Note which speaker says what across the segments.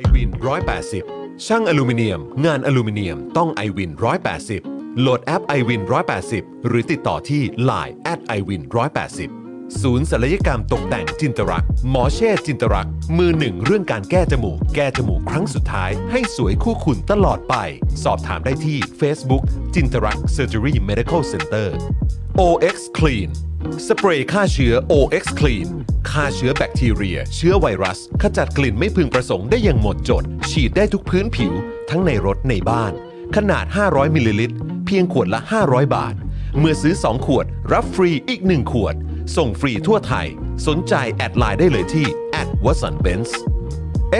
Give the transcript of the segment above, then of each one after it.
Speaker 1: i w วิน180 ช่างอลูมิเนียม งานอลูมิเนียมต้อง i w วิน180 โหลดแอป i w วิน180 หรือติดต่อที่ Line at i w วิน180 ศูนย์ศัลยกรรมตกแต่งจินตรัก หมอเช่จินตรัก มือหนึ่งเรื่องการแก้จมูก แก้จมูกครั้งสุดท้าย ให้สวยคู่คุณตลอดไป สอบถามได้ที่ Facebook จินตรัก Surgery Medical Center OX Clean สเปรย์ฆ่าเชื้อ OX Clean ฆ่าเชื้อแบคทีเรีย เชื้อไวรัส ขจัดกลิ่นไม่พึงประสงค์ได้อย่างหมดจด ฉีดได้ทุกพื้นผิว ทั้งในรถในบ้าน ขนาด 500 มิลลิลิตร เพียงขวดละ 500 บาท เมื่อซื้อ 2 ขวด รับฟรีอีก 1 ขวด ส่งฟรีทั่วไทย สนใจแอดไลน์ได้เลยที่ w a t s o n b e n z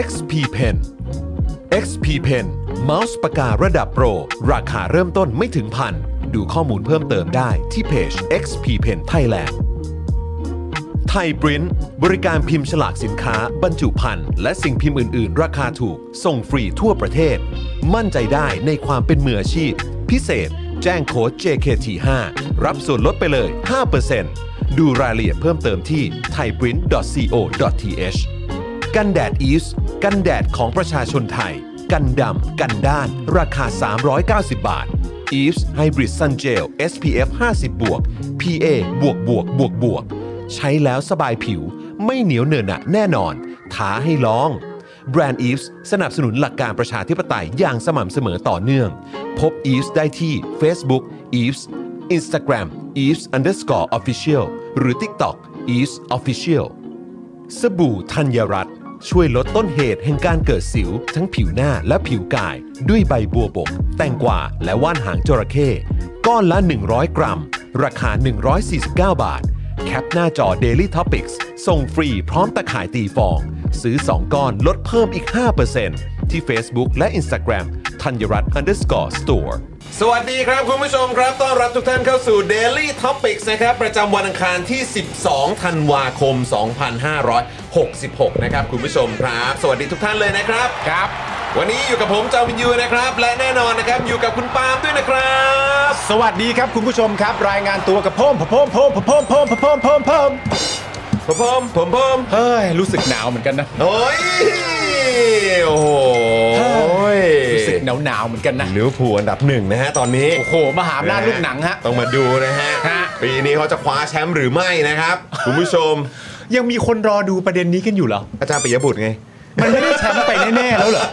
Speaker 1: XP Pen XP Pen เมาส์ปากการะดับโปร ราคาเริ่มต้นไม่ถึงพัน ดูข้อมูลเพิ่มเติมได้ที่เพจ XP Pen Thailand ไทยปริ้นบริการพิมพ์ฉลากสินค้า บรรจุภัณฑ์และสิ่งพิมพ์อื่น ๆ ราคาถูก ส่งฟรีทั่วประเทศ มั่นใจได้ในความเป็นมืออาชีพ พิเศษ แจ้งโค้ด JKT5 รับส่วนลดไปเลย 5%ดูรายละเอียดเพิ่มเติมที่ thaiprint.co.th กันแดดอีฟส์กันแดดของประชาชนไทย กันดำ กันด้าน ราคา 390 บาท e v e s Hybrid Sun Gel SPF 50บวก PA บวกบวกบวกบวก ใช้แล้วสบายผิว ไม่เหนียวเหนอะหนะแน่นอน ท้าให้ลอง แบรนด์ e v e s สนับสนุนหลักการประชาธิปไตยอย่างสม่ำเสมอต่อเนื่อง พบ e v e s ได้ที่ Facebook e v e s Instagram e v e s underscore official หรือ TikTok e v e s official สบู่ธัญรัตน์ช่วยลดต้นเหตุแห่งการเกิดสิว ทั้งผิวหน้าและผิวกาย ด้วยใบบัวบก แตงกวาและว่านหางจระเข้ก้อนละ 100 กรัม ราคา 149 บาท แคปหน้าจอ Daily Topics ส่งฟรีพร้อมตะข่ายตีฟอง ซื้อ 2 ก้อนลดเพิ่มอีก 5%ที่ Facebook และ Instagram ธัญรัตน์ underscore store
Speaker 2: สวัสดีครับคุณผู้ชมครับต้อนรับทุกท่านเข้าสู่ Daily Topics นะครับ ประจำวันอังคารที่ 12 ธันวาคม 2566 นะครับ คุณผู้ชมครับ สวัสดีทุกท่านเลยนะครับครับ วันนี้อยู่กับผมจาวินยูนะครับ และแน่นอนนะครับอยู่กับคุณปาล์มด้วยนะครับ
Speaker 3: สวัสดีครับคุณผู้ชมครับ รายงานตัวกับพ่มพ่มพ่มพ่มพ่มพ่มพ่มพ่มพ่ม
Speaker 2: ผมพมผมพม
Speaker 3: เฮ้ย รู้สึกหนาวเหมือนกันนะ
Speaker 2: โอ้ยโอ้โห
Speaker 3: รู้สึกหนาวหนาวๆเหมือนกันนะ
Speaker 2: ลิเวอร์พูลอันดับหนึ่งนะฮะตอนนี้
Speaker 3: โอ้โหมหาอำนาจลูกหนังฮะ
Speaker 2: ต้องมาดูนะฮะ
Speaker 3: ฮะ
Speaker 2: ปีนี้เขาจะคว้าแชมป์หรือไม่นะครับ คุณผู้ชม
Speaker 3: ยังมีคนรอดูประเด็นนี้กันอยู่เหรอ
Speaker 2: อาจารย์ปิยบุตรไง
Speaker 3: มันไม่ได้แชมป์ไปแน่ๆแล้วเหรอ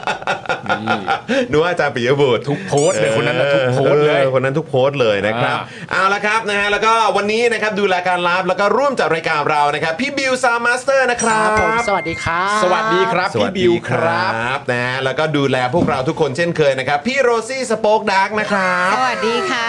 Speaker 2: นึกว่าอาจารย์ปิยบุตร
Speaker 3: ทุกโพสต์เลยคนนั้นน่ะ
Speaker 2: ออ
Speaker 3: ทุกโพสต์เลย
Speaker 2: ออคนนั้นทุกโพสต์เลยนะครับ
Speaker 3: อ่า
Speaker 2: เอาละครับนะฮะแล้วก็วันนี้นะครับดูรายการไลฟ์แล้วก็ร่วมจัดรายการเรานะครับ พี่บิวซาวมาสเตอร์นะค
Speaker 4: ค
Speaker 2: รั
Speaker 4: รับผม
Speaker 2: บ
Speaker 4: สวัสดีครับ
Speaker 3: สวัสดีครับ
Speaker 2: ส
Speaker 3: พี่
Speaker 2: วัส
Speaker 3: บิ
Speaker 2: ดี
Speaker 3: ว
Speaker 2: ค
Speaker 3: ค
Speaker 2: ร
Speaker 3: รั
Speaker 2: ั
Speaker 3: บ
Speaker 2: บนะฮะแล้วก็ดูแลพวกเราทุกคนเช่นเคยนะครับ พี่โรซี่สป็อกดาร์กนะครับ
Speaker 5: สวัสดีค่ะ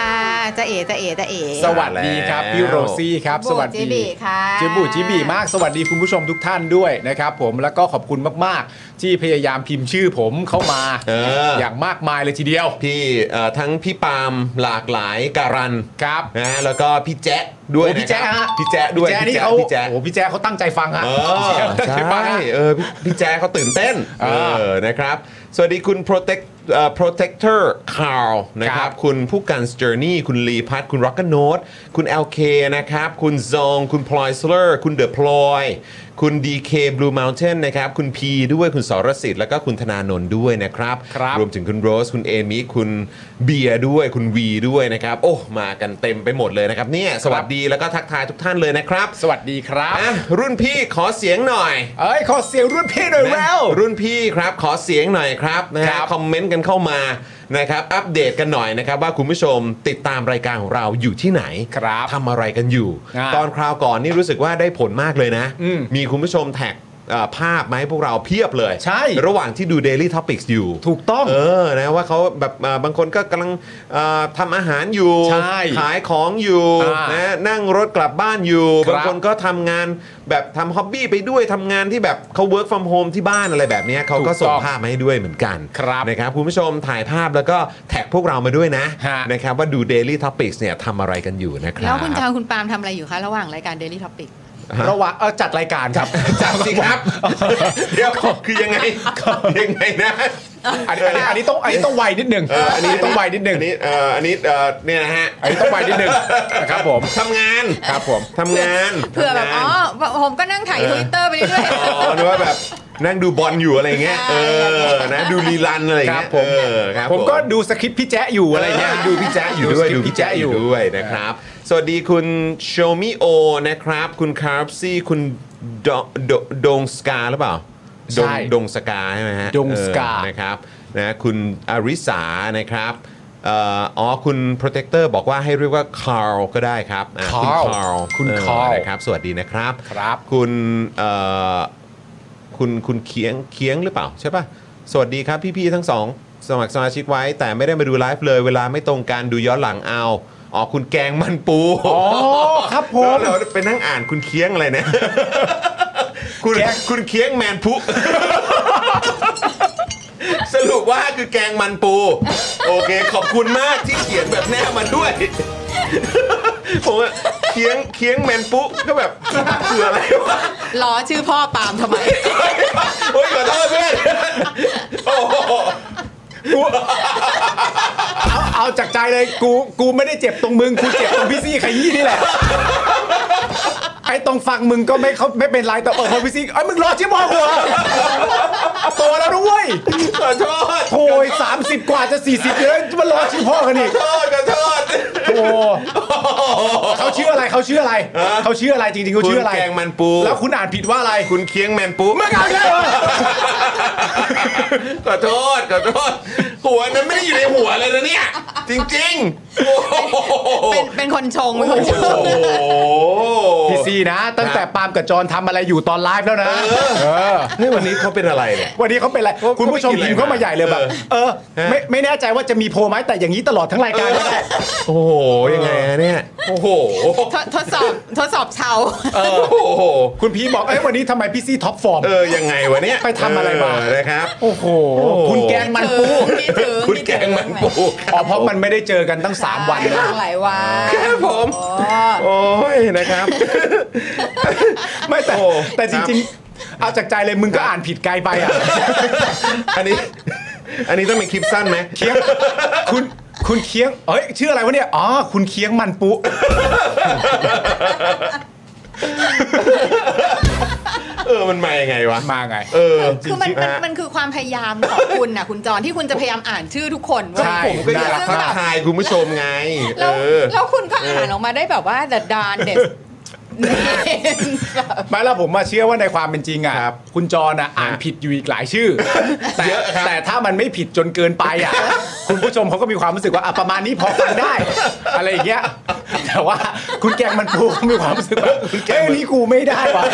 Speaker 5: จะเอ๋จะเอ๋จะเอ๋
Speaker 3: สวัสดีครับพี่โรซี่ครับ สวัส
Speaker 5: จิ
Speaker 3: ดี
Speaker 5: บีค่ะ
Speaker 3: จิบูจิบีมากสวัสดีคุณผู้ชมทุกท่านด้วยนะครับผมแล้วก็ขอบคุณมากๆ ที่พยายามพิมพ์ชื่อผมเข้ามา
Speaker 2: เอออ
Speaker 3: ย่างมากมายเลยทีเดียว
Speaker 2: พี่เอ่อทั้งพี่ปาล์มหลากหลายการัน
Speaker 3: ครับ
Speaker 2: นะฮะแล้วก็พี่แจ๊ะ ด้วย
Speaker 3: โอ้พี่แจ๊ะ
Speaker 2: นครับ
Speaker 3: ฮะ
Speaker 2: พี่แจ๊ะด้วย
Speaker 3: พี่แจ๊ะนี่
Speaker 2: พี่แจ๊ะพี่แจ๊ะ
Speaker 3: เขาโอ้พี่แจ๊ะเขาตั้งใจฟังฮะ
Speaker 2: เออ
Speaker 3: พี่แจ๊ะตั้งใจ
Speaker 2: ใช่
Speaker 3: ฟังฮะ
Speaker 2: เออพี่พี่แจ๊คเขาตื่นเต้นเอ
Speaker 3: อ่า
Speaker 2: อนะครับ สวัสดีคุณ protect เอ่อ protector Carl นะค
Speaker 3: ครั
Speaker 2: รับ
Speaker 3: บ
Speaker 2: คุณผู้การ journey คุณลีพัทคุณ rock n o t e คุณ LK นะครับ คุณซอง คุณพลอยสเลอร์คุณ The Ploy คุณ DK Blue Mountain นะครับ คุณ P ด้วยคุณสรสิทธิ์แล้วก็คุณธนาโนนด้วยนะครับ
Speaker 3: ครับ
Speaker 2: รวมถึงคุณโรส คุณเอมิคุณเบียร์ด้วยคุณวีด้วยนะครับ โอ้ มากันเต็มไปหมดเลยนะครับเนี่ยสวัสดีแล้วก็ทักทายทุกท่านเลยนะครับ
Speaker 3: สวัสดีครับ
Speaker 2: อ่ะรุ่นพี่ขอเสียงหน่อย
Speaker 3: เอ้ยขอเสียงรุ่นพี่หน่อย
Speaker 2: นะ
Speaker 3: แล้ว
Speaker 2: รุ่นพี่ครับขอเสียงหน่อยครับนะ
Speaker 3: ครั
Speaker 2: ฮะ
Speaker 3: บ
Speaker 2: คอมเมนต์กันเข้ามานะครับอัปเดตกันหน่อยนะครับ ว่าคุณผู้ชมติดตามรายการของเราอยู่ที่ไหน
Speaker 3: ครับ
Speaker 2: ทำอะไรกันอยู่
Speaker 3: อ่า
Speaker 2: ตอนคราวก่อนนี่รู้สึกว่าได้ผลมากเลยนะ
Speaker 3: อืม
Speaker 2: มีคุณผู้ชมแท็กเอ่อภาพมาให้พวกเราเพียบเลย
Speaker 3: ใช่
Speaker 2: ระหว่างที่ดู Daily Topics อยู่
Speaker 3: ถูกต้อง
Speaker 2: เออ นะว่าเขาแบบเอ่อบางคนก็กำลังเอ่อทำอาหารอยู่
Speaker 3: ใช่
Speaker 2: ขายของอยู่
Speaker 3: อ่า
Speaker 2: นะนั่งรถกลับบ้านอยู่
Speaker 3: ครั
Speaker 2: บา
Speaker 3: บ
Speaker 2: งคนก็ทำงานแบบทำฮ็อบบี้ไปด้วยทำงานที่แบบเขา work from home ที่บ้านอะไรแบบเนี้ยเขาก็
Speaker 3: ถูกต้อง
Speaker 2: ส่งภาพมาให้ด้วยเหมือนกัน
Speaker 3: ครับ
Speaker 2: นะครับคุณผู้ชมถ่ายภาพแล้วก็แท็กพวกเรามาด้วยนะ
Speaker 3: ฮะ
Speaker 2: นะครับว่าดู Daily Topics เนี่ยทำอะไรกันอยู่นะครับ
Speaker 5: แล้วคุณจางคุณปาล์มทำอะไรอยู่คะ ระหว่างรายการ Daily Topic
Speaker 2: ฮะ
Speaker 3: ระหว่างเออจัดรายการครับ
Speaker 2: จับสิครับ เดี๋ยว คือยังไง ยังไงนะ
Speaker 3: อันนี้อันนี้อันนี้ต้องอันนี้ต้องไวนิดหนึ่ง
Speaker 2: เ
Speaker 3: อันนี้ต้องไวนิดหนึ่ง
Speaker 2: อันนี้เอ่ออันนี้เอ่อเนี่ยนะฮะ
Speaker 3: อันนี้ต้องไว นิดหนึ่งนะครับผม
Speaker 2: ทำงาน
Speaker 3: ครับผม
Speaker 2: ทำงาน
Speaker 5: เผื่อแบบ อ๋อ ผมก็นั่งถ่ายทวิตเตอร์ไปเรื่อย
Speaker 2: อ๋อนึกว่าแบบนั่งดูบอลอยู่อะไรเงี้ยเออนะดูลีลันอะไร
Speaker 3: ครั
Speaker 2: เงี้
Speaker 3: บ
Speaker 2: ย
Speaker 3: ผม
Speaker 2: เออครับ
Speaker 3: ผมก็ดูสคริปต์พี่แจ๊ะอยู่อะไรเงี้ย
Speaker 2: ดูพี่แจ๊ะอยู่ด้วยดูพี่แจ๊ะอยู่ด้วยนะครับ สวัสดีคุณโชมิโอนะครับ คุณคาร์บซี่คุณโดโดโดงสกาหรือเปล่า
Speaker 3: ใช่
Speaker 2: ดงดงสกาใช่ไหมฮะ
Speaker 3: ดงสกา
Speaker 2: เออนะครับนะคุณอาริสานะครับเอ่ออ๋อคุณ protector บอกว่าให้เรียกว่า Carl ก็ได้ครับอ่ะคุณ
Speaker 3: Carl
Speaker 2: Carl
Speaker 3: คุณ
Speaker 2: เออ
Speaker 3: Carl
Speaker 2: นะครับสวัสดีนะครับ
Speaker 3: ครับ
Speaker 2: คุณเอ่อคุณคุณเคียงเคียงหรือเปล่าใช่ปะสวัสดีครับพี่ๆทั้งสองสมัครสมาชิกไว้ แต่ไม่ได้มาดูไลฟ์เลยเวลาไม่ตรงกันดูย้อนหลังเอาอ๋อคุณแกงมันปู
Speaker 3: อ๋อครับผม
Speaker 2: เราไปนั่งอ่านคุณเคียงอะไรเนี่ย คุณ
Speaker 3: แกง
Speaker 2: คุณเคียงแมนพุสรุปว่าคือแกงมันปู โอเค ขอบคุณมากที่เขียนแบบแนบมันด้วย ผมว่าเคียงเคียงแมนปุ๊ก็แบบคืออะไรวะ
Speaker 5: ๆ ล้อชื่อพ่อปาล์มทำ ไม
Speaker 2: โอ้ยขอโทษเพื่อนโอ้โห
Speaker 3: เอาเอาจากใจเลยกูกูไม่ได้เจ็บตรงมึงกูเจ็บตรงพี่ซี่ขยี้นี่แหละไอ้ตรงฟังมึงก็ไม่เขาไม่เป็นไรแต่เออพอพี่ซี่ไอ้ยมึงรอชิบอหัวโตแล้วด้วย
Speaker 2: ขอโทษ
Speaker 3: โถยสามสิบกว่าจะสี่สิบเลยมันรอชิพ่อกันอีก
Speaker 2: ขอโทษขอโทษ
Speaker 3: โถเขาชื่ออะไรเขาชื่ออะไรเขาชื่ออะไรจริงๆเขาชื่ออะไร
Speaker 2: คุณแกงมันปู
Speaker 3: แล้วคุณอ่านผิดว่าอะไร
Speaker 2: คุณเคียงแมนปู
Speaker 3: มึงอ่านได้เหรอ
Speaker 2: ขอโทษขอโทษหัวนั้นไม่ได้อยู่ในหัวเลยนะเนี่ย จริงๆโอ้โห
Speaker 5: เป็นเป็นคนชงเป็นคนชง
Speaker 2: โอ้โห
Speaker 3: พี่ซีนะ ตั้งแต่ปาล์มกับจอนทำอะไรอยู่ตอนไลฟ์แล้วนะเออ
Speaker 2: เฮ้ยวันนี้เขาเป็นอะไรเนี่ย
Speaker 3: วันนี้เขาเป็นอะไรคุณผู้ชม
Speaker 2: เขาไปกินอะไร
Speaker 3: พิมพ์เข้ามาใหญ่เลยแบบ เออ ไม่ไม่แน่ใจว่าจะมีโพลไหมแต่อย่างนี้ตลอดทั้งรายการก็ได้
Speaker 2: โอ้โหยังไงอะเนี่ยโอ้โห
Speaker 5: ทดทดสอบ ทดสอบเชา
Speaker 2: โอ้โห
Speaker 3: คุณพีบอกเอ้ยวันนี้ทำไมพี่ซี่ท็อปฟอร์ม
Speaker 2: เออยังไงวะเนี่ย
Speaker 3: ไปทำอะไรมา
Speaker 2: เนะครับ
Speaker 3: โอ้โห
Speaker 2: โอ้โห
Speaker 3: คุณแกงมันปู
Speaker 5: คิดถึง
Speaker 2: คุณแกงมันปู
Speaker 3: อ๋อเพราะมันไม่ได้เจอกันตั้ง 3 วันนะ
Speaker 5: หลายวัน
Speaker 2: ครับผม
Speaker 5: อ๋อ
Speaker 2: โอ้ยนะครับ
Speaker 3: ไม่แต่
Speaker 2: โอ้
Speaker 3: แต่
Speaker 2: ค
Speaker 3: จ
Speaker 2: รั
Speaker 3: ริ
Speaker 2: บ
Speaker 3: ง ๆ เอาจากใจเลยมึงก็อ่านผิดไกลไป อ่ะ
Speaker 2: อัน นี้ อันนี้ต้องเป็นคลิปสั้นไหม
Speaker 3: เคียงคุณคุณเคียงเอ้ยชื่ออะไรวะเนี่ยอ๋อคุณเคียงมันปู
Speaker 2: เออมันมายังไงวะ
Speaker 3: มาไง
Speaker 2: เออ
Speaker 5: คือมันมัน
Speaker 2: ฮะ
Speaker 5: มันคือความพยายามของคุณน่ะ คุณจอนที่คุณจะพยายามอ่านชื่อทุกคนเว้ย
Speaker 3: ใช่
Speaker 2: ผมก็อยาก
Speaker 5: ซึ่ง
Speaker 2: ทัก
Speaker 5: แบบ
Speaker 2: ทายคุณผู้ชมไง เอ
Speaker 5: แล้ว
Speaker 2: อ
Speaker 5: แล้วคุณก็อ่านออกมาได้แบบว่า the darn เด็ด
Speaker 3: ไม่แล้วผมมาเชื่อว่าในความเป็นจริงอ่ะ
Speaker 2: ครับ
Speaker 3: คุณจรอ่ะอ่านผิดอยู่อีกหลาย ชื่อ แต่
Speaker 2: เยอะครับ
Speaker 3: แต่ถ้ามันไม่ผิดจนเกินไป อ่ะ คุณผู้ชมเขาก็มีความรู้สึกว่าอ่ะประมาณนี้พอฟังได้ อะไรอย่างเงี้ยแต่ว่าคุณแกงมันปู มีความรู้สึกว่าเอ้ยอันนี่กูไม่ได้ ว่ะ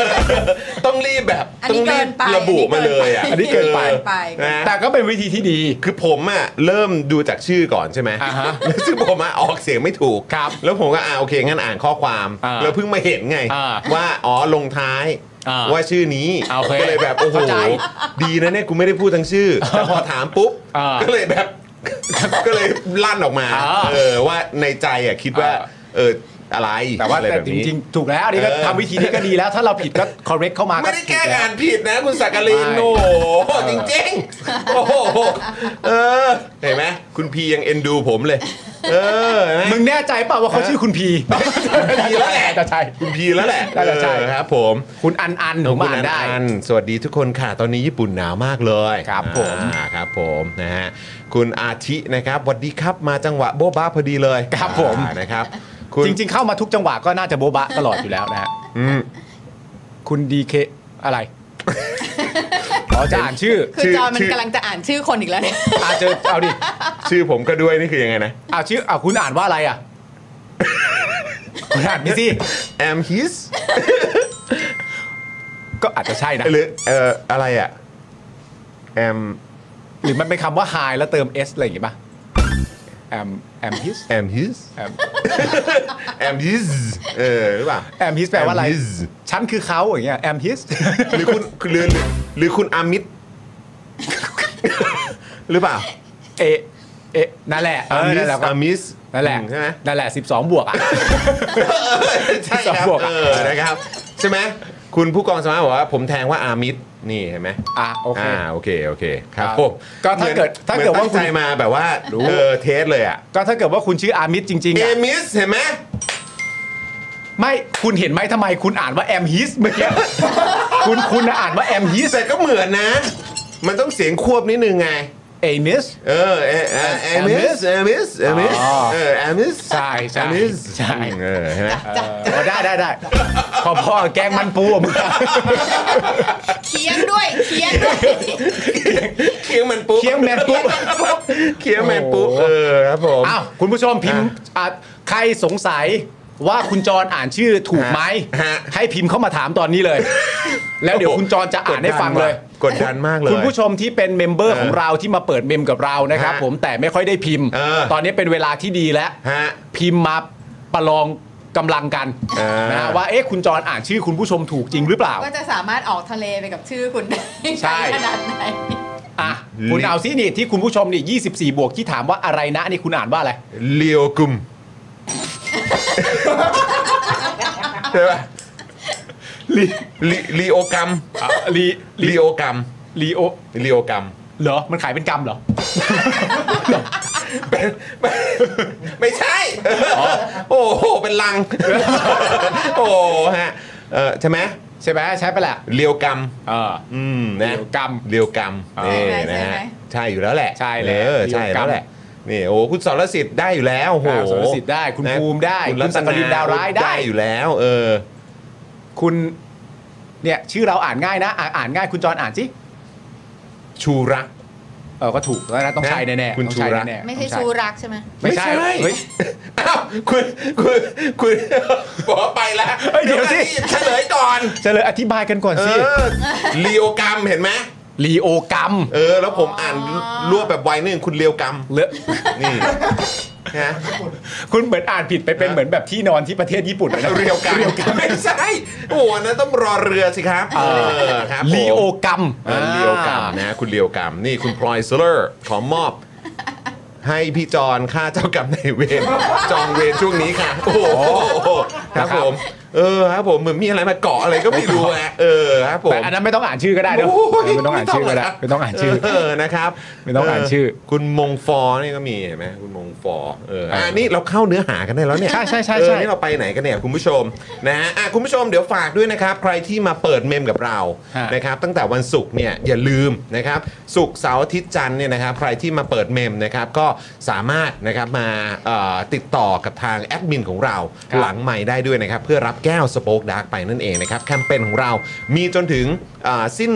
Speaker 2: ต้องรีบแบบ
Speaker 5: อัน
Speaker 2: ต้
Speaker 5: นี้
Speaker 2: องรีบ
Speaker 5: เกินไประ
Speaker 2: บุมาเลยอ่ะ
Speaker 5: อันนี้เกินไป
Speaker 2: เ
Speaker 5: ไป
Speaker 2: นะ
Speaker 3: แต่ก็เป็นวิธีที่ดี
Speaker 2: คือผมอะเริ่มดูจากชื่อก่อนใช่ไหม
Speaker 3: อ่าฮะ
Speaker 2: แล้วซึ่งผมอะออกเสียงไม่ถูก
Speaker 3: ครับ
Speaker 2: แล้วผมก็อ่าโอเคงั้นอ่านข้อความ
Speaker 3: อ่า
Speaker 2: แล้วเพิ่งมาเห็นไง
Speaker 3: อ่า
Speaker 2: ว่าอ๋อลงท้าย
Speaker 3: อ่า
Speaker 2: ว่าชื่อนี้
Speaker 3: อ่าโอเค
Speaker 2: ก็เลยแบบโอ้โห
Speaker 3: เข้าใจ
Speaker 2: ดีนะเนี่ยกูไม่ได้พูดทั้งชื่อ แต่พอถามปุ๊บ
Speaker 3: อ่า
Speaker 2: ก็เลยแบบ ก็เลยลั่นออกมา
Speaker 3: อ่า
Speaker 2: เออว่าในใจอะคิดว่า
Speaker 3: อ่า
Speaker 2: เออ อะไร
Speaker 3: แต่ว่า
Speaker 2: อะไร
Speaker 3: แต่
Speaker 2: บบ
Speaker 3: จ
Speaker 2: นี้
Speaker 3: ริง ๆ ถูกแล้วอันนี้ก็
Speaker 2: เออ
Speaker 3: ทำวิธีนี้ก็ดีแล้ว ถ้าเราผิดก็ correct เข้ามา
Speaker 2: ไม่ได้แก้
Speaker 3: ถูล้ว
Speaker 2: งานผิดนะคุณสักกลิน
Speaker 3: ไม่
Speaker 2: โอ้โหจริงๆ โอ้โหเออเห็นไหมคุณพียังเอ็นดูผมเลย เออเห็นไหม
Speaker 3: มึงแน่ใจเปล่าว่าเขาชื่อคุณพี
Speaker 2: พีแล้วแหละ
Speaker 3: ใช่
Speaker 2: คุณพีแล้วแหละ
Speaker 3: น่าจะใช่
Speaker 2: เออครับ ผม
Speaker 3: คุณอันอันผมอ่านได้
Speaker 2: คุณอันสวัสดีทุกคนค่ะ ตอนนี้ญี่ปุ่นหนาวมากเลย
Speaker 3: ครับผม
Speaker 2: อ่าครับผมนะฮะคุณอาทินะครับสวัสดีครับมาจังหวะโบ๊ะบ้าพอดีเลย
Speaker 3: ครับผม
Speaker 2: อ่านะครับ คุณ
Speaker 3: จริง ๆ เข้ามาทุกจังหวะก็น่าจะโบ๊ะบะตลอดอยู่แล้วนะฮะ
Speaker 2: อืม
Speaker 3: คุณดีเคอะไร ขอจะอ่านชื่อ
Speaker 5: คือจอนมั
Speaker 2: ชื่
Speaker 5: น
Speaker 2: อ
Speaker 5: กำลังจะอ่านชื่อคนอีกแล้วเนี่ย
Speaker 3: อาเจอเอาดิ
Speaker 2: ชื่อผมก็ด้วยนี่คือยังไงนะ
Speaker 3: เอาชื่อเอาคุณอ่านว่าอะไรอ่ะคุณอ่านพี่ซี่
Speaker 2: am his
Speaker 3: ก็อาจจะใช่นะ
Speaker 2: หรือเอ่ออะไรอะ am
Speaker 3: หรือมันเป็นคำว่า high แล้วเติม s อะไรอย่างงี้ป่ะ am am his
Speaker 2: am his
Speaker 3: am
Speaker 2: am his เออหรือเปล่า
Speaker 3: am his แปลว่าอะไร
Speaker 2: Am his
Speaker 3: ฉันคือเขาอย่างเงี้ย am his
Speaker 2: หรือคุณหรือหรือหรือคุณอามิด หรือเปล่า
Speaker 3: เอเอนั่นแหละเออนั่นแหละครับ
Speaker 2: มิส
Speaker 3: นั่นแหละ
Speaker 2: ใช่ไหม
Speaker 3: นั่นแหละ 12 บวกอ่ะ
Speaker 2: ใช่ครับ
Speaker 3: บวก
Speaker 2: เอ
Speaker 3: อะ
Speaker 2: อนะครับใช่ไหมคุณผู้กองสมาร์ทบอกว่าผมแทงว่าอามิสนี่เห็นไหม
Speaker 3: อ่ะโอเค
Speaker 2: อ่าโอเคโอเคครับ
Speaker 3: ครับ
Speaker 2: ผม
Speaker 3: ก็ถ้า
Speaker 2: ห
Speaker 3: เกิด
Speaker 2: มือน
Speaker 3: ถ้าเกิดว่า
Speaker 2: หมือนตั้งใจ
Speaker 3: คุณ
Speaker 2: มาแบบว่า
Speaker 3: รู้
Speaker 2: เออเทสเลยอ่ะ
Speaker 3: ก็ถ้าเกิดว่าคุณชื่ออามิดจริงๆ
Speaker 2: เอ
Speaker 3: อ่ะ
Speaker 2: มิสเห็นไหม
Speaker 3: ไม่คุณเห็นไหมทำไมคุณอ่านว่าแอมฮิสเมื่อกี้ คุณคุณน่ะอ่านว่าแอมฮิส
Speaker 2: แต่ก็เหมือนนะ มันต้องเสียงควบนิดนึงไง
Speaker 3: เอมิส
Speaker 2: เออเออเออเอมิสเอมิสเอมิส
Speaker 3: อ๋อ
Speaker 2: เออเอมิส
Speaker 3: ใช่ใช่
Speaker 2: เอมิส
Speaker 3: ใช่
Speaker 2: เออใช่ไหม
Speaker 3: ได้ได้ได้พอพ่อแกงมันปูอ่ะมึง
Speaker 5: เคียงด้วยเคียงด้วย
Speaker 2: เคียงมันปุ๊บ
Speaker 3: เคียงแมนปู
Speaker 2: เคียงมันปุ๊บเออครับผม
Speaker 3: อ้าวคุณผู้ชมพิมพ์อ่ะใครสงสัยว่าคุณจรอ่านชื่อถูกไหม
Speaker 2: ฮะ
Speaker 3: ให้พิมพ์เข้ามาถามตอนนี้เลย แล้วเดี๋ยวคุณจรจะอ่านให้ฟังเลย
Speaker 2: กดดันมากเลย
Speaker 3: คุณผู้ชมที่เป็นเมมเบอร์ของเราที่มาเปิดเมมกับเรานะครับ
Speaker 2: ฮะ
Speaker 3: ผมแต่ไม่ค่อยได้พิมพ์
Speaker 2: เออ
Speaker 3: ตอนนี้เป็นเวลาที่ดีแล้ว
Speaker 2: ฮะ
Speaker 3: พิมพ์มาประลองกำลังกัน
Speaker 2: เออ
Speaker 3: นะฮะว่าเอ๊ะคุณจรอ่านชื่อคุณผู้ชมถูกจริงหรือเปล่า
Speaker 5: ก็จะสามารถออกทะเลไปกับชื่อคุณได้
Speaker 3: ใช่
Speaker 5: ขนาดไหน
Speaker 3: อ่ะคุณเอาซินี่ที่คุณผู้ชมนี่24 บวกที่ถามว่าอะไรนะนี่คุณอ่านว่าอะไร
Speaker 2: เลียวกุมใช่ป่ะลีลีลีโอกัม
Speaker 3: ลี
Speaker 2: ลีโอกัม
Speaker 3: ลีโอ
Speaker 2: ลีโอกัม
Speaker 3: เหรอมันขายเป็นกรรมเหรอ
Speaker 2: ไม่ใช่โอ้โห เป็นลัง โอ้โหฮะเออใช่ไหม
Speaker 3: ใช่ไหมใช้ไปแหละ
Speaker 2: เลียวกัม
Speaker 3: เออ
Speaker 2: อืมนะ
Speaker 3: เลียวกัม
Speaker 2: เลียวกัมนี่
Speaker 5: ใช่ไหม
Speaker 2: นะฮะ
Speaker 5: ใช่ไหม
Speaker 2: ใช่อยู่แล้วแหละ
Speaker 3: ใช่แล้ว
Speaker 2: เออใช่แล้วแหละนี่โอ้โหคุณสรสิทธิ์ได้อยู่แล้วโอ้โห
Speaker 3: อ่าสรสิทธิ์ได้คุณ
Speaker 2: นะ
Speaker 3: ภูมิได้
Speaker 2: คุณ
Speaker 3: คุณ
Speaker 2: รัต
Speaker 3: สักกลิ
Speaker 2: นิ
Speaker 3: นดาวร้ายได้
Speaker 2: ได้อยู่แล้ว เออ
Speaker 3: คุณเนี่ยชื่อเราอ่านง่ายนะอ่ะอ่านง่ายคุณจรอ่านสิ
Speaker 2: ชูรัก
Speaker 3: เออก็ถูกแล้วนะต้องใช้แน่ๆ
Speaker 2: คุณ
Speaker 3: ต้องใช้
Speaker 2: ชูรัก
Speaker 3: แน่ๆ
Speaker 5: ไม่ใช่
Speaker 3: ต้อง
Speaker 5: ชูรักใช่ไหม
Speaker 3: ไม่ใช่
Speaker 2: ไม่ใช่
Speaker 3: เฮ้ย
Speaker 2: อ้าวคุณคุณคุณ บอกว่าไปแล้ว
Speaker 3: เอ้ยเดี๋ยวสิ
Speaker 2: เฉลยก่อน
Speaker 3: เฉลยอธิบายกันก่อน
Speaker 2: เอ
Speaker 3: สิ
Speaker 2: อลีโอกรรมเห็นไหม
Speaker 3: ลีโอกรรม
Speaker 2: เออ แล้วผมอ่านรวบแบบไวนึงคุณเลียวกรรม
Speaker 3: เลอะ
Speaker 2: นี่นะ
Speaker 3: คุณเหมือนอ่านผิดไปเป็นเหมือนแบบที่นอนที่ประเทศญี่ปุ่นเลยนะ
Speaker 2: เรียวกรรมไม่ ใช่โอ้โหอันนั้นต้องรอเรือสิครับเออครับผม
Speaker 3: ลีโอกรรม
Speaker 2: เออลีโอกรรมนะ คุณเลียวกรรมนี่คุณพลอยเซเลอร์ขอมอบ ให้พี่จอนค่าเจ้ากรรมในายเวรจองเวรช่วงนี้ค่ะ โอ้โหครับผม เออครับผมเหมือนมีอะไรมาเกาะอะไรก็ไม่รู้ฮะเออครับผม
Speaker 3: แต่อันนั้นไม่ต้องอ่านชื่อก็ได้เนอะ
Speaker 2: โอ้ย
Speaker 3: ไม่ต้องอ่านชื่อก็ได้ไม่ต้องอ่านชื่อ
Speaker 2: เออนะครับ
Speaker 3: ไม่ต้องอ่านชื่อ
Speaker 2: เคุณมงฟอนี่ก็มีเห็นไหมคุณมงฟอเอออ่ะนี่เราเข้าเนื้อหากันได้แล้วเนี่ย
Speaker 3: ใช่ใช่ใช่
Speaker 2: เอ
Speaker 3: ใช่
Speaker 2: อนี่เราไปไหนกันเนี่ยคุณผู้ชมนะฮะอ่ะคุณผู้ชมเดี๋ยวฝากด้วยนะครับ ใครที่มาเปิดเมมกับเรา
Speaker 3: ฮะ
Speaker 2: นะครับตั้งแต่วันศุกร์เนี่ยอย่าลืมนะครับศุกร์เสาร์อาทิตย์จันทร์เนี่ยนะครับใครที่มาเปิดเมมนะครับก็สามารถนะครับมาเอ่อติดต่อกับทางแอดมินของเรา
Speaker 3: ครับ
Speaker 2: หลังไม้ได้ด้วยนะครับ เพื่อรับแก้วสโป๊กดาร์กไปนั่นเองนะครับแคมเปญของเรามีจนถึงอ่าสิ้น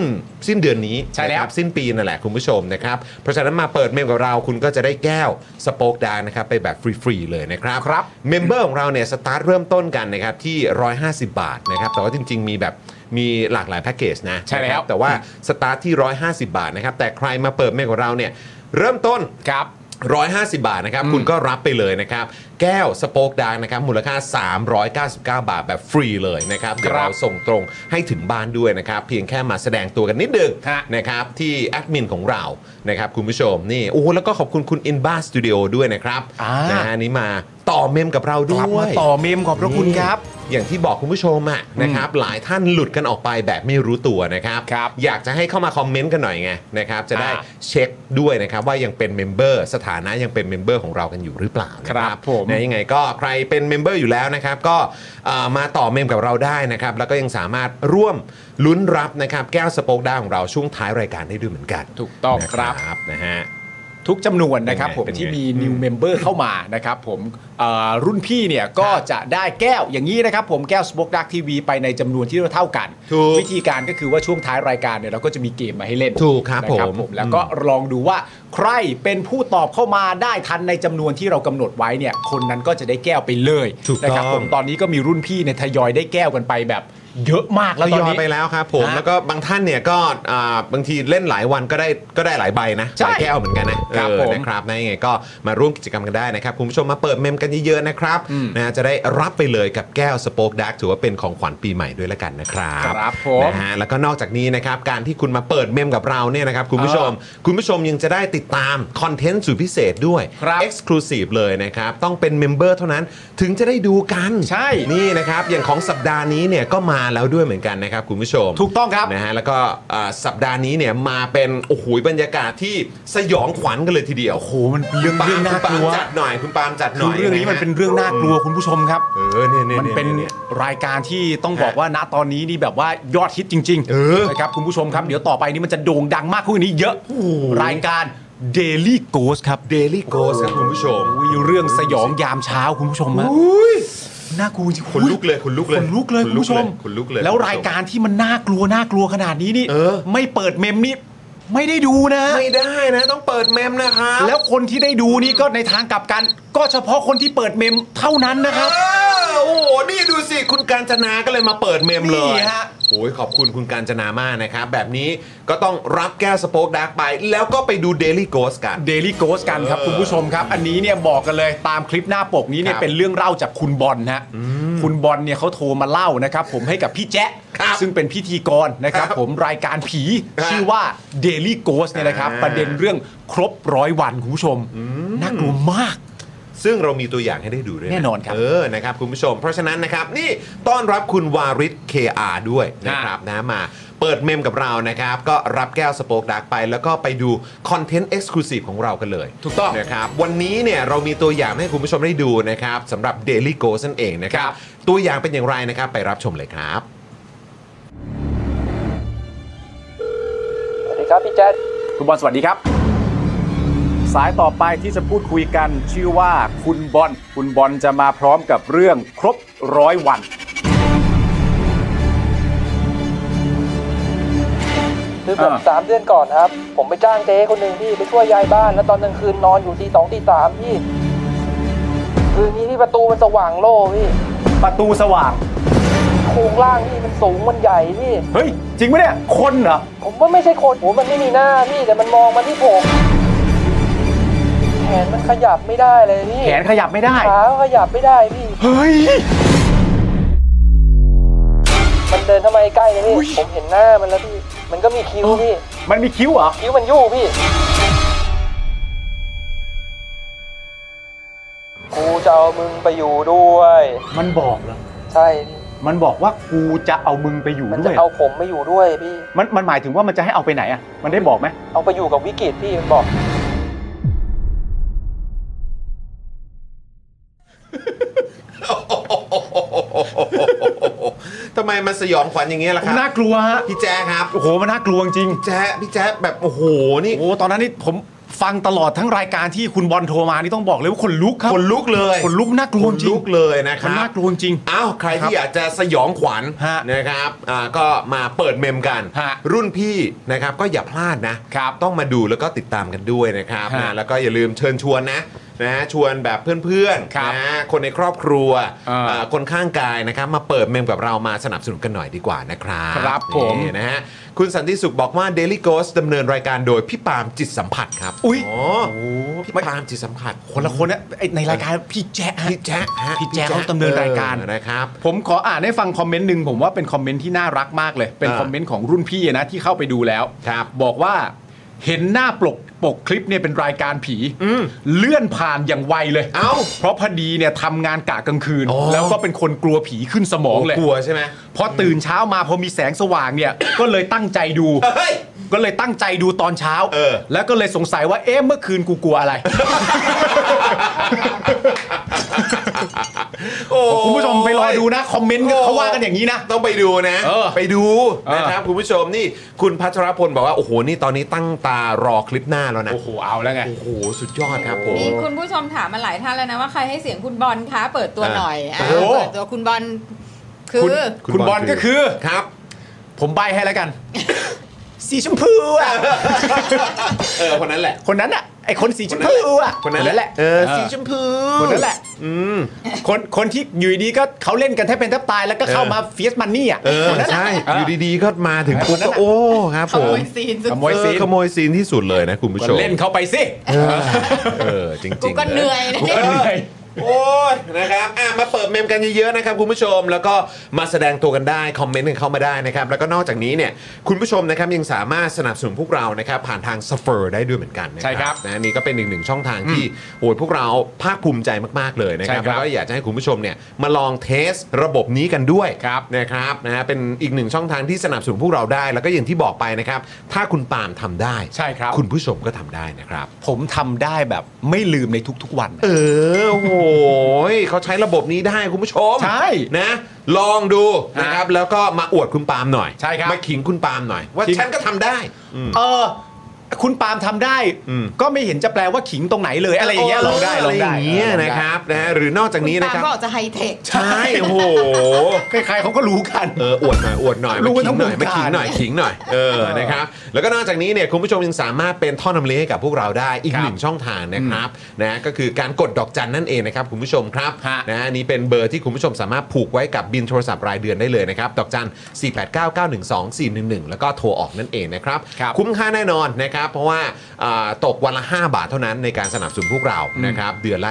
Speaker 2: สิ้นเดือนนี้
Speaker 3: ใช่แล้ว
Speaker 2: นะครับ สิ้นปีนั่นแหละคุณผู้ชมนะครับ เพราะฉะนั้นมาเปิดเมมกับเราคุณก็จะได้แก้วสโป๊กดาร์กนะครับไปแบบฟรีๆเลยนะครับ
Speaker 3: ครับ
Speaker 2: เมมเบอร์ของเราเนี่ยสตาร์ทเริ่มต้นกันนะครับที่ 150 บาทนะครับแต่ว่าจริง ๆ มีแบบมีหลากหลายแพ็กเกจนะ
Speaker 3: ใช่แล้ว
Speaker 2: นะครับแต่ว่าสตาร์ทที่ 150 บาทนะครับแต่ใครมาเปิดเมมของเราเนี่ยเริ่มต้น
Speaker 3: ครับ
Speaker 2: 150 บาทนะครับ คุณก็รับไปเลยนะครับ แก้วสโป๊กดาร์กนะครับ มูลค่า 399 บาทแบบฟรีเลยนะครับ เดี๋ยวเราส่งตรงให้ถึงบ้านด้วยนะครับ เพียงแค่มาแสดงตัวกันนิดนึง
Speaker 3: ฮะ
Speaker 2: นะครับ ที่แอดมินของเรานะครับ คุณผู้ชมนี่โอ้แล้วก็ขอบคุณคุณ Inbar Studio ด้วยนะครับ
Speaker 3: อ่าน
Speaker 2: นะฮะอันนี้มา ต่อเมมกับเราด้
Speaker 3: กลับ
Speaker 2: ว
Speaker 3: มาย ต่อเมมขอบพระคุณครับ
Speaker 2: อย่างที่บอกคุณผู้ชมอะนะครับหลายท่านหลุดกันออกไปแบบไม่รู้ตัวนะครับ
Speaker 3: ครับ
Speaker 2: อยากจะให้เข้ามาคอมเมนต์กันหน่อยไงนะครับจะได้
Speaker 3: อ่า
Speaker 2: เช็คด้วยนะครับว่ายังเป็นเมมเบอร์สถานะยังเป็นเมมเบอร์ของเรากันอยู่หรือเปล่านะครับ
Speaker 3: ผม
Speaker 2: นะยังไงก็ใครเป็นเมมเบอร์อยู่แล้วนะครับก็เอ่อมาต่อเมมกับเราได้นะครับแล้วก็ยังสามารถร่วมลุ้นรับนะครับแก้วสโป๊กด้าของเราช่วงท้ายรายการได้ด้วยเหมือนกัน
Speaker 3: ถูกต้อง
Speaker 2: นะครับ นะฮะ
Speaker 3: ทุกจำนวนนะครับผม
Speaker 2: เป็นไง
Speaker 3: ที่มี new member เข้ามานะครับผมเอ่อรุ่นพี่เนี่ยก็จะได้แก้วอย่างนี้นะครับผมแก้วสป็อกดักทีวีไปในจำนวนที่เท่ากัน
Speaker 2: ถูก
Speaker 3: วิธีการก็คือว่าช่วงท้ายรายการเนี่ยเราก็จะมีเกมมาให้เล่น
Speaker 2: ถูกครับ
Speaker 3: นะ
Speaker 2: ผม
Speaker 3: แล้วก็ลองดูว่าใครเป็นผู้ตอบเข้ามาได้ทันในจำนวนที่เรากำหนดไว้เนี่ยคนนั้นก็จะได้แก้วไปเลย
Speaker 2: ถูกต้อง
Speaker 3: นะครัผมตอนนี้ก็มีรุ่นพี่เนี่ยทยอยได้แก้วกันไปแบบเยอะมาก
Speaker 2: ท
Speaker 3: แล้วตอน
Speaker 2: ยอย
Speaker 3: นี้
Speaker 2: ไปแล้วครับผม
Speaker 3: ฮะ
Speaker 2: แล้วก็บางท่านเนี่ยก็อ่าบางทีเล่นหลายวันก็ได้ก็ได้หลายใบนะ
Speaker 3: ใช่
Speaker 2: หลายแก้วเหมือนกันนะครับ เออ
Speaker 3: ผม
Speaker 2: นะครับนะยังไงก็มาร่วมกิจกรรมกันได้นะครับ คุณผู้ชมมาเปิดเมมกันเยอะๆนะครับนะจะได้รับไปเลยกับแก้วสโป๊กดักถือว่าเป็นของขวัญปีใหม่ด้วยละกันนะครับ
Speaker 3: ครับผม
Speaker 2: นะฮะแล้วก็นอกจากนี้นะครับการที่คุณมาเปิดเมมกับเราเนี่ยนะครับคุณผู้ชม คุณผู้ชมยังจะได้ติดตามคอนเทนต์สุดพิเศษด้วย
Speaker 3: ครับ
Speaker 2: Exclusive เลยนะครับต้องเป็นเมมเบอร์เท่านั้นถึงจะได้ดูกัน
Speaker 3: ใช่
Speaker 2: นี่นะครับอย่างของสัปดาห์นี้เนี่ยก็มาแล้วด้วยเหมือนกันนะครับคุณผู้ชม
Speaker 3: ถูกต้องครับ
Speaker 2: นะฮะแล้วก็เอ่อสัปดาห์นี้เนี่ยมาเป็น โอ้โหบรรยากาศที่สยองขวัญกันเลยทีเดียว
Speaker 3: โอ้โหมันเรื่อง
Speaker 2: ปา
Speaker 3: เรื่อ
Speaker 2: ล์
Speaker 3: ง
Speaker 2: ม
Speaker 3: น่า
Speaker 2: คุณปากล์
Speaker 3: ลั
Speaker 2: ม
Speaker 3: ว
Speaker 2: จัดหน่อยคุณปาล์มจัดห
Speaker 3: คื
Speaker 2: น่
Speaker 3: อ
Speaker 2: อย
Speaker 3: เรื่องนี้มันเป็นเรื่องน่ากลัวคุณผู้ชมครับ
Speaker 2: เออเนี่ยเนี่ย
Speaker 3: มันเป็น
Speaker 2: ยย
Speaker 3: รายการที่ต้องบอกว่าณตอนนี้นี่แบบว่ายอดฮิตจริง
Speaker 2: เออ
Speaker 3: นะครับคุณผู้ชมครับ เดี๋ยวต่อไปนี้มันจะโด่งดังมากขึ้นนี้เยอะ รายการ Daily Ghost ครับ
Speaker 2: Daily Ghost ครับคุณผู้ชม
Speaker 3: อุ๊ยเรื่องสยองยามเช้าคุณผู้ชมฮะน่ากลัวจริง
Speaker 2: ขนลุกเลยขนลุกเลย
Speaker 3: ขนลุกเลยคุณผู้ชม
Speaker 2: ขนลุกเลย
Speaker 3: แล้วรายการที่มันน่ากลัวน่ากลัวขนาดนี้นี่
Speaker 2: เออ
Speaker 3: ไม่เปิดเมมนี่ไม่ได้ดูนะ
Speaker 2: ไม่ได้นะต้องเปิดเมมนะครับ
Speaker 3: แล้วคนที่ได้ดูนี่ก็ในทางกลับกัน ก็เฉพาะคนที่เปิดเมมเท่านั้นนะครับ
Speaker 2: เออโอ้โห นี่ดูสิ คุณการจนาก็เลยมาเปิดเมมเล
Speaker 3: นี่
Speaker 2: ย
Speaker 3: ฮะ
Speaker 2: โอ้ยขอบคุณคุณการจนามากนะครับ แบบนี้ก็ต้องรับแก้วสโป๊กดาร์กไป แล้วก็ไปดู Daily Ghost กัน
Speaker 3: เดลี่โกสกันครับ คุณผู้ชมครับ อันนี้เนี่ยบอกกันเลยตามคลิปหน้าปกนี้เนี่
Speaker 2: ค
Speaker 3: ย
Speaker 2: รับ
Speaker 3: เป็นเรื่องเล่าจากคุณบอลนะฮะคุณบอลเนี่ยเขาโทรมาเล่านะครับ ผมให้กับพี่แจ๊ะ
Speaker 2: ครับ
Speaker 3: ซึ่งเป็นพิธีกรนะครับ
Speaker 2: ครับ
Speaker 3: ผมรายการผี
Speaker 2: ฮะ
Speaker 3: ชื่อว่า Daily Ghost เนี่ยนะครับ
Speaker 2: อ่า
Speaker 3: ประเด็นเรื่องครบร้อยวันคุณผู้ชมน่ากลัวมาก
Speaker 2: ซึ่งเรามีตัวอย่างให้ได้ดูด้วยะ
Speaker 3: แน่นอนครับ
Speaker 2: เออ นะครับคุณผู้ชม เพราะฉะนั้นนะครับนี่ต้อนรับคุณวาริศ KR ด้วยนะครับนะมาเปิดเมมกับเรานะครับ ก็รับแก้วสโปกดักไป แล้วก็ไปดูคอนเทนต์เอ็กซ์คลูซีฟของเรากันเลย
Speaker 3: ถูกต้อง
Speaker 2: นะครับวันนี้เนี่ยเรามีตัวอย่างให้คุณผู้ชมได้ดูนะครับสำหรับ Daily Go นั่นเองนะครั
Speaker 3: ครับ บ
Speaker 2: ตัวอย่างเป็นอย่างไรนะครับไปรับชมเลยครับ
Speaker 3: สวัสดีครับพี่แจ๊ดคุณบอลสวัสดีครับ สายต่อไปที่จะพูดคุยกันชื่อว่าคุณบอลคุณบอลจะมาพร้อมกับเรื่องครบร้อยวัน
Speaker 4: คือแบบ
Speaker 3: อ่า
Speaker 4: สามเดือนก่อนครับ ผมไปจ้างเจ๊คนหนึ่งพี่ไปช่วยยายบ้าน แล้วตอนกลางคืนนอนอยู่ตีสองตีสามพี่ คืนนี้ที่ประตูมันสว่างโล่พี่
Speaker 3: ประตูสว่าง
Speaker 4: โครงล่างพี่มันสูงมันใหญ่พี่
Speaker 3: เฮ้ย จริงไหมเนี่ย คนเหรอ
Speaker 4: ผมว่าไม่ใช่คนโหมันไม่มีหน้าพี่แต่มันมองมาที่ผมแขนมันขยับไม่ได้เลยพี่
Speaker 3: แขนขยับไม่ได้
Speaker 4: ขาก็ขยับไม่ได้พี่
Speaker 3: เฮ้ย
Speaker 4: มันเดินทำไมาใกล้เลยพี่ผมเห็นหน้ามันแล้วพี่ มันก็มีคิ้วพี่
Speaker 3: มันมีคิ้วเหรอ
Speaker 4: คิ้วมันยู่พี่กูจะเอามึงไปอยู่ด้วย
Speaker 3: มันบอกเหรอ
Speaker 4: ใช่พี่
Speaker 3: มันบอกว่ากูจะเอามึงไปอยู่
Speaker 4: มัน
Speaker 3: ด้
Speaker 4: จะ
Speaker 3: วย
Speaker 4: เอาผมมาอยู่ด้วยพี่
Speaker 3: มันมันหมายถึงว่ามันจะให้เอาไปไหนอ่ะ มันได้บอกไหม
Speaker 4: เอาไปอยู่กับวิกฤตพี่มันบอก
Speaker 2: ทำไมมันสยองขวัญอย่างเงี้ยล่ะครับ
Speaker 3: น่ากลัวฮะ
Speaker 2: พี่แจ๊คครับ
Speaker 3: โอ้โห มันน่ากลัวจริง
Speaker 2: แจ๊คพี่แจ๊คแบบโอ้โหนี่
Speaker 3: โอ้โหตอนนั้นนี่ผมฟังตลอดทั้งรายการที่คุณบอลโทรมานี่ต้องบอกเลยว่าขนลุกครับ
Speaker 2: คนลุกเลย
Speaker 3: ขนลุกน่ากลัว
Speaker 2: ค
Speaker 3: จ
Speaker 2: น
Speaker 3: ริ
Speaker 2: ลุ
Speaker 3: ง
Speaker 2: กเลยนะค
Speaker 3: มัน
Speaker 2: รับ
Speaker 3: น่ากลัวจริง
Speaker 2: อ้าวใครที่อยากจะสยองขวัญ
Speaker 3: ฮะ
Speaker 2: นะครับอ่าก็มาเปิดเมมกัน
Speaker 3: ฮะ
Speaker 2: รุ่นพี่นะครับก็อย่าพลาดนะครับ ต้องมาดูแล้วก็ติดตามกันด้วยนะครับ
Speaker 3: ฮะ
Speaker 2: นะแล้วก็อย่าลืมเชิญชวนนะนะฮะชวนแบบเพื่อน
Speaker 3: ค
Speaker 2: ๆ
Speaker 3: รับ
Speaker 2: นะฮะคนในครอบครัว
Speaker 3: อ่า
Speaker 2: อ่าคนข้างกายนะครับมาเปิดเมมกับเรามาสนับสนุนกันหน่อยดีกว่านะครับ
Speaker 3: ครับผม
Speaker 2: นี่นะฮะคุณสันติสุขบอกว่า Daily Ghost ดำเนินรายการโดยพี่ปาล์มจิตสัมผัสครับ
Speaker 3: อุ๊ย
Speaker 2: โอ้พี่
Speaker 3: ไม่
Speaker 2: ปาล์มจิตสัมผัส
Speaker 3: คนละคนนะไอ้ในรายการพี่แจ๊ะฮะ
Speaker 2: พี่แจ๊คฮะ
Speaker 3: พี่แจ๊คเขาดำเนินรายการ
Speaker 2: เออนะครับ
Speaker 3: ผมขออ่านให้ฟังคอมเมนต์หนึ่งผมว่าเป็นคอมเมนต์ที่น่ารักมากเลย เป็น
Speaker 2: อ่า
Speaker 3: คอมเมนต์ของรุ่นพี่นะที่เข้าไปดูแล้ว
Speaker 2: ครับ
Speaker 3: บอกว่า เห็นหน้าปกปกคลิปเนี่ยเป็นรายการผีเลื่อนผ่านอย่างไวเลย
Speaker 2: เอ้า
Speaker 3: เพราะพอดีเนี่ยทำงานกะกลางคืน แล้วก็เป็นคนกลัวผีขึ้นสมองเลย
Speaker 2: กลัวใช่ไหม
Speaker 3: พอตื่นเช้ามาพอมีแสงสว่างเนี่ย ก็เลยตั้งใจดู
Speaker 2: เฮ้ย
Speaker 3: ก็เลยตั้งใจดูตอนเช้า
Speaker 2: เออ
Speaker 3: แล้วก็เลยสงสัยว่าเอ๊ะเมื่อคืนกูกลัวอะไร
Speaker 2: โอ้
Speaker 3: คุณผู้ชมไปรอดูนะคอมเมนต์
Speaker 2: โอ้
Speaker 3: เขาว่ากันอย่างนี้นะ
Speaker 2: ต้องไปดูนะ
Speaker 3: เออ
Speaker 2: ไปดู
Speaker 3: เออ
Speaker 2: นะครับคุณผู้ชมนี่คุณพัชรพลบอกว่า โอ้โห นี่ตอนนี้ตั้งตารอคลิปหน้าแล้วนะ
Speaker 3: โอ้โหเอาแล้วไง
Speaker 2: โอ้โห สุดยอดครับผม
Speaker 5: มีคุณผู้ชมถามมาหลายท่านแล้วนะว่าใครให้เสียงคุณบอลคะเปิดตัวหน่อย
Speaker 2: อ่ะ
Speaker 5: อ่ะ
Speaker 3: โอ้
Speaker 5: เปิดตัวคุณบอลคือ
Speaker 2: คุณ
Speaker 3: คุณ
Speaker 2: บบ อ
Speaker 3: อ
Speaker 2: ล
Speaker 3: ล
Speaker 2: คือ
Speaker 3: ก็คือ
Speaker 2: ครับ
Speaker 3: ผมใบให้แล้ว กัน สีชมพูอ่ะ
Speaker 2: เออ คนนั้นแหละ
Speaker 3: คนนั้นอ่ะไอคนสีชมพูอ่ะ
Speaker 2: คนนั้นแหละ
Speaker 3: เออสีชมพู คนนั้นแหละคนคนที่อยู่ดีๆก็เขาเล่นกันแทบเป็นแทบตายแล้วก็เข้า
Speaker 2: เออ
Speaker 3: มาเฟียสมันนี่อ่ะ
Speaker 2: เออ
Speaker 3: คนนั้นแหละ
Speaker 2: ใช่ อยู่ดีๆ ก็มาถึงปุ๊บ
Speaker 3: คนนั้น
Speaker 2: ก็
Speaker 3: น่ะ
Speaker 2: โอ้ ครับ
Speaker 5: ข
Speaker 2: ผ
Speaker 5: โม
Speaker 2: ม
Speaker 5: ยซีนสุด
Speaker 3: ขโมย
Speaker 2: เอ
Speaker 3: ซี
Speaker 2: อน ขโมยซีนที่สุดเลยนะคุณผู้ช
Speaker 3: ก็
Speaker 2: ม
Speaker 3: เล่นเข้าไปสิ
Speaker 2: เออเออ จริงๆ
Speaker 5: กูก็เหนื่อยนะ
Speaker 3: กูก็เหนื่อย
Speaker 2: โอ้ยนะครับอ่ะมาเปิดเมมกันเยอะๆนะครับคุณผู้ชม แล้วก็มาแสดงตัวกันได้ คอมเมนต์กันเข้ามาได้นะครับ แล้วก็นอกจากนี้เนี่ยคุณผู้ชมนะครับยังสามารถสนับสนุนพวกเรานะครับ ผ่านทางสเฟอร์ได้ด้วยเหมือนกันนะ
Speaker 3: ใช่ครับ
Speaker 2: นะนี่ก็เป็นอีกหนึ่งช่องทางที่โอ้ยพวกเราภาคภูมิใจมากๆเลยนะครับ
Speaker 3: ใช่ครับ
Speaker 2: แล้วก็อยากจะให้คุณผู้ชมเนี่ยมาลองเทสระบบนี้กันด้วย
Speaker 3: ครับ
Speaker 2: นะครับนะฮะเป็นอีกหนึ่งช่องทางที่สนับสนุนพวกเราได้ แล้วก็อย่างที่บอกไปนะครับ ถ้าคุณปาล์มทำได้
Speaker 3: ใช่ครับ
Speaker 2: คุณผู้ชมก็ทำได้นะครับ
Speaker 3: ผมทำได้แบบไม่ลืมในทุกๆวัน
Speaker 2: เออโอ้โหยเขาใช้ระบบนี้ได้คุณผู้ชม
Speaker 3: ใช่
Speaker 2: นะ ลองดู
Speaker 3: ฮะ
Speaker 2: นะครับ แล้วก็มาอวดคุณปาล์มหน่อย
Speaker 3: ใช่ครับ
Speaker 2: มาขิงคุณปาล์มหน่อย ว่า
Speaker 3: ขิง
Speaker 2: ฉันก็ทำได้
Speaker 3: เออ คุณปาล์มทำได้
Speaker 2: อืม
Speaker 3: ก็ไม่เห็นจะแปลว่าขิงตรงไหนเลย อะไรอย่างเงี้ยลองได้ลองได้
Speaker 2: ะรย่างเงี้ยนะครับนะฮะหรือนอกจาก
Speaker 5: คุณ
Speaker 2: นี้นะ
Speaker 5: ปา
Speaker 2: ค
Speaker 5: ล์ม
Speaker 2: รับ
Speaker 5: ก็ออกจะไฮเทค
Speaker 2: ใช่โอ้โห
Speaker 3: ใครๆเขาก็รู้กัน
Speaker 2: เอออวดหน่อยอวดหน่อย
Speaker 3: รู้
Speaker 2: มา
Speaker 3: ว่า
Speaker 2: ขิงหน่อย
Speaker 3: ต้อง
Speaker 2: มาขิงหน่อย
Speaker 3: การ
Speaker 2: ขิงหน่อยเออนะครับแล้วก็นอกจากนี้เนี่ยคุณผู้ชมยังสามารถเป็นท่อนำเลี้ยงให้กับพวกเราได้อีก
Speaker 3: ครับ
Speaker 2: หนึ่งช่องทางนะครับนะก็คือการกดดอกจันนั่นเองนะครับคุณผู้ชมครับ
Speaker 3: ฮะ
Speaker 2: นะฮะอันนี้เป็นเบอร์ที่คุณผู้ชมสามารถผูกไว้กับบินโทรศัพท์รายเดือนได้เลยนะครับ ดอกจัน 489912411 แล้วก็โทรออกนั่นเองนะครับ
Speaker 3: ครับ
Speaker 2: คุ้มค่าแน่นอนนะครับ เพราะว่าอ่าตกวันละ 5 บาทเท่านั้นในการสนับสนุนพวกเรานะครับ เดือนละ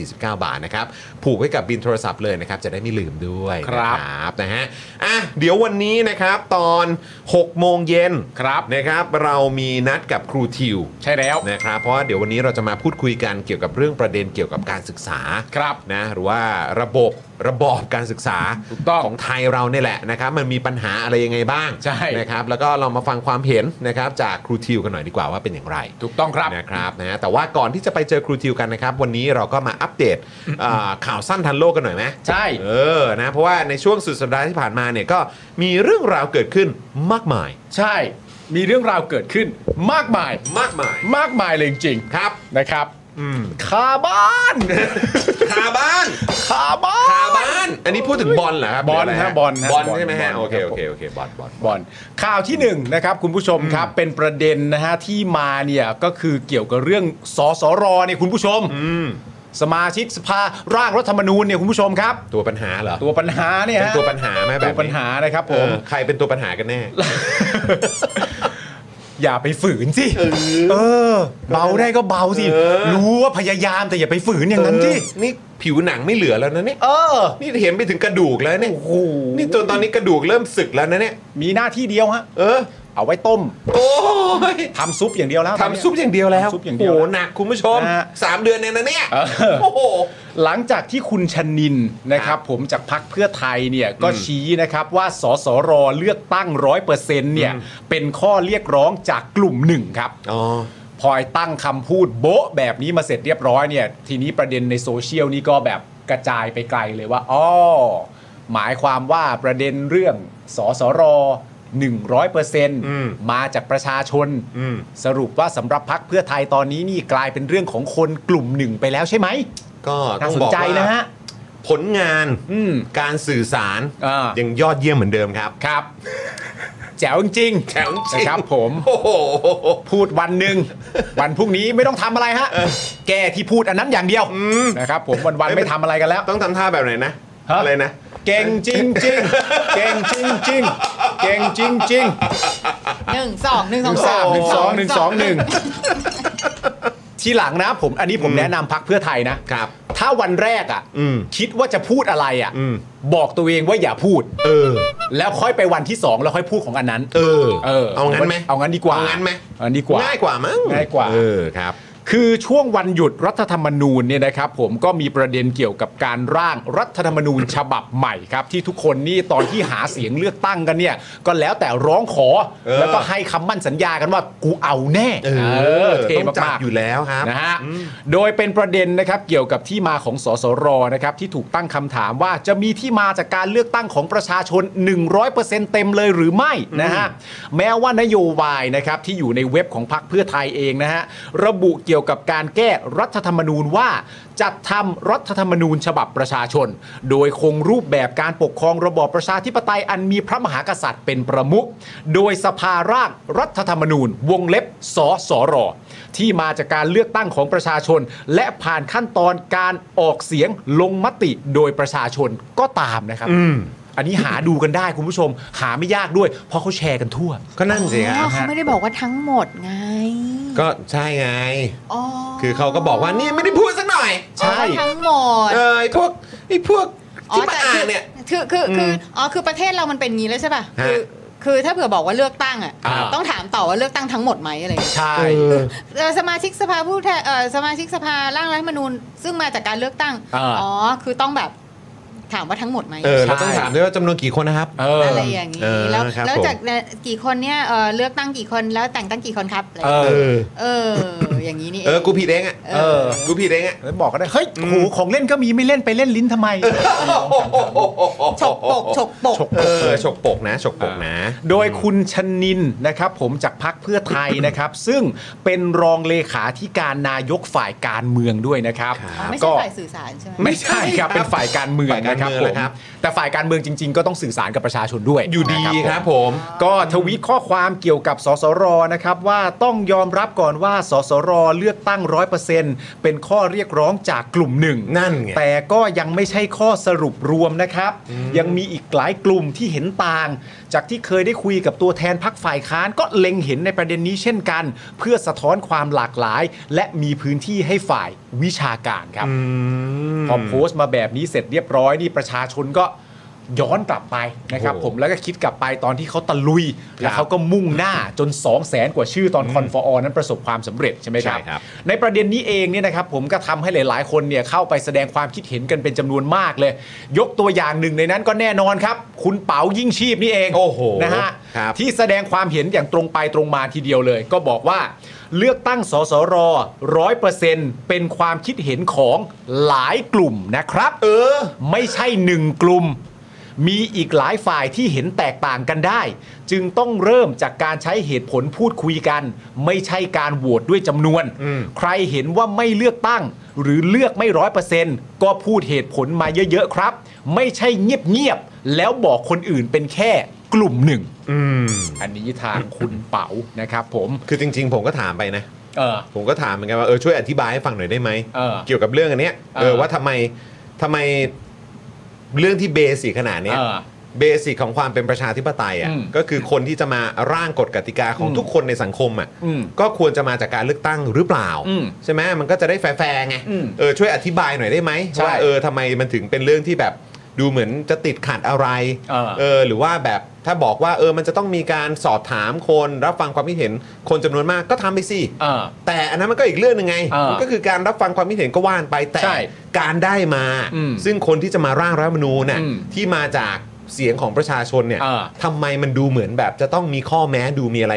Speaker 2: 149 บาทนะครับ ผูกไว้กับบินโทรศัพท์เลยนะครับ จะได้ไม่ลืมด้วย
Speaker 3: ครับ
Speaker 2: นะครับนะฮะอ่ะเดี๋ยววันนี้นะครับตอน 6 โมงเย็น
Speaker 3: ครับ
Speaker 2: นะครับเรามีนัดกับครูทิว
Speaker 3: ใช่แล้ว
Speaker 2: นะครับเพราะว่าเดี๋ยววันนี้เราจะมาพูดคุยกันเกี่ยวกับเรื่องประเด็นเกี่ยวกับการศึกษา
Speaker 3: ครับ
Speaker 2: นะหรือว่าระบบระบอบการศึกษา
Speaker 3: ถูกต้อง
Speaker 2: ของไทยเราเนี่ยแหละนะครับมันมีปัญหาอะไรยังไงบ้าง
Speaker 3: ใช่
Speaker 2: นะครับแล้วก็เรามาฟังความเห็นนะครับจากครูทิวกันหน่อยดีกว่าว่าเป็นอย่างไร
Speaker 3: ถูกต้องครับ
Speaker 2: นะครับนะแต่ว่าก่อนที่จะไปเจอครูทิวกันนะครับ วันนี้เราก็มาอัป เดตอ่าข่าวสั้นทันโลกกันหน่อยไหม
Speaker 3: ใช่
Speaker 2: เออนะเพราะว่าในช่วงสุดสัปดาห์ที่ผ่านมาเนี่ยก็มีเรื่องราวเกิดขึ้นมากมาย
Speaker 3: ใช่ มีเรื่องราวเกิดขึ้นมากมาย
Speaker 2: มากมาย
Speaker 3: มากมายเลยจริง
Speaker 2: ครับ
Speaker 3: ๆนะครับ
Speaker 2: อืม
Speaker 3: คาบ้าน
Speaker 2: คาบ้าน
Speaker 3: คาบ้า
Speaker 2: คาน บ้าน อันนี้พูดถึงบอลเหรอครับ
Speaker 3: บอล
Speaker 2: หรืไร
Speaker 3: ฮะบอลฮะ
Speaker 2: บอล
Speaker 3: บอล
Speaker 2: ใช่ไหมฮะ
Speaker 3: บอล
Speaker 2: โอเค โอเค โอเค บอล บอล
Speaker 3: บอลข่าวที่หนึ่งนะครับคุณผู้ชมครับเป็นประเด็นนะฮะที่มาเนี่ยก็คือเกี่ยวกับเรื่องสสรเนี่ยคุณผู้ชม สมาชิกสภาร่างรัฐธรรมนูญเนี่ยคุณผู้ชมครับ
Speaker 2: ตัวปัญหาเหรอ
Speaker 3: ตัวปัญหาเนี่ย
Speaker 2: เป็น
Speaker 3: ฮะ
Speaker 2: ตัวปัญหาไหมแบบ
Speaker 3: ตัว
Speaker 2: นี้
Speaker 3: ปัญหานะครับผ
Speaker 2: เอ
Speaker 3: ม
Speaker 2: อใครเป็นตัวปัญหากันแน่
Speaker 3: อย่าไปฝืนสิ เออ เบาได้ก็เบาสิ
Speaker 2: เออ
Speaker 3: รู้ว่าพยายามแต่อย่าไปฝืนอย่างนั้นสิ
Speaker 2: เออนี่ผิวหนังไม่เหลือแล้วนะเนี่ย
Speaker 3: เออ
Speaker 2: นี่เห็นไปถึงกระดูกแล้วเนี่ย
Speaker 3: โอ้โห
Speaker 2: นี่จนตอนนี้กระดูกเริ่มสึกแล้วนะเนี่ย
Speaker 3: มีหน้าที่เดียวฮะ
Speaker 2: เออ
Speaker 3: เอาไว้ต้ม
Speaker 2: โอ้ย
Speaker 3: ทำซุปอย่างเดียวแล้ว
Speaker 2: ทำซุปอย่างเดียวแล้ว
Speaker 3: ทำซุปอย่างเดี
Speaker 2: โอ้
Speaker 3: ยว
Speaker 2: โห
Speaker 3: แล้ว
Speaker 2: หนักคุณผู้ชม
Speaker 3: นะฮะ
Speaker 2: สามเดือนเองนะเนี่ย
Speaker 3: เออ
Speaker 2: โอ้โห
Speaker 3: หลังจากที่คุณชนินนะค
Speaker 2: ครั
Speaker 3: รั
Speaker 2: บบ
Speaker 3: ผมจากพักเพื่อไทยเนี่ยก็ชี้นะครับว่าสสรเลือกตั้งร้อยเปอร์เซ็นต์เนี่ย
Speaker 2: อืม
Speaker 3: เป็นข้อเรียกร้องจากกลุ่มหนึ่งครับ
Speaker 2: อ๋อ
Speaker 3: พอยตั้งคำพูดโบ๊ะแบบนี้มาเสร็จเรียบร้อยเนี่ย ทีนี้ประเด็นในโซเชียลนี่ก็แบบกระจายไปไกลเลยว่าอ๋อหมายความว่าประเด็นเรื่องสสร100%ม
Speaker 2: ม
Speaker 3: มาจากประชาชน
Speaker 2: อืม
Speaker 3: สรุปว่าสำหรับพักเพื่อไทยตอนนี้นี่กลายเป็นเรื่องของคนกลุ่มหนึ่งไปแล้วใช่ไหม
Speaker 2: ก็ต้
Speaker 3: น่า
Speaker 2: อง
Speaker 3: สน
Speaker 2: บอก
Speaker 3: ใจนะ
Speaker 2: ว่า
Speaker 3: ฮะ
Speaker 2: ผลงาน
Speaker 3: อืม
Speaker 2: การสื่อสาร
Speaker 3: อ่ายั
Speaker 2: ยังยอดเยี่ยมเหมือนเดิมครับ
Speaker 3: ครับ แจ๋วจริงๆ
Speaker 2: แจ๋วจริง
Speaker 3: นะครับผม
Speaker 2: โอ้โห
Speaker 3: พูดวันหนึ่ง วันพรุ่งนี้ไม่ต้องทำอะไรฮะแก้ที่พูดอันนั้นอย่างเดียวนะครับผมวันๆไม่ทำอะไรกันแล้ว
Speaker 2: ต้องทำท่าแบบไหนนะ
Speaker 3: ฮะ
Speaker 2: อะไรนะ
Speaker 3: เก่งจริงจริงๆเก่งจริงจริงๆเก่งจริงจริง
Speaker 5: หนึ่งสองหนึ่งสอง
Speaker 3: สา
Speaker 5: สาม ม
Speaker 3: หนึ่งสองหนึ่งสองหนึ่งทีหลังนะผมอันนี้ผมแนะนำพักเพื่อไทยนะครับ ถ้าวันแรกอ่ะ
Speaker 2: อืม
Speaker 3: คิดว่าจะพูดอะไรอ่ะ
Speaker 2: อืม
Speaker 3: บอกตัวเองว่าอย่าพูด
Speaker 2: เออ
Speaker 3: แล้วค่อยไปวันที่สองแล้วค่อยพูดของอันนั้น
Speaker 2: เออ
Speaker 3: เออ
Speaker 2: เอางั้นไหม
Speaker 3: เอางั้นดีกว่า
Speaker 2: เอางั้นไหม
Speaker 3: เอางั้นดีกว่า
Speaker 2: ง่ายกว่ามั้ง
Speaker 3: ง่ายกว่า
Speaker 2: เออครับ
Speaker 3: คือช่วงวันหยุดรัฐธรรมนูญเนี่ยนะครับผมก็มีประเด็นเกี่ยวกับการร่างรัฐธรรมนูญฉบับใหม่ครับ ที่ทุกคนนี่ตอนที่หาเสียงเลือกตั้งกันเนี่ย ก็แล้วแต่ร้องขอ
Speaker 2: เออ
Speaker 3: แล้วก็ให้คำมั่นสัญญากันว่ากูเอาแน่เท่
Speaker 2: ต้องจัด
Speaker 3: มากๆ
Speaker 2: อยู่แล้วครับ
Speaker 3: นะฮะ โดยเป็นประเด็นนะครับเกี่ยวกับที่มาของสสรนะครับที่ถูกตั้งคำถามว่าจะมีที่มาจากการเลือกตั้งของประชาชน 100%เต็มเลยหรือไม่นะฮะ แม้ว่านโยบายนะครับที่อยู่ในเว็บของพรรคเพื่อไทยเองนะฮะระบุเกี่ยวกับการแก้รัฐธรรมนูญว่า จัดทำรัฐธรรมนูญฉบับประชาชน โดยคงรูปแบบการปกครองระบอบประชาธิปไตยอันมีพระมหากษัตริย์เป็นประมุข โดยสภาร่างรัฐธรรมนูญ วงเล็บสสร ที่มาจากการเลือกตั้งของประชาชน และผ่านขั้นตอนการออกเสียงลงมติโดยประชาชนก็ตามนะครับ อันนี้หาดูกันได้คุณผู้ชม หาไม่ยากด้วย เพราะเขาแชร์กันทั่ว
Speaker 2: ก็นั่นสิค
Speaker 5: อ๋
Speaker 2: รั
Speaker 5: อบ เขาไม่ได้บอกว่าทั้งหมดไง
Speaker 2: ก็ใช่ไง
Speaker 5: อ๋อ
Speaker 2: คือเขาก็บอกว่าเนี่ยไม่ได้พูดสักหน่อย
Speaker 3: ใช่
Speaker 5: ทั้งหมด
Speaker 2: เออไอ้พวกไอ้พวกที่มาอ่านเนี่ย
Speaker 5: คือคือคืออ๋อคือประเทศเรามันเป็นงี้แล้วใช่ป่ะ
Speaker 2: ฮะ
Speaker 5: คือคือถ้าเผื่อบอกว่าเลือกตั้งอ่ะ
Speaker 2: อ่า
Speaker 5: ต้องถามต่อว่าเลือกตั้งทั้งหมดไหมอะไรอย่างเงี้ย
Speaker 3: ใช่
Speaker 5: เอ่อสมาชิกสภาผู้แทนเอ่อสมาชิกสภาร่างรัฐธรรมนูญ ซึ่งมาจากการเลือกตั้ง
Speaker 3: อ่า
Speaker 5: อคือต้องแบบถามว่าทั้งหมดไหม
Speaker 2: เออเราต้องถามด้วยว่าจำนวนกี่คนนะครับ
Speaker 3: เออ
Speaker 5: อะไรอย่างนี้
Speaker 2: เออ
Speaker 5: แล้ว
Speaker 2: ครับ
Speaker 5: แล้ว
Speaker 2: ผม
Speaker 5: จากเนี่ยกี่คนเนี่ยเอ่อเลือกตั้งกี่คนแล้วแต่งตั้งกี่คนครับอะไร
Speaker 3: เอ
Speaker 2: เอ
Speaker 3: อ
Speaker 2: อ
Speaker 5: เออ อย่างนี้นี่เอ
Speaker 2: เออง กูผิดเองอ่ะ
Speaker 3: เออ
Speaker 2: กูผิดเองอ่ะ
Speaker 3: แล้วบอกก็ได้ เฮ้ยโหของเล่นก็มีไม่เล่นไปเล่นลิ้นทำไม
Speaker 5: ฉกปกฉกปก
Speaker 2: เออฉกปกนะฉกปกนะ
Speaker 3: โดยคุณชนินนะครับผมจากพักเพื่อไทยนะครับ ซึ่งเป็นรองเลขาธิการนายกฝ่ายการเมืองด้วยนะครับ
Speaker 5: ไม่ใช่ฝ่ายสื่อสารใช่ไหม
Speaker 3: ไม่ใช่ครับ เป็นฝ่ายการเมืองนะครับ
Speaker 2: ฝ่ายการเมืองแห
Speaker 3: ผม
Speaker 2: ละครับ
Speaker 3: แต่ฝ่ายการเมืองจริง ๆ ก็ต้องสื่อสารกับประชาชนด้วย
Speaker 2: อยู่ดี
Speaker 3: นะครับ
Speaker 2: ผม
Speaker 3: ก็ทวีตข้อความเกี่ยวกับสสรนะครับ ว่าต้องยอมรับก่อนว่าสสรเลือกตั้งร้อยเปอร์เซ็นต์เป็นข้อเรียกร้องจากกลุ่มหนึ่ง
Speaker 2: นั่นไง
Speaker 3: แต่ก็ยังไม่ใช่ข้อสรุปรวมนะครับ ยังมีอีกหลายกลุ่มที่เห็นต่าง จากที่เคยได้คุยกับตัวแทนพักฝ่ายค้านก็เล็งเห็นในประเด็นนี้เช่นกัน เพื่อสะท้อนความหลากหลาย และมีพื้นที่ให้ฝ่ายวิชาการครับ พอโพสต์มาแบบนี้เสร็จเรียบร้อยนี่ประชาชนก็ย้อนกลับไปนะครับ
Speaker 2: โอ้โห
Speaker 3: ผมแล้วก็คิดกลับไปตอนที่เขาตะลุย แล้วเขาก็มุ่งหน้าจน 2 0 0แสนกว่าชื่อตอนคอนฟอร์นั้นประสบความสำเร็จใช่ไหมครับ
Speaker 2: ใช่ครับ
Speaker 3: ในประเด็นนี้เองเนี่ยนะครับผมก็ทำให้หลาย ๆ คนเนี่ยเข้าไปแสดงความคิดเห็นกันเป็นจำนวนมากเลย ยกตัวอย่างหนึ่งในนั้นก็แน่นอนครับ คุณเป๋ายิ่งชีพนี่เอง
Speaker 2: โอ้โห
Speaker 3: นะฮะ
Speaker 2: ครับ
Speaker 3: ที่แสดงความเห็นอย่างตรงไปตรงมาทีเดียวเลย ก็บอกว่า เลือกตั้งสสรร้อยเปอร์เซ็นต์เป็นความคิดเห็นของหลายกลุ่มนะครับ
Speaker 2: เออ
Speaker 3: ไม่ใช่หนึ่งกลุ่ม มีอีกหลายฝ่ายที่เห็นแตกต่างกันได้ จึงต้องเริ่มจากการใช้เหตุผลพูดคุยกัน ไม่ใช่การโหวตด้วยจำนวน ใครเห็นว่าไม่เลือกตั้ง หรือเลือกไม่ร้อยเปอร์เซนต์ก็พูดเหตุผลมาเยอะ ๆ ครับ ไม่ใช่เงียบ ๆ แล้วบอกคนอื่นเป็นแค่กลุ่มหนึ่ง
Speaker 2: อืม
Speaker 3: อันนี้ทางคุณเป๋านะครับผม
Speaker 2: คือจริง ๆ ผมก็ถามไปนะ
Speaker 3: เออ
Speaker 2: ผมก็ถามเหมือนกันว่าเออช่วยอธิบายให้ฟังหน่อยได้ไหม
Speaker 3: เออ
Speaker 2: เกี่ยวกับเรื่องอันเนี้ยเอ
Speaker 3: เอ
Speaker 2: อ
Speaker 3: อ
Speaker 2: ว่าทำไมทำไมเรื่องที่เบสิกขนาดเนี้ย
Speaker 3: เออ
Speaker 2: เบสิกของความเป็นประชาธิปไตยอ่ะ
Speaker 3: อืม
Speaker 2: ก็คือคนที่จะมาร่างกฎกติกาของ
Speaker 3: อืม
Speaker 2: ทุกคนในสังคมอ่ะ
Speaker 3: อืม
Speaker 2: ก็ควรจะมาจากการเลือกตั้งหรือเปล่า
Speaker 3: อืม
Speaker 2: ใช่ไหมมันก็จะได้แฟร์ๆไง
Speaker 3: อืม
Speaker 2: เออช่วยอธิบายหน่อยได้ไหม
Speaker 3: ใช่
Speaker 2: ว่าเออทำไมมันถึงเป็นเรื่องที่แบบดูเหมือนจะติดขัดอะไร
Speaker 3: เออ
Speaker 2: เออหรือว่าแบบถ้าบอกว่าเออมันจะต้องมีการสอบถามคนรับฟังความคิดเห็นคนจำนวนมากก็ทำไปสิ
Speaker 3: เออ
Speaker 2: แต่อันนั้นมันก็อีกเรื่องหนึงไง
Speaker 3: เออ
Speaker 2: มันก็คือการรับฟังความคิดเห็นก็ว่านไปแต่
Speaker 3: ใช่
Speaker 2: การได้มา
Speaker 3: อืม
Speaker 2: ซึ่งคนที่จะมาร่างรัฐธรรมนูญน่ะ
Speaker 3: อืม
Speaker 2: ที่มาจากเสียงของประชาชนเนี่ย
Speaker 3: เออ
Speaker 2: ทำไมมันดูเหมือนแบบจะต้องมีข้อแม้ดูมีอะไร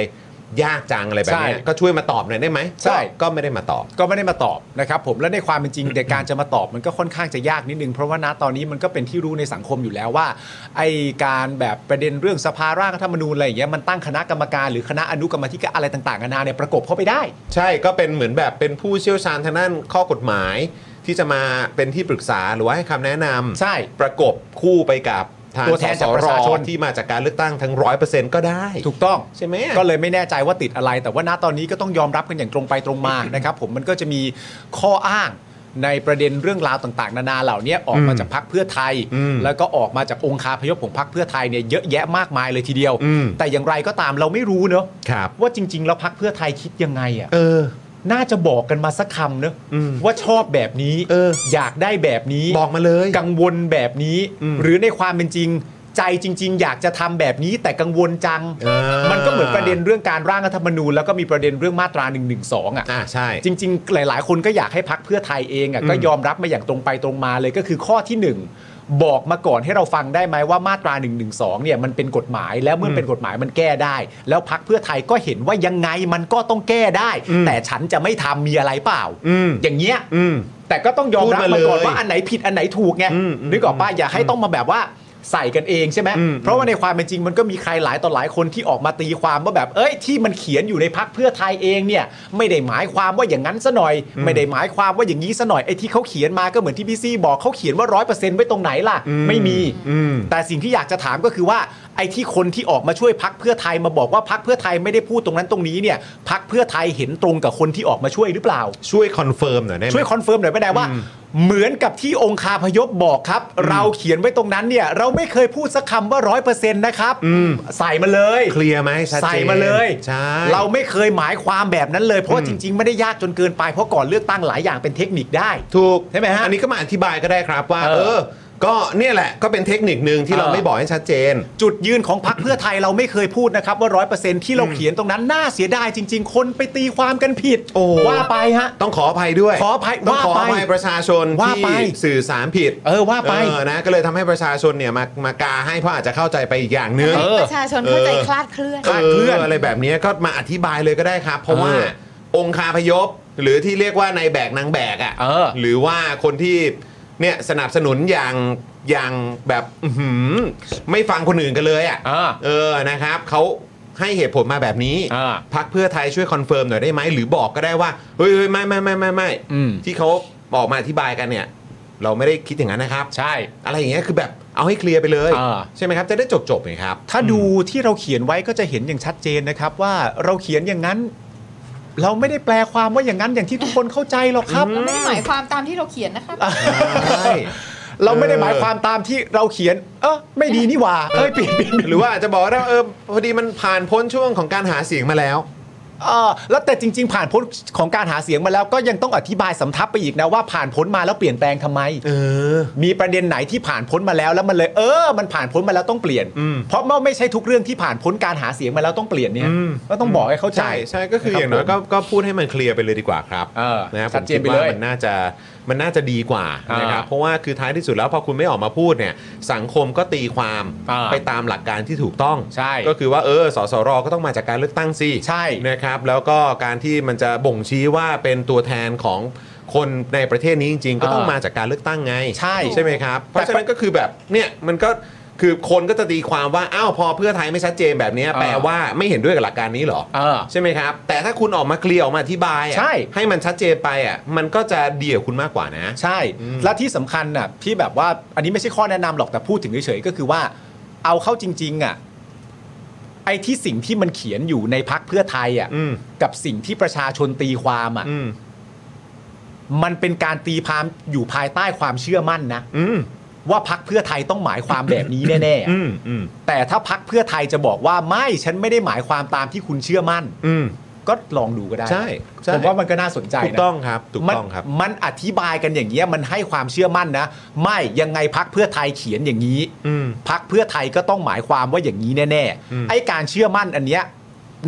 Speaker 2: ยากจังอะไรแบบเนี้ย
Speaker 3: ใช่
Speaker 2: ก็ช่วยมาตอบหน่อยได้ไหม
Speaker 3: ใช่
Speaker 2: ก็ก็ไม่ได้มาตอบ
Speaker 3: ก็ไม่ได้มาตอบนะครับผมและในความเป็นจริง แต่การจะมาตอบมันก็ค่อนข้างจะยากนิดนึง เพราะว่าณตอนนี้มันก็เป็นที่รู้ในสังคมอยู่แล้วว่าไอการแบบประเด็นเรื่องสภาร่างรัฐธรรมนูญอะไรอย่างเงี้ยมันตั้งคณะกรรมการหรือคณะอนุกรรมาธิการอะไรต่างๆนานาเนี่ยประกบเข้าไปได้
Speaker 2: ใช่ก็เป็นเหมือนแบบเป็นผู้เชี่ยวชาญทางด้านข้อกฎหมาย ที่จะมาเป็นที่ปรึกษาหรือว่าให้คำแนะนำ
Speaker 3: ใช่
Speaker 2: ประกบคู่ไปกับทาง
Speaker 3: ตัวแทนจากประชาชน
Speaker 2: สสที่มาจากการเลือกตั้งทั้งร้อยเปอร์เซ็นต์ก็ได้
Speaker 3: ถูกต้อง
Speaker 2: ใช่ไหม
Speaker 3: ก็เลยไม่แน่ใจว่าติดอะไร แต่ว่าณตอนนี้ก็ต้องยอมรับกันอย่างตรงไปตรงมานะครับ ผมมันก็จะมีข้ออ้างในประเด็นเรื่องราวต่างๆ นานาเหล่านี้ออกมาจากพักเพื่อไทย
Speaker 2: อืม
Speaker 3: แล้วก็ออกมาจากองคาพยพของพักเพื่อไทยเนี่ยเยอะแยะมากมายเลยทีเดียว
Speaker 2: อืม
Speaker 3: แต่อย่างไรก็ตามเราไม่รู้เนอะ
Speaker 2: ครับ
Speaker 3: ว่าจริง ๆ แล้วพักเพื่อไทยคิดยังไงอะ
Speaker 2: เออ
Speaker 3: น่าจะบอกกันมาสักคำเนอะ
Speaker 2: อืม
Speaker 3: ว่าชอบแบบนี้
Speaker 2: เออ
Speaker 3: อยากได้แบบนี้
Speaker 2: บอกมาเลย
Speaker 3: กังวลแบบนี้
Speaker 2: อืม
Speaker 3: หรือในความเป็นจริง ใจจริง ๆ อยากจะทำแบบนี้แต่กังวลจัง
Speaker 2: อ่ามั
Speaker 3: มันก็เหมือนประเด็นเรื่องการร่างรัฐธรรมนูญแล้วก็มีประเด็นเรื่องมาตรา1นึอ่ะ
Speaker 2: อ่าใช่
Speaker 3: จริง ๆ หลาย ๆ คนก็อยากให้พักเพื่อไทยเองอ่ะก็ยอมรับมาอย่างตรงไปตรงมาเลยก็คือข้อที่หนึ่งบอกมาก่อนให้เราฟังได้ไหมว่ามาตรา1นึเนี่ยมันเป็นกฎหมายแล้วเมื่อเป็นกฎหมายมันแก้ได้ แล้วพักเพื่อไทยก็เห็นว่ายังไงมันก็ต้องแก้ได้ แต่ฉันจะไม่ทำมีอะไรเปล่า
Speaker 2: อืม
Speaker 3: อย่างเงี้ย
Speaker 2: อืม
Speaker 3: แต่ก็ต้องยอมรับ
Speaker 2: พูดมาเล
Speaker 3: มาย ก่อนว่าอันไหนผิดอันไหนถูกไง
Speaker 2: อืมอืม
Speaker 3: นึกออกป่ะอย่าให้ต้องมาแบบว่าใส่กันเองใช่ไหม
Speaker 2: อืม
Speaker 3: เพราะว่าในความเป็นจริงมันก็มีใครหลายต่อหลายคนที่ออกมาตีความว่าแบบ เอ้ยที่มันเขียนอยู่ในพักเพื่อไทยเองเนี่ยไม่ได้หมายความว่าอย่างนั้นซะหน่อย ไม่ได้หมายความว่าอย่างนี้ซะหน่อยไอ้ที่เขาเขียนมาก็เหมือนที่พี่ซี่บอกเขาเขียนว่าร้อยเปอร์เซ็นต์ไว้ตรงไหนล่ะ
Speaker 2: อืม
Speaker 3: ไม่มี
Speaker 2: อืม
Speaker 3: แต่สิ่งที่อยากจะถามก็คือว่าไอ้ที่คนที่ออกมาช่วยพักเพื่อไทยมาบอกว่าพักเพื่อไทยไม่ได้พูดตรงนั้นตรงนี้เนี่ยพักเพื่อไทยเห็นตรงกับคนที่ออกมาช่วยหรือเปล่า
Speaker 2: ช่วยคอนเฟิร์มหน่อยได้ไหม
Speaker 3: ช่วยคอนเฟิร์มหน่อยไม่ได้ว่า เหมือนกับที่องคาพยพบอกครับ เราเขียนไว้ตรงนั้นเนี่ย เราไม่เคยพูดสักคำว่าร้อยเปอร์เซ็นต์นะครับ
Speaker 2: อืม
Speaker 3: ใส่มาเลย
Speaker 2: เคลียร์ไหมชัดเจน
Speaker 3: ใส่มาเลย
Speaker 2: ใช่
Speaker 3: เราไม่เคยหมายความแบบนั้นเลย เพราะว่าจริง ๆ ไม่ได้ยากจนเกินไปเพราะก่อนเลือกตั้งหลายอย่างเป็นเทคนิคได้
Speaker 2: ถูก
Speaker 3: ใช่ไหมฮะ
Speaker 2: อันนี้ก็มาอธิบายก็ได้ครับว่า
Speaker 3: เอ
Speaker 2: เอ
Speaker 3: อ
Speaker 2: อ ก็เนี่ยแหละก็เป็นเทคนิคหนึ่งที่เรา
Speaker 3: เออ
Speaker 2: ไม่บอกให้ชัดเจน
Speaker 3: จุดยืนของพรรคเพื่อไทยเราไม่เคยพูดนะครับว่าร้อยเปอร์เซ็นต์ที่เราเขียนตรงนั้นน่าเสียดายจริง ๆ คนไปตีความกันผิด
Speaker 2: โอ้
Speaker 3: ว่าไปฮะ
Speaker 2: ต้องขออภัยด้วย
Speaker 3: ขออภัย
Speaker 2: ต้องขออ
Speaker 3: ว่าไป
Speaker 2: ภัยประชาชน
Speaker 3: ว่า
Speaker 2: ที่
Speaker 3: ไป
Speaker 2: สื่อสารผิด
Speaker 3: เออว่าไป
Speaker 2: เออนะก็เลยทำให้ประชาชนเนี่ยมามากาให้เพราะอาจจะเข้าใจไปอีกอย่างหนึง
Speaker 3: เออ
Speaker 5: ประชาชนเข้าใจคลาดเคลื่อน
Speaker 2: คลาดเคลื่อนอะไรแบบนี้ก็มาอธิบายเลยก็ได้ครับ เพราะว่า
Speaker 3: เออ
Speaker 2: องคาพยพ หรือที่เรียกว่านายแบกนางแบก
Speaker 3: เอ
Speaker 2: อะ่ะ
Speaker 3: อ
Speaker 2: หรือว่าคนที่เนี่ยสนับสนุนอย่างอย่างแบบอื้อหือไม่ฟังคนอื่นกันเลยอะ
Speaker 3: เออ
Speaker 2: เออนะครับเขาให้เหตุผลมาแบบนี้
Speaker 3: เออ
Speaker 2: พักเพื่อไทยช่วยคอนเฟิร์มหน่อยได้ไหมหรือบอกก็ได้ว่าเฮ้ยเฮ้ยไม่ไม่ไม่ไม่ไม่
Speaker 3: อืม
Speaker 2: ที่เขาบอกมาอธิบายกันเนี่ย เราไม่ได้คิดอย่างนั้นนะครับ
Speaker 3: ใช่
Speaker 2: อะไรอย่างเงี้ยคือแบบเอาให้เคลียร์ไปเลย
Speaker 3: เออ
Speaker 2: ใช่ไหมครับจะได้จบจบๆเลยครับ
Speaker 3: ถ้าดูที่เราเขียนไว้ก็จะเห็นอย่างชัดเจนนะครับว่าเราเขียนอย่างนั้น เราไม่ได้แปลความว่าอย่างนั้นอย่างที่ทุกคนเข้าใจหรอกครับ
Speaker 5: เราไม่ได้หมายความตามที่เราเขียนนะคะ
Speaker 2: ใช่
Speaker 3: เราไม่ได้หมายความตามที่เราเขียน เออไม่ดีนี่หว่าเอ้ยเปลี่ยนเปลี่ยนเปลี่ยน
Speaker 2: หรือว่าอาจจะบอกว่าเออพอดีมันผ่านพ้นช่วงของการหาเสียงมาแล้ว
Speaker 3: เออแล้วแต่จริง ๆ ผ่านพ้นของการหาเสียงมาแล้วก็ยังต้องอธิบายสำทับไปอีกนะว่าผ่านพ้นมาแล้วเปลี่ยนแปลงทำไม
Speaker 2: เออ
Speaker 3: มีประเด็นไหนที่ผ่านพ้นมาแล้วแล้วมันเลยเออ มันผ่านพ้นมาแล้วต้องเปลี่ยน
Speaker 2: อืม
Speaker 3: เพราะมันไม่ใช่ทุกเรื่องที่ผ่านพ้นการหาเสียงมาแล้วต้องเปลี่ยนเนี่ยก็ต้องบอกให้เข้าใจ
Speaker 2: ใช่ใช่ก็คืออย่างน้อยก็ก็พูดให้มันเคลียร์ไปเลยดีกว่าครับ
Speaker 3: เออ
Speaker 2: นะครับ
Speaker 3: ชัดเจนไป
Speaker 2: ผ
Speaker 3: เลย
Speaker 2: มคิว่ามันน่าจะมันน่าจะดีกว่า
Speaker 3: อ่าน
Speaker 2: นะครับเพราะว่าคือท้ายที่สุดแล้วพอคุณไม่ออกมาพูดเนี่ยสังคมก็ตีความ
Speaker 3: อ่า
Speaker 2: ไปตามหลักการที่ถูกต้อง
Speaker 3: ใช่
Speaker 2: ก็คือว่าเออสสรก็ต้องมาจากการเลือกตั้งสิ
Speaker 3: ใช่
Speaker 2: นะครับ แล้วก็การที่มันจะบ่งชี้ว่าเป็นตัวแทนของคนในประเทศนี้จริง ๆ ก็ต้อง
Speaker 3: อ่าม
Speaker 2: มาจากการเลือกตั้งไง
Speaker 3: ใช่
Speaker 2: ใช่ไหมครับเพ
Speaker 3: แต่
Speaker 2: ราะฉะนั้นก็คือแบบเนี่ยมันก็คือคนก็จะตีความว่าอ้าวพอเพื่อไทยไม่ชัดเจนแบบเนี้ยแปล
Speaker 3: อ่า
Speaker 2: ว่าไม่เห็นด้วยกับหลักการนี้เหรอ
Speaker 3: เออ
Speaker 2: ใช่ไหมครับ แต่ถ้าคุณออกมาเคลียร์ออกมาอธิบายอะ
Speaker 3: ใช่
Speaker 2: ให้มันชัดเจนไปอ่ะมันก็จะเดี่ยวคุณมากกว่านะ
Speaker 3: ใช่
Speaker 2: อืม
Speaker 3: และที่สำคัญน่ะที่แบบว่าอันนี้ไม่ใช่ข้อแนะนำหรอกแต่พูดถึงเฉยๆก็คือว่าเอาเข้าจริง ๆ อ่ะ ไอ้ที่สิ่งที่มันเขียนอยู่ในพักเพื่อไทยอ่ะ
Speaker 2: อืม
Speaker 3: กับสิ่งที่ประชาชนตีความอ่ะ
Speaker 2: อืม
Speaker 3: มันเป็นการตีความอยู่ภายใต้ความเชื่อมั่นนะ
Speaker 2: อืม
Speaker 3: ว่าพักเพื่อไทยต้องหมายความแบบนี้แน่ๆ
Speaker 2: อื
Speaker 3: อะ
Speaker 2: มอืม
Speaker 3: แต่ถ้าพักเพื่อไทยจะบอกว่าไม่ฉันไม่ได้หมายความตามที่คุณเชื่อมั่น
Speaker 2: อืม
Speaker 3: ก็ลองดูก็ได้
Speaker 2: ใช่ใช่
Speaker 3: ผมว่ามันก็น่าสนใจนะ
Speaker 2: ถูกต้องครับถูกต้องครับ
Speaker 3: มันมันอธิบายกันอย่างเงี้ยมันให้ความเชื่อมั่นนะ ไม่ยังไงพักเพื่อไทยเขียนอย่างนี้
Speaker 2: อืม
Speaker 3: พักเพื่อไทยก็ต้องหมายความว่าอย่างนี้แน่
Speaker 2: อืม
Speaker 3: ๆไอ้การเชื่อมั่นอันเนี้ย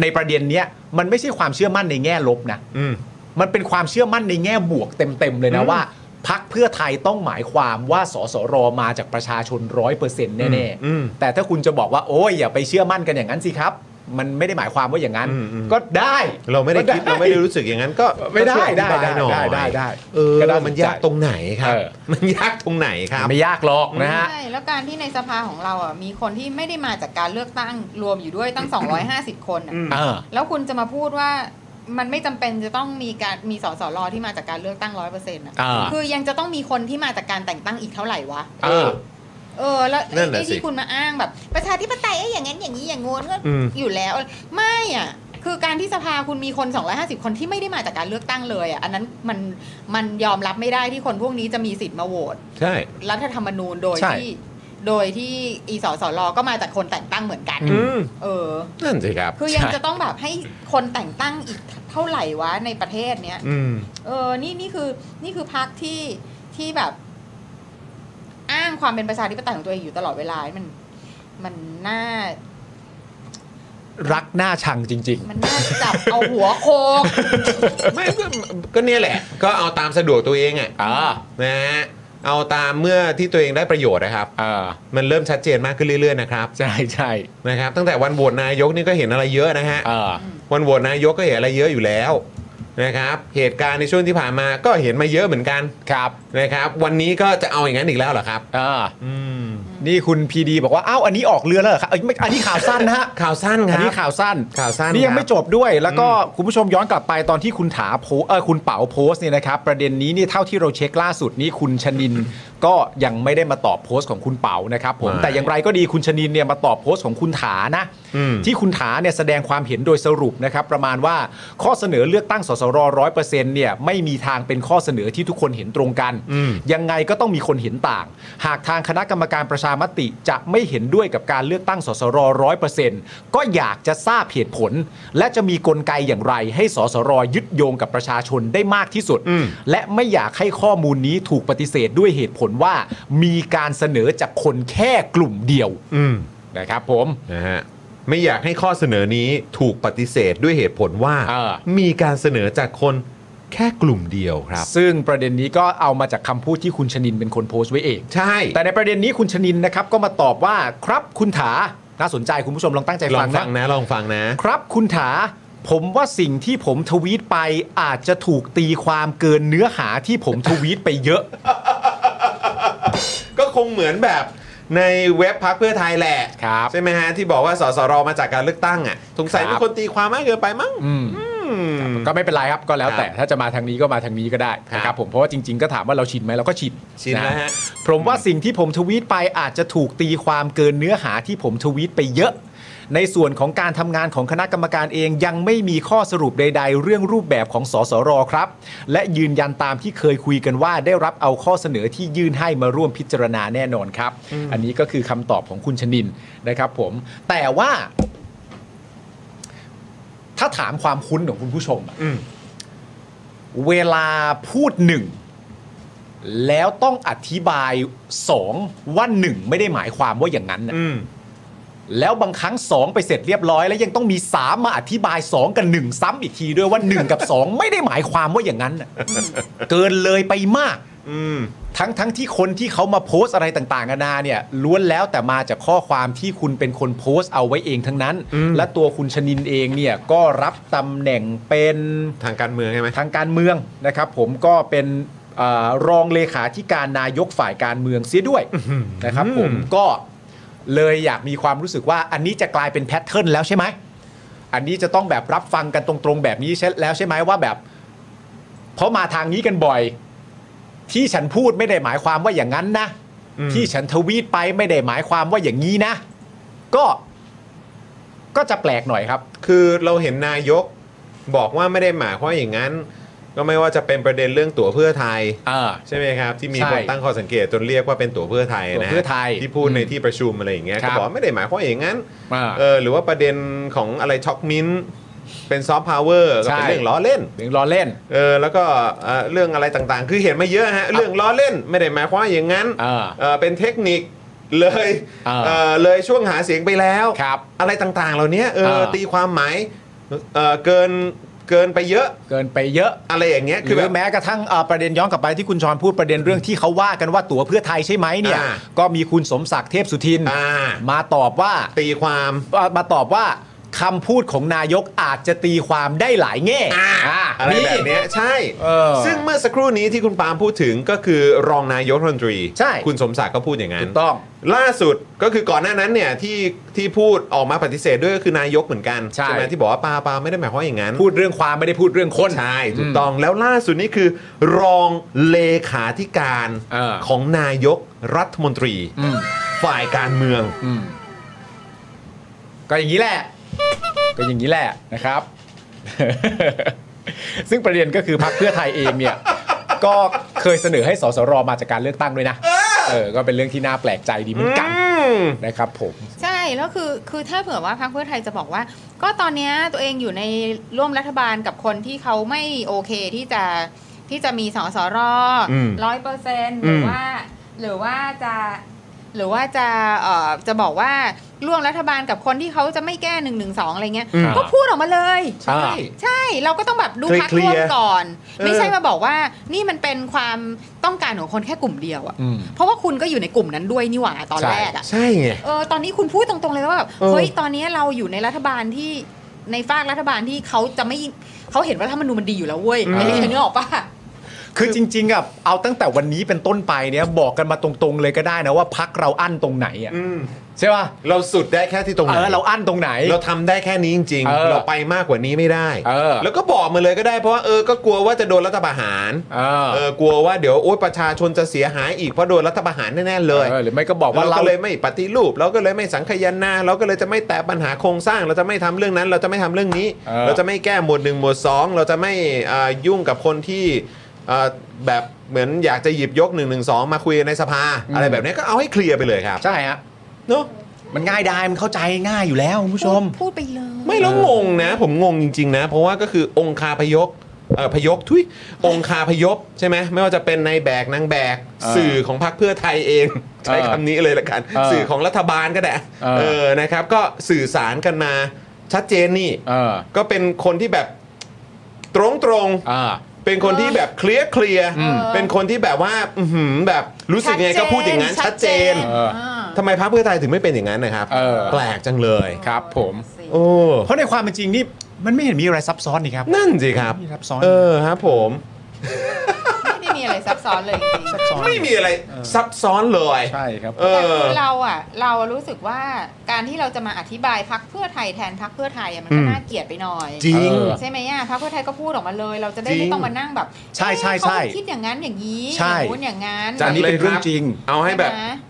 Speaker 3: ในประเด็นเนี้ยมันไม่ใช่ความเชื่อมั่นในแง่ลบนะ
Speaker 2: อืม
Speaker 3: มันเป็นความเชื่อมั่นในแง่บวกเต็มๆเลยนะ
Speaker 2: อืม
Speaker 3: ว่าพักเพื่อไทยต้องหมายความว่าสสรมาจากประชาชนร้อยเปอร์เซ็นต์แน่ๆ
Speaker 2: อืม
Speaker 3: แต่ถ้าคุณจะบอกว่าโอ้ยอย่าไปเชื่อมั่นกันอย่างนั้นสิครับ มันไม่ได้หมายความว่าอย่างนั้น
Speaker 2: อืมอืม
Speaker 3: ก็ได้
Speaker 2: เราไม่ได้
Speaker 3: ก็
Speaker 2: คิดเราไม่ได้รู้สึกอย่างนั้นก็
Speaker 3: ไม่ได้
Speaker 2: ก็ช่วยอธิบาย
Speaker 3: ได้ได้
Speaker 2: หน่อย
Speaker 3: ได้ได้ได้
Speaker 2: เออ
Speaker 3: ก็น่าสนใจ
Speaker 2: มันยากตรงไหนครับ
Speaker 3: เออ
Speaker 2: มันยากตรงไหนครับ
Speaker 3: ไม่ยากหรอกนะฮะ
Speaker 5: ใช่แล้วการที่ในสภาของเราอ่ะมีคนที่ไม่ได้มาจากการเลือกตั้งรวมอยู่ด้วยตั้ง 250 คนอ่ะ
Speaker 2: อืม
Speaker 3: เออ
Speaker 5: แล้วคุณจะมาพูดว่ามันไม่จำเป็นจะต้องมีการมีสสรที่มาจากการเลือกตั้งร้อยเปอร์เซ็นต์อ่ะ
Speaker 3: อ่า
Speaker 5: คือยังจะต้องมีคนที่มาจากการแต่งตั้งอีกเท่าไหร่วะ
Speaker 3: เออ
Speaker 5: เออแล้ว
Speaker 2: นั่นน่ะ
Speaker 5: ไอ้
Speaker 2: สิ
Speaker 5: ที่คุณมาอ้างแบบ ประชาธิปไตยไอ้อย่างนั้นอย่างนี้อย่างงนก็
Speaker 2: อืม
Speaker 5: อยู่แล้วไม่อ่ะคือการที่สภาคุณมีคน 250 คนที่ไม่ได้มาจากการเลือกตั้งเลยอ่ะอันนั้นมันมันยอมรับไม่ได้ที่คนพวกนี้จะมีสิทธิ์มาโหวต
Speaker 2: ใช่
Speaker 5: รัฐธรรมนูญโดย
Speaker 3: ใช่
Speaker 5: ที่ โดยที่อีสสรก็มาจากคนแต่งตั้งเหมือนกัน
Speaker 2: อืม
Speaker 5: เออ
Speaker 2: นั่นสิครับ
Speaker 5: คือยังจะต้องแบบให้คนแต่งตั้งอีกเท่าไหร่วะในประเทศเนี้ย
Speaker 2: อืม
Speaker 5: เออ นี่นี่คือนี่คือพักที่ที่แบบ อ้างความเป็นประชาธิปไตยของตัวเองอยู่ตลอดเวลา มัน มันน่า
Speaker 3: รักหน้าชังจริง
Speaker 5: มันน่าจับเอาหัวโคก
Speaker 2: ไม่ก็ ก็เนี่ยแหละ ก็เอาตามสะดวกตัวเองอ่ะ
Speaker 3: อ่า
Speaker 2: นะฮะเอาตามเมื่อที่ตัวเองได้ประโยชน์นะครับ
Speaker 3: ๆ เออ
Speaker 2: มันเริ่มชัดเจนมากขึ้นเรื่อยๆนะครับ
Speaker 3: ใช่ใช่
Speaker 2: นะครับ ตั้งแต่วันโหวตนายกนี่ก็เห็นอะไรเยอะนะฮะ
Speaker 3: เออ
Speaker 2: วันโหวตนายกก็เห็นอะไรเยอะอยู่แล้วนะครับเหตุการณ์ในช่วงที่ผ่านมาก็เห็นมาเยอะเหมือนกัน
Speaker 3: ครับ
Speaker 2: นะครับ วันนี้ก็จะเอาอย่างนั้นอีกแล้วเหรอครับ
Speaker 3: เออ
Speaker 2: อืม
Speaker 3: นี่คุณพีดีบอกว่า อ้าว อันนี้ออกเรือแล้วเหรอครับเอ้ยไม่อันนี้ข่าวสั้นนะฮะ
Speaker 2: ข่าวสั้นค
Speaker 3: อั
Speaker 2: รั
Speaker 3: น
Speaker 2: บ
Speaker 3: นี้ข่าวสั้น
Speaker 2: ข่าวสั้น
Speaker 3: นี่ยั
Speaker 2: ค
Speaker 3: ง
Speaker 2: รับ
Speaker 3: ไม่จบด้วย แล้วก็คุณผู้ชมย้อนกลับไปตอนที่คุณถาโพเออคุณเป๋าโพสต์เนี่ยนะครับ ประเด็นนี้เนี่ยเท่าที่เราเช็คล่าสุดนี้คุณชนิน ก็ยังไม่ได้มาตอบโพสต์ของคุณเป๋านะครับผม
Speaker 2: ไม่
Speaker 3: แต่อย่างไรก็ดีคุณชนินเนี่ยมาตอบโพสต์ของคุณถานะ
Speaker 2: อืม
Speaker 3: ที่คุณถาเนี่ยแสดงความเห็นโดยสรุปนะครับ ประมาณว่าข้อเสนอเลือกตั้งสสรร้อยเปอร์เซ็นต์เนี่ยไม่มีทางเป็นข้อเสนอที่ทุกคนเห็นตรงกัน
Speaker 2: อืม
Speaker 3: ยังไงก็ต้องมีคนเห็นต่าง หากทางคณะกรรมการประชามติจะไม่เห็นด้วยกับการเลือกตั้งสสรร้อยเปอร์เซ็นต์ก็อยากจะทราบเหตุผล และจะมีกลไกอย่างไรให้สสรยึดโยงกับประชาชนได้มากที่สุด
Speaker 2: อืม
Speaker 3: และไม่อยากให้ข้อมูลนี้ถูกปฏิเสธด้วยเหตุผลว่า มีการเสนอจากคนแค่กลุ่มเดียว
Speaker 2: อืม
Speaker 3: นะครับผม
Speaker 2: นะฮะไม่อยากให้ข้อเสนอนี้ถูกปฏิเสธด้วยเหตุผลว่า
Speaker 3: เออ
Speaker 2: มีการเสนอจากคนแค่กลุ่มเดียวครับ
Speaker 3: ซึ่งประเด็นนี้ก็เอามาจากคำพูดที่คุณชนินเป็นคนโพสต์ไว้เอง
Speaker 2: ใช่
Speaker 3: แต่ในประเด็นนี้คุณชนินนะครับก็มาตอบว่าครับคุณถาน่าสนใจคุณผู้ชมลองตั้งใจ
Speaker 2: ลอ
Speaker 3: ฟั
Speaker 2: ง
Speaker 3: ง
Speaker 2: ฟั
Speaker 3: นะ
Speaker 2: งนะลองฟังนะ
Speaker 3: ครับคุณถา ผมว่าสิ่งที่ผมทวีตไปอาจจะถูกตีความเกินเนื้อหาที่ผมทวีตไปเยอะ
Speaker 2: ก็คงเหมือนแบบในเว็บพักเพื่อไทยแหละ
Speaker 3: ครับ
Speaker 2: ใช่ไหมฮะ ที่บอกว่าสสรมาจากการเลือกตั้งอ่ะสงสัย
Speaker 3: ครับ
Speaker 2: มีคนตีความมากเกินไปมั้ง
Speaker 3: อืม
Speaker 2: อืม
Speaker 3: ก็ไม่เป็นไรครับก็แล้วแต่
Speaker 2: ครับ
Speaker 3: ถ้าจะมาทางนี้ก็มาทางนี้ก็ได้นะค
Speaker 2: ครั
Speaker 3: รั
Speaker 2: บบ
Speaker 3: ผมเพราะว่าจริง ๆ ก็ถามว่าเราชินไหมเราก็ชิน
Speaker 2: ชินแล้วฮะ
Speaker 3: ผมว่าสิ่งที่ผมทวีตไปอาจจะถูกตีความเกินเนื้อหาที่ผมทวีตไปเยอะ ในส่วนของการทำงานของคณะกรรมการเองยังไม่มีข้อสรุปใด ๆ เรื่องรูปแบบของสสรครับ และยืนยันตามที่เคยคุยกันว่าได้รับเอาข้อเสนอที่ยื่นให้มาร่วมพิจารณาแน่นอนครับ อันนี้ก็คือคำตอบของคุณชนินนะครับ ผม แต่ว่า ถ้าถามความคุ้นของคุณผู้ชมอะ
Speaker 2: อืม
Speaker 3: เวลาพูดหนึ่ง แล้วต้องอธิบายสองว่าหนึ่งไม่ได้หมายความว่าอย่างนั้นน่ะ
Speaker 2: อืม
Speaker 3: แล้วบางครั้ง 2 ไปเสร็จเรียบร้อย แล้วยังต้องมี 3 มาอธิบาย 2 กับ 1 ซ้ำอีกทีด้วยว่า 1 กับ 2 ไม่ได้หมายความว่าอย่างนั้นน่ะเกินเลยไปมาก
Speaker 2: อืม
Speaker 3: ทั้งทั้งที่คนที่เขามาโพสต์อะไรต่างๆนานาเนี่ยล้วนแล้วแต่มาจากข้อความที่คุณเป็นคนโพสต์เอาไว้เองทั้งนั้น
Speaker 2: อืม
Speaker 3: และตัวคุณชนินเองเนี่ยก็รับตำแหน่งเป็น
Speaker 2: ทางการเมืองใช่ไหม
Speaker 3: ทางการเมืองนะครับผมก็เป็นเออรองเลขาธิการนายกฝ่ายการเมืองเสียด้วยนะครับผมก็เลยอยากมีความรู้สึกว่าอันนี้จะกลายเป็นแพทเทิร์นแล้วใช่ไหม อันนี้จะต้องแบบรับฟังกันตรงๆแบบนี้ใช่แล้วใช่ไหมว่าแบบ เพราะมาทางนี้กันบ่อย ที่ฉันพูดไม่ได้หมายความว่าอย่างนั้นนะ
Speaker 2: อืม
Speaker 3: ที่ฉันทวีตไปไม่ได้หมายความว่าอย่างนี้นะ ก็ก็จะแปลกหน่อยครับ
Speaker 2: คือเราเห็นนายกบอกว่าไม่ได้หมายความว่าอย่างนั้น ก็ไม่ว่าจะเป็นประเด็นเรื่องตั๋วเพื่อไทย ใช่ไหมครับ ที่มี
Speaker 3: ใช่
Speaker 2: คนตั้งข้อสังเกตจนเรียกว่าเป็นตั๋วเพื่อไทย
Speaker 3: ตั๋ว
Speaker 2: นะ
Speaker 3: เพื่อไทย
Speaker 2: ที่พูดใน
Speaker 3: อืม
Speaker 2: ที่ประชุมอะไรอย่างเงี้ย
Speaker 3: ครั
Speaker 2: ก็
Speaker 3: บ
Speaker 2: บอกว่าไม่ได้หมายความว่าอย่างนั้น
Speaker 3: อ่า
Speaker 2: เออหรือว่าประเด็นของอะไรช็อกมิ้นท์เป็นซอฟต์พาวเวอร์ก็เป็น
Speaker 3: ใช่
Speaker 2: เรื่องล้อเล่น
Speaker 3: เรื่องล้อเล่น
Speaker 2: เออแล้วก็เอ่อเรื่องอะไรต่างๆ คือเห็นมาเยอะฮะ เรื่องล้อเล่นไม่ได้หมายความว่าอย่างนั้น
Speaker 3: อ่า
Speaker 2: เอ่อเป็นเทคนิคเลย
Speaker 3: อ่า
Speaker 2: เอ่อเลยช่วงหาเสียงไปแล้ว
Speaker 3: ครับ
Speaker 2: อะไรต่างๆ เหล่านี้เอออา ตีความหมายเอ่อเกินเกินไปเยอะ
Speaker 3: เกินไปเยอะ
Speaker 2: อะไรอย่างเงี้ย
Speaker 3: ห
Speaker 2: คือ
Speaker 3: รื
Speaker 2: แบ
Speaker 3: อบ แม้กระทั่งเอ่อประเด็นย้อนกลับไปที่คุณชอนพูดประเด็นเรื่องที่เขาว่ากันว่าตั๋วเพื่อไทยใช่ไหมเนี่ย
Speaker 2: อ่า
Speaker 3: ก็มีคุณสมศักดิ์เทพสุทิน
Speaker 2: อ่า
Speaker 3: มาตอบว่า
Speaker 2: ตีความ
Speaker 3: เอ่อมาตอบว่าคำพูดของนายกอาจจะตีความได้หลายแง่อ่า
Speaker 2: อะไรแบบเนี้ยใช่
Speaker 3: เออ
Speaker 2: ซึ่งเมื่อสักครู่นี้ที่คุณปาล์มพูดถึงก็คือรองนายกรัฐมนตรี
Speaker 3: ใช่
Speaker 2: คุณสมศักดิ์ก็พูดอย่างนั้น
Speaker 3: ถูกต้อง
Speaker 2: ล่าสุดก็คือก่อนหน้านั้นเนี่ยที่ที่พูดออกมาปฏิเสธด้วยก็คือนายกเหมือนกัน
Speaker 3: ใช่
Speaker 2: ไหมที่บอกว่าปาปาไม่ได้หมายความว่าอย่างนั้น
Speaker 3: พูดเรื่องความไม่ได้พูดเรื่องคน
Speaker 2: ใช่ถูกต้องแล้วล่าสุดนี่คือ รองเลขาธิการ
Speaker 3: เออ
Speaker 2: ของนายกรัฐมนตรี
Speaker 3: อืม
Speaker 2: ฝ่ายการเมือง
Speaker 3: อืมก็อย่างนี้แหละ ก็อย่างนี้แหละนะครับ ซึ่ง ประเด็นก็คือพรรคเพื่อไทยเองเนี่ย ก็เคยเสนอให้สสรมาจากการเลือกตั้งด้วยนะ
Speaker 2: เออ
Speaker 3: เออก็เป็นเรื่องที่น่าแปลกใจดีเหมือนกันนะครับผม
Speaker 5: ใช่แล้วคือคือถ้าเผื่อว่าพรรคเพื่อไทยจะบอกว่า ก็ตอนเนี้ยตัวเองอยู่ในร่วมรัฐบาลกับคนที่เขาไม่โอเคที่จะที่จะมีสสร
Speaker 2: อืม
Speaker 5: ร้อยเปอร์เซ็นต์หรือ
Speaker 2: ม
Speaker 5: ว่า หรือว่าจะหรือว่าจะเอ่อจะบอกว่าร่วมรัฐบาลกับคนที่เขาจะไม่แก้หนึ่งหนึ่งสองอะไรเงี้ย ก็พูดออกมาเลย
Speaker 3: ใช่
Speaker 5: ใช่เราก็ต้องแบบดูพัก
Speaker 2: เคลียร์
Speaker 5: ร่วมก่อน
Speaker 2: เออ
Speaker 5: ไม่ใช่มาบอกว่านี่มันเป็นความต้องการของคนแค่กลุ่มเดียวอะ
Speaker 3: อืม
Speaker 5: เพราะว่าคุณก็อยู่ในกลุ่มนั้นด้วยนี่หว่าตอน
Speaker 3: ใช่
Speaker 5: แรกอะ
Speaker 2: ใช่ไง
Speaker 5: เออตอนนี้คุณพูดตรงๆเลยว่าแบบ
Speaker 2: เออ
Speaker 5: เฮ้ยตอนนี้เราอยู่ในรัฐบาลที่ในฝากรัฐบาลที่เขาจะไม่เขาเห็นว่าถ้ามันดูญมันดีอยู่แล้วเว้ยอะไรอย่างเงี้ยหรอกปะ
Speaker 3: คือจริงๆอ่ะเอาตั้งแต่วันนี้เป็นต้นไปเนี่ยบอกกันมาตรงๆเลยก็ได้นะว่าพักเราอั้นตรงไหนอ่ะใช่ป่ะ
Speaker 2: เราสุดได้แค่ที่ตรงไห
Speaker 3: เออน เราอั้นตรงไหน
Speaker 2: เราทำได้แค่นี้จริง
Speaker 3: เออ
Speaker 2: ๆ เราไปมากกว่านี้ไม่ได้
Speaker 3: เออ
Speaker 2: แล้วก็บอกมาเลยก็ได้เพราะว่าเออก็กลัวว่าจะโดนรัฐประหาร
Speaker 3: เออ
Speaker 2: เออกลัวว่าเดี๋ยวโอ๊ยประชาชนจะเสียหายอีกเพราะโดนรัฐประหารแน่ๆเลย
Speaker 3: เออหรือไม่ก็บอกว่า
Speaker 2: เรา
Speaker 3: เรา
Speaker 2: ก็เลยไม่ปฏิรูป เราก็เลยไม่สังคายนาเราก็เลยจะไม่แตะปัญหาโครงสร้าง เราจะไม่ทำเรื่องนั้น เราจะไม่ทำเรื่องนี้
Speaker 3: เออ
Speaker 2: เราจะไม่แก้หมวดหนึ่งหมวดสองเราจะไม่เอ่อยุ่งกับคนที่เอ่อแบบเหมือนอยากจะหยิบยก1นึมาคุยในสภา
Speaker 3: อืม
Speaker 2: อะไรแบบนี้ก็เอาให้เคลียร์ไปเลยครับ
Speaker 3: ใช่ฮะ
Speaker 2: เนอะ
Speaker 3: มันง่ายดายมันเข้าใจง่ายอยู่แล้วคุณผู้ชม
Speaker 5: พูดไปเลย
Speaker 2: ไม่แล้วงงนะ ผมงงจริง ๆ นะ เพราะว่าก็คือองคาพยพเอ่อพยพทุยองคาพยพใช่ไหมไม่ว่าจะเป็นในายแบกนางแบก
Speaker 3: เออ
Speaker 2: สื่อของพรรคเพื่อไทยเอง ใช้คำนี้เลยละกัน
Speaker 3: เออ
Speaker 2: สื่อของรัฐบาลก็ได้
Speaker 3: เออ
Speaker 2: เออนะครับ ก็สื่อสารกันมาชัดเจนนี่
Speaker 3: เออ
Speaker 2: ก็เป็นคนที่แบบตรงตรงๆ
Speaker 3: อ่า
Speaker 2: เป็นคนที่แบบเคลียร์เคลียร์เป็นคนที่แบบว่าอื้อหือแบบรู้สึกยังไงก็พูดอย่างนั้นชัดเจน
Speaker 3: เออ
Speaker 5: า
Speaker 2: ทำไมพรรคเพื่อไทยถึงไม่เป็นอย่างนั้นนะครับ
Speaker 3: เออ
Speaker 2: แปลกจังเลย
Speaker 3: ครับผม
Speaker 2: โอ้
Speaker 3: เพราะในความเป็นจริงนี่มันไม่เห็นมีอะไรซับซ้อนนี่ครับ
Speaker 2: นั่นสิครับ
Speaker 3: ไม่ซับซ้อน
Speaker 2: เออครับผม
Speaker 5: ไม่ได้มีอะไรซับซ้อนเลยจริง
Speaker 3: ซับซ้อน
Speaker 2: ไม่มีอะไรซับซ้อนเลย
Speaker 3: ใช่ครับ
Speaker 2: เอ
Speaker 5: ๆแต่
Speaker 2: อ
Speaker 5: คือเราอ่ะ เรารู้สึกว่าการที่เราจะมาอธิบายพักเพื่อไทยแทนพักเพื่อไทยอะมันก็
Speaker 2: อืม
Speaker 5: น่าเกลียดไปหน่อย
Speaker 2: จริง
Speaker 3: เออ
Speaker 5: ใช่ไหมอ่ะพักเพื่อไทยก็พูดออกมาเลย เราจะได้
Speaker 2: จริ
Speaker 5: ไม่
Speaker 2: ง
Speaker 5: ต้องมานั่งแบบ
Speaker 3: ใช่ใช่
Speaker 5: เอ๊ะเขา
Speaker 3: ใช่
Speaker 5: คิดอย่างนั้นอย่างนี้
Speaker 3: ใช่
Speaker 5: อย่างนู้นอย่างนั้น
Speaker 3: จานนี้เป็นเรื่องจริง
Speaker 2: เอาให้แบบ
Speaker 5: ช่ไม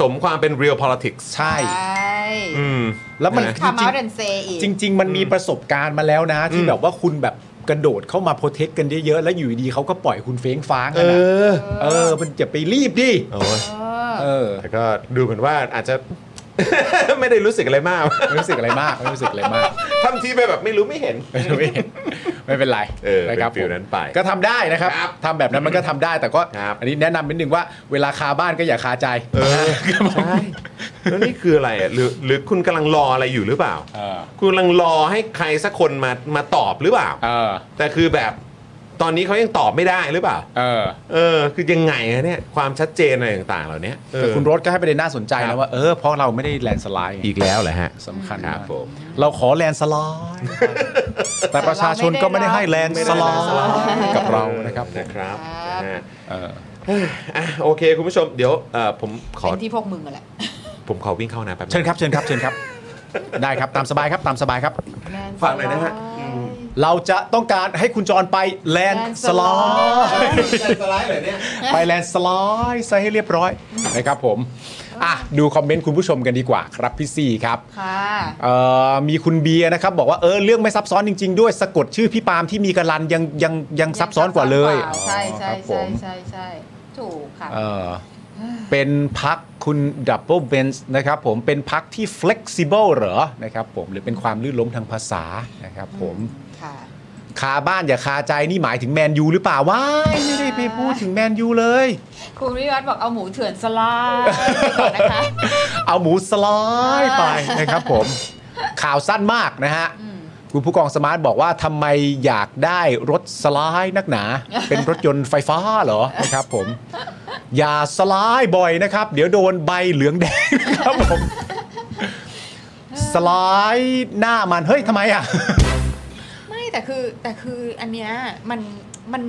Speaker 2: สมความเป็น real politics
Speaker 3: ใช่
Speaker 5: ใช่
Speaker 2: อืม
Speaker 3: แล้วมัน
Speaker 5: คาร์มาเดนเซอีก
Speaker 3: จริง ๆ มันมีประสบการณ์มาแล้วนะ ที่
Speaker 2: อืม
Speaker 3: แบบว่าคุณแบบกระโดดเข้ามาโปรเทคกันเยอะๆ แล้วอยู่ดีๆเขาก็ปล่อยคุณเฟ้งฟ้าง
Speaker 2: เอ
Speaker 3: กันนะ
Speaker 2: อ
Speaker 3: เออ มันจะไปรีบดิ
Speaker 2: โอ้ย
Speaker 5: เออ
Speaker 3: เออ
Speaker 2: แต่ก็ดูเหมือนว่าอาจจะ ไม่ได้รู้สึกอะไรมาก
Speaker 3: ไม่รู้สึกอะไรมากไม่รู้สึกอะไรมาก
Speaker 2: ทำทีไปแบบไม่รู้ไม่เห็น
Speaker 3: ไม่เห็นไม่เป็นไร
Speaker 2: เออ
Speaker 3: นะครับ
Speaker 2: เป็นฟิล
Speaker 3: ผม
Speaker 2: นั้นไป
Speaker 3: ก็ทำได้นะครับ
Speaker 2: ครับ
Speaker 3: ทำแบบนั้นมันก็ทำได้แต่ก็
Speaker 2: ครับ
Speaker 3: อันนี้แนะนำนิดนึงว่าเวลาคาบ้านก็อย่าคาใจ
Speaker 2: เออใช่ แล้วนี่คืออะไรอ่ะหรือหรือคุณกำลังรออะไรอยู่หรือเปล่า
Speaker 3: เออ
Speaker 2: คุณกำลังรอให้ใครสักคนมามาตอบหรือเปล่า
Speaker 3: เออ
Speaker 2: แต่คือแบบตอนนี้เขายังตอบไม่ได้หรือเปล่า
Speaker 3: เออ
Speaker 2: เออ คือยังไงอะเนี่ยความชัดเจนอะไรต่างๆ เหล่านี้เอ
Speaker 3: แต่
Speaker 2: อ
Speaker 3: คุณโรถก็ให้ประเด็นน่าสนใจนะว่าเออเพราะเราไม่ได้แลนสไลด์ไง
Speaker 2: อีกแล้วเหรอฮะ
Speaker 3: สำคัญ
Speaker 2: ค
Speaker 3: มา
Speaker 2: รั
Speaker 3: ก
Speaker 2: บผม
Speaker 3: เราขอแลนสไลด์แต่ประชาชนก็ไม่ได้ให้แลนสไลด์กับเรานะครับผม
Speaker 2: นะครับ
Speaker 5: ครับ
Speaker 2: นะฮะ
Speaker 3: เออ
Speaker 2: อ่ะโอเคคุณผู้ชมเดี๋ยวเอ่อผมขอ
Speaker 5: เป็นที่พวกมึงอะแหละ
Speaker 2: ผมขอวิ่งเข้าน้ำแป๊บนึง
Speaker 3: เชิญครับเชิญครับเชิญครับ ได้ครับตามสบายครับตามสบายครับ
Speaker 2: ฝากหน่อยนะฮะ
Speaker 3: เราจะต้องการให้คุณจรไปแล
Speaker 5: แอน น
Speaker 3: สไลด์
Speaker 2: สไลด์เหรอเนี่ย
Speaker 3: ไปแลนด์สไลด์ซะให้เรียบร้อยนะครับผมอ่ะดูคอมเมนต์คุณผู้ชมกันดีกว่าครับพี่ซีครับ
Speaker 5: ค่ะ
Speaker 3: เอ่อมีคุณเบียร์นะครับบอกว่าเออเรื่องไม่ซับซ้อนจริง ๆ ด้วยสะกดชื่อพี่ปาล์มที่มีกระลันยังยังยังซับซ้อนกว่าเลย
Speaker 5: ใช่ใช่
Speaker 3: อ๋อครับผ
Speaker 5: ใช่
Speaker 3: ม
Speaker 5: ใช่ใช่ถูกค่ะ
Speaker 3: เอ่อเป็นพักคุณดับเบิลเบนส์นะครับผมเป็นพักที่ flexible เหรอนะครับผมหรือเป็นความลื่นล้มทางภาษานะครับผม
Speaker 5: ค่ะ
Speaker 3: คาบ้านอย่าคาใจนี่หมายถึงแมนยูหรือเปล่าว้ายไม่ได้ไปพูดถึงแมนยูเลย
Speaker 5: คุณวิวัฒน์บอกเอาหมูเถื่อนสไลด์ไปก่อนนะคะ
Speaker 3: เอาหมูสไลด์ไปนะครับผม ข่าวสั้นมากนะฮะ คุณผู้กองสมาร์ทบอกว่าทำไมอยากได้รถสไลด์นักหนา เป็นรถยนต์ไฟฟ้าเหรอนะครับผม อย่าสไลด์บ่อยนะครับ เดี๋ยวโดนใบเหลืองแดงนะครับผม สไลด์หน้ามัน เฮ้ยทำไมอ่ะ
Speaker 5: ไม่แต่คือแต่คืออันเนี้ยมันมัน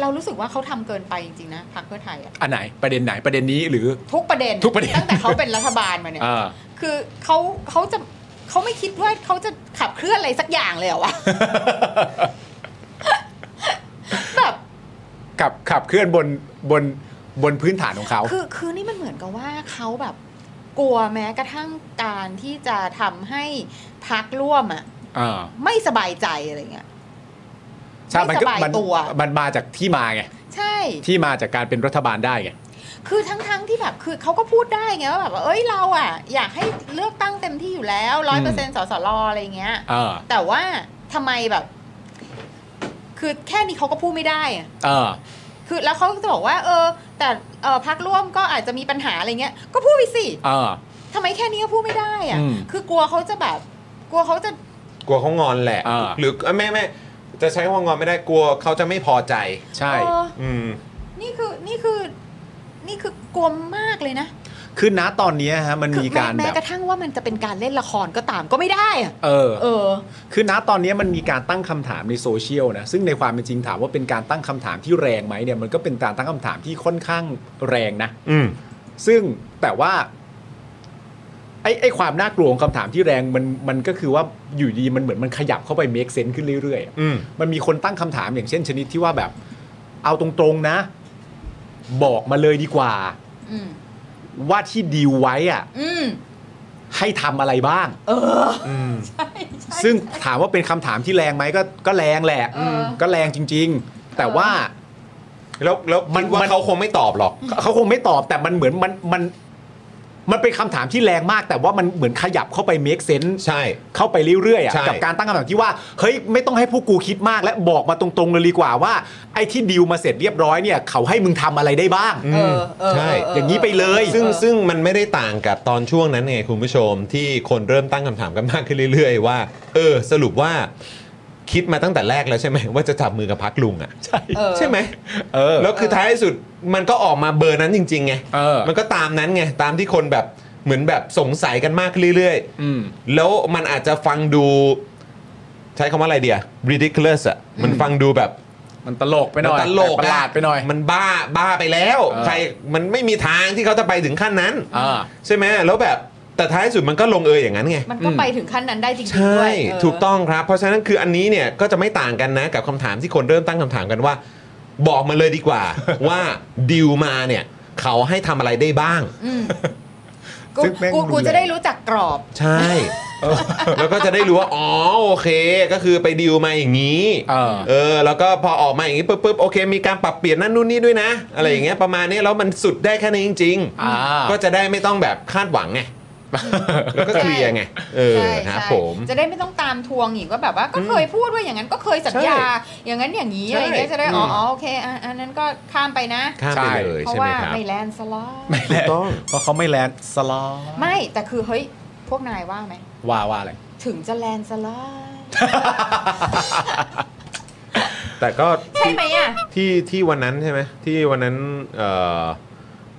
Speaker 5: เรารู้สึกว่าเขาทำเกินไปจริงๆนะพรรคเพื่อไทยอะ
Speaker 3: อันไหนประเด็นไหนประเด็นนี้หรือ
Speaker 5: ทุกประเด็น
Speaker 3: ทุกประเด็น
Speaker 5: ตั้งแต่เขาเป็นรัฐบาลมาเนี่ย
Speaker 3: อ่า
Speaker 5: คือเขาเขาจะเขาไม่คิดว่าเขาจะขับเคลื่อนอะไรสักอย่างเลยเหรอวะ แบบ
Speaker 3: ขับขับเคลื่อนบนบนบนพื้นฐานของเขา
Speaker 5: คือคือนี่มันเหมือนกับว่าเขาแบบกลัวแม้กระทั่งการที่จะทำให้พักร่วมอะ
Speaker 3: อ่า
Speaker 5: ไม่สบายใจอะไรเงี้ย
Speaker 3: ใช่มันก็
Speaker 5: ไม่สบาย
Speaker 3: มัน
Speaker 5: ตัว
Speaker 3: มันมาจากที่มาไง
Speaker 5: ใช่
Speaker 3: ที่มาจากการเป็นรัฐบาลได้ไง
Speaker 5: คือทั้งๆที่แบบคือเขาก็พูดได้ไงว่าแบบว่าเอ้ยเราอ่ะ อยากให้เลือกตั้งเต็มที่อยู่แล้วร้อยเปอร์เซ็นต์สสรอะไรอย่างเงี้ย
Speaker 3: เออ
Speaker 5: แต่ว่าทำไมแบบ คือแค่นี้เขาก็พูดไม่ได้อะ
Speaker 3: เออ
Speaker 5: คือแล้วเขาจะบอกว่า เออ แต่เออพักร่วมก็อาจจะมีปัญหาอะไรเงี้ย ก็พูดไปสิ
Speaker 3: เออ
Speaker 5: ทำไมแค่นี้ก็พูดไม่ได้อะ
Speaker 3: อืม
Speaker 5: คือกลัวเขาจะแบบ กลัวเขาจะ
Speaker 2: กลัวเขางอนแหละ
Speaker 3: อ่า
Speaker 2: หรือเอ้ยไม่ไม่จะใช้คำว่างอนไม่ได้กลัวเขาจะไม่พอใจ
Speaker 3: ใช่
Speaker 5: เออ
Speaker 2: อืม
Speaker 5: นี่คือนี่คือ นี่คือกลัวมากเลยนะ
Speaker 3: คือณตอนเนี้ยฮะมัน
Speaker 5: คือ
Speaker 3: มี
Speaker 5: แม้
Speaker 3: การ
Speaker 5: แม้
Speaker 3: แบบ
Speaker 5: กระทั่งว่ามันจะเป็นการเล่นละครก็ตามก็ไม่ได้อะ
Speaker 3: เออ
Speaker 5: เออ
Speaker 3: คือณตอนนี้มันมีการตั้งคำถามในโซเชียลนะ ซึ่งในความเป็นจริงถามว่าเป็นการตั้งคำถามที่แรงไหมเนี่ยมันก็เป็นการตั้งคำถามที่ค่อนข้างแรงนะ
Speaker 2: อืม
Speaker 3: ซึ่งแต่ว่า ไอ้ไอ้ความน่ากลัวของคำถามที่แรงมันมันก็คือว่าอยู่ดีมันเหมือนมันขยับเข้าไปเมคเซนต์ขึ้นเรื่อยๆอะ
Speaker 2: อืม
Speaker 3: มันมีคนตั้งคำถามอย่างเช่นชนิดที่ว่าแบบ เอาตรงๆนะ บอกมาเลยดีกว่า
Speaker 5: อืม
Speaker 3: ว่าที่ดีลไว้อะ
Speaker 5: อืม
Speaker 3: ให้ทำอะไรบ้าง
Speaker 2: อืม
Speaker 3: ซึ่งถามว่าเป็นคำถามที่แรงไหมก็ก็แรงแหละ
Speaker 5: เออ
Speaker 3: ก็แรงจริง ๆ แต่ว่า
Speaker 2: แล้วแล้ว
Speaker 3: มั
Speaker 2: มัน นว่า
Speaker 3: มัน
Speaker 2: เขาคงไม่ตอบหรอก
Speaker 3: เขาคงไม่ตอบแต่มันเหมือนมันมัน มันเป็นคำถามที่แรงมาก แต่ว่ามันเหมือนขยับเข้าไป make sense
Speaker 2: ใช่
Speaker 3: เข้าไปเรื่อยๆอ่ะ
Speaker 2: ใช่
Speaker 3: กับการตั้งคำถามที่ว่า เฮ้ย ไม่ต้องให้พวกกูคิดมากและบอกมาตรงๆเลยดีกว่าว่า ไอ้ที่ดีลมาเสร็จเรียบร้อยเนี่ย เขาให้มึงทำอะไรได้บ้าง
Speaker 2: อื
Speaker 5: เอ
Speaker 2: ม
Speaker 5: อเออ
Speaker 2: ใช่
Speaker 5: เออ
Speaker 3: อย่างนี้ไปเลย
Speaker 2: ซึ่งซึ่งมันไม่ได้ต่างกับตอนช่วงนั้นไงคุณผู้ชมที่คนเริ่มตั้งคำถามกันมากขึ้นเรื่อย ๆ ว่า เออ สรุปว่า คิดมาตั้งแต่แรกแล้วใช่ไหมว่าจะจับมือกับพักลุงอ่ะใช่
Speaker 5: เออ
Speaker 2: ใช่ไหม
Speaker 3: เออ
Speaker 2: แล้วคือท้ายสุดมันก็ออกมาเบอร์นั้นจริงๆไง
Speaker 3: เออ
Speaker 2: มันก็ตามนั้นไงตามที่คนแบบเหมือนแบบสงสัยกันมากขึ้นเรื่อย
Speaker 3: อืม
Speaker 2: ๆ แล้วมันอาจจะฟังดู ใช้คำว่าอะไรเดีย ridiculous อ่ะมันฟังดูแบบ
Speaker 3: มันตลกไปหน่อย
Speaker 2: มันตลก
Speaker 3: แปลกประหลาดไปหน่อย
Speaker 2: มันบ้าบ้าไปแล้ว
Speaker 3: เออ
Speaker 2: ใครมันไม่มีทางที่เขาจะไปถึงขั้นนั้น
Speaker 3: อ่า
Speaker 2: ใช่ไหมแล้วแบบแต่ท้ายสุดมันก็ลงเอยอย่างนั้นไง
Speaker 5: มันก็ไปถึงขั้นนั้นได้จริงๆด้
Speaker 2: ใช่
Speaker 5: วยเออ
Speaker 2: ถูกต้องครับ เพราะฉะนั้นคืออันนี้เนี่ยก็จะไม่ต่างกันนะกับคำถามที่คนเริ่มตั้งคำถามกันว่า บอกมาเลยดี กว่า ว่าดิวมาเนี่ย เขาให้ทำอะไรได้บ้าง
Speaker 5: อืมกู
Speaker 3: ซึ่งแม่ง
Speaker 5: กู
Speaker 3: รุ
Speaker 5: กู
Speaker 3: นแรง
Speaker 5: จะได้รู้จักกรอบ
Speaker 2: ใช่ แล้วก็จะได้รู้ว่าอ๋อโอเค ก็คือไปดิวมาอย่างนี้
Speaker 3: เออ
Speaker 2: เออแล้วก็พอออกมาอย่างนี้ปุ๊บปุ๊บโอเค มีการปรับเปลี่ยนนั่นนู่นนี่ด้วยนะ อะไรอย่างเงี้ยประมาณนี้แล้วมันสุดได้แค่นี้จริง
Speaker 3: อ่า
Speaker 2: ก็จะได้ไม่ต้องแบบคาดหวังไงแล้วก็เคลียร์ไงเออ
Speaker 5: ใช่
Speaker 2: ครับ
Speaker 5: ใช่
Speaker 2: ผม
Speaker 5: จะได้ไม่ต้องตามทวงอีกว่าแบบว่าก็เคยพูดว่าอย่างนั้นก็เคยสัญญา
Speaker 2: ใช่
Speaker 5: อย่างนั้นอย่างนี้
Speaker 2: ใช่
Speaker 5: อะไรอย่างเงี้ยจะได้อ๋ออ๋อโอเคอ่ะอันนั้นก็ข้ามไปนะ
Speaker 2: ข้ามไปเลย
Speaker 5: เพราะ
Speaker 2: ใช่ไหม
Speaker 5: ว่า
Speaker 2: ครับ
Speaker 5: ไม่แลนด์สไลด์
Speaker 3: ไม่แลน
Speaker 2: ถูกต้อง
Speaker 3: เพราะเขาไม่แลนสลอ
Speaker 5: ไม่แต่คือเฮ้ย พวกนายว่าไหม
Speaker 3: ว่าว่าอะไร
Speaker 5: ถึงจะแลนด์สไลด์
Speaker 2: แต่ก็
Speaker 5: ใช่ไหมอ่ะ
Speaker 2: ที่ที่วันนั้นใช่ไหมที่วันนั้นเอ่อ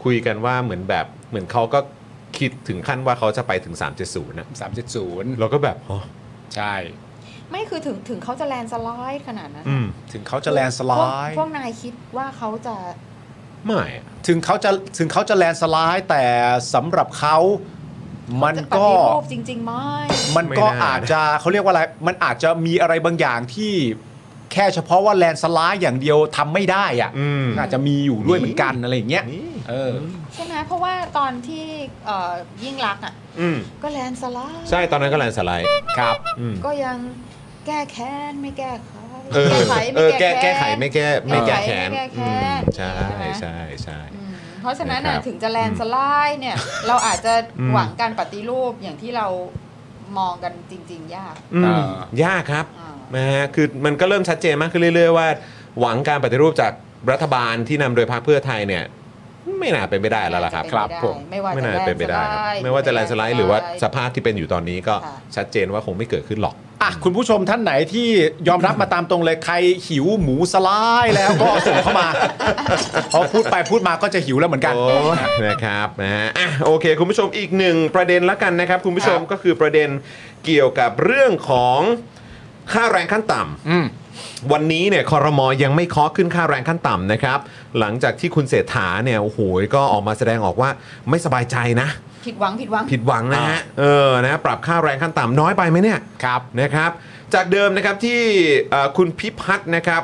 Speaker 2: คุยกันว่าเหมือนแบบเหมือนเขาก็คิดถึงขั้นว่าเขาจะไปถึง 370นะ
Speaker 3: 370
Speaker 2: เราก็แบบอ๋อ
Speaker 3: ใช่
Speaker 5: ไม่คือถึงถึงเขาจะแลนด์สไลด์ขนาดนั้น
Speaker 2: อืม
Speaker 3: ถึงเขาจะแลนสไล
Speaker 5: พวก
Speaker 3: ด์
Speaker 5: พวกนายคิดว่าเขาจะ
Speaker 2: ไม่อะ
Speaker 3: ถึงเขาจะถึงเขาจะแลนสไลด์แต่สำหรับเขามัน
Speaker 5: จะป
Speaker 3: ก็
Speaker 5: ฏิรูปจริงๆไหม
Speaker 3: มันก็
Speaker 2: ไม่น่า
Speaker 3: อาจจะเขาเรียกว่าอะไร มันอาจจะมีอะไรบางอย่างที่แค่เฉพาะว่าแลนด์สไลด์อย่างเดียวทำไม่ได้อะ
Speaker 2: อืม
Speaker 3: อาจจะมีอยู่ด้วยเหมือนกันอะไรอย่างเงี้ย
Speaker 2: นี่
Speaker 3: เออ
Speaker 5: ใช่ไหมเพราะว่าตอนที่เอ่อยิ่งรักษณ์อ่ะ
Speaker 2: อืม
Speaker 5: ก็แลนด์สไลด์
Speaker 2: ใช่ตอนนั้นก็แลนด์สไลด์
Speaker 3: ครับ
Speaker 2: อืม
Speaker 5: ก็ยังแก้แค้นไม่แก้ไข
Speaker 2: เออเออแก้แก้ไขไม่แก้ไม่แก้
Speaker 5: แก้
Speaker 2: แค้น
Speaker 5: ไม่
Speaker 2: อื
Speaker 5: แก้แค้
Speaker 2: ม
Speaker 5: น
Speaker 2: ใช่
Speaker 5: ไหม
Speaker 2: ใช่ใช่
Speaker 5: อืมเพราะฉะนั้นน่ะ
Speaker 2: นะครับ
Speaker 5: ถึงจะแลนด์สไลด์เนี่ย เราอาจจะ
Speaker 2: อืม
Speaker 5: หวังการปฏิรูปอย่างที่เรามองกันจริง ๆ ยาก
Speaker 2: อืม
Speaker 3: อ่าย
Speaker 2: ากครับ
Speaker 5: อ่าน
Speaker 2: นะฮะคือมันก็เริ่มชัดเจนมากขึ้นเรื่อย ๆ ว่า หวังการปฏิรูปจากรัฐบาลที่นำโดยพรรคเพื่อไทยเนี่ย ไม่น่าเป็นไปได้แล้วล่ะครับ
Speaker 3: ครับผม
Speaker 5: ไม่ว่า
Speaker 2: ไม่
Speaker 5: จะ
Speaker 2: น่า
Speaker 5: แลน
Speaker 2: เป็น
Speaker 5: ด์
Speaker 2: ไป
Speaker 5: ส
Speaker 2: ได้
Speaker 5: ไล
Speaker 2: ครับ
Speaker 5: ด์
Speaker 2: ไม่ว่าจะแลนด์สไลด์หรือว่าสภาพที่เป็นอยู่ตอนนี้ก็
Speaker 5: ค่ะ
Speaker 2: ชัดเจนว่าคงไม่เกิดขึ้นหรอก
Speaker 3: อ่ะคุณผู้ชมท่านไหนที่ยอมรับมาตามตรงเลยใครหิวหมูสไลด์แล้วก็ ส่งเข้ามา พอพูดไปพูดมาก็จะหิวแล้วเหมือนกัน
Speaker 2: โอ้ยนะครับนะฮะอ่ะโอเค คุณผู้ชมอีกหนึ่งประเด็นละกันนะครับ คุณผู้ชมก็คือประเด็นเกี่ยวกับเรื่องของค่าแรงขั้นต่
Speaker 3: อืม
Speaker 2: ำวันนี้เนี่ยคอรมอยังไม่เคาะขึ้นค่าแรงขั้นต่ำนะครับ หลังจากที่คุณเศรษฐาเนี่ยโอ้โหก็ออกมาแสดงออกว่าไม่สบายใจนะ
Speaker 5: ผิดหวังผิดหวัง
Speaker 2: ผิดหวังนะฮะเออนะปรับค่าแรงขั้นต่ำน้อยไปไหมเนี่ย
Speaker 3: ครับ
Speaker 2: นะครับ จากเดิมนะครับที่เอ่อคุณพิพัฒน์นะครับ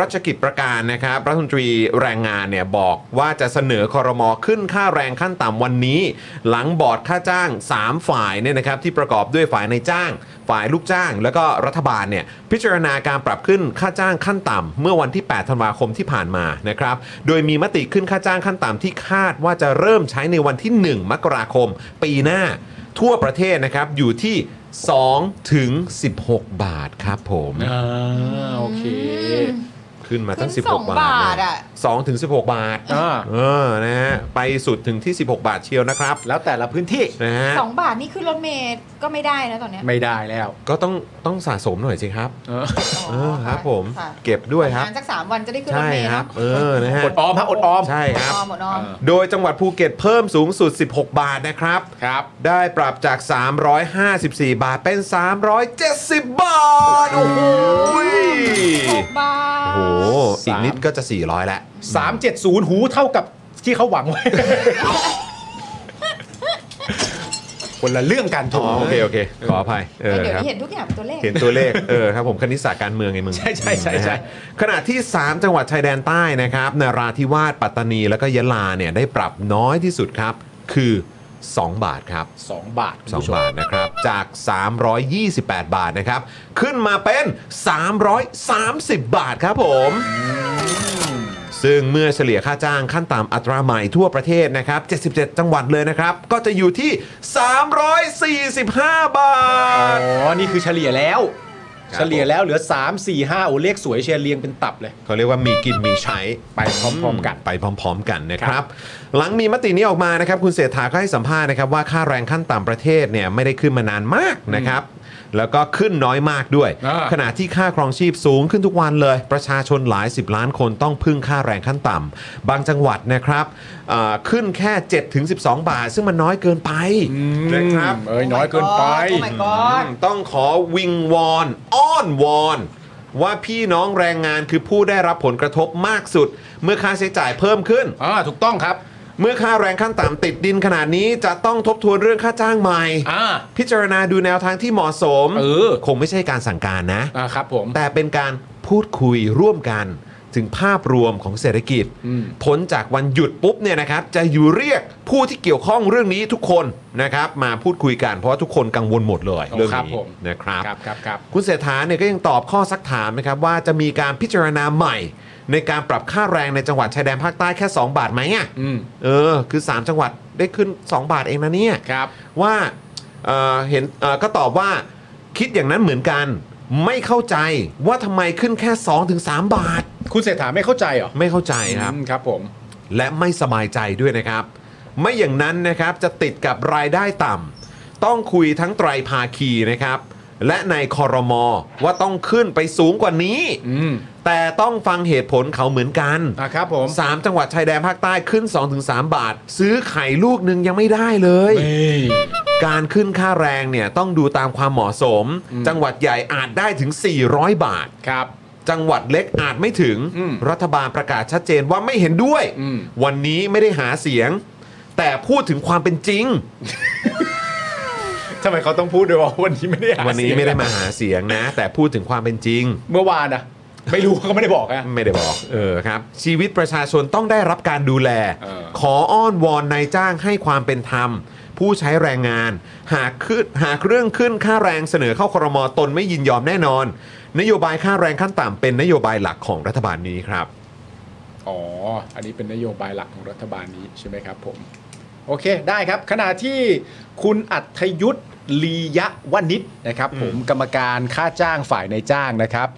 Speaker 2: รัชกิจประการนะครับรัฐมนตรีแรงงานเนี่ยบอกว่าจะเสนอคอรมอขึ้นค่าแรงขั้นต่ำวันนี้ หลังบอร์ดค่าจ้าง 3 ฝ่ายเนี่ยนะครับที่ประกอบด้วยฝ่ายในจ้าง ฝ่ายลูกจ้าง แล้วก็รัฐบาลเนี่ยพิจารณาการปรับขึ้นค่าจ้างขั้นต่ำเมื่อวันที่ 8 ธันวาคมที่ผ่านมานะครับโดยมีมติขึ้นค่าจ้างขั้นต่ำที่คาดว่าจะเริ่มใช้ในวันที่ 1 มกราคม ปีหน้า ทั่วประเทศนะครับอยู่ที่2ถึง16 บาทครับผม
Speaker 3: อ่าโอเค
Speaker 2: ขึ้นมาตั้ง
Speaker 5: ขึ้นสอง
Speaker 2: 16 บาท
Speaker 5: บาทอะ
Speaker 2: สองถึงสิบหกบาท
Speaker 3: อ่า
Speaker 2: เออนะฮะไปสุดถึงที่ 16 บาทเชียวนะครับ
Speaker 3: แล้วแต่ละพื้นที่
Speaker 2: นะฮะ
Speaker 5: สองบาทนี่คือรถเมล์ก็ไม่ได้นะตอนเนี้ย
Speaker 3: ไม่ได้แล้ว
Speaker 2: ก็ต้องต้องสะสมหน่อยสิครับ
Speaker 3: เออ
Speaker 2: เออครับผม
Speaker 5: ค่ะ
Speaker 2: เก็บด้วยครับ
Speaker 5: งานสักสามวันจะได้ขึ้นร
Speaker 2: ใช่
Speaker 5: ถเมล์
Speaker 2: ครั
Speaker 5: เนาะ
Speaker 2: บ เออนะฮะ
Speaker 3: อดออมฮะอดออม
Speaker 2: ใช่ครับ
Speaker 5: หมดออมหมดออม
Speaker 2: โดยจังหวัดภูเก็ตเพิ่มสูงสุด 16 บาทนะครับ
Speaker 3: ครับ
Speaker 2: ได้ปรับจาก 354 บาทเป็น 370 บาท โอ้โห
Speaker 5: หกบาท
Speaker 2: โอ้โหอีกนิดก็จะ 400แล้ว
Speaker 3: 370 หูเท่ากับที่เขาหวังไว้ คนละเรื่องกันโถ
Speaker 2: อ๋อโอเคโอเค ขออภัยเออ
Speaker 5: เดี๋ยว
Speaker 2: ครับ
Speaker 5: นี้เห็นทุกอย่างเป็นตัวเลข
Speaker 2: เห็นตัวเลข เออครับผมคณิตศาสตร์การเมืองไงมึง
Speaker 3: ใช่ใช่ใช่
Speaker 2: นะ
Speaker 3: ใช่
Speaker 2: ฮะขณะที่ 3 จังหวัดชายแดนใต้นะครับนาราธิวาสปัตตานี แล้วก็ยะลาเนี่ยได้ปรับน้อยที่สุดครับ คือ 2 บาทครับ
Speaker 3: 2 บาทคุณผู้ช
Speaker 2: 2
Speaker 3: ม
Speaker 2: บาทนะครับ จาก 328 บาทนะครับ ขึ้นมาเป็น 330 บาทครับผม ซึ่งเมื่อเฉลี่ยค่าจ้างขั้นต่ำอัตราใหม่ทั่วประเทศนะครับ 77 จังหวัดเลยนะครับ ก็จะอยู่ที่ 345 บาท
Speaker 3: อ๋อ นี่คือเฉลี่ยแล้ว เฉลี่ยแล้วเหลือ 3 4 5 โอ้เลขสวยเชียร์เรียงเป็นตับเลย
Speaker 2: เขาเรียกว่ามีกินมีใช้
Speaker 3: ไปพร้อมๆกัน
Speaker 2: ไปพร้อม ๆ กันนะครับ หลังมีมตินี้ออกมานะครับ คุณเศรษฐาก็ให้สัมภาษณ์นะครับ ว่าค่าแรงขั้นต่ำประเทศเนี่ยไม่ได้ขึ้นมานานมากนะครับ แล้วก็ขึ้นน้อยมากด้วย
Speaker 3: อ่า
Speaker 2: ขณะที่ค่าครองชีพสูงขึ้นทุกวันเลย ประชาชนหลาย 10 ล้านคนต้องพึ่งค่าแรงขั้นต่ำบางจังหวัดนะครับเอ่อขึ้นแค่ 7-12 บาท ซึ่งมันน้อยเกินไปนะครับ
Speaker 3: เอ้ยน้อยเกินไป
Speaker 5: โอ้ my god
Speaker 2: ต้องขอวิงวอน อ้อนวอน ว่าพี่น้องแรงงานคือผู้ได้รับผลกระทบมากสุด เมื่อค่าใช้จ่ายเพิ่มขึ้น
Speaker 3: อ่า ถูกต้องครับ
Speaker 2: เมื่อค่าแรงขั้นต่ำติดดินขนาดนี้จะต้องทบทวนเรื่องค่าจ้างใหม่
Speaker 3: อ่า
Speaker 2: พิจารณาดูแนวทางที่เหมาะสม
Speaker 3: เออ
Speaker 2: คงไม่ใช่การสั่งการนะ
Speaker 3: อ่าครับผม
Speaker 2: แต่เป็นการพูดคุยร่วมกันถึงภาพรวมของเศรษฐกิจ
Speaker 3: อืม
Speaker 2: ผลจากวันหยุดปุ๊บเนี่ยนะครับ จะอยู่เรียกผู้ที่เกี่ยวข้องเรื่องนี้ทุกคนนะครับ มาพูดคุยกันเพราะว่าทุกคนกังวลหมดเลยเรื่อง
Speaker 3: ครับ
Speaker 2: นี้
Speaker 3: ผม
Speaker 2: นะครับ
Speaker 3: ครับครับครับ
Speaker 2: คุณเศรษฐาเนี่ยก็ยังตอบข้อซักถามนะครับว่าจะมีการพิจารณาใหม่ ในการปรับค่าแรงในจังหวัดชายแดนภาคใต้แค่ 2 บาทไหมอ่ะ
Speaker 3: อืม
Speaker 2: เออ คือ 3 จังหวัดได้ขึ้น 2 บาทเองนะเนี่ย
Speaker 3: ครับ
Speaker 2: ว่าเอ่อเห็นเอ่อก็ตอบว่าคิดอย่างนั้นเหมือนกัน ไม่เข้าใจว่าทำไมขึ้นแค่ 2-3 บาท
Speaker 3: คุณเศรษฐาไม่เข้าใจเหรอ
Speaker 2: ไม่เข้าใจครับ
Speaker 3: อืมครับผม
Speaker 2: และไม่สบายใจด้วยนะครับ ไม่อย่างนั้นนะครับจะติดกับรายได้ต่ำต้องคุยทั้งไตรภาคีนะครับ และในคอรมอว่าต้องขึ้นไปสูงกว่านี้
Speaker 3: อืม
Speaker 2: แต่ต้องฟังเหตุผลเขาเหมือนกัน
Speaker 3: อ่าครับผม
Speaker 2: สามจังหวัดชายแดนภาคใต้ขึ้น 2-3 บาท ซื้อไข่ลูกหนึ่งยังไม่ได้เลย การขึ้นค่าแรงเนี่ยต้องดูตามความเหมาะสม
Speaker 3: อืม
Speaker 2: จังหวัดใหญ่อาจได้ถึง 400 บาท
Speaker 3: ครับ
Speaker 2: จังหวัดเล็กอาจไม่ถึง
Speaker 3: อืม
Speaker 2: รัฐบาลประกาศชัดเจนว่าไม่เห็นด้วย
Speaker 3: อืม
Speaker 2: วันนี้ไม่ได้หาเสียง แต่พูดถึงความเป็นจริง
Speaker 3: ทำไมเขาต้องพูดด้วยว่าวันนี้ไม่ได้หา
Speaker 2: วันนี้
Speaker 3: เสียง
Speaker 2: ไม่ได้มาหาเสียงนะ แต่พูดถึงความเป็นจริง
Speaker 3: เมื่อวานนะไม่รู้เขาไม่ได้บอกอะ
Speaker 2: ไม่ได้บอก เออครับ ชีวิตประชาชนต้องได้รับการดูแล
Speaker 3: เออ
Speaker 2: ขออ้อนวอนนายจ้างให้ความเป็นธรรม ผู้ใช้แรงงาน หากขึ้นหากเรื่องขึ้นค่าแรงเสนอเข้าครมตนไม่ยินยอมแน่นอน นโยบายค่าแรงขั้นต่ำเป็นนโยบายหลักของรัฐบาลนี้ครับ
Speaker 3: อ๋อ อันนี้เป็นนโยบายหลักของรัฐบาลนี้ใช่ไหมครับผม โอเค ได้ครับ ขณะที่คุณอัธยุทธลียะวนิชนะครับ ผมกรรมการค่าจ้างฝ่ายในจ้างนะครับ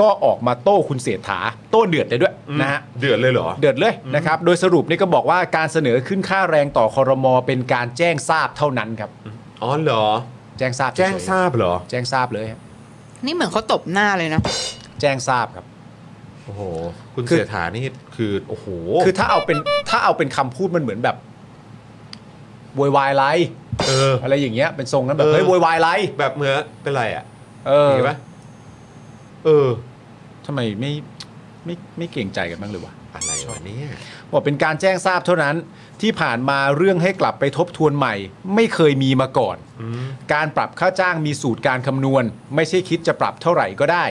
Speaker 3: ก็ออกมาโต้คุณเศรษฐา โต้เดือดเลยด้วยนะฮะ
Speaker 2: เดือดเลยเหรอ
Speaker 3: เดือดเลยนะครับ โดยสรุปนี่ก็บอกว่าการเสนอขึ้นค่าแรงต่อคอรมอเป็นการแจ้งทราบเท่านั้นครับ
Speaker 2: อ๋อเหรอ
Speaker 3: แจ้งทราบเฉยๆ
Speaker 2: แจ้งทราบเหรอ
Speaker 3: แจ้งทราบเลยฮะ
Speaker 5: นี่เหมือนเขาตบหน้าเลยนะ
Speaker 3: แจ้งทราบครับ
Speaker 2: โอ้โห คุณ
Speaker 3: คือ
Speaker 2: เสถานี่คือ โอ้โห
Speaker 3: คือถ้าเอาเป็นถ้าเอาเป็นคำพูดมันเหมือนแบบโวยวายไร
Speaker 2: เออ
Speaker 3: อะไรอย่างเงี้ยเป็นทรงนั้นแบบ
Speaker 2: เออ
Speaker 3: เฮ้ยโวยวายไร
Speaker 2: แบบเหมือนเป็นไรอ่ะ
Speaker 3: เออ
Speaker 2: เห็นปะเออ
Speaker 3: ทำไมไม่ไม่ไม่เกรงใจกันบ้างเลยวะ
Speaker 2: อะไรวะเนี่ย
Speaker 3: บอกเป็นการแจ้งทราบเท่านั้นที่ผ่านมาเรื่องให้กลับไปทบทวนใหม่ ไม่เคยมีมาก่อน การปรับค่าจ้างมีสูตรการคำนวณ ไม่ใช่คิดจะปรับเท่าไหร่ก็ได้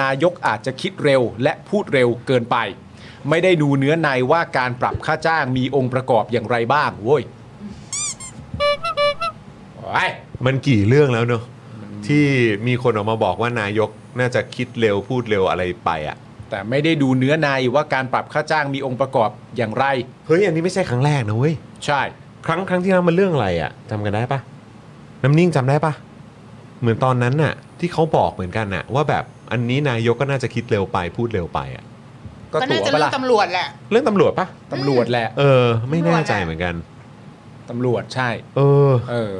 Speaker 3: นายกอาจจะคิดเร็วและพูดเร็วเกินไป ไม่ได้ดูเนื้อในว่าการปรับค่าจ้างมีองค์ประกอบอย่างไรบ้างโว้ยไอ้ย
Speaker 2: มันกี่เรื่องแล้วเนอะที่มีคนออกมาบอกว่านายกน่าจะคิดเร็วพูดเร็วอะไรไปอ่ะ
Speaker 3: แต่ไม่ได้ดูเนื้อในว่าการปรับค่าจ้างมีองค์ประกอบอย่างไร
Speaker 2: เฮ้ยอันนี้ไม่ใช่ครั้งแรกนะเว้ย
Speaker 3: ใช่
Speaker 2: ครั้งครั้งที่แล้วมันเรื่องอะไรอ่ะจำกันได้ปะน้ำนิ่งจำได้ปะเหมือนตอนนั้นน่ะ ที่เขาบอกเหมือนกันน่ะ ว่าแบบอันนี้นายกก็น่าจะคิดเร็วไปพูดเร็วไปอ่ะ
Speaker 3: ก็
Speaker 5: ก็
Speaker 3: ถู
Speaker 5: น่ากจะเรื่
Speaker 3: ปะ
Speaker 5: อง
Speaker 3: ล่ะ
Speaker 5: ตำรวจแหละ
Speaker 2: เรื่องตำรวจปะ
Speaker 3: ตำรวจแหละ
Speaker 2: เออ ไม่แน่ใจเหมือนกัน
Speaker 3: ตำรวจใช่
Speaker 2: เออ
Speaker 3: เออ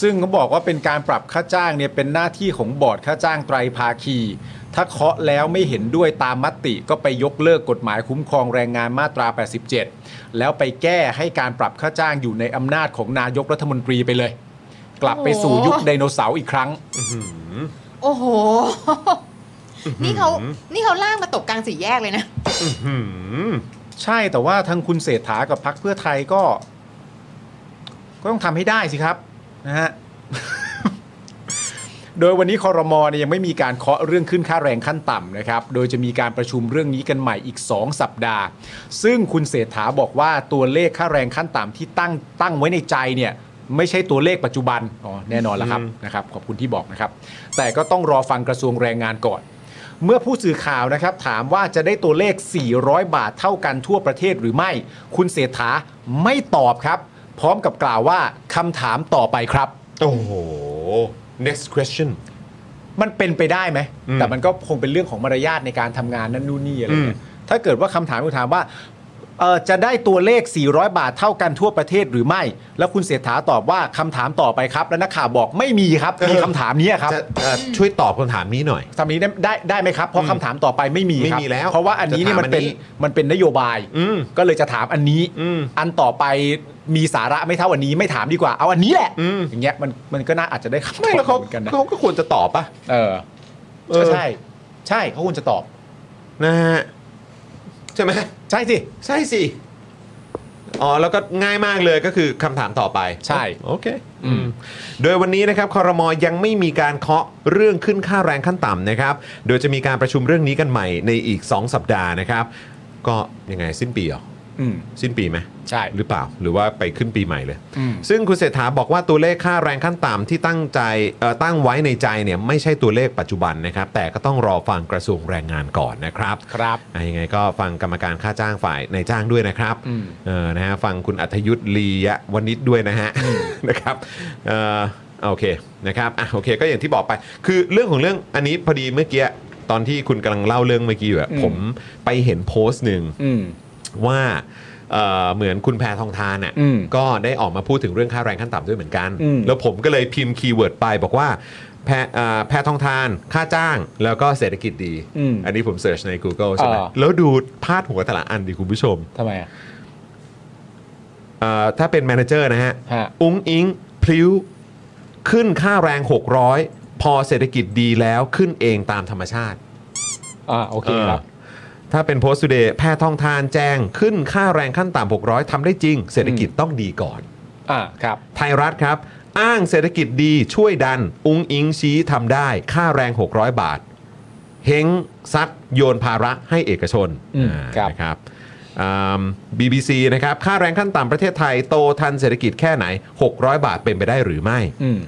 Speaker 3: ซึ่งเขาบอกว่าเป็นการปรับค่าจ้างเนี่ยเป็นหน้าที่ของบอร์ดค่าจ้างไตรภาคี ถ้าเคาะแล้วไม่เห็นด้วยตามมติก็ไปยกเลิกกฎหมายคุ้มครองแรงงานมาตรา 87 แล้วไปแก้ให้การปรับค่าจ้างอยู่ในอำนาจของนายกรัฐมนตรีไปเลย กลับไปสู่
Speaker 5: โอ้โห
Speaker 3: ยุคไดโนเสาร์อีกครั้ง
Speaker 5: โอ้โห นี่เขานี่เขาล่างมาตกกลางสี่แยกเลยนะ
Speaker 2: หืม
Speaker 3: ใช่แต่ว่าทางคุณเศรษฐากับพรรคเพื่อไทยก็ ก็ต้องทำให้ได้สิครับนะฮ ะ โดยวันนี้คอรมอเนี่ยยังไม่มีการเคาะเรื่องขึ้นค่าแรงขั้นต่ำนะครับ โดยจะมีการประชุมเรื่องนี้กันใหม่อีก 2 สัปดาห์ ซึ่งคุณเศรษฐาบอกว่าตัวเลขค่าแรงขั้นต่ำที่ตั้งตั้งไว้ในใจเนี่ย ไม่ใช่ตัวเลขปัจจุบันอ๋อแน่นอนแล้วครับนะครับ ขอบคุณที่บอกนะครับ แต่ก็ต้องรอฟังกระทรวงแรงงานก่อน เมื่อผู้สื่อข่าวนะครับ ถามว่าจะได้ตัวเลข 400 บาทเท่ากันทั่วประเทศหรือไม่ คุณเศรษฐาไม่ตอบครับ พร้อมกับกล่าวว่าคำถามต่อไปครับ
Speaker 2: โอ้โห next question
Speaker 3: มันเป็นไปได้ไหม
Speaker 2: อืม
Speaker 3: แต่มันก็คงเป็นเรื่องของมารยาทในการทำงานนั่นนู่นนี่อะไรเงี้ยถ้าเกิดว่าคำถามคุณถามว่าเอ่อจะได้ตัวเลข 400 บาทเท่ากันทั่วประเทศหรือไม่ แล้วคุณเสถาตอบว่าคำถามต่อไปครับ แล้วนักข่าวบอกไม่มีครับ
Speaker 2: เออ
Speaker 3: มีคำถามเนี้ยครับ
Speaker 2: จะเอ่อช่วยตอบคำถามนี้หน่อย
Speaker 3: คำนี้ได้ได้ได้ไหมครับ เพราะคำถามต่อไปไม่มีครับ
Speaker 2: ไม่มีแล้ว
Speaker 3: เพราะว่าอันนี้เนี่ยมันเป็น
Speaker 2: จะถามอันนี้
Speaker 3: มันเป็นนโยบาย
Speaker 2: อืม
Speaker 3: ก็เลยจะถามอันนี้
Speaker 2: อืม
Speaker 3: อันต่อไปมีสาระไม่เท่าอันนี้ไม่ถามดีกว่า เอาอันนี้แหละ
Speaker 2: อืม
Speaker 3: อย่างเงี้ยมันมันก็น่าอาจจะได้คำตอบ
Speaker 2: ไม่แล้วเขา
Speaker 3: เหมือนกันนะ
Speaker 2: เขาก็ควรจะตอบป่ะ
Speaker 3: เออ
Speaker 2: เออ
Speaker 3: ก็ใช่ ใช่เขาควรจะตอบ
Speaker 2: นะฮะ ใช่ไหม
Speaker 3: ใช่สิ
Speaker 2: ใช่สิ อ๋อ แล้วก็ง่ายมากเลยก็คือคำถามต่อไป
Speaker 3: ใช่
Speaker 2: โอเคอืมโดยวันนี้นะครับคอรมอยังไม่มีการเคาะเรื่องขึ้นค่าแรงขั้นต่ำนะครับ โดยจะมีการประชุมเรื่องนี้กันใหม่ในอีก 2 สัปดาห์นะครับ ก็ยังไงสิ้นปีเหรอ
Speaker 3: อืม
Speaker 2: สิ้นปีไหม
Speaker 3: ใช่
Speaker 2: หรือเปล่าหรือว่าไปขึ้นปีใหม่เลย
Speaker 3: อืม
Speaker 2: ซึ่งคุณเศรษฐาบอกว่าตัวเลขค่าแรงขั้นต่ำที่ตั้งใจเอ่อตั้งไว้ในใจเนี่ยไม่ใช่ตัวเลขปัจจุบันนะครับ แต่ก็ต้องรอฟังกระทรวงแรงงานก่อนนะครับ
Speaker 3: ครับ
Speaker 2: อ่ะยังไงก็ฟังกรรมการค่าจ้างฝ่ายนายจ้างด้วยนะครับ
Speaker 3: อืม
Speaker 2: เออนะฮะฟังคุณอัธยุทธ์ลียะวณิชด้วยนะฮะ นะครับเออโอเคนะครับอ่ะโอเค ก็อย่างที่บอกไป คือเรื่องของเรื่องอันนี้พอดีเมื่อกี้ตอนที่คุณกำลังเล่าเรื่องเมื่อกี้อยู่อะผมไปเห็นโพสต์หนึ่ง
Speaker 3: อืม
Speaker 2: ว่าเอ่อเหมือนคุณแพทองทานน่ะ
Speaker 3: อืม
Speaker 2: ก็ได้ออกมาพูดถึงเรื่องค่าแรงขั้นต่ำด้วยเหมือนกัน
Speaker 3: อืม
Speaker 2: แล้วผมก็เลยพิมพ์คีย์เวิร์ดไปบอกว่าแพเอ่อแพทองทานค่าจ้างแล้วก็เศรษฐกิจดี
Speaker 3: อืม
Speaker 2: อันนี้ผมเสิร์ชใน Google ใช่ไหม
Speaker 3: อ่า
Speaker 2: แล้วดูพาดหัวแต่ละอันดิคุณผู้ชม
Speaker 3: ทำไมอ่ะ
Speaker 2: เอ่อถ้าเป็นแมเนเจอร์นะฮะ
Speaker 3: ฮะ
Speaker 2: อุ้งอิงพลิ้ว ขึ้นค่าแรง 600 พอเศรษฐกิจดีแล้วขึ้นเองตามธรรมชาติ
Speaker 3: อ่าโอเคครับ
Speaker 2: เออถ้าเป็นโพสต์ t ูเดย์แพทย์ทองทานแจ้ง ขึ้นค่าแรงขั้นต่ำ600ทำได้จริง เศรษฐกิจต้องดีก่อน
Speaker 3: อ่าครับ
Speaker 2: ไทยรัฐครับ อ้างเศรษฐกิจดีช่วยดัน อุงอิงชี้ทำได้ ค่าแรง 600 บาท เฮงซัดโยนภาระให้เอกชน
Speaker 3: อืม
Speaker 2: อ่า
Speaker 3: ครับ
Speaker 2: นะครับอ่า BBC นะครับ ค่าแรงขั้นต่ำประเทศไทยโตทันเศรษฐกิจแค่ไหน 600 บาทเป็นไปได้หรือไม่
Speaker 3: อืม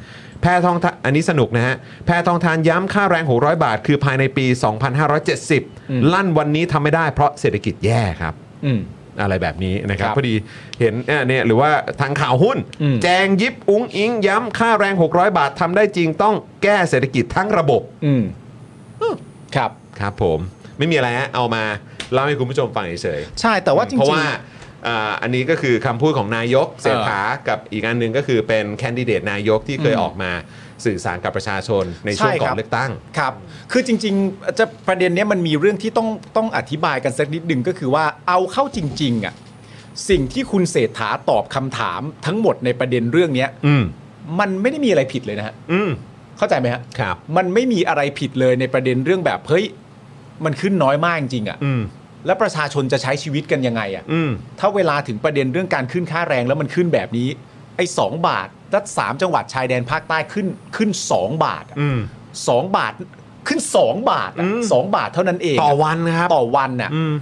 Speaker 2: แพทองทานอันนี้สนุกนะฮะ แพทองทานย้ำค่าแรง 600 บาท คือภายในปี
Speaker 3: อืม
Speaker 2: 2570 ลั่นวันนี้ทำไม่ได้เพราะเศรษฐกิจแย่ครับ
Speaker 3: อืม
Speaker 2: อะไรแบบนี้นะครับ
Speaker 3: ครับ
Speaker 2: พอดีเห็นเอ่อเนี่ยหรือว่าทางข่าวหุ้น
Speaker 3: อืม
Speaker 2: แจงยิบอุ้งอิง ย้ำค่าแรง 600 บาททำได้จริงต้องแก้เศรษฐกิจทั้งระบบ
Speaker 3: อืมครับ
Speaker 2: ครับผมไม่มีอะไรฮะเอามาเล่าให้คุณผู้ชมฟังเฉย
Speaker 3: ใช่แต่ว่าจริงๆ
Speaker 2: เพราะว่าอ่าอันนี้ก็คือคำพูดของนายกเสถากับอีกอันหนึ่งก็คือเป็นแคนดิเดตนายกที่เคย
Speaker 3: อืม
Speaker 2: ออกมาสื่อสารกับประชาชนในช่วง
Speaker 3: ใช่
Speaker 2: ก่อ
Speaker 3: ครั
Speaker 2: น
Speaker 3: บ
Speaker 2: เลือกตั้ง
Speaker 3: ครับ คือจริงๆ จะประเด็นเนี้ยมันมีเรื่องที่ต้องต้องอธิบายกันสักนิดหนึ่งก็คือว่าเอาเข้าจริง ๆ อ่ะ สิ่งที่คุณเศรษฐาตอบคำถามทั้งหมดในประเด็นเรื่องเนี้ย
Speaker 2: อืม
Speaker 3: มันไม่ได้มีอะไรผิดเลยนะฮะ
Speaker 2: อืม
Speaker 3: เข้าใจไหมฮะ
Speaker 2: ครับ
Speaker 3: มันไม่มีอะไรผิดเลยในประเด็นเรื่องแบบเฮ้ยมันขึ้นน้อยมากจริงๆอ่ะ
Speaker 2: อืม
Speaker 3: แล้วประชาชนจะใช้ชีวิตกันยังไงอะ่ะ
Speaker 2: อืม
Speaker 3: ถ้าเวลาถึงประเด็นเรื่องการขึ้นค่าแรงแล้วมันขึ้นแบบนี้ ไอ้สองบาทรัฐสามจังหวัดชายแดนภาคใต้ขึ้นขึ้นสองบาทอะ
Speaker 2: อืม
Speaker 3: สองบาท ขึ้น 2 บาทอะสองบาทเท่านั้นเอง
Speaker 2: ต่อวันนะครับ
Speaker 3: ต่อวันน่ะ
Speaker 2: อืม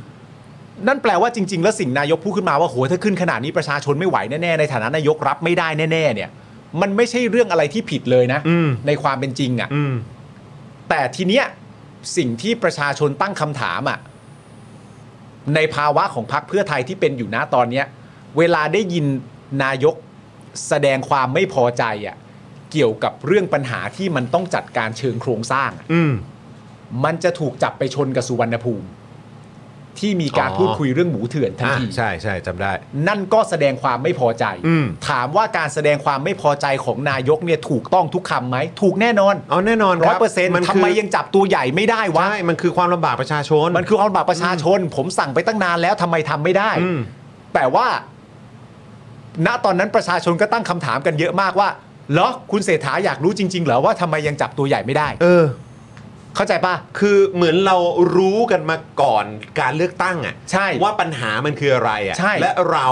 Speaker 3: นั่นแปลว่าจริง ๆ แล้วสิ่งนายกพูดขึ้นมาว่าโหถ้าขึ้นขนาดนี้ประชาชนไม่ไหวแน่ๆในฐานะนายกรับไม่ได้แน่ ๆ เนี่ย มันไม่ใช่เรื่องอะไรที่ผิดเลยนะ
Speaker 2: อืม
Speaker 3: ในความเป็นจริงอะ่ะ
Speaker 2: อืม
Speaker 3: แต่ทีเนี้ยสิ่งที่ประชาชนตั้งคำถามอะ่ะในภาวะของพรรคเพื่อไทยที่เป็นอยู่นะตอนเนี้ย เวลาได้ยินนายกแสดงความไม่พอใจอะ่ะเกี่ยวกับเรื่องปัญหาที่มันต้องจัดการเชิงโครงสร้างอะ
Speaker 2: อืม
Speaker 3: มันจะถูกจับไปชนกับสุวรรณภูมิ ที่มีการ
Speaker 2: อ๋อ
Speaker 3: พูดคุยเรื่องหมูเถื่อนทัน
Speaker 2: อ่ะ
Speaker 3: ที
Speaker 2: ใช่ใช่จำได้
Speaker 3: นั่นก็แสดงความไม่พอใจ
Speaker 2: อืม
Speaker 3: ถามว่าการแสดงความไม่พอใจของนายกเนี่ยถูกต้องทุกคำไหม ถูกแน่นอน
Speaker 2: เอาแน่นอนค
Speaker 3: ร้อย
Speaker 2: บ
Speaker 3: เปอร์เซ็นต์
Speaker 2: มัน
Speaker 3: ทำ
Speaker 2: คือ
Speaker 3: ไมยังจับตัวใหญ่ไม่ได้วะ
Speaker 2: ใช่มันคือความลำบากประชาชน
Speaker 3: มันคือความลำบากประชาชน ผมสั่งไปตั้งนานแล้วทำไมทำไม่ได้
Speaker 2: อืม
Speaker 3: แต่ว่า ณตอนนั้นประชาชนก็ตั้งคำถามกันเยอะมากว่าเหรอคุณเศรษฐาอยากรู้จริง ๆ เหรอว่าทำไมยังจับตัวใหญ่ไม่ได้
Speaker 2: เออ
Speaker 3: เข้าใจปะ
Speaker 2: คือเหมือนเรารู้กันมาก่อนการเลือกตั้งอ่ะ
Speaker 3: ใช่
Speaker 2: ว่าปัญหามันคืออะไรอ่ะ
Speaker 3: ใช่
Speaker 2: และเรา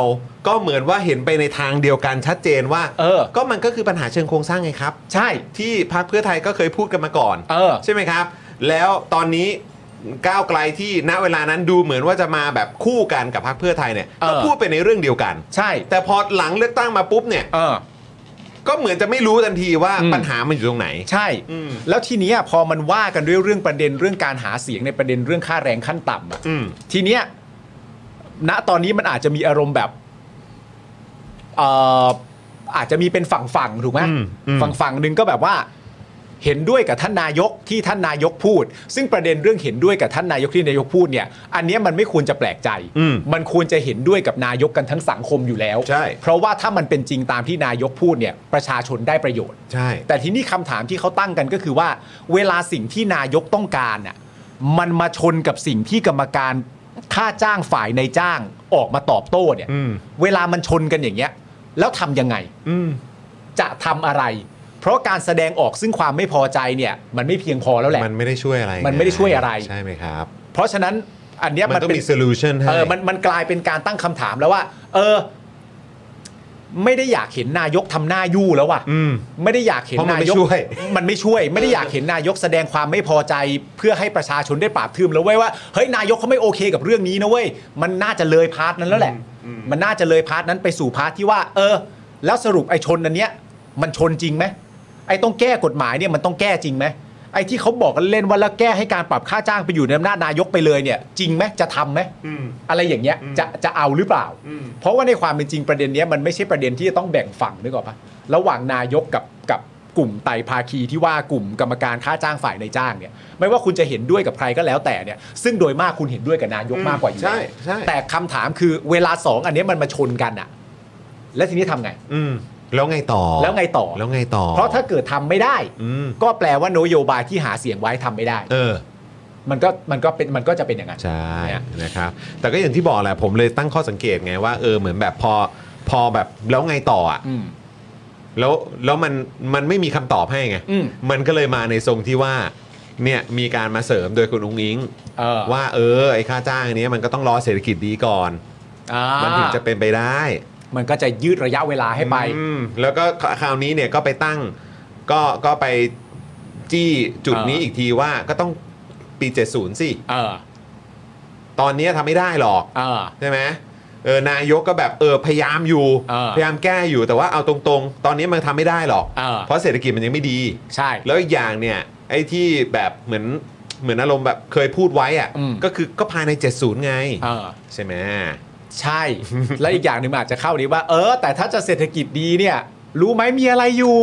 Speaker 2: ก็เหมือนว่าเห็นไปในทางเดียวกันชัดเจนว่า
Speaker 3: เออ
Speaker 2: ก็มันก็คือปัญหาเชิงโครงสร้างไงครับ
Speaker 3: ใช่
Speaker 2: ที่พรรคเพื่อไทยก็เคยพูดกันมาก่อน
Speaker 3: เออ
Speaker 2: ใช่ไหมครับ แล้วตอนนี้ก้าวไกลที่ณเวลานั้นดูเหมือนว่าจะมาแบบคู่กันกับพรรคเพื่อไทยเนี่ย
Speaker 3: เออ
Speaker 2: ก็พูดไปในเรื่องเดียวกัน
Speaker 3: ใช่
Speaker 2: แต่พอหลังเลือกตั้งมาปุ๊บเนี่ย
Speaker 3: เออ
Speaker 2: ก็เหมือนจะไม่รู้ทันทีว่า
Speaker 3: อืม
Speaker 2: ปัญหามันอยู่ตรงไหน
Speaker 3: ใช่
Speaker 2: อืม
Speaker 3: แล้วทีเนี้ยพอมันว่ากันด้วยเรื่องประเด็นเรื่องการหาเสียงในประเด็นเรื่องค่าแรงขั้นต่ำอะ
Speaker 2: อืม
Speaker 3: ทีเนี้ยณตอนนี้มันอาจจะมีอารมณ์แบบเอ่ออาจจะมีเป็นฝั่งฝั่งๆถูกไหม
Speaker 2: อืมอืม
Speaker 3: ฝั่งฝั่งหนึ่งก็แบบว่า เห็นด้วยกับท่านนายกที่ท่านนายกพูด ซึ่งประเด็นเรื่องเห็นด้วยกับท่านนายกที่นายกพูดเนี่ย อันเนี้ยมันไม่ควรจะแปลกใจ
Speaker 2: อืม
Speaker 3: มันควรจะเห็นด้วยกับนายกกันทั้งสังคมอยู่แล้ว
Speaker 2: ใช่
Speaker 3: เพราะว่าถ้ามันเป็นจริงตามที่นายกพูดเนี่ย ประชาชนได้ประโยชน์
Speaker 2: ใช่
Speaker 3: แต่ทีนี้คำถามที่เขาตั้งกันก็คือว่า เวลาสิ่งที่นายกต้องการน่ะมันมาชนกับสิ่งที่กรรมการค่าจ้างฝ่ายในจ้างออกมาตอบโต้เนี่ย
Speaker 2: อืม
Speaker 3: เวลามันชนกันอย่างเงี้ย แล้วทำยังไง
Speaker 2: อืม
Speaker 3: จะทำอะไร เพราะการแสดงออกซึ่งความไม่พอใจเนี่ย มันไม่เพียงพอแล้วแหละ
Speaker 2: มันไม่ได้ช่วยอะไร
Speaker 3: มันไม่ได้ช่วยอะไร
Speaker 2: ใช่ไหมครับ
Speaker 3: เพราะฉะนั้นอันเนี้ย
Speaker 2: มัน
Speaker 3: มัน
Speaker 2: ต้อง
Speaker 3: เป็น
Speaker 2: มีโซลูชันให้
Speaker 3: เออ มัน มันกลายเป็นการตั้งคำถามแล้วว่า เออ ไม่ได้อยากเห็นนายกทำหน้ายู่แล้วว่ะ
Speaker 2: อืม
Speaker 3: ไม่ได้อยากเห็น
Speaker 2: เพราะมัน
Speaker 3: นา
Speaker 2: ไม่
Speaker 3: ยก
Speaker 2: ช่วย
Speaker 3: มันไม่ช่วย ไม่ได้อยากเห็นนายกแสดงความไม่พอใจ เพื่อให้ประชาชนได้ปราบทืมแล้วเว้ยว่า เฮ้ย นายกเขาไม่โอเคกับเรื่องนี้นะเว้ย มันน่าจะเลยพาร์ทนั้นแล้วแหละ มันน่าจะเลยพาร์ทนั้นไปสู่พาร์ทที่ว่า เออ แล้วสรุปไอ้ชนอันเนี้ย มันชนจริงไหม ไอ้ต้องแก้กฎหมายเนี่ยมันต้องแก้จริงไหม ไอ้ที่เขาบอกกันเล่นว่าแล้วแก้ให้การปรับค่าจ้างไปอยู่ในอำนาจนายกไปเลยเนี่ย จริงไหมจะทำไหม อะไรอย่างเงี้ยจะจะเอาหรือเปล่า เพราะว่าในความเป็นจริงประเด็นเนี้ยมันไม่ใช่ประเด็นที่จะต้องแบ่งฝั่งนึกออกปะระหว่างนายกกับกับกลุ่มไต่ภาคีที่ว่ากลุ่มกรรมการค่าจ้างฝ่ายในจ้างเนี่ย ไม่ว่าคุณจะเห็นด้วยกับใครก็แล้วแต่เนี่ย ซึ่งโดยมากคุณเห็นด้วยกับนายกมากกว่าอยู่แล้ว
Speaker 2: ใช่ใช่
Speaker 3: แต่คำถามคือเวลาสองอันเนี้ยมันมาชนกันอะแล้วทีนี้ทำไง
Speaker 2: อืม แล้วไงต่อ
Speaker 3: แล้วไงต่อ
Speaker 2: แล้วไงต่อ
Speaker 3: เพราะถ้าเกิดทำไม่ได้
Speaker 2: อืม
Speaker 3: ก็แปลว่านโยบายที่หาเสียงไว้ทำไม่ได้
Speaker 2: เออ
Speaker 3: มันก็มันก็เป็นมันก็จะเป็นอย่างนั้น
Speaker 2: ใช่
Speaker 3: เนี่ย
Speaker 2: นะครับ แต่ก็อย่างที่บอกแหละ ผมเลยตั้งข้อสังเกตไงว่า เออ เหมือนแบบพอ พอแบบ แล้วไงต่ออ่ะ
Speaker 3: อืม
Speaker 2: แล้ว แล้วมัน มันไม่มีคำตอบให้ไง
Speaker 3: อืม
Speaker 2: มันก็เลยมาในทรงที่ว่า เนี่ย มีการมาเสริมโดยคุณอุ้งอิง
Speaker 3: เออ
Speaker 2: ว่า เออ ไอ้ค่าจ้างอันเนี้ยมันก็ต้องรอเศรษฐกิจดีก่อน
Speaker 3: อ่า
Speaker 2: มันถึงจะเป็นไปได้
Speaker 3: มันก็จะยืดระยะเวลาให้ไป
Speaker 2: อืมแล้วก็คราวนี้เนี่ยก็ไปตั้งก็ก็ไปจี้จุดนี้
Speaker 3: เอออี
Speaker 2: อีกทีว่าก็ต้องปี 70 สิ
Speaker 3: เออ
Speaker 2: ตอนนี้ทำไม่ได้หรอก
Speaker 3: เออ
Speaker 2: ใช่ไหมเออนายกก็แบบเออพยายามอยู่
Speaker 3: เออ
Speaker 2: พยายามแก้อยู่แต่ว่าเอาตรงๆ ตอนนี้มันทำไม่ได้หรอก
Speaker 3: เออ
Speaker 2: เพราะเศรษฐกิจมันยังไม่ดี
Speaker 3: ใช่
Speaker 2: แล้วอีกอย่างเนี่ยไอ้ที่แบบเหมือนเหมือนอารมณ์แบบเคยพูดไว้อะ
Speaker 3: อืม
Speaker 2: ก็คือก็ภายใน 70 ไง
Speaker 3: เออ
Speaker 2: ใช่ไหม
Speaker 3: ใช่ และอีกอย่างหนึ่งมันอาจจะเข้านี้ว่า เออ แต่ถ้าจะเศรษฐกิจดีเนี่ย รู้ไหมมีอะไรอยู่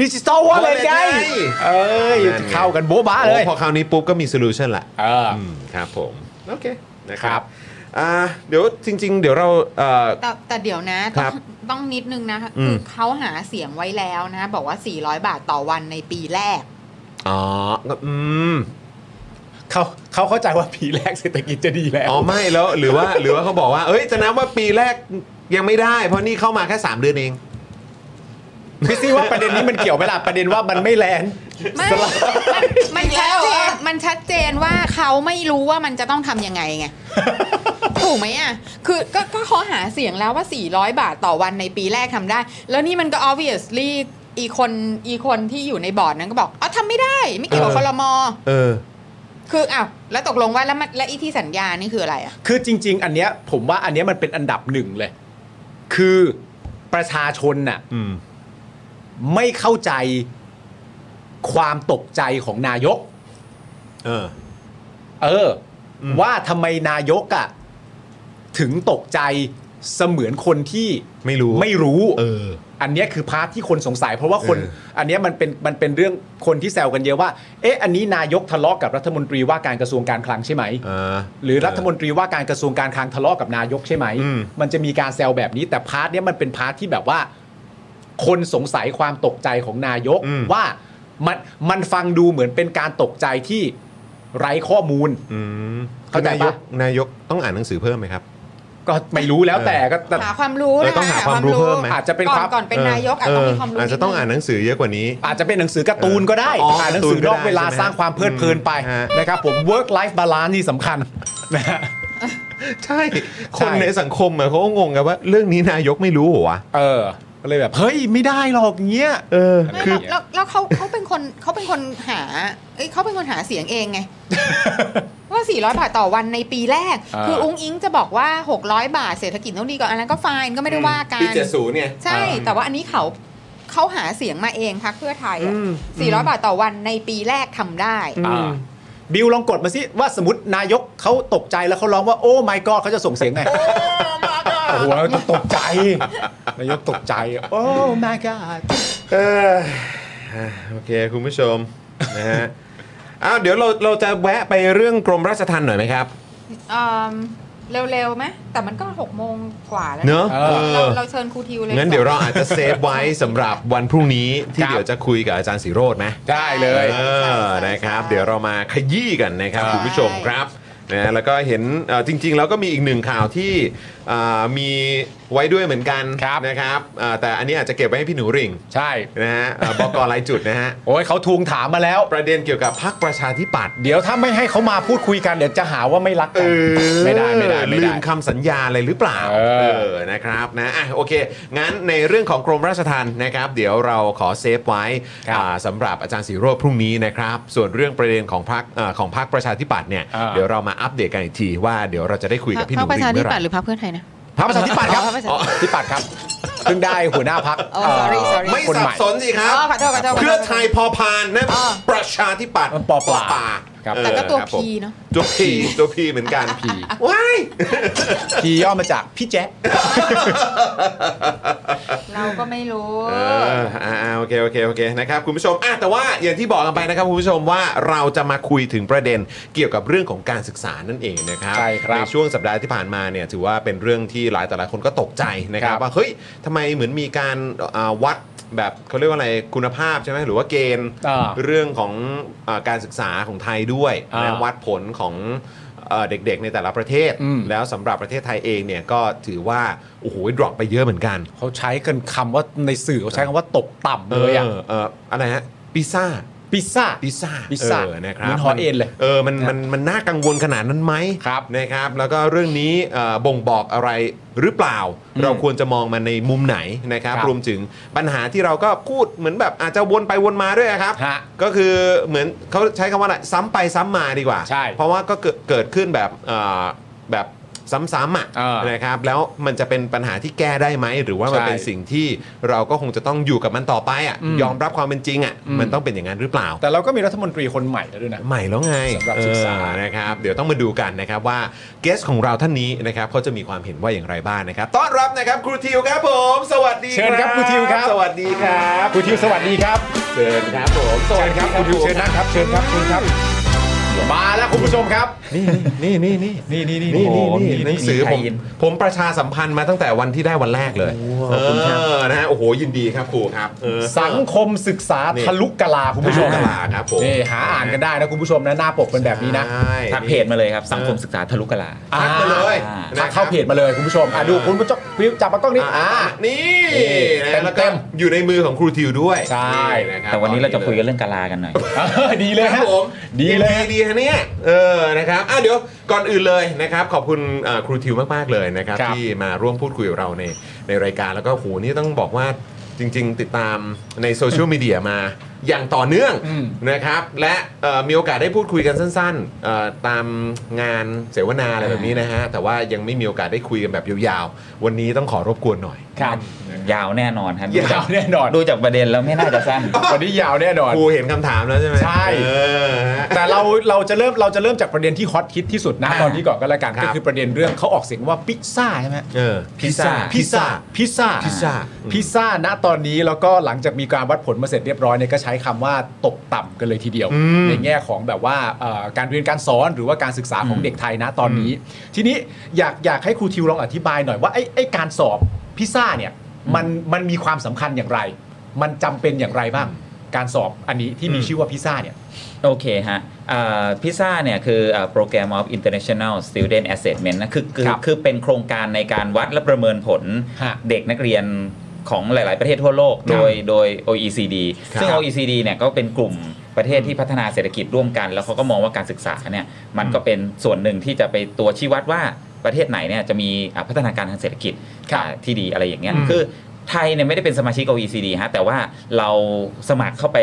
Speaker 3: ดิจิ t a ลวอลเล็ต
Speaker 2: Wallet
Speaker 3: ไง
Speaker 2: ไง
Speaker 3: เอ้ย
Speaker 2: นั่นไง
Speaker 3: เข้ากันโบ๊ะบ้าเล
Speaker 2: โอ้
Speaker 3: ย
Speaker 2: พอคราวนี้ปุ๊บก็มีโซลูชันละ
Speaker 3: เออ
Speaker 2: อืมครับผม โอเคนะค
Speaker 3: ครั
Speaker 2: รับบ อ่าเดี๋ยวจริง ๆ เดี๋ยวเราเอ่อ
Speaker 5: แต่แต่เดี๋ยวนะ
Speaker 2: ค
Speaker 5: ต้
Speaker 2: รั
Speaker 5: อบ งต้องนิดนึงนะคะ
Speaker 2: อืม
Speaker 5: คือเขาหาเสียงไว้แล้วนะ บอกว่า 400 บาทต่อวันในปีแรก
Speaker 2: อ๋อก็อืม
Speaker 3: เขาเขาเข้าใจว่า ปีแรกเศรษฐกิจจะดีแล้ว
Speaker 2: อ๋อไม่แล้วหรือว่า หรือว่าเขาบอกว่า เอ้ยจะนับว่าปีแรกยังไม่ได้ เพราะนี่เข้ามาแค่ 3 เดือนเอง
Speaker 3: พี่ซี่ว่าประเด็นนี้มันเกี่ยวไหมล่ะประเด็นว่ามันไม่แลนด์
Speaker 5: ไม่มันมันชัดเจนมันชัดเจนว่าเขาไม่รู้ว่ามันจะต้องทำยังไง ไง ถูกไหมอ่ะ คือก็ก็เขาหาเสียงแล้วว่า 400 บาทต่อวันในปีแรกทำได้ แล้วนี่มันก็ obviously อีคนอีคนที่อยู่ในบอร์ดนั้นก็บอกอ๋อทำไม่ได้ ไม่เกี่ยวกับ
Speaker 2: เออ
Speaker 5: คอรมอ
Speaker 2: เออ
Speaker 5: คืออ้าวแล้วตกลงว่าแล้วมันแล้วอีที่สัญญานี่คืออะไรอ่ะ
Speaker 3: คือจริง ๆ อันเนี้ยผมว่าอันเนี้ยมันเป็นอันดับหนึ่งเลย คือประชาชนน่ะ
Speaker 2: อืม
Speaker 3: ไม่เข้าใจความตกใจของนายก
Speaker 2: เออ
Speaker 3: เอออว่าทำไมนายกอะถึงตกใจเสมือนคนที่
Speaker 2: ไม่รู้
Speaker 3: ไม่รู้
Speaker 2: เออ
Speaker 3: อันเนี้ยคือพาร์ทที่คนสงสัย เพราะว่าคน
Speaker 2: เออ
Speaker 3: อันเนี้ยมันเป็นมันเป็นเรื่องคนที่แซวกันเยอะว่า เอ๊ะอันนี้นายกทะเลาะกับรัฐมนตรีว่าการกระทรวงการคลังใช่ไหม
Speaker 2: อ่า
Speaker 3: หรือรัฐมนตรีว่าการกระทรวงการคลังทะเลาะกับนายกใช่ไหม
Speaker 2: อืม
Speaker 3: มันจะมีการแซวแบบนี้แต่พาร์ทเนี้ยมันเป็นพาร์ทที่แบบว่า คนสงสัยความตกใจของนายก
Speaker 2: อืม
Speaker 3: ว่ามันมันฟังดูเหมือนเป็นการตกใจที่ไร้ข้อมูล
Speaker 2: อืม
Speaker 3: เข้าใจ
Speaker 2: นาย
Speaker 3: ปะ
Speaker 2: กนายกต้องอ่านหนังสือเพิ่มไหมครับ
Speaker 3: ก็ไม่รู้แล้วแต่ก็แต่
Speaker 5: หาความรู้
Speaker 2: เออ
Speaker 5: นะ
Speaker 2: ต้องหาความรู้เพิ่มไหม
Speaker 3: อาจจะเป็น
Speaker 5: ก่อ
Speaker 3: คน รับ
Speaker 5: ก่อนเป็นนายกอาจ
Speaker 2: เอ
Speaker 5: จะ
Speaker 2: อ
Speaker 5: ต้องมีความรู้
Speaker 2: อาจจะต้องอ่านหนังสือเยอะกว่านี้
Speaker 3: อาจจะเป็นหนังสือการ์ตูนก็ได้
Speaker 2: เอออ๋อ
Speaker 3: อ่านหนังสือนอกเวลา
Speaker 2: การ์ตูนก็ได้
Speaker 3: สร้างความเพลิดเพลินไป
Speaker 2: อืมฮะ
Speaker 3: นะครับผม work life balance นี่สำคัญนะฮะ
Speaker 2: ใช่ คน
Speaker 3: ใช่
Speaker 2: ในสังคมอะเขาก็งงกันว่า เรื่องนี้นายกไม่รู้เหรอวะ
Speaker 3: เออก็เลยแบบ เฮ้ย ไม่ได้หรอกเงี้ย
Speaker 2: เออ
Speaker 5: ไม่
Speaker 2: คือ
Speaker 5: หรอกแล้วแล้วเขาเขาเป็นคนเขาเป็นคนหาเอ้ยเขาเป็นคนหาเสียงเองไง ว่า 400 บาทต่อวันในปีแรก
Speaker 3: อ่า
Speaker 5: คืออุ้งอิงจะบอกว่า 600 บาทเศรษฐกิจต้องดีก่อนอันนั้นก็ฟายก็ไม่ได้ว่ากัน
Speaker 2: ปีเจ็ดศูนย์เนี่ย
Speaker 5: ใช่ แต่ว่าอันนี้เขาเขาหาเสียงมาเองพักเพื่อไทยอะ
Speaker 2: อืม
Speaker 5: 400 บาทต่อวันในปีแรกทำได้
Speaker 3: อ่าบิวลองกดมาสิว่าสมมตินายกเขาตกใจแล้วเขาร้องว่าโอ้ my god เขาจะส่งเสียงไง โอ้โหตกใจ นายกตกใจ โอ้ my god
Speaker 2: เอออ่ะโอเค คุณผู้ชม นะฮะ อ้าว เดี๋ยวเราเราจะแวะไปเรื่องกรมราชทัณฑ์หน่อยไหมครับ
Speaker 5: เอิ่มเร็วๆไหมแต่มันก็ 6 โมงกว่าแล้ว
Speaker 2: เนอะ
Speaker 5: เรา
Speaker 2: เอ
Speaker 5: เรา
Speaker 2: อ
Speaker 5: เราเชิญครูทิวเลย
Speaker 2: งั้นเดี๋ยวเราอาจจะเซฟไว้สำหรับวันพรุ่งนี้ที่
Speaker 3: ครับ
Speaker 2: เดี๋ยวจะคุยกับอาจารย์สีโรดไหม
Speaker 3: ได้เลย
Speaker 2: เออนะครับ เดี๋ยวเรามาขยี้กันนะครับคุณผู้ชมครับนะแล้วก็เห็นเอ่อจริงๆแล้วก็มีอีกหนึ่งข่าวที่อ่ามีไว้ด้วยเหมือนกันนะครับอ่าแต่อันนี้อาจจะเก็บไว้ให้พี่หนูหริ่ง
Speaker 3: ใช่
Speaker 2: นะฮะอ่าบอกรายจุดนะฮะ
Speaker 3: โอ้ยเขาทวงถามมาแล้ว
Speaker 2: ประเด็นเกี่ยวกับพรรคประชาธิปัตย์
Speaker 3: เดี๋ยวถ้าไม่ให้เขามาพูดคุยกันเดี๋ยวจะหาว่าไม่รัก
Speaker 2: เอ
Speaker 3: กัน
Speaker 2: อ
Speaker 3: ไม่ได้ไม่ได้ไม่
Speaker 2: ลื
Speaker 3: ได้
Speaker 2: มคำสัญญาอะไรหรือเปล่า
Speaker 3: เออ
Speaker 2: นะครับนะอ่ะโอเค งั้นในเรื่องของกรมราชทัณฑ์นะครับ เดี๋ยวเราขอเซฟไว้อ่าสำหรับอาจารย์สีโรจน์พรุ่งนี้นะครับ ส่วนเรื่องประเด็นของพรรคเอ่อของพรรคประชาธิปัตย์เนี่ย
Speaker 3: อ่า
Speaker 2: เดี๋ยวเรามาอัปเดตกันอีกทีว่าเดี๋ยวเราจะได้คุยกับพี่หนุ่ม
Speaker 5: ประชา
Speaker 2: เมื่อ
Speaker 5: ธิ
Speaker 2: ไห
Speaker 5: ปัต
Speaker 2: ร่
Speaker 5: ย์หรือพักเพื่อไทยนะ
Speaker 3: พรรคประชาธิปัตย์ครับ
Speaker 5: อ๋อพรรคประชาธิปัตย์
Speaker 3: ธิปัตย์ครับเพิ่งได้หัวหน้าพัก
Speaker 5: อ๋อ sorry sorry
Speaker 2: ไม่สับสนสิครั
Speaker 5: อ๋
Speaker 2: บ
Speaker 5: อขอโทษขอโทษขอโทษ
Speaker 2: เพื่อไทยพอพานนะ
Speaker 5: อ๋อ
Speaker 2: ประชาธิปัตย์
Speaker 3: มันปอปลา
Speaker 2: ปลา
Speaker 3: ครับ
Speaker 2: เออ
Speaker 5: แต่ก็ตัว
Speaker 2: ครับผม
Speaker 5: พีเนาะ
Speaker 2: ตัวพีตัวพีเหมือนกันว้าย
Speaker 3: พี่ย่อมาจากพี่แจ๊ค
Speaker 5: เราก็ไม่รู้
Speaker 2: เอออ่าอ่าโอเคโอเคโอเคนะครับคุณผู้ชมอ่ะแต่ว่าอย่างที่บอกกันไปนะครับคุณผู้ชมว่าเราจะมาคุยถึงประเด็นเกี่ยวกับเรื่องของการศึกษานั่นเองนะครับ
Speaker 3: ใช่ครับ
Speaker 2: ช่วงสัปดาห์ที่ผ่านมาเนี่ยถือว่าเป็นเรื่องที่หลายแต่หลายคนก็ตกใจนะครับ
Speaker 3: ครับ
Speaker 2: ว่าเฮ้ยทำไมเหมือนมีการอ่าวัดแบบเขาเรียกว่าอะไรคุณภาพใช่ไหมหรือว่าเกณฑ์
Speaker 3: อ่า
Speaker 2: เรื่องของอาการศึกษาของไทยด้วยนะ
Speaker 3: อ่า
Speaker 2: วัดผลของเอ่อเด็กๆ ในแต่ละประเทศ
Speaker 3: อืม
Speaker 2: แล้วสำหรับประเทศไทยเองเนี่ยก็ถือว่าโอ้โหดรอปไปเยอะเหมือนกัน
Speaker 3: เขาใช้กันคำว่าในสื่อเขาใช้คำว่าตกต่ำเลยอ่ะ
Speaker 2: เอออะไรฮะพิซซ่า
Speaker 3: พิซซ่า
Speaker 2: พิซซ่า
Speaker 3: พิซซ่า
Speaker 2: เออนะครับ
Speaker 3: เหมือนหอเอ็นเลย
Speaker 2: เออมันมันมันน่ากังวลขนาดนั้นไหม
Speaker 3: ครับ
Speaker 2: นะครับ แล้วก็เรื่องนี้เอ่อบ่งบอกอะไรหรือเปล่า เราควรจะมองมันในมุมไหนนะครับ
Speaker 3: ครับ
Speaker 2: รวมถึงปัญหาที่เราก็พูดเหมือนแบบอาจจะวนไปวนมาด้วยอะครับ
Speaker 3: ฮะ
Speaker 2: ก็คือเหมือนเขาใช้คำว่าอะไรซ้ำไปซ้ำมาดีกว่า
Speaker 3: ใช่
Speaker 2: เพราะว่าก็เกิดเกิดขึ้นแบบเอ่อแบบซ้ำๆอ่ะ
Speaker 3: เออ
Speaker 2: นะครับแล้วมันจะเป็นปัญหาที่แก้ได้ไหมหรือว่ามัน
Speaker 3: ใช่
Speaker 2: เป็นสิ่งที่เราก็คงจะต้องอยู่กับมันต่อไปอ่ะ
Speaker 3: อืม
Speaker 2: ยอมรับความเป็นจริงอ่ะมันต้องเป็นอย่างนั้นหรือเปล่า
Speaker 3: แต่เราก็มีรัฐมนตรีคนใหม่แล้วด้วยนะ
Speaker 2: ใหม่แล้วไง
Speaker 3: สำหรับศึกษา
Speaker 2: เออนะครับ เดี๋ยวต้องมาดูกันนะครับว่าเกสของเราท่านนี้นะครับเขาจะมีความเห็นว่าอย่างไรบ้างนะครับ ต้อนรับนะครับครูทิวครับผม สวัสดี
Speaker 3: เชิญครับครูทิวครับ
Speaker 2: สวัสดีครับ
Speaker 3: ครูทิวสวัสดีครับ
Speaker 2: เชิญครับผมส
Speaker 3: เชิ
Speaker 2: วัสดีครั
Speaker 3: ญครับบ ครูทิวเชิญนะครับเชิญครับเชิญครับ มาแล้วคุณผู้ชมครับ
Speaker 2: นี่นี่นี่นี่
Speaker 3: นี่นี่นี่
Speaker 2: นี่
Speaker 3: โอ้
Speaker 2: นี่
Speaker 3: โห
Speaker 2: นี่หนังสือ
Speaker 3: ไท
Speaker 2: ผ
Speaker 3: ย
Speaker 2: ม
Speaker 3: อิน
Speaker 2: ผมประชาสัมพันธ์มาตั้งแต่วันที่ได้วันแรกเลย
Speaker 3: ขอบคุณครับ
Speaker 2: เออนะฮะโอ้โหยินดีครับครูครับเออ
Speaker 3: สังคมศึกษา
Speaker 2: นี่
Speaker 3: ทะลุกะลาคุณผู้ชม
Speaker 2: ทะลุกะลาครับผม
Speaker 3: นี่หาอ่านกันได้นะคุณผู้ชมนะหน้าปกเป็นแบบนี้นะ
Speaker 2: ใช่
Speaker 6: ทักเพจมาเลยครับ สังคมศึกษาทะลุกะลา
Speaker 3: อ่
Speaker 2: ทักมาเลย
Speaker 3: ทั
Speaker 2: นะครั
Speaker 3: กเข้า
Speaker 2: บ
Speaker 3: เพจมาเลยคุณผู้ชมอ่ะดูคุณผู้ชมวิวจับมากล้องนี้อ่า
Speaker 2: นี่นะ
Speaker 3: เต็ม
Speaker 2: แล้วก็
Speaker 3: เต็ม
Speaker 2: อยู่ในมือของครูทิวด้วย
Speaker 3: ใช่
Speaker 2: นะคบ
Speaker 6: แต่วันนี้เราจะคุยกันเรื่องกะลากันหน่อย
Speaker 3: เออดีเลย
Speaker 2: ค
Speaker 3: ฮะ
Speaker 2: รับผม
Speaker 3: ดีเลย
Speaker 2: ดีฮะเนี่ยเออนะครับอ่ะเดี๋ยวก่อนอื่นเลยนะครับขอบคุณเอ่อครูทิวมากๆเลยนะครับ
Speaker 3: ครับ
Speaker 2: ที่มาร่วมพูดคุยกับเราในในรายการแล้วก็โหนี่ต้องบอกว่า จริง ๆ ติดตามในโซเชียลมีเดียมาอย่างต่อเนื่อง
Speaker 3: อืม
Speaker 2: นะครับ และเอ่อมีโอกาสได้พูดคุยกันสั้นๆเอ่อตามงานเสวนาอะไรแบบนี้นะฮะ แต่ว่ายังไม่มีโอกาสได้คุยกันแบบยาวๆ วันนี้ต้องขอรบกวนหน่อย
Speaker 3: ครับ
Speaker 6: ยาวแน่นอนครับ
Speaker 2: ยาว
Speaker 6: ดูจก
Speaker 3: แน่นอน
Speaker 6: ดูจากประเด็นแล้วไม่น่าจะ สั้น
Speaker 3: วันนี้ยาวแน่นอน
Speaker 2: ครูเห็นคำถามแล้วใช่ไหม
Speaker 3: ใช่
Speaker 2: เออฮะ
Speaker 3: แต่เราเราจะเริ่มเราจะเริ่มจากประเด็นที่ฮอตฮิตที่สุดนะ
Speaker 2: อ่า
Speaker 3: ตอนนี้ก่อนก็แล้วกัน
Speaker 2: ครับ
Speaker 3: ก็คือประเด็นเรื่องเขาออกเสียงว่าพิซซ่าใช่ไหม
Speaker 2: เออพิซซ่า
Speaker 3: พิซซ่าพิซซ่า
Speaker 2: พิซซ่า
Speaker 3: พิซซ่าณตอนนี้แล้วก็หลังจากมีการวัดผลมาเสร็จเรียบร้อยเนี่ยก็ใช้คำว่าตกต่ำกันเลยทีเดียว ในแง่ของแบบว่าเอ่อการเรียนการสอนหรือว่าการศึกษาของเด็กไทยนะตอนนี้ ทีนี้อยากอยากให้ครูทิวลองอธิบายหน่อยว่าไอ้ไอ้การสอบพิซซ่าเนี่ยมันมันมีความสำคัญอย่างไร มันจำเป็นอย่างไรบ้าง การสอบอันนี้ที่มีชื่อว่าพิซซ่าเนี่ย
Speaker 6: โอเคฮะพิซซ่าเนี่ยคือโปรแกรม of international student assessment นะคือคือ
Speaker 3: ครับ
Speaker 6: คือเป็นโครงการในการวัดและประเมินผล
Speaker 3: ฮะ
Speaker 6: เด็กนักเรียนของหลาย ๆ ประเทศทั่วโลก โดยโดย OECD
Speaker 3: ครับ
Speaker 6: ซึ่ง OECD เนี่ยก็เป็นกลุ่มประเทศที่พัฒนาเศรษฐกิจร่วมกัน แล้วเขาก็มองว่าการศึกษาเนี่ยมันก็เป็นส่วนหนึ่งที่จะไปตัวชี้วัดว่าประเทศไหนเนี่ยจะมีอ่าพัฒนาการทางเศรษฐกิจ
Speaker 3: ครับ
Speaker 6: อ่าที่ดีอะไรอย่างเงี้ย
Speaker 3: อืม
Speaker 6: คือ ไทยเนี่ยไม่ได้เป็นสมาชิก OECD ฮะแต่ว่าเราสมัครเข้าไป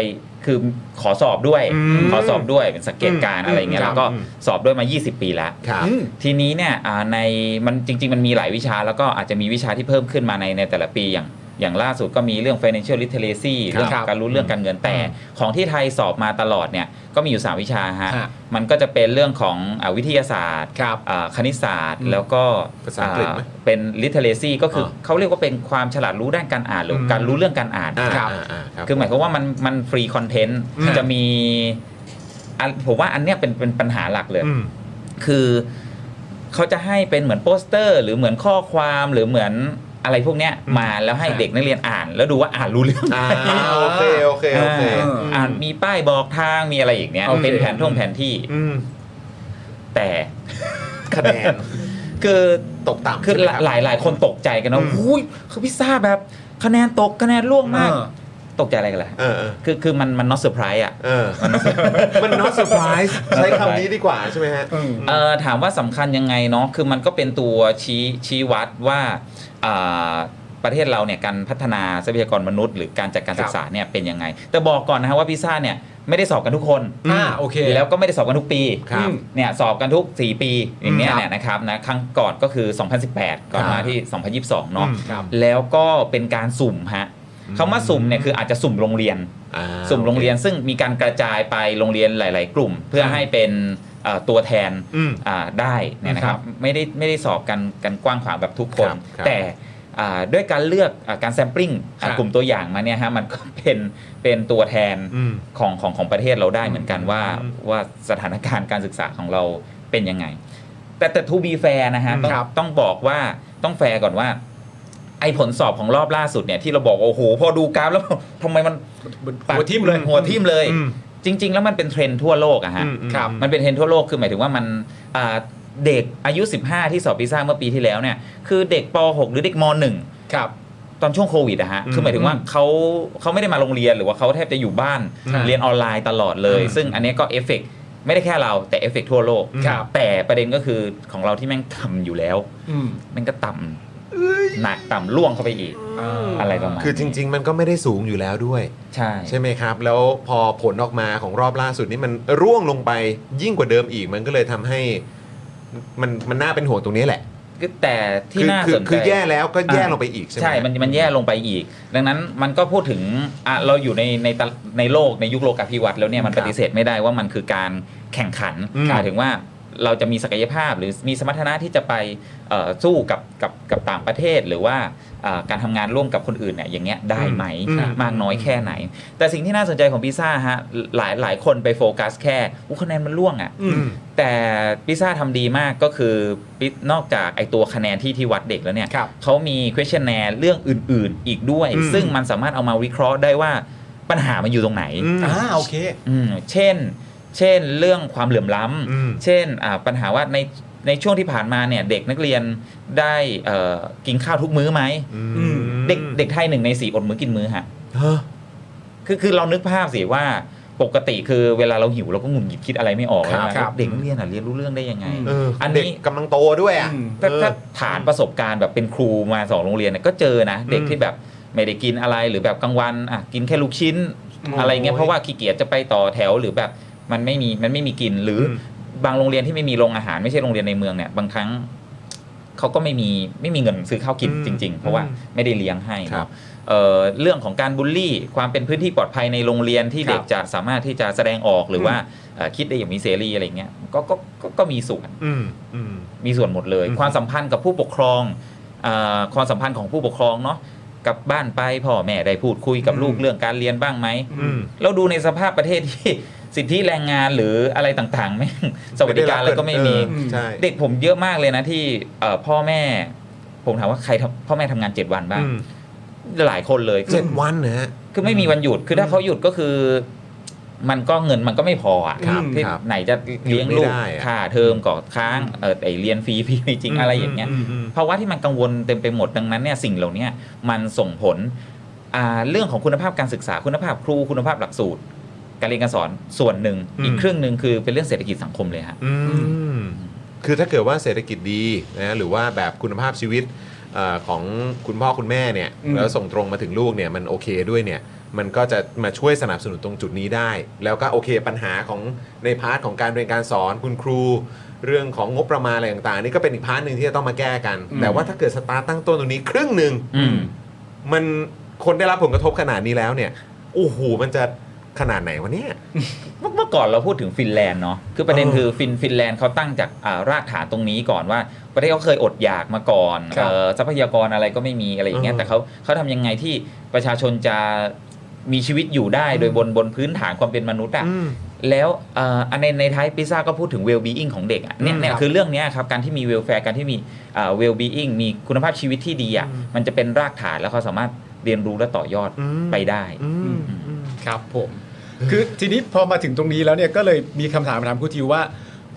Speaker 6: คือขอสอบด้วย
Speaker 2: อืม
Speaker 6: ขอสอบด้วยเป็นสังเกตการณ์อะไรอย่างเงี้ย
Speaker 2: ครั
Speaker 6: แล้
Speaker 2: บ
Speaker 6: วก็
Speaker 2: อืม
Speaker 6: สอบด้วยมา 20 ปีแล้ว
Speaker 2: ครับ
Speaker 3: อืม
Speaker 6: ทีนี้เนี่ยอ่าในมันจริง ๆ มันมีหลายวิชาแล้วก็อาจจะมีวิชาที่เพิ่มขึ้นมาในในแต่ละปีอย่าง อย่างล่าสุดก็มีเรื่อง financial literacy
Speaker 3: ครับ
Speaker 6: เรื่องการรู้เรื่องการเงินแต่ ของที่ไทยสอบมาตลอดเนี่ยก็มีอยู่ 3 วิชาฮะ
Speaker 3: ฮะ
Speaker 6: มันก็จะเป็นเรื่องของอาวิทยาศาสตร์
Speaker 3: ครับ
Speaker 6: อ่าคณิตศาสตร์
Speaker 3: อืม
Speaker 6: แล้วก็
Speaker 2: ภาษาอังกฤษไหม
Speaker 6: อ่เป็น literacy ก็คืออา เขาเรียกว่าเป็นความฉลาดรู้ด้านการอ่านหรืออ
Speaker 2: ม
Speaker 6: การรู้เรื่องการอ่าน
Speaker 2: อ่า
Speaker 3: ครับ
Speaker 2: อ่าอ่ารับ
Speaker 6: คือหมายความว่ามันมันฟรีคอนเทนต์
Speaker 2: อืม
Speaker 6: จะมีอันผมว่าอันเนี้ยเป็นเป็นปัญหาหลักเลย
Speaker 2: อืม
Speaker 6: คือเขาจะให้เป็นเหมือนโปสเตอร์ หรือเหมือนข้อความหรือเหมือนอะไรพวกเนี้ยมาแล้วให้เด็กนักเรียนอ่าน แล้วดูว่าอ่านรู้เรื่อง
Speaker 2: อ่าโอเค โอเค โอเค
Speaker 6: อ่าอ่านมีป้ายบอกทางมีอะไรอย่างเนี้ย
Speaker 3: โอเค
Speaker 6: เป็นแผนท่องแผนที่
Speaker 2: อืม
Speaker 6: แต่
Speaker 2: คะแนน
Speaker 6: คือ
Speaker 2: ตกต่ำ
Speaker 6: คือ
Speaker 2: ใช่ไหมรับ
Speaker 6: หลายหลายๆคนตกใจกันนะ
Speaker 2: อืม
Speaker 6: หูยคือพิซซ่าแบบคะแนนตกคะแนนล่วงมาก
Speaker 3: เออ
Speaker 6: ตกใจอะไรกันล่ะ
Speaker 2: เออเออ
Speaker 6: คือคือมันมัน not surprise อ่ะ
Speaker 2: เออ มัน not surprise ใช้คำนี้ดีกว่าใช่ไหมฮะ
Speaker 6: เอ่อถามว่าสำคัญยังไงเนาะคือมันก็เป็นตัวชี้ชี้วัดว่าอ่าประเทศเราเนี่ยการพัฒนาทรัพยากรมนุษย์ หรือการจัดการศึกษาเนี่ยเป็นยังไง แต่บอกก่อนนะฮะว่าพิซซ่าเนี่ยไม่ได้สอบกันทุกคน
Speaker 3: อ่าโอเค
Speaker 6: แล้วก็ไม่ได้สอบกันทุกปี
Speaker 3: ครับ
Speaker 6: อืมเนี่ยสอบกันทุก 4 ปีอย่างเงี้ย
Speaker 3: ครับ
Speaker 6: เนี่ยนะครับนะครั้งก่อนก็คือ 2018 ก่อน
Speaker 3: ครับ
Speaker 6: มาที่ 2022 เนาะ
Speaker 3: ครับ
Speaker 6: แล้วก็เป็นการสุ่มฮะคำว่าสุ่มเนี่ยคืออาจจะสุ่มโรงเรียน
Speaker 2: อ่า
Speaker 6: สุ่มโรงเรียนซึ่งมีการกระจายไปโรงเรียนหลาย ๆ กลุ่ม เพื่อให้เป็นเอ่อตัวแทน
Speaker 2: อืม
Speaker 6: อ่าได้เนยนะค
Speaker 3: ครั
Speaker 6: รั
Speaker 3: บบ
Speaker 6: ไม่ได้ไม่ได้สอบกันกันกว้างขวางแบบทุกคน
Speaker 2: ครับครับ
Speaker 6: แต่อ่าด้วยการเลือกอาการแซมปลิ้งอ่ะ
Speaker 3: ครับ
Speaker 6: กลุ่มตัวอย่างมาเนี่ยฮะมันก็เป็นเป็นตัวแทน
Speaker 2: อืม
Speaker 6: ของของของประเทศเราได้เหมือนกันว่า
Speaker 2: อืม
Speaker 6: ว่าสถานการณ์การศึกษาของเราเป็นยังไง แต่แต่ทูบีแฟร์นะฮะต้อง
Speaker 3: ครับ
Speaker 6: ต้องบอกว่าต้องแฟร์ก่อนว่า ไอ้ผลสอบของรอบล่าสุดเนี่ยที่เราบอกว่าโอ้โหพอดูกราฟแล้ว ทำไมมัน
Speaker 3: หัวทิ่มเลย
Speaker 6: หัวทิ่มเลย
Speaker 2: อืม
Speaker 6: จริง ๆ แล้วมันเป็นเทรนด์ทั่วโลกอะฮะ
Speaker 2: อืมอืม
Speaker 3: ครับ
Speaker 6: มันเป็นเทรนด์ทั่วโลกคือหมายถึงว่ามันอ่าเด็กอายุ 15 ที่สอบปีซ่าเมื่อปีที่แล้วเนี่ยคือเด็กป .6 หรือเด็กม .1
Speaker 3: ครับ
Speaker 6: ตอนช่วงโควิดอะฮะคือหมายถึงว่าเขาเขาไม่ได้มาโรงเรียนหรือว่าเขาแทบจะอยู่บ้าน
Speaker 3: ใช่
Speaker 6: เรียนออนไลน์ตลอดเลย
Speaker 3: อืม
Speaker 6: ซึ่งอันเนี้ยก็เอฟเฟกต์ไม่ได้แค่เราแต่เอฟเฟกต์ทั่วโลก
Speaker 3: ครับ
Speaker 6: แต่ประเด็นก็คือของเราที่แม่งต่ำอยู่แล้ว
Speaker 3: อืม
Speaker 6: แม่งก็ต่ำหนักต่ำล่วงเข้าไปอีก อะไรประมาณ
Speaker 2: คือจริง ๆ มันก็ไม่ได้สูงอยู่แล้วด้วย
Speaker 6: ใช่
Speaker 2: ใช่ไหมครับ แล้วพอผลออกมาของรอบล่าสุดนี่มันร่วงลงไปยิ่งกว่าเดิมอีก มันก็เลยทำให้มันมันน่าเป็นห่วงตรงนี้แหละ
Speaker 6: คือแต่
Speaker 2: คื
Speaker 6: ที่
Speaker 2: อ
Speaker 6: น่า
Speaker 2: คือ
Speaker 6: สนใจ
Speaker 2: คือแย่แล้วก็แย่ลงไปอีกใช่ไหม
Speaker 6: ใช่ มันมันแย่ลงไปอีก ดังนั้นมันก็พูดถึงอ่ะเราอยู่ในในตะในโลกในยุคโลกาภิวัตน์แล้วเนี่ยมัน
Speaker 2: ครับ
Speaker 6: ปฏิเสธไม่ได้ว่ามันคือการแข่งขัน
Speaker 2: อืม
Speaker 6: หมายถึงว่าเราจะมีศักยภาพหรือมีสมรรถนะที่จะไปเอ่อสู้กับกับกับต่างประเทศ หรือว่าเอ่อการทำงานร่วมกับคนอื่นเนี่ยอย่างเงี้ยได้ไหม
Speaker 2: อืม
Speaker 6: มากน้อยแค่ไหน แต่สิ่งที่น่าสนใจของพิซซ่าฮะหลายหลายคนไปโฟกัสแค่อุยคะแนนมันล่วงอ่ะ
Speaker 2: อืม
Speaker 6: แต่พิซซ่าทำดีมากก็คือปินอกจากไอตัวคะแนนที่ที่วัดเด็กแล้วเนี่ย
Speaker 3: ครับ
Speaker 6: เขามี questionnaire เรื่องอื่น ๆ อีกด้วย
Speaker 2: อืม
Speaker 6: ซึ่งมันสามารถเอามาวิเคราะห์ได้ว่าปัญหามันอยู่ตรงไหน
Speaker 2: อืม
Speaker 3: อ่าโอเค
Speaker 6: อืมเช่น เช่นเรื่องความเหลื่อมล้
Speaker 2: อืม
Speaker 6: ำเช่นอ่าปัญหาว่าในในช่วงที่ผ่านมาเนี่ยเด็กนักเรียนได้เอ่อกินข้าวทุกมื้อไหม
Speaker 2: อืม
Speaker 6: เด็กเด็กไทยหนึ่งในสี่อดมื้อกินมื้อฮะ
Speaker 2: ฮะ
Speaker 6: คือคือเรานึกภาพสิว่าปกติคือเวลาเราหิวเราก็หงุดหงิดคิดอะไรไม่ออก
Speaker 2: ครับ
Speaker 6: นะครับ เด็กนักเรียนอ่ะเรียนรู้เรื่องได้ยังไง
Speaker 2: เอออั
Speaker 6: อั
Speaker 2: น
Speaker 6: น
Speaker 2: เด็ก
Speaker 6: นี้
Speaker 2: กำลังโตด้วยอ่ะ
Speaker 3: อืม
Speaker 6: ถ้า
Speaker 2: เออ
Speaker 6: ถ้าฐานประสบการณ์แบบเป็นครูมาสอนโรงเรียนเนี่ยก็เจอนะ เด็ก
Speaker 2: อืม
Speaker 6: ที่แบบ ไม่ได้กินอะไรหรือแบบกลางวันอ่ะกินแค่ลูกชิ้นอะไรเงี้ยเพราะว่าขี้เกียจจะไปต่อแถวหรือแบบมันไม่มีมันไม่มีกินหรืออบางโรงเรียนที่ไม่มีโรงอาหารไม่ใช่โรงเรียนในเมืองเนี่ยบางครั้งเขาก็ไม่มีไม่มีเงินซื้อข้าวกินจริง ๆ เพราะว่าไม่ได้เลี้ยงให้
Speaker 2: ครับ
Speaker 6: เอ่อเรื่องของการบูลลี่ ความเป็นพื้นที่ปลอดภัยในโรงเรียน
Speaker 3: ค
Speaker 6: ที่
Speaker 3: รับ
Speaker 6: เด็กจะสามารถที่จะแสดงออกหรือว่าเอ่อคิดได้อย่างมีเสรีอะไรเงี้ยก็ก็ก็ก็มีส่วน
Speaker 2: อืมอืม
Speaker 6: มีส่วนหมดเลย
Speaker 2: อืม
Speaker 6: ความสัมพันธ์กับผู้ปกครองเออความสัมพันธ์ของผู้ปกครองเนาะกลับบ้านไปพ่อแม่ได้พูดคุยกับ
Speaker 2: อืม
Speaker 6: ลูกเรื่องการเรียนบ้างไหม
Speaker 2: อืม
Speaker 6: เราดูในสภาพประเทศที่ สิทธิแรงงานหรืออะไรต่ างๆแม่งสวัสดิการอะไรก็ไม่มี
Speaker 2: เออใช่
Speaker 6: เด็กผมเยอะมากเลยนะที่เอ่อพ่อแม่ ผมถามว่าใครทำพ่อแม่ทำงาน 7 วันบ้าง
Speaker 2: อืม
Speaker 6: หลายคนเลย
Speaker 2: เจ็ดวันนะฮะ
Speaker 6: คือไม่มีวันหยุดคือถ้าเขาหยุดก็คือ มันก็เงินมันก็ไม่พออะ
Speaker 2: ครับ
Speaker 6: ที่
Speaker 2: ครับ
Speaker 6: ไหนจะเลี้ยงลู
Speaker 2: ไม่
Speaker 6: ก
Speaker 2: ได้อะ
Speaker 6: ค่าเทอมก่อค้างเออไอเรียนฟรี พี่จริงอะไรอย่างเงี้
Speaker 2: ม
Speaker 6: ย
Speaker 2: อืม
Speaker 6: ภาวะที่มันกังวลเต็มไปหมดดังนั้นเนี่ยสิ่งเหล่าเนี้ยมันส่งผลอ่าเรื่องของคุณภาพการศึกษาคุณภาพครูคุณภาพหลักสูตร การเรียนการสอนส่วนหนึ่ง
Speaker 2: อืม
Speaker 6: อีกครึ่งหนึ่งคือเป็นเรื่องเศรษฐกิจสังคมเลยฮะ
Speaker 2: อืมคือถ้าเกิดว่าเศรษฐกิจดีนะหรือว่าแบบคุณภาพชีวิตเออของคุณพ่อคุณแม่เนี่ย
Speaker 3: อืม
Speaker 2: แล้วส่งตรงมาถึงลูกเนี่ยมันโอเคด้วยเนี่ยมันก็จะมาช่วยสนับสนุนตรงจุดนี้ได้ แล้วก็โอเคปัญหาของในพาร์ทของการเรียนการสอนคุณครู เรื่องของงบประมาณอะไรต่างๆนี่ก็เป็นอีกพาร์ทหนึ่งที่จะต้องมาแก้กัน แต่ว่าถ้าเกิดสตาร์ทตั้งต้นตรงนี้ครึ่งหนึ่ง
Speaker 6: อืม
Speaker 2: มันคนได้รับผลกระทบขนาดนี้แล้วเนี่ยโอ้โหมันจะขนาดไหนวะเนี่ย
Speaker 6: เมื่อเมื่อก่อนเราพูดถึงฟินแลนด์เนาะคือประเด็น
Speaker 2: เออ
Speaker 6: คือฟินฟินแลนด์เขาตั้งจากอ่ารากฐานตรงนี้ก่อนว่า ประเทศเขาเคยอดอยากมาก่อน
Speaker 3: ครับ
Speaker 6: เอ่อทรัพยากรอะไรก็ไม่มีอะไรอย่างเงี้ย
Speaker 2: เออ
Speaker 6: แต่เขาเขาทำยังไงที่ประชาชนจะมีชีวิตอยู่ได้โดยบนบนพื้นฐานความเป็นมนุษย์อะ
Speaker 2: อืม
Speaker 6: แล้วเอ่ออันในในท้ายพิซซ่าก็พูดถึง well being ของเด็กอะเนี่ย
Speaker 2: อืม
Speaker 6: เนี่ยคือเรื่องเนี้ยครับการที่มี welfare การที่มีเอ่อ well being มีคุณภาพชีวิตที่ดีอะมันจะเป็นรากฐานแล้วเขาสามารถเรียนรู้และต่อยอด
Speaker 2: อืม
Speaker 6: ไปได้
Speaker 2: อืม
Speaker 3: ครับผม คือทีนี้พอมาถึงตรงนี้แล้วเนี่ยก็เลยมีคำถามมาถามครูทิวว่า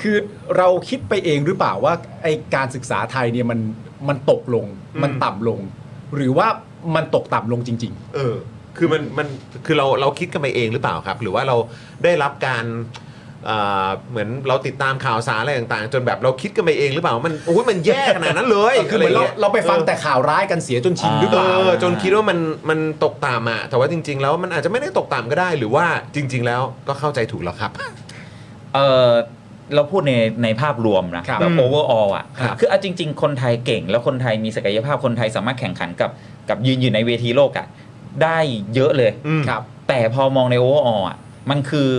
Speaker 3: คือเราคิดไปเองหรือเปล่าว่าไอการศึกษาไทยเนี่ยมันมันตกลง มันต่ำลง หรือว่ามันตกต่ำลงจริง
Speaker 2: เออ คือมัน มัน คือเรา เราคิดกันไปเองหรือเปล่าครับ หรือว่าเราได้รับการเอ่อเหมือนเราติดตามข่าวสารอะไรต่างๆ จนแบบเราคิดกันไปเองหรือเปล่า มัน โอ้ยมันแย่ขนาดนั้นเลย
Speaker 3: ๆ คือเหมือนเรา
Speaker 2: ะย่ย
Speaker 3: เราไปฟังแต่ข่าวร้ายกันเสียจนชินหรือเป
Speaker 2: เอ
Speaker 3: ล่า
Speaker 2: อ จนคิดว่ามัน มันตกต่ำอะแต่ว่าจริง ๆ แล้วมันอาจจะไม่ได้ตกต่ำก็ได้ หรือว่าจริง ๆ แล้วก็เข้าใจถูกแล้วครับ
Speaker 6: เออเราพูดในในภาพรวมนะครับแบบ overall อ่ะ
Speaker 2: ครับ
Speaker 6: คือเอาจริง ๆ คนไทยเก่ง แล้วคนไทยมีศักยภาพคนไทยสามารถแข่งขันกับกับยืนอยู่ในเวทีโลกอ่ะได้เยอะเลย
Speaker 2: อืม
Speaker 3: ครับ
Speaker 6: แต่พอมองใน overall อ่ะมันคือ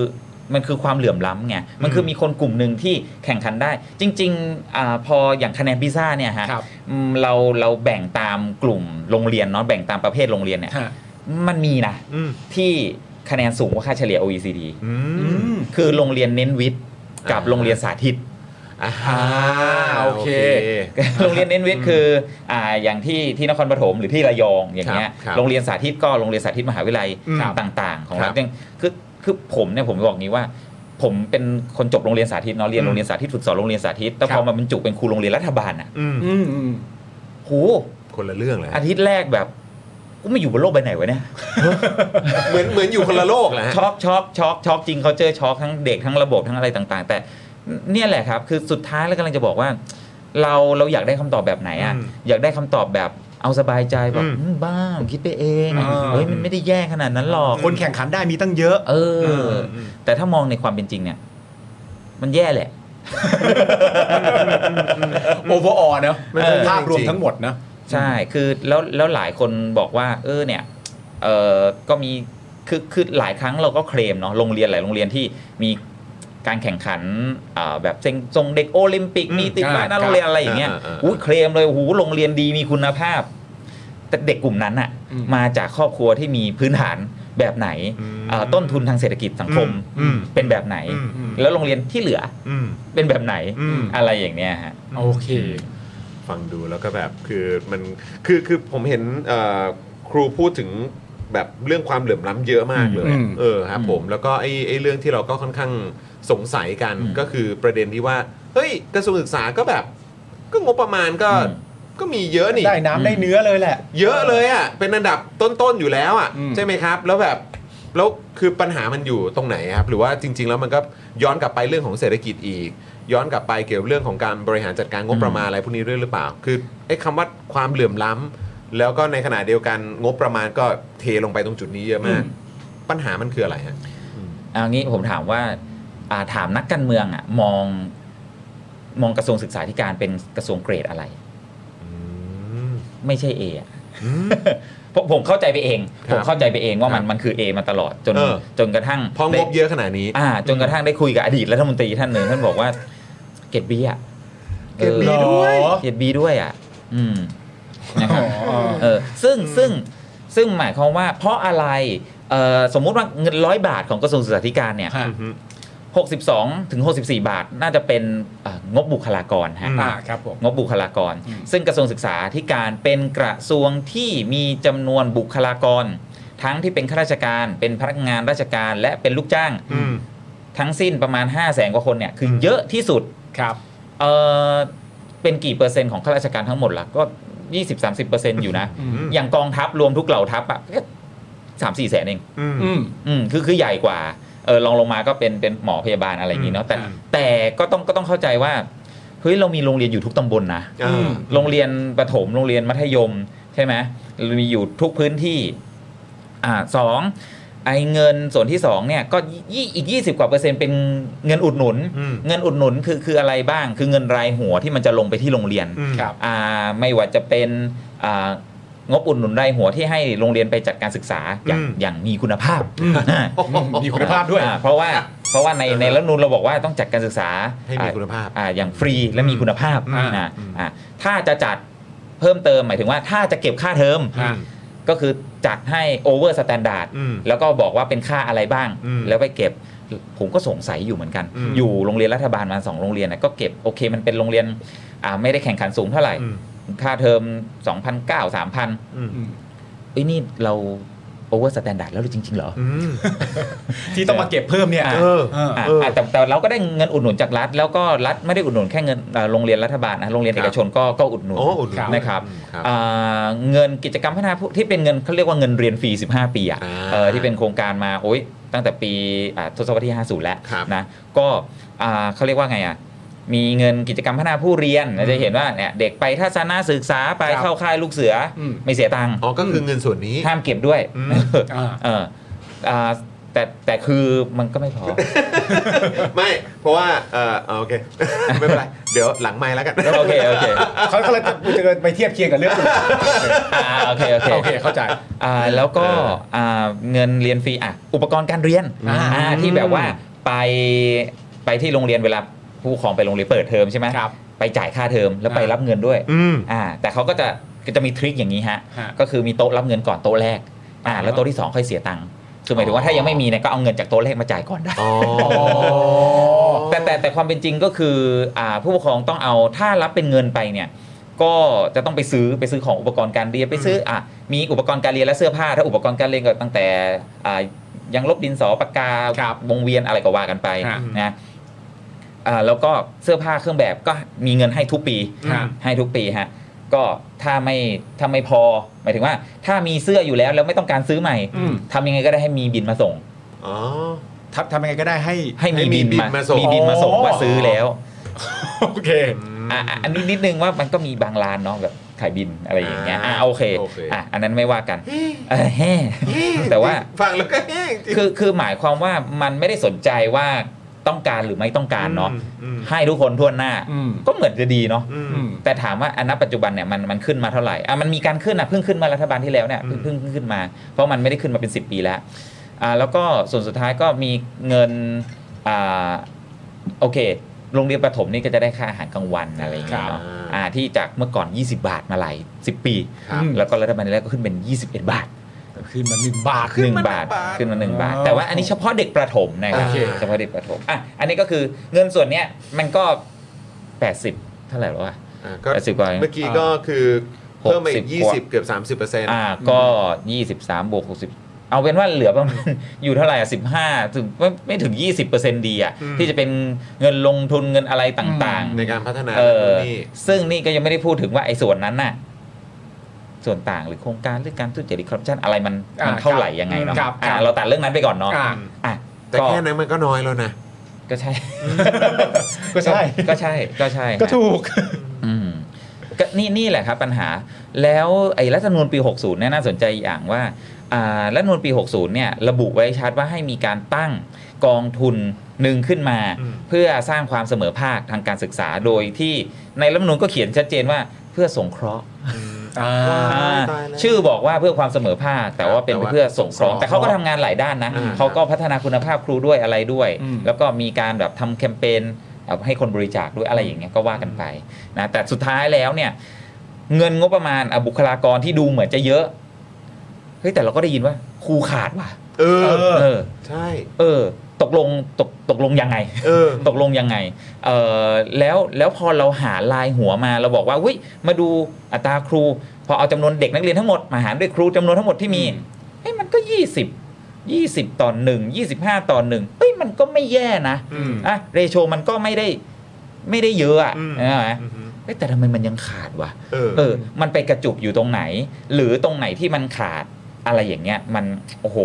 Speaker 6: มันคือความเหลื่อมล้ำไงมันคือมีคนกลุ่มหนึ่งที่แข่งขันได้ จริงๆอาพออย่างคะแนนพิซซ่าเนี่ยฮะ
Speaker 3: ครับ
Speaker 6: อืมเราเราแบ่งตามกลุ่มโรงเรียนเนาะแบ่งตามประเภทโรงเรียนเนี่ย
Speaker 3: ฮะ
Speaker 6: มันมีนะ
Speaker 2: อืม
Speaker 6: ที่คะแนนสูงกว่าค่าเฉลี่ย OECD
Speaker 2: อื
Speaker 3: อื
Speaker 2: ม
Speaker 3: ม
Speaker 6: คือโรงเรียนเน้นวิทย์กับ
Speaker 2: อ่า
Speaker 6: โรงเรียนสาธิต
Speaker 2: อ่า
Speaker 3: โอเค
Speaker 6: โรงเรียนเน้นวิทย์คืออ่าอย่างที่ที่นครปฐมหรือที่ระยองอย่างเงี้ย
Speaker 2: ครับครับ
Speaker 6: โรงเรียนสาธิตก็โรงเรียนสาธิตมหาวิทยาลัย
Speaker 2: ครับ
Speaker 6: ต่าง ๆ ของ
Speaker 2: ครั
Speaker 6: รับ ฐยังคือคือผมเนี่ยผมบอกงี้ว่า ผมเป็นคนจบโรงเรียนสาธิตเนาะเรียนโรงเรียนสาธิตฝึกสอนโรงเรียนสาธิตแต่
Speaker 3: ค
Speaker 6: พ
Speaker 3: รั
Speaker 6: อบ มาบรรจุเป็นครูโรงเรียนรัฐบาลอ่ะ
Speaker 2: อืม
Speaker 3: อืมอืม
Speaker 6: โห
Speaker 2: คนละเรื่องเลย
Speaker 6: อาทิตย์แรกแบบกูไม่อยู่บนโลกใบไหนวะเนี่ย
Speaker 2: เหมือน เหมือนอยู่คนละโลกแหละฮะ
Speaker 6: ช็อกช็อกช็อกช็อกจริงเขาเจอช็อกทั้งเด็กทั้งระบบทั้งอะไรต่าง ๆ แต่เนี่ยแหละครับ คือสุดท้ายแล้วกำลังจะบอกว่า เราเราอยากได้คำตอบแบบไหนอ่ะ
Speaker 2: อืม
Speaker 6: อยากได้คำตอบแบบเอาสบายใจแบบ
Speaker 2: อืม
Speaker 6: อืมบ้าผมคิดไปเอง
Speaker 3: อ่า
Speaker 6: เฮ้ยมันไม่ได้แย่ขนาดนั้นหรอก
Speaker 3: คนแข่งขันได้มีตั้งเยอะ
Speaker 6: เออ
Speaker 2: อื
Speaker 6: อ
Speaker 2: มอืม
Speaker 6: แต่ถ้ามองในความเป็นจริงเนี่ย มันแย่แหละ
Speaker 3: โอเวอ ร์ออลเนอะ
Speaker 2: มันเป็น
Speaker 3: ภาพรวม
Speaker 2: จริง
Speaker 3: ทั้งหมดนะ
Speaker 6: ใช่ คือแล้วแล้วหลายคนบอกว่า เออเนี่ย เออก็มี คือคือหลายครั้งเราก็เคลมเนาะ โรงเรียนหลายโรงเรียนที่มีการแข่งขันอ่าแบบเซ็งทรงเด็กโอลิมปิก มีติดบ้านหน้า
Speaker 3: อ่า
Speaker 6: โรงเรียนอะไรอย่างเงี้ย
Speaker 2: อ่าอ่าอ่า
Speaker 6: อุ้ยเคลมเลยโอ้โหโรงเรียนดีมีคุณภาพ แต่เด็กกลุ่มนั้นอะมาจากครอบครัวที่มีพื้นฐานแบบไหนอ่าต้นทุนทางเศรษฐกิจสังคมเป็นแบบไหน แล้วโรงเรียนที่เหลืออเป็นแบบไหน อะไรอย่างเนี้ยฮะ
Speaker 3: โอเค
Speaker 2: ฟังดูแล้วก็แบบคือมันคือคือผมเห็นเอ่อครูพูดถึงแบบเรื่องความเหลื่อมล้ำเยอะมากเลย
Speaker 3: อืม
Speaker 2: เออครับ
Speaker 6: อืม
Speaker 2: ผมแล้วก็ไอ้ไอ้เรื่องที่เราก็ค่อนข้างสงสัยกัน
Speaker 6: อืม
Speaker 2: ก็คือประเด็นที่ว่าเฮ้ยกระทรวงศึกษาก็แบบ ก็งบประมาณก็
Speaker 6: อืม
Speaker 2: ก็มีเยอะนี่
Speaker 3: ได้น้ำได้เนื้อเลยแหละ
Speaker 2: เยอะเลยอ่ะเป็นอันดับต้นๆอยู่แล้วอ่ะ
Speaker 3: อืม
Speaker 2: ใช่ไหมครับ แล้วแบบแล้วคือปัญหามันอยู่ตรงไหนครับ หรือว่าจริง ๆ แล้วมันก็ย้อนกลับไปเรื่องของเศรษฐกิจอีก ย้อนกลับไปเกี่ยวเรื่องของการบริหารจัดการงบประมาณอะไรพวกนี้ด้วยหรือเปล่า คือไอ้คำว่าความเหลื่อมล้ำ แล้วก็ในขณะเดียวกันงบประมาณก็เทลงไปตรงจุดนี้เยอะมาก
Speaker 6: อืม
Speaker 2: ปัญหามันคืออะไรฮะ
Speaker 6: เอางี้ผมถามว่าอ่าถามนักการเมืองอะมองมองกระทรวงศึกษาธิการเป็นกระทรวงเกรดอะไร ไม่ใช่ A อะ ผมผมเข้าใจไปเอง
Speaker 2: ครับ
Speaker 6: ผมเข้าใจไปเองว่ามั
Speaker 2: ค
Speaker 6: น
Speaker 2: รับ
Speaker 6: มันคือ A มาตลอดจน
Speaker 2: เออ
Speaker 6: จนกระทั่ง
Speaker 2: พองบเยอะขนาดนี้
Speaker 6: อ่า จนกระทั่งได้คุยกับอดีตรัฐมนตรีท่านหนึ่งท่านบอกว่า เกรดบีอะ
Speaker 2: เกรด B ด้วย
Speaker 6: เออเกรดบีด้วยอ่ะ อืมนะครับ
Speaker 3: อ๋อ
Speaker 6: เออซึ่งซึ่งซึ่งหมายความว่าเพราะอะไรเอ่อสมมุติว่าเงินร้อยบาทของกระทรวงศึกษาธิการเนี่ย
Speaker 3: ครับ
Speaker 2: อือฮึ
Speaker 6: 62ถึง64 บาท น่าจะเป็นเอ่องบบุคลากรฮะ
Speaker 3: อ่าครับผม
Speaker 6: งบบุคลากร
Speaker 3: อืม
Speaker 6: ซึ่งกระทรวงศึกษาธิการเป็นกระทรวงที่มีจำนวนบุคลากร ทั้งที่เป็นข้าราชการเป็นพนักงานราชการและเป็นลูกจ้าง
Speaker 2: อืม
Speaker 6: ทั้งสิ้นประมาณ 5 0 0แสนกว่าคนเนี่ยคือเยอะที่สุด
Speaker 3: ครับ
Speaker 6: เออเป็นกี่เปอร์เซ็นต์ของข้าราชการทั้งหมดล่ะก็ 20 30เปอร์เซ็นต์อยู่นะ
Speaker 2: ม
Speaker 6: อย่างกองทัพรวมทุกเหล่าทัพอ่ะก็สามสี่แสนเอง
Speaker 2: อืม
Speaker 3: อืม
Speaker 6: อืมคือคือใหญ่กว่าเออลองลงมาก็เป็นเป็นหมอพยาบาลอะไรอย่างงี้เนาะแต่
Speaker 3: อืม
Speaker 6: แต่ก็ต้องก็ต้องเข้าใจว่าเฮ้ยเรามีโรงเรียนอยู่ทุกตำบลนะ
Speaker 2: อ่า
Speaker 6: โรงเรียนประถมโรงเรียนมัธยมใช่ไหมมีอยู่ทุกพื้นที่อ่าสองไอเงินส่วนที่สองเนี่ยก็ยี่อีก 20 กว่าเปอร์เซ็นต์เป็นเงินอุดหนุน
Speaker 2: อืม
Speaker 6: เงินอุดหนุนคือคืออะไรบ้าง คือเงินรายหัวที่มันจะลงไปที่โรงเรียน
Speaker 2: อืม
Speaker 3: ครับ
Speaker 6: อ่าไม่ว่าจะเป็นอ่างบอุดหนุนรายหัวที่ให้โรงเรียนไปจัดการศึกษาอย่าง
Speaker 2: อืม
Speaker 6: อย่างมีคุณภาพ
Speaker 3: มี คุณภาพด้วย
Speaker 6: อ่เพราะว่าเพราะว่าในในรัฐธรรมนูลเราบอกว่าต้องจัดการศึกษา
Speaker 2: ให้มีคุณภาพ
Speaker 6: อ่าอย่างฟรีและมีคุณภาพ
Speaker 3: อ่า
Speaker 6: อ่าอ่าถ้าจะจัดเพิ่มเติมหมายถึงว่าถ้าจะเก็บค่าเทอม
Speaker 3: อ่า
Speaker 6: ก็คือจัดให้โอเวอร์สแตนดาร์ด
Speaker 2: อืม
Speaker 6: แล้วก็บอกว่าเป็นค่าอะไรบ้าง
Speaker 2: อืม
Speaker 6: แล้วไปเก็บผมก็สงสัยอยู่เหมือนกัน
Speaker 2: อืม
Speaker 6: อยู่โรงเรียนรัฐบาลมาสองโรงเรียนนะก็เก็บโอเคมันเป็นโรงเรียนอ่าไม่ได้แข่งขันสูงเท่าไหร่
Speaker 2: อืม
Speaker 6: ค่าเทอม 2,900 3,000
Speaker 2: อืม
Speaker 3: อืม
Speaker 6: เอ้ยนี่เราโอเวอร์สแตนดาร์ดแล้วหรือจริง ๆ เหรอ
Speaker 2: อืม
Speaker 3: ที่ต้องมาเก็บเพิ่มเนี่ย
Speaker 2: เออ
Speaker 3: เออ
Speaker 6: อ่ะ
Speaker 2: เ
Speaker 6: อ่ะแต่แต่เราก็ได้เงินอุดหนุนจากรัฐ แล้วก็รัฐไม่ได้อุดหนุนแค่เงินอ่าโรงเรียนรัฐบาลนะโรงเรียนเอกชนก็ก็อุดหนุน
Speaker 2: โอ้อุดห
Speaker 3: ครับ
Speaker 6: นะครับ
Speaker 2: ครับ
Speaker 6: อ่าเงินกิจกรรมพัฒนาผู้ที่เป็นเงินเขาเรียกว่าเงินเรียนฟรี 15 ปีอ่ะ
Speaker 2: อ่า
Speaker 6: เออที่เป็นโครงการมาโอ๊ยตั้งแต่ปีอ่าทศวรรษที่ 50 แล้ว
Speaker 2: ครับ
Speaker 6: นะก็อ่าเขาเรียกว่าไงอ่ะมีเงินกิจกรรมพัฒนาผู้เรียนเราจะเห็นว่าเนี่ยเด็กไปทัศนศึกษาไป
Speaker 3: ครับ
Speaker 6: เข้าค่ายลูกเสืออ
Speaker 3: ม
Speaker 6: ไม่เสียตังค์
Speaker 2: อ๋อก็คือเงินส่วนนี้
Speaker 6: ห้ามเก็บด้วย
Speaker 2: อืม
Speaker 3: อ่า
Speaker 6: เอออ่าแต่แต่คือมันก็ไม่พอ
Speaker 2: ไม่ เพราะว่าเออเอาโอเค ไม่เป็นไร เดี๋ยวหลังไม้แล้วกัน
Speaker 6: โอเคโอเค
Speaker 3: เขาเขาเลยจะจะไปเทียบเคียงกับเรื่องอื่น
Speaker 6: อ่าโอเคโอเค
Speaker 3: โอเคเข้าใจ
Speaker 6: อ่าแล้วก็อ่าเงินเรียนฟรีอ่ะอุปกรณ์การเรียน
Speaker 3: อ่า
Speaker 6: อ่าที่แบบว่าไปไปที่โรงเรียนเวลาผู้ปกครองไปโรงเรียนเปิดเทอมใช่ไหม
Speaker 3: ครับ
Speaker 6: ไปจ่ายค่าเทอมแล้วไป
Speaker 3: อ่ารั
Speaker 6: รับเงินด้วย
Speaker 2: อืม
Speaker 6: อ่าแต่เขาก็จะก็จะมีทริคอย่างนี้ฮะ
Speaker 3: ฮะ
Speaker 6: ก็คือมีโต๊ะรับเงินก่อนโต๊ะแรกอ่า
Speaker 3: อ่า
Speaker 6: แล้วโต๊ะที่สองค่อยเสียตังค์คือหมายถึงว่าถ้ายังไม่มีเนี่ยก็เอาเงินจากโต๊ะแรกมาจ่ายก่อนได้
Speaker 2: อ๋อ
Speaker 6: แต่แต่แต่ความเป็นจริงก็คืออ่าผู้ปกครองต้องเอาถ้ารับเป็นเงินไปเนี่ยก็จะต้องไปซื้อไปซื้อของอุปกรณ์การเรียนไปซื้ออ่ะมีอุปกรณ์การเรียนและเสื้อผ้าถ้าอุปกรณ์การเรียนก็ตั้งแต่อ่ายังลบดินสอปากกา
Speaker 3: ครับ
Speaker 6: วงเวียนอะไรก็ว่ากันไป
Speaker 3: ฮะ
Speaker 6: นะอ่าแล้วก็เสื้อผ้าเครื่องแบบก็มีเงินให้ทุกปี
Speaker 3: ฮะ
Speaker 6: ให้ทุกปีฮะก็ถ้าไม่ถ้าไม่พอหมายถึงว่า ถ้ามีเสื้ออยู่แล้วแล้วไม่ต้องการซื้อใหม่
Speaker 3: อืม
Speaker 6: ทำยังไงก็ได้ให้มีบินมาส่ง
Speaker 2: อ๋อ
Speaker 3: ทับทำยังไงก็ได้ให้
Speaker 6: ให้
Speaker 2: ให้
Speaker 6: มี
Speaker 2: มี
Speaker 6: บิน
Speaker 2: บินมา
Speaker 6: มา
Speaker 2: ส่ง
Speaker 6: มีบินมาส่ง
Speaker 3: อ๋อ
Speaker 6: ว่าซื้อแล้ว
Speaker 3: โอเค
Speaker 6: อ่ะอ่ะอันนี้นิดนึงว่ามันก็มีบางร้านเนาะแบบขายบินอะไรอย่างเงี้ยอ่ะ
Speaker 2: อ่า
Speaker 6: โอเค
Speaker 2: โอเค
Speaker 6: อ่ะอันนั้นไม่ว่ากันเออแฮ่แต่ว่า
Speaker 2: ฟังแล้วก็แห้งจริง
Speaker 6: คือคือหมายความว่ามันไม่ได้สนใจว่าต้องการหรือไม่ต้องการเนาะ
Speaker 2: อืมอืม
Speaker 6: ให้ทุกคนทั่วหน้า
Speaker 3: อืม
Speaker 6: ก็เหมือนจะดีเนาะ
Speaker 2: อืม
Speaker 3: อืม
Speaker 6: แต่ถามว่าอันนับปัจจุบันเนี่ยมันมันขึ้นมาเท่าไหร่อ่ะมันมีการขึ้นอ่ะเพิ่งขึ้นมารัฐบาลที่แล้วเนี่ยเพิ่งเพิ่งเพิ่งขึ้นมา เพราะมันไม่ได้ขึ้นมาเป็น 10 ปีแล้วอ่าแล้วก็ส่วนสุดท้ายก็มีเงินอ่าโอเค โรงเรียนประถมนี่ก็จะได้ค่าอาหารกลางวันอะไรอย่างเงี้ยเนาะ
Speaker 2: ครับ
Speaker 6: อ่าที่จากเมื่อก่อน 20 บาทมาหลาย10 ปี
Speaker 2: ครับ
Speaker 3: อืม
Speaker 6: แล้วก็รัฐบาลที่แล้วก็ขึ้นเป็น 21 บาท
Speaker 3: ขึ้นมาหนึ่งบาท
Speaker 6: หนึ่งบาทขึ้นมาหนึ่งบาท แต่ว่าอันนี้เฉพาะเด็กประถมนะครับ
Speaker 2: โอเค
Speaker 6: เฉพาะเด็กประถมอ่ะอันนี้ก็คือเงินส่วนเนี้ยมันก็ 80 เท่าไหร่แล้วอะ
Speaker 2: อ่ะก็
Speaker 6: แปดสิบกว่าเอง
Speaker 2: เมื่อกี้ก็คือเพิ่มมาอีก
Speaker 6: หกสิบกว่า
Speaker 2: 20 เกือบ 30เปอร์เซ็นต์
Speaker 6: อ่าก็ 23บวก60 เอาเป็นว่าเหลือประมาณ อยู่เท่าไหร่อ่ะ15 ถึงไม่ไม่ถึง 20%ดีอ่ะ
Speaker 2: อืม
Speaker 6: ที่จะเป็นเงินลงทุนเงินอะไรต่าง
Speaker 2: ในการพัฒนา
Speaker 6: ๆเออ
Speaker 2: นู่นนี่
Speaker 6: ซึ่งนี่ก็ยังไม่ได้พูดถึงว่าไอ้ส่วนนั้นน่ะ ส่วนต่างหรือโครงการหรือการทุจริตคอร์รัปชันอะไรมัน
Speaker 3: อ่ามั
Speaker 6: มันเท่าไหร่ยังไงเนาะ
Speaker 3: ครับ
Speaker 6: อ่า
Speaker 3: ครับ
Speaker 6: เราตัดเรื่องนั้นไปก่อนเนาะ
Speaker 3: อ่า
Speaker 6: อ่ะ
Speaker 2: แต่
Speaker 6: ก็
Speaker 2: แค่นั้นมันก็น้อยแล้วนะ
Speaker 6: ก็ใช่
Speaker 3: ก็ใช่
Speaker 6: ก็ใช่ก็ใช่
Speaker 3: ก็ถูก
Speaker 6: อืม ก็นี่นี่แหละครับปัญหาแล้วไอ้รัฐธรรมนูญปี 60เนี่ยน่าสนใจอย่างว่าอ่ารัฐธรรมนูญปี 60เนี่ยระบุไว้ชัดว่าให้มีการตั้งกองทุนหนึ่งขึ้นมา เพื่อสร้างความเสมอภาคทางการศึกษาโดยที่ในรัฐธรรมนูญก็เขียนชัดเจนว่าเพื่อสงเคราะห์อ่าชื่อบอกว่าเพื่อความเสมอภาค แต่ว่าเป็น
Speaker 2: แต่ว่า
Speaker 6: เพื่อสงเคราะห์แต่เขาก็ทำงานหลายด้านนะ
Speaker 2: อ่า
Speaker 6: เขาก็พัฒนาคุณภาพครูด้วยอะไรด้วย แล้วก็มีการแบบทำแคมเปญเอ่อให้คนบริจาคด้วยอะไรอย่างเงี้ยก็ว่ากันไปนะแต่สุดท้ายแล้วเนี่ย เงินงบประมาณอ่ะบุคลากรที่ดูเหมือนจะเยอะเฮ้ยแต่เราก็ได้ยินว่าครูขาดว่ะ
Speaker 2: เออ
Speaker 6: เออ
Speaker 2: ใช่
Speaker 6: เออ ตกลงตกตกลงยังไง
Speaker 2: เออ
Speaker 6: ตกลงยังไงเออแล้วแล้วพอเราหาลายหัวมาเราบอกว่าวยมาดูอัตราครู พอเอาจำนวนเด็กนักเรียนทั้งหมดมาหารด้วยครูจำนวนทั้งหมดที่มีเอ้ยมันก็ 20 20 ต่อหนึ่ง25 ต่อหนึ่งเอ้ยมันก็ไม่แย่นะ
Speaker 2: อืม
Speaker 6: อ่ะเรโชมันก็ไม่ได้ไม่ได้เยอะอ่ะ
Speaker 2: อืม
Speaker 6: เห็นไหม
Speaker 2: อือฮึ
Speaker 6: เอ้ยแต่ทำไมมันยังขาดวะ
Speaker 2: เออ
Speaker 6: เออ มันไปกระจุกอยู่ตรงไหน หรือตรงไหนที่มันขาดอะไรอย่างเงี้ย มัน โอ้โห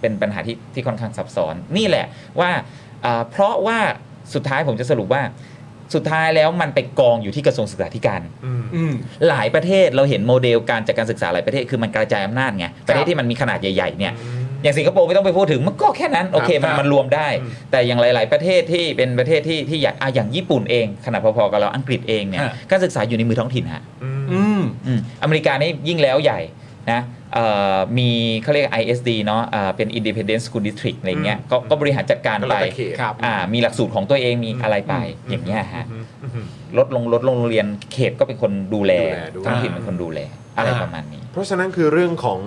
Speaker 6: เป็นปัญหาที่ที่ค่อนข้างซับซ้อน นี่แหละว่าอ่าเพราะว่าสุดท้ายผมจะสรุปว่า สุดท้ายแล้วมันไปกองอยู่ที่กระทรวงศึกษาธิการ
Speaker 2: อืม
Speaker 3: อืม
Speaker 6: หลายประเทศเราเห็นโมเดลการจัดการศึกษาหลายประเทศคือมันกระจายอำนาจไง ประเทศที่มันมีขนาดใหญ่ๆเนี่ย อย่างสิงคโปร์ไม่ต้องไปพูดถึงมันก็แค่นั้น โอเค มันมันรวมได้
Speaker 2: อืม
Speaker 6: แต่อย่างหลาย ๆ ประเทศที่เป็นประเทศที่ที่ใหญ่อ่ะอย่างญี่ปุ่นเองขนาดพอๆกับเราอังกฤษเองเนี่ย
Speaker 3: อ่ะ
Speaker 6: การศึกษาอยู่ในมือท้องถิ่นฮะ
Speaker 2: อืม
Speaker 3: อืม
Speaker 6: อืมอเมริกานี่ยิ่งแล้วใหญ่นะเอ่อมีเขาเรียก ISD เนาะอ่าเป็น Independent School District อะไรเงี้ย
Speaker 2: อืม
Speaker 6: ก็ก็บริหารจัดการ
Speaker 2: ก็
Speaker 6: ไป
Speaker 2: แล้วแต่เขต
Speaker 3: ครับ
Speaker 6: อ่ามีหลักสูตรของตัวเองมีอะไรไปอย่างเงี้ยฮะลดลงลดลงโรงเรียนเขตก็เป็นคนดูแล
Speaker 2: ดูแลด้วย
Speaker 6: ท้องถิ่นเป็นคนดูแล อะไรประมาณนี้
Speaker 2: เพราะฉะนั้นคือเรื่องของ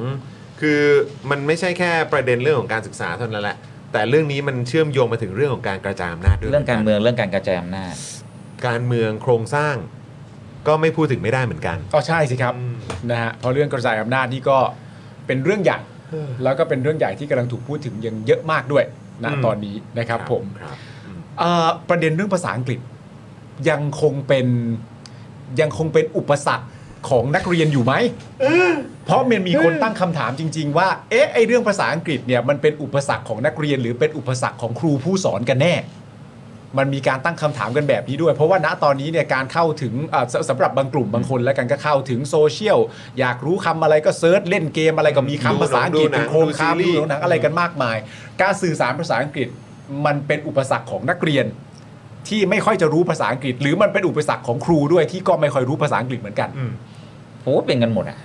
Speaker 2: คือมันไม่ใช่แค่ประเด็นเรื่องของการศึกษาเท่านั้นแหละ แต่เรื่องนี้มันเชื่อมโยงมาถึงเรื่องของการกระจายอำนาจด้วย
Speaker 6: เรื่องการเมืองเรื่องการกระจายอำนาจ
Speaker 2: การเมืองโครงสร้าง ก็ไม่พูดถึงไม่ได้เหมือนกัน
Speaker 3: ก็ใช่สิครับ
Speaker 2: อืม
Speaker 3: นะฮะเพราะเรื่องกระจายอำนาจนี่ก็เป็นเรื่องใหญ่แล้วก็เป็นเรื่องใหญ่ที่กำลังถูกพูดถึงอยังเยอะมากด้วยนะตอนนี้นะครับผม
Speaker 2: ครับอืม
Speaker 3: เอ่อประเด็นเรื่องภาษาอังกฤษยังคงเป็นยังคงเป็นอุปสรรคของนักเรียนอยู่ไหมเพราะมันมีคนตั้งคำถามจริง ๆ ว่าเอ๊ะไอเรื่องภาษาอังกฤษเนี่ยมันเป็นอุปสรรคของนักเรียน หรือเป็นอุปสรรคของครูผู้สอนกันแน่ มันมีการตั้งคำถามกันแบบนี้ด้วย เพราะว่าณตอนนี้เนี่ยการเข้าถึงอ่าสสำหรับบางกลุ่มบางคนแล้วกันก็เข้าถึงโซเชียล อยากรู้คำอะไรก็เซิร์ชเล่นเกมอะไรก็มีคำภาษาอังกฤษเป็นโครงคำดูหนังอะไรกันมากมาย การสื่อสารภาษาอังกฤษมันเป็นอุปสรรคของนักเรียน ที่ไม่ค่อยจะรู้ภาษาอังกฤษ หรือมันเป็นอุปสรรคของครูด้วยที่ก็ไม่ค่อยรู้ภาษาอังกฤษเหมือนกัน
Speaker 2: อืม
Speaker 6: โอ้เป็นกันหมด อ่ะ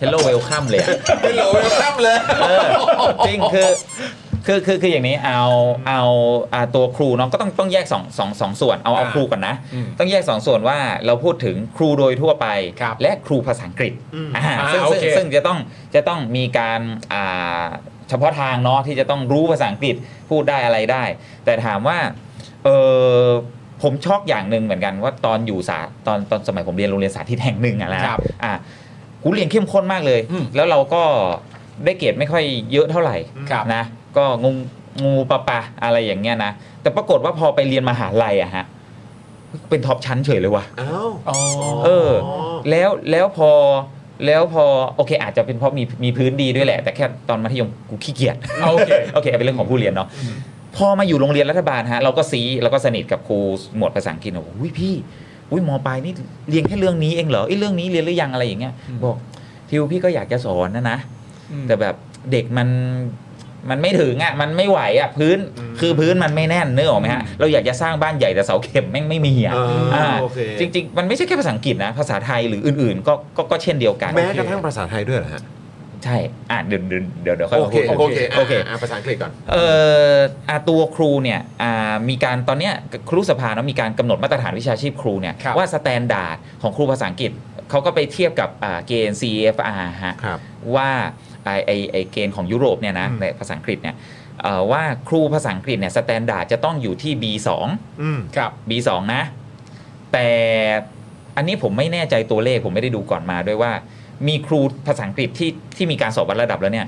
Speaker 6: Hello Welcome เลยอะ
Speaker 2: เป็นโหลเวลคัมเลย
Speaker 6: เออจริงคือคือคือคืออย่างนี้เอาเอาอ่าตัวครูเนาะก็ต้องต้องแยกสองสองสองส่วนเอาเอา
Speaker 2: อ่า
Speaker 6: ครูก่อนนะ
Speaker 3: อืม
Speaker 6: ต้องแยกสองส่วนว่าเราพูดถึงครูโดยทั่วไป
Speaker 3: ครับ
Speaker 6: และครูภาษาอังกฤษอ่า
Speaker 3: อ่า
Speaker 6: ซึ่ง
Speaker 3: โอ
Speaker 6: ซึ่ง
Speaker 3: เค
Speaker 6: ซึ่งจะต้องจะต้องมีการอ่าเฉพาะทางเนาะที่จะต้องรู้ภาษาอังกฤษพูดได้อะไรได้ แต่ถามว่าเออผมช็อกอย่างหนึ่งเหมือนกันว่าตอนอยู่สาตอนตอนสมัยผมเรียนโรงเรียนสาธิตแห่งหนึ่งอะนะครับ อ่า กูเรียนเข้มข้นมากเลย
Speaker 3: อืม
Speaker 6: แล้วเราก็ได้เกรดไม่ค่อยเยอะเท่าไหร่
Speaker 3: ครับ
Speaker 6: นะ ก็งงงูปะปะอะไรอย่างเงี้ยนะ แต่ปรากฏว่าพอไปเรียนมหาลัยอะฮะ เป็นท็อปชั้นเฉยเลยว่ะ
Speaker 2: อ้าว
Speaker 3: อ๋อ
Speaker 6: เออ แล้วแล้วพอแล้วพอโอเค อาจจะเป็นเพราะมีมีพื้นดีด้วยแหละ แต่แค่ตอนมัธยมกูขี้เกียจ
Speaker 3: โอเค
Speaker 6: โอเคเป็นเรื่องของผู้เรียนเนาะพอมาอยู่โรงเรียนรัฐบาลฮะเราก็ซีเราก็สนิทกับครูหมวดภาษาอังกฤษบอกอุ้ยพี่อุ้ยมปลายนี่เรียนแค่เรื่องนี้เองเหรอไอ้ยเรื่องนี้เรียนหรือยังอะไรอย่างเงี้ยบอกทิวพี่ก็อยากจะสอนนะนะ แต่แบบเด็กมันมันไม่ถึงอ่ะมันไม่ไหวอ่ะพื้น
Speaker 2: อืม
Speaker 6: คือพื้นมันไม่แน่นเนื้อออกไหมฮะเราอยากจะสร้างบ้านใหญ่แต่เสาเข็มแม่งไม่มีอ่ะ
Speaker 2: อ่า
Speaker 6: อ่า
Speaker 2: โอเค
Speaker 6: จริง ๆ มันไม่ใช่แค่ภาษาอังกฤษนะภาษาไทยหรืออื่นๆ ก็ก็ก็เช่นเดียวกัน
Speaker 2: แม้กระทั่งภาษาไทยด้วยเหรอฮะ
Speaker 6: ใช่อ่าเดี๋ยวเดี๋ยวเดี๋ยวเดี๋ยวค่อย
Speaker 2: โอ
Speaker 6: มา
Speaker 2: เค
Speaker 6: พูด
Speaker 2: โอเค
Speaker 6: โอเค
Speaker 2: อ่ะภาษาอังกฤษก่อน
Speaker 6: เอ่ออาตัวครูเนี่ยอ่ามีการตอนเนี้ยครูสภาเนาะมีการกำหนดมาตรฐานวิชาชีพครูเนี่ย
Speaker 3: ครับ
Speaker 6: ว่าสแตนดาร์ดของครูภาษาอังกฤษเขาก็ไปเทียบกับอ่าเกณฑ์ CFR ฮะ
Speaker 2: ครับ
Speaker 6: ว่าไอไอไอเกณฑ์ของยุโรปเนี่ยนะในภาษาอังกฤษเนี่ยเอ่อว่าครูภาษาอังกฤษเนี่ยสแตนดาร์ดจะต้องอยู่ที่ B2
Speaker 2: อืม
Speaker 3: ครับ
Speaker 6: B2 นะ แต่อันนี้ผมไม่แน่ใจตัวเลขผมไม่ได้ดูก่อนมาด้วยว่า มีครูภาษาอังกฤษที่ที่มีการสอบวัดระดับแล้วเนี่ย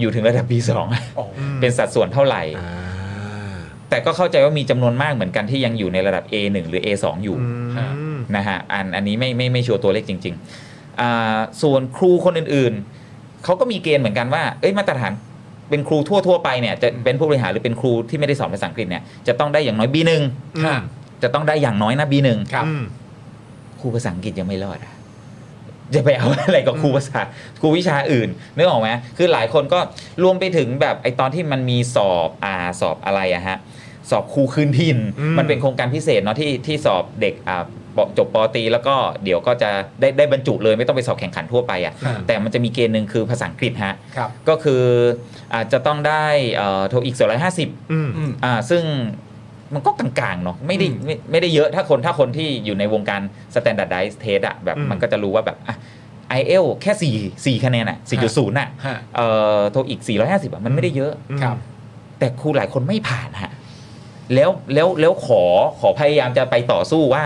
Speaker 6: อยู่ถึงระดับ B2
Speaker 3: อ๋อ
Speaker 6: เป็นสัดส่วนเท่าไหร่
Speaker 2: อ่า
Speaker 6: แต่ก็เข้าใจว่ามีจำนวนมากเหมือนกันที่ยังอยู่ในระดับ A1 หรือ A2 อยู่
Speaker 2: อืม
Speaker 6: นะฮะอันอันนี้ไม่ไม่ไม่ชัวร์ตัวเลขจริงๆอ่าส่วนครูคนอื่นๆ เขาก็มีเกณฑ์เหมือนกันว่า เอ้ยมาตรฐานเป็นครูทั่วๆไปเนี่ยจะเป็นผู้บริหารหรือเป็นครูที่ไม่ได้สอนภาษาอังกฤษเนี่ยจะต้องได้อย่างน้อย B1
Speaker 3: อ่า
Speaker 6: จะต้องได้อย่างน้อยนะ B1
Speaker 3: ครับ
Speaker 2: อืม
Speaker 6: ครูภาษาอังกฤษยังไม่รอดอะจะไปเอาอะไรกับครูภาษาครูวิชาอื่นนึกออกไหมคือหลายคนก็รวมไปถึงแบบไอตอนที่มันมีสอบอ่าสอบอะไรอะฮะ สอบครูคืนถิ่น
Speaker 2: อืม
Speaker 6: มันเป็นโครงการพิเศษเนาะที่ที่สอบเด็กอ่าปจบปอตรีแล้วก็เดี๋ยวก็จะได้ได้บรรจุเลยไม่ต้องไปสอบแข่งขันทั่วไปอะ
Speaker 3: ครับ
Speaker 6: แต่มันจะมีเกณฑ์หนึ่งคือภาษาอังกฤษฮะ
Speaker 3: ครับ
Speaker 6: ก็คืออาจจะต้องได้โทอีก250
Speaker 2: อืม
Speaker 3: อืม
Speaker 6: อ่าซึ่งมันก็กลางๆเนาะไม่ได้
Speaker 3: อืม
Speaker 6: ไม่ไม่ได้เยอะถ้าคนถ้าคนที่อยู่ในวงการ standardize test อะแบบ
Speaker 2: อืม
Speaker 6: มันก็จะรู้ว่าแบบไอเอลแค่ 4 4 คะแนนอะ4.0น่ะ
Speaker 3: ฮะ
Speaker 6: เอ่อโทอีก 450อะมันไม่ได้เยอะ
Speaker 3: ครับ
Speaker 6: แต่ครูหลายคนไม่ผ่านฮะแล้วแล้วแล้วขอขอพยายามจะไปต่อสู้ว่า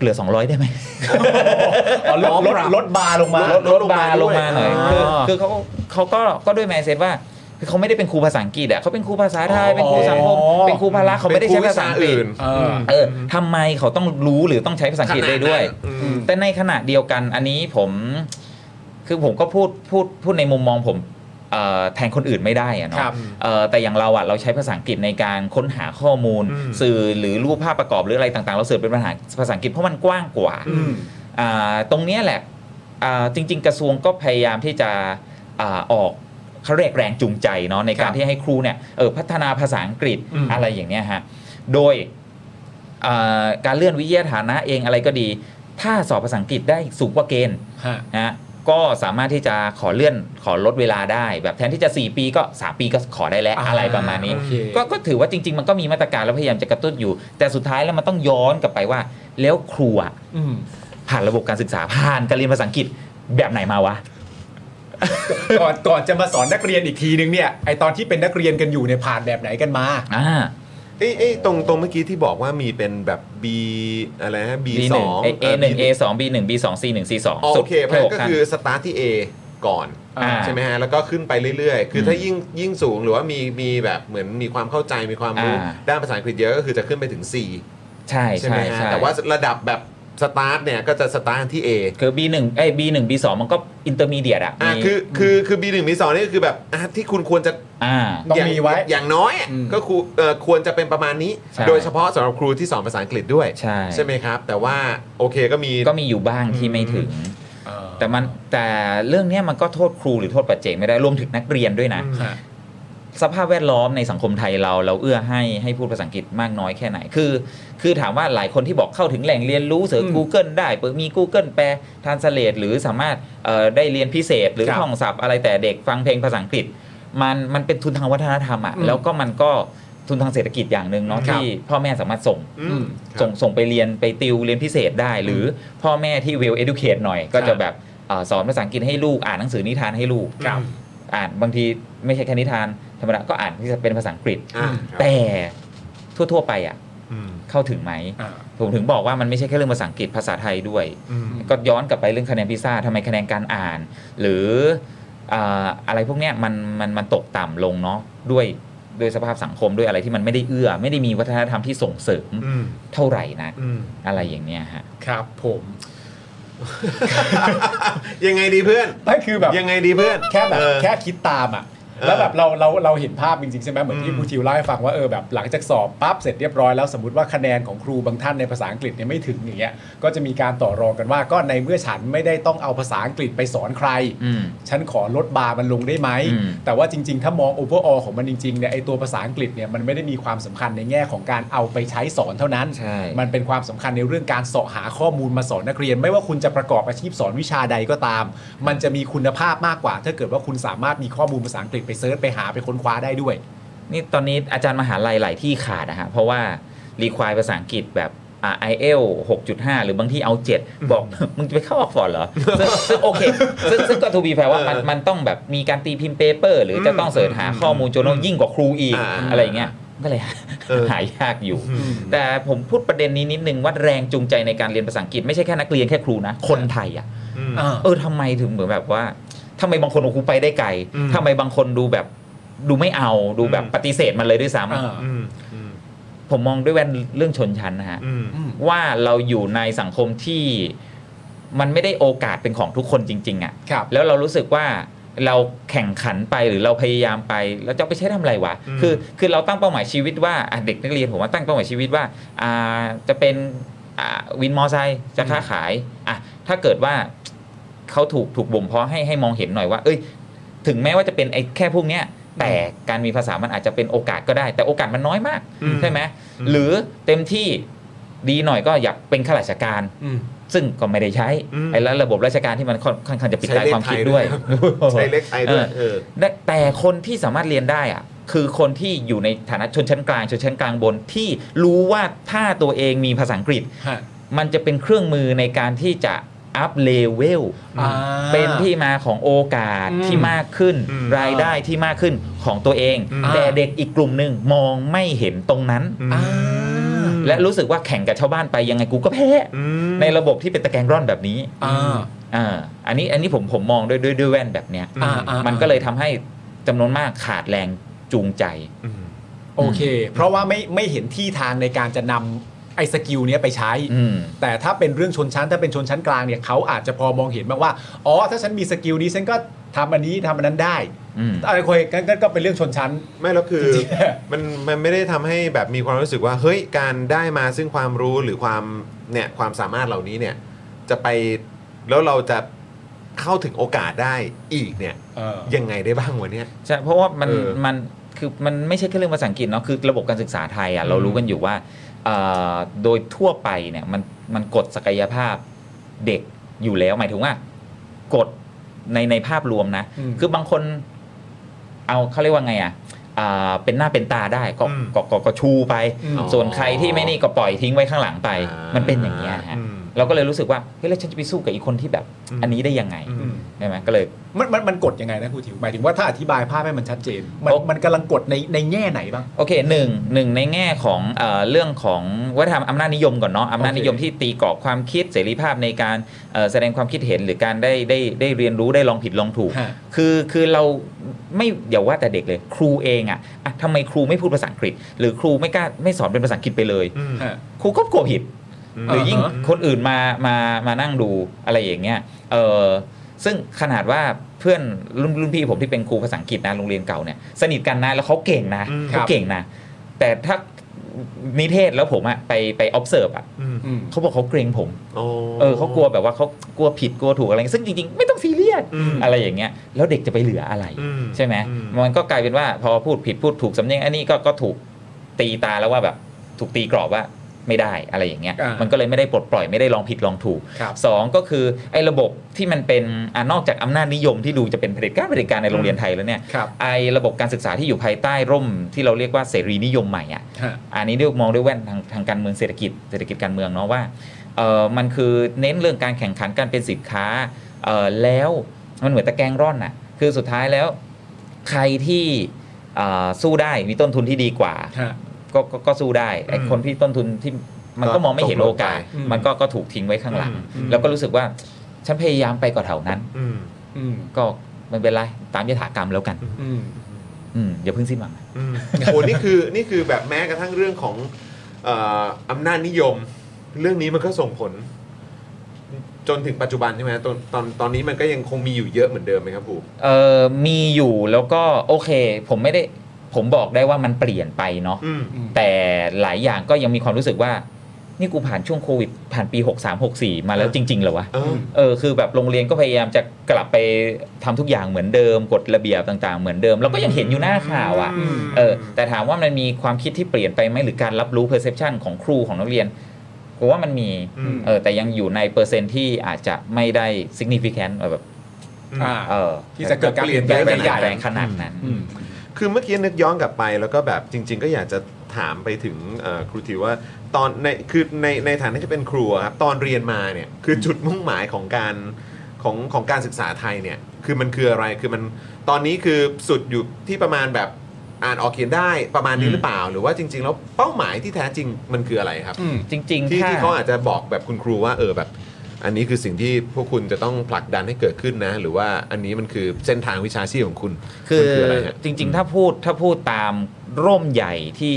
Speaker 6: เหลือ 200 ได้ไหม
Speaker 3: เอาลดลดลดบาร์ลงมา
Speaker 6: ลดลดบาร์ลงมาหน่อยคือคือเขาเขาก็ก็ด้วยแมเซตว่าคือเขาไม่ได้เป็นครูภาษาอังกฤษอะเขาเป็นครูภาษาไทย
Speaker 2: อ๋อ
Speaker 6: เป็นครูสังคมเป็นครูพละเขาไม่ได้ใช้ภาษาอังกฤษ
Speaker 3: เออ
Speaker 6: เออทำไมเขาต้องรู้หรือต้องใช้ภาษาอังกฤษได้ด้วย
Speaker 2: อืม
Speaker 6: แต่ในขณะเดียวกันอันนี้ผม คือผมก็พูดพูดพูดในมุมมองผมเอ่อแทนคนอื่นไม่ได้อะเนาะ
Speaker 3: ครับ
Speaker 6: เอ่อแต่อย่างเราอะเราใช้ภาษาอังกฤษในการค้นหาข้อมูล
Speaker 2: อืม
Speaker 6: สื่อหรือรูปภาพประกอบหรืออะไรต่างๆ เราเสิร์ชเป็นภาษาภาษาอังกฤษเพราะมันกว้างกว่า
Speaker 3: อืม
Speaker 6: อ่าตรงเนี้ยแหละอ่าจริง ๆ กระทรวงก็พยายามที่จะอาออกเขาเรียกแรงจูงใจเนาะในการ
Speaker 3: ครับ
Speaker 6: ที่ให้ครูเนี่ยเออพัฒนาภาษาอังกฤษ
Speaker 2: อืม
Speaker 6: อะไรอย่างเนี้ยฮะโดยอ่าการเลื่อนวิทยาฐานะเองอะไรก็ดี ถ้าสอบภาษาอังกฤษได้สูงกว่าเกณฑ์
Speaker 3: ฮะ
Speaker 6: นะฮะก็สามารถที่จะขอเลื่อนขอลดเวลาได้ แบบแทนที่จะ 4 ปีก็ 3 ปีก็ขอได้แล้วอะไรประมาณนี้
Speaker 3: โอเค
Speaker 6: ก็ก็ถือว่าจริง ๆ มันก็มีมาตรการแล้วพยายามจะกระตุ้นอยู่ แต่สุดท้ายแล้วมันต้องย้อนกลับไปว่าแล้วครูอะ
Speaker 3: อืม
Speaker 6: ผ่านระบบการศึกษาผ่านการเรียนภาษาอังกฤษแบบไหนมาวะ
Speaker 3: ก่อนก่อนจะมาสอนนักเรียนอีกทีนึงเนี่ยไอตอนที่เป็นนักเรียนกันอยู่เนี่ยผ่านแบบไหนกันมา
Speaker 6: อ่า
Speaker 2: เอ้ยเอ้ยตรงตรงเมื่อกี้ที่บอกว่ามีเป็นแบบ B อะไรฮะ B ส
Speaker 6: B1
Speaker 2: อง
Speaker 6: A หนึ่ง A สอง B หนึ่ง B สอง C หนึ่ง C สอง
Speaker 2: อ๋อโอเคเพราะฉะนั้นก็คือ อสตาร์ทที่ A ก่อน
Speaker 6: อ่า
Speaker 2: ใช่ไหมฮะแล้วก็ขึ้นไปเรื่อยๆ คืออ
Speaker 6: ม
Speaker 2: ถ้ายิ่งยิ่งสูงหรือว่ามีมีแบบเหมือนมีความเข้าใจมีความรู้
Speaker 6: อ่า
Speaker 2: ด้านภาษาอังกฤษเยอะก็คือจะขึ้นไปถึง C
Speaker 6: ใช่
Speaker 2: ใช่ไหม
Speaker 6: ใช่
Speaker 2: ฮะ
Speaker 6: ใช่
Speaker 2: แต่ว่าระดับแบบสตาร์ทเนี่ยก็จะสตาร์ทที่ A
Speaker 6: คือ B หนึ่งเอ้ B หนึ่ง B สองมันก็อินเตอร์มีเดียตอ่ะ
Speaker 2: อ่ะ
Speaker 6: มี
Speaker 2: คือคือคือ B 1 B 2นี่ก็คือแบบอ่ะที่คุณควรจะ
Speaker 6: อ่า
Speaker 3: ต้อง
Speaker 2: ย่า
Speaker 3: มีไว้
Speaker 2: อย่างน้อยอ่ะ
Speaker 3: อืม
Speaker 2: ก็ครูเอ่อควรจะเป็นประมาณนี้
Speaker 6: ใช่
Speaker 2: โดยเฉพาะสำหรับครูที่สอนภาษาอังกฤษด้วย
Speaker 6: ใช่
Speaker 2: ไหมครับ แต่ว่าโอเคก็มี
Speaker 6: ก็มีอยู่บ้างที่ไม่ถึง แต่มันแต่เรื่องเนี้ยมันก็โทษครูหรือโทษปัจเจกไม่ได้รวมถึงนักเรียนด้วยนะ
Speaker 3: ฮะ
Speaker 6: สภาพแวดล้อมในสังคมไทยเราเราเอื้อให้ให้พูดภาษาอังกฤษมากน้อยแค่ไหน คือ คือถามว่าหลายคนที่บอกเข้าถึงแหล่งเรียนรู้เสิร์ช
Speaker 3: อืม
Speaker 6: Google ได้เปิดมี Google แปลทานสเลตหรือสามารถเอ่อได้เรียนพิเศษ หรือ
Speaker 3: ครับ
Speaker 6: ท่องศัพท์อะไรแต่เด็กฟังเพลงภาษาอังกฤษ มันมันเป็นทุนทางวัฒนธรรมอ่ะ
Speaker 3: อืม
Speaker 6: แล้วก็มันก็ทุนทางเศรษฐกิจอย่างหนึ่งเนาะ
Speaker 3: ครับ
Speaker 6: ที่พ่อแม่สามารถส่ง
Speaker 2: อืมครับ
Speaker 6: ส่งส่งไปเรียนไปติวเรียนพิเศษได้ หรือพ่อแม่ที่ well educate หน่อย ก็จะแบบเอ่อสอนภาษาอังกฤษให้ลูกอ่านหนังสือนิทานให้ลูก
Speaker 3: ครับ
Speaker 6: อ่านบางทีไม่ใช่แค่นิทานธรรมดาก็อ่านที่จะเป็นภาษาอังกฤษ
Speaker 2: อ่าครับ
Speaker 6: แต่ทั่ว ๆ ไปอ่ะ
Speaker 2: อืม
Speaker 6: เข้าถึงไหม
Speaker 3: อ่า
Speaker 6: ผมถึงบอกว่ามันไม่ใช่แค่เรื่องภาษาอังกฤษภาษาไทยด้วย
Speaker 2: อืม
Speaker 6: ก็ย้อนกลับไปเรื่องคะแนนพิซซ่าทำไมคะแนนการอ่าน หรืออ่าอะไรพวกเนี้ยมันมันมันตกต่ำลงเนาะด้วยด้วยสภาพสังคมด้วยอะไรที่มันไม่ได้เอื้อ ไม่ได้มีวัฒนธรรมที่ส่งเสริม
Speaker 2: อืม
Speaker 6: เท่าไหร่นะ
Speaker 2: อืม
Speaker 6: อะไรอย่างเนี้ยฮะ
Speaker 3: ครับผม
Speaker 2: ยังไงดีเพื่อน
Speaker 3: นั่นคือแบบ
Speaker 2: ยังไงดีเพื่อน
Speaker 3: แค่แบบ
Speaker 2: เออ
Speaker 3: แค่คิดตามอ่ะ แล้วแบบเราเราเราเห็นภาพจริงๆใช่ไหมเหมือนที่ครูทิวเล่าให้ฟังว่าเออแบบหลังจากสอบปั๊บเสร็จเรียบร้อยแล้วสมมติว่าคะแนนของครูบางท่านในภาษาอังกฤษเนี่ยไม่ถึงอย่างเงี้ยก็จะมีการต่อรองกันว่าก็ในเมื่อฉันไม่ได้ต้องเอาภาษาอังกฤษไปสอนใคร
Speaker 6: อืม
Speaker 3: ฉันขอลดบาร์มันลงได้ไหม
Speaker 6: อืม
Speaker 3: แต่ว่าจริง ๆ ถ้ามองโอเวอร์อของมันจริงๆเนี่ยไอตัวภาษาอังกฤษเนี่ยมันไม่ได้มีความสำคัญในแง่ของการเอาไปใช้สอนเท่านั้น
Speaker 6: ใช่
Speaker 3: มันเป็นความสำคัญในเรื่องการเสาะหาข้อมูลมาสอนนักเรียน ไม่ว่าคุณจะประกอบอาชีพสอนวิชาใดก็ตาม มันจะมีคุณภาพมากกว่า ถ้าเกิดว่าคุณสามารถมีข้อมูลภาษาอังกฤษไปเซิร์ชไปหาไปค้นคว้าได้ด้วย
Speaker 6: นี่ตอนนี้อาจารย์มหาลัยหลายที่ขาดนะฮะ เพราะว่ารีควายภาษาอังกฤษแบบไอเอลหกจุดห้า IELTS 6.5 หรือบางที่เอา 7 บอก มึงจะไปเข้าออกฟอร์ดเหรอ ซึ่ง ซึ่งโอเค ซึ่งซึ่งก็ทูบีแปลว่ามัน
Speaker 2: เออ
Speaker 6: มันต้องแบบมีการตีพิมพ์เปเปอร์ หรือจะต้องเสิร์ชหาข้อมูลโจโนยิ่งกว่าครูอีก
Speaker 2: อ่า
Speaker 6: อะไรอย่างเงี้ยก็เลย
Speaker 2: เออ
Speaker 6: หายากอยู่ แต่ผมพูดประเด็นนี้นิดนึงว่าแรงจูงใจในการเรียนภาษาอังกฤษไม่ใช่แค่นักเรียนแค่ครูนะ คนไทยอ่ะ
Speaker 2: อืม
Speaker 6: เออทำไมถึงเหมือนแบบว่าทำไมบางคนโอ้โหไปได้ไกล
Speaker 2: อืม
Speaker 6: ทำไมบางคนดูแบบดูไม่เอาดูแบบ
Speaker 2: อืม
Speaker 6: ปฏิเสธมันเลยด้วยซ้
Speaker 3: อ่า
Speaker 2: อืมอืม
Speaker 6: ำผมมองด้วยแว่นเรื่องชนชั้นนะฮะ
Speaker 2: อืม
Speaker 6: ว่าเราอยู่ในสังคมที่มันไม่ได้โอกาสเป็นของทุกคนจริง ๆอะ
Speaker 3: ครับ
Speaker 6: แล้วเรารู้สึกว่าเราแข่งขันไปหรือเราพยายามไป แล้วจะเอาไปใช้ทำอะไรวะ
Speaker 2: อืม
Speaker 6: คือคือเราตั้งเป้าหมายชีวิตว่าอ่ะเด็กนักเรียนผมว่าตั้งเป้าหมายชีวิตว่าอ่าจะเป็น อ่าวินมอไซค์จะค้าขายอ่ะถ้าเกิดว่าเขาถูกถูกบ่มเพาะให้ให้มองเห็นหน่อยว่า เอ้ย ถึงแม้ว่าจะเป็นไอ้แค่พวกเนี้ยแต่การมีภาษามันอาจจะเป็นโอกาสก็ได้ แต่โอกาสมันน้อยมาก
Speaker 2: อืม
Speaker 6: ใช่ไหม
Speaker 2: อืม
Speaker 6: หรือเต็มที่ดีหน่อยก็อยากเป็นข้าราชการ
Speaker 2: อืม
Speaker 6: ซึ่งก็ไม่ได้ใช้
Speaker 2: อืม
Speaker 6: ไอ้แล้วระบบราชการที่มันค่อนค่อนข้างจะปิด
Speaker 2: ใช้
Speaker 6: ตาย
Speaker 2: เลข
Speaker 6: ความคิด
Speaker 2: ไทยด้
Speaker 6: ด้
Speaker 2: ว
Speaker 6: วย ย
Speaker 2: ใช้เล็กไอด้วยเออ
Speaker 6: ได้แต่คนที่สามารถเรียนได้อะคือคนที่อยู่ในฐานะชนชั้นกลางชนชั้นกลางบนที่รู้ว่าถ้าตัวเองมีภาษาอังกฤษ
Speaker 3: ฮะ
Speaker 6: มันจะเป็นเครื่องมือในการที่จะอัพเลเวล
Speaker 3: อ่า
Speaker 6: เป็นที่มาของโอกาส
Speaker 3: อืม
Speaker 6: ที่มากขึ้น
Speaker 2: อืม
Speaker 6: รายได้ที่มากขึ้นของตัวเอง
Speaker 2: อืม
Speaker 6: แต่เด็กอีกกลุ่มหนึ่งมองไม่เห็นตรงนั้น
Speaker 3: อ่า
Speaker 6: และรู้สึกว่าแข่งกับชาวบ้านไปยังไงกูก็แพ้
Speaker 2: อืม
Speaker 6: ในระบบที่เป็นตะแกรงร่อนแบบนี้
Speaker 3: อ่า
Speaker 6: อ่าอันนี้อันนี้ผมผมมองด้วยด้วยด้วยแว่นแบบเนี้ย
Speaker 3: อ่าอ่า
Speaker 6: มันก็เลยทำให้จำนวนมากขาดแรงจูงใจ
Speaker 3: โอเค เพราะว่าไม่ไม่เห็นที่ทางในการจะนำไอ้สกิลเนี้ยไปใช้
Speaker 6: อืม
Speaker 3: แต่ถ้าเป็นเรื่องชนชั้นถ้าเป็นชนชั้นกลางเนี่ยเขาอาจจะพอมองเห็นบ้างว่า อ๋อ ถ้าฉันมีสกิลนี้ฉันก็ทำอันนี้ทำอันนั้นได้
Speaker 6: อืม
Speaker 3: อะไรคุยกันก็เป็นเรื่องชนชั้น
Speaker 2: ไม่แล้วคือ
Speaker 3: จริงๆ
Speaker 2: มันมันไม่ได้ทำให้แบบมีความรู้สึกว่า เฮ้ยการได้มาซึ่งความรู้หรือความเนี่ยความสามารถเหล่านี้เนี่ยจะไปแล้วเราจะเข้าถึงโอกาสได้อีกเนี่ย
Speaker 3: เออ
Speaker 2: ยังไงได้บ้างวะเนี่ย
Speaker 6: ใช่เพราะว่ามัน
Speaker 2: เออ
Speaker 6: มันคือมันไม่ใช่แค่เรื่องภาษาอังกฤษเนาะคือระบบการศึกษาไทยอ่ะเรารู้กันอยู่ว่าเอ่อโดยทั่วไปเนี่ยมันมันกดศักยภาพเด็กอยู่แล้ว หมายถึงว่ากดในในภาพรวมนะ
Speaker 3: อืม
Speaker 6: คือบางคนเอาเขาเรียกว่าไงอ่ะอ่าเป็นหน้าเป็นตาได้ก็
Speaker 2: อืม
Speaker 6: ก็ก็ก็ชูไป
Speaker 3: อืม
Speaker 6: ส่วนใครที่ไม่นี่ก็ปล่อยทิ้งไว้ข้างหลังไป
Speaker 2: อ่ามั
Speaker 6: มันเป็นอย่างเงี้ยฮะ
Speaker 2: อืม
Speaker 6: เราก็เลยรู้สึกว่าเฮ้ยแล้วฉันจะไปสู้กับอีกคนที่แบบ
Speaker 2: อืม
Speaker 6: อันนี้ได้ยังไง
Speaker 2: อืม
Speaker 6: ใช่ไหมก็เลย
Speaker 3: มันมันมันกดยังไงนะครูถิวหมายถึงว่าถ้าอธิบายภาพให้มันชัดเจน มัน
Speaker 6: โอ้
Speaker 3: มันกำลังกดในในแง่ไหนบ้าง
Speaker 6: โอเคหนึ่งหนึ่งในแง่ของเออเรื่องของวัฒนธรรมอำนาจนิยมก่อนเนาะอำนาจนิยมที่ตีกรอบความคิดเสรีภาพในการเอ่อแสดงความคิดเห็นหรือการได้ได้ได้เรียนรู้ได้ลองผิดลองถูก
Speaker 3: ฮะ
Speaker 6: คือคือเราไม่อย่าว่าแต่เด็กเลย ครูเองอะอ่ะทำไมครูไม่พูดภาษาอังกฤษ หรือครูไม่กล้าไม่สอนเป็นภาษาอังกฤษไปเลย
Speaker 2: อืม
Speaker 3: ฮะ
Speaker 6: ครูก็กลัวผิด
Speaker 2: อืม
Speaker 6: หรือยิ่ง
Speaker 3: อ่าฮะ
Speaker 6: คนอื่นมามามานั่งดูอะไรอย่างเงี้ยเออซึ่งขนาดว่าเพื่อนรุ่นรุ่นพี่ผมที่เป็นครูภาษาอังกฤษนะโรงเรียนเก่าเนี่ยสนิทกันนะแล้วเขาเก่งนะ
Speaker 2: อืม
Speaker 6: เขาเก่งนะ แต่ถ้านิเทศแล้วผมอะไปไป observe อะ
Speaker 2: อืม
Speaker 3: อืม
Speaker 6: เขาบอกเขาเกรงผม
Speaker 2: โอ้
Speaker 6: เออเขากลัวแบบว่าเขากลัวผิดกลัวถูกอะไร ซึ่งจริงๆ ไม่ต้องซีเรียส
Speaker 2: อืม
Speaker 6: อะไรอย่างเงี้ยแล้วเด็กจะไปเหลืออะไร
Speaker 2: อื
Speaker 6: ใช่ไหม
Speaker 2: อื
Speaker 6: มันก็กลายเป็นว่าพอพูดผิดพูดถูกสำเนียงอันนี้ก็ก็ถูกตีตาแล้วว่าแบบถูกตีกรอบว่าไม่ได้อะไรอย่างเงี้ย
Speaker 3: อ่ามั
Speaker 6: มันก็เลยไม่ได้ปลดปล่อยไม่ได้ลองผิดลองถูก
Speaker 3: ครับ
Speaker 6: สองก็คือไอ้ระบบที่มันเป็นอะนอกจากอำนาจนิยมที่ดูจะเป็นเผด็จการเผด็จการในโรงเรียนไทยแล้วเนี่ย
Speaker 3: ครับ
Speaker 6: ไอ้ระบบการศึกษาที่อยู่ภายใต้ร่มที่เราเรียกว่าเสรีนิยมใหม่อ่ะ
Speaker 3: ฮะ
Speaker 6: อันนี้เรียกมองด้วยแว่นทางทางการเมืองเศรษฐกิจเศรษฐกิจการเมืองเนาะว่าเออมันคือเน้นเรื่องการแข่งขันการเป็นสินค้าเออแล้วมันเหมือนตะแกรงร่อนน่ะคือสุดท้ายแล้วใครที่เอ่อสู้ได้มีต้นทุนที่ดีกว่า
Speaker 3: ฮะ
Speaker 6: ก็ก็ก็สู้ได้ไอ้คนที่ต้นทุนที่มันก็มองไม่เห็นโอกาส
Speaker 3: อืม
Speaker 6: มันก็ก็ถูกทิ้งไว้ข้างหลัง
Speaker 3: อืม
Speaker 6: แล้วก็รู้สึกว่าฉันพยายามไปกว่าแถวนั้น
Speaker 2: อืม
Speaker 3: อืม
Speaker 6: ก็ไม่เป็นไรตามยถากรรมแล้วกัน
Speaker 3: อืม
Speaker 6: อืมอย่าเพิ่งสิ้นหวัง
Speaker 2: อืมโอ้นี่คือนี่คือแบบแม้กระทั่งเรื่องของเอ่ออำนาจนิยม เรื่องนี้มันก็ส่งผล จนถึงปัจจุบันใช่ไหมตอนตอนตอนนี้มันก็ยังคงมีอยู่เยอะเหมือนเดิมไหมครับภูมิ
Speaker 6: เออมีอยู่แล้วก็โอเค ผมไม่ได้ผมบอกได้ว่ามันเปลี่ยนไปเนาะ
Speaker 2: อืม
Speaker 6: แต่หลายอย่างก็ยังมีความรู้สึกว่า นี่กูผ่านช่วงโควิด ผ่านปี 63 64 มาแล้ว
Speaker 2: เออ
Speaker 6: จริง ๆเหรอวะ
Speaker 2: เออ
Speaker 6: เออคือแบบโรงเรียนก็พยายามจะกลับไปทำทุกอย่างเหมือนเดิมกฎระเบียบต่างๆ เหมือนเดิมเราก็ยังเห็นอยู่หน้าข่าวอะ่ะ
Speaker 2: อืม
Speaker 6: เออแต่ถามว่ามันมีความคิดที่เปลี่ยนไปไหมหรือการรับรู้ perception ของครูของนักเรียนผมว่ามันมี
Speaker 2: อืม
Speaker 6: เออแต่ยังอยู่ในเปอร์เซ็นต์ที่อาจจะไม่ได้ significant แบบ
Speaker 3: อ่า
Speaker 6: เออ
Speaker 3: ที่จะเกิดการเปลี่ยนแปลง
Speaker 6: ให
Speaker 3: ใหญ่
Speaker 6: ญ่แรงขนาดนั้น
Speaker 3: ๆอืม
Speaker 2: คือเมื่อกี้นึกย้อนกลับไปแล้วก็แบบจริง ๆ ก็อยากจะถามไปถึงเอ่อครูทิวว่าตอนในคือในในฐานะที่เป็นครูอะครับตอนเรียนมาเนี่ยคือจุดมุ่งหมายของการของของการศึกษาไทยเนี่ยคือมันคืออะไรคือมันตอนนี้คือสุดอยู่ที่ประมาณแบบอ่านออกเขียนได้ประมาณนี้
Speaker 6: อืม
Speaker 2: หรือเปล่า หรือว่าจริง ๆ แล้วเป้าหมายที่แท้จริงมันคืออะไรครับ
Speaker 3: อืม
Speaker 6: จริงๆ
Speaker 2: ที่
Speaker 6: ถ้า
Speaker 2: ที่เขาอาจจะบอกแบบคุณครูว่าเออแบบ อันนี้คือสิ่งที่พวกคุณจะต้องผลักดันให้เกิดขึ้นนะ หรือว่าอันนี้มันคือเส้นทางวิชาชีพของคุณ
Speaker 6: คื
Speaker 2: มัน
Speaker 6: อ
Speaker 2: อะไรฮะ
Speaker 6: จริง ๆ ถ้าพูดถ้าพูดตามร่มใหญ่ที่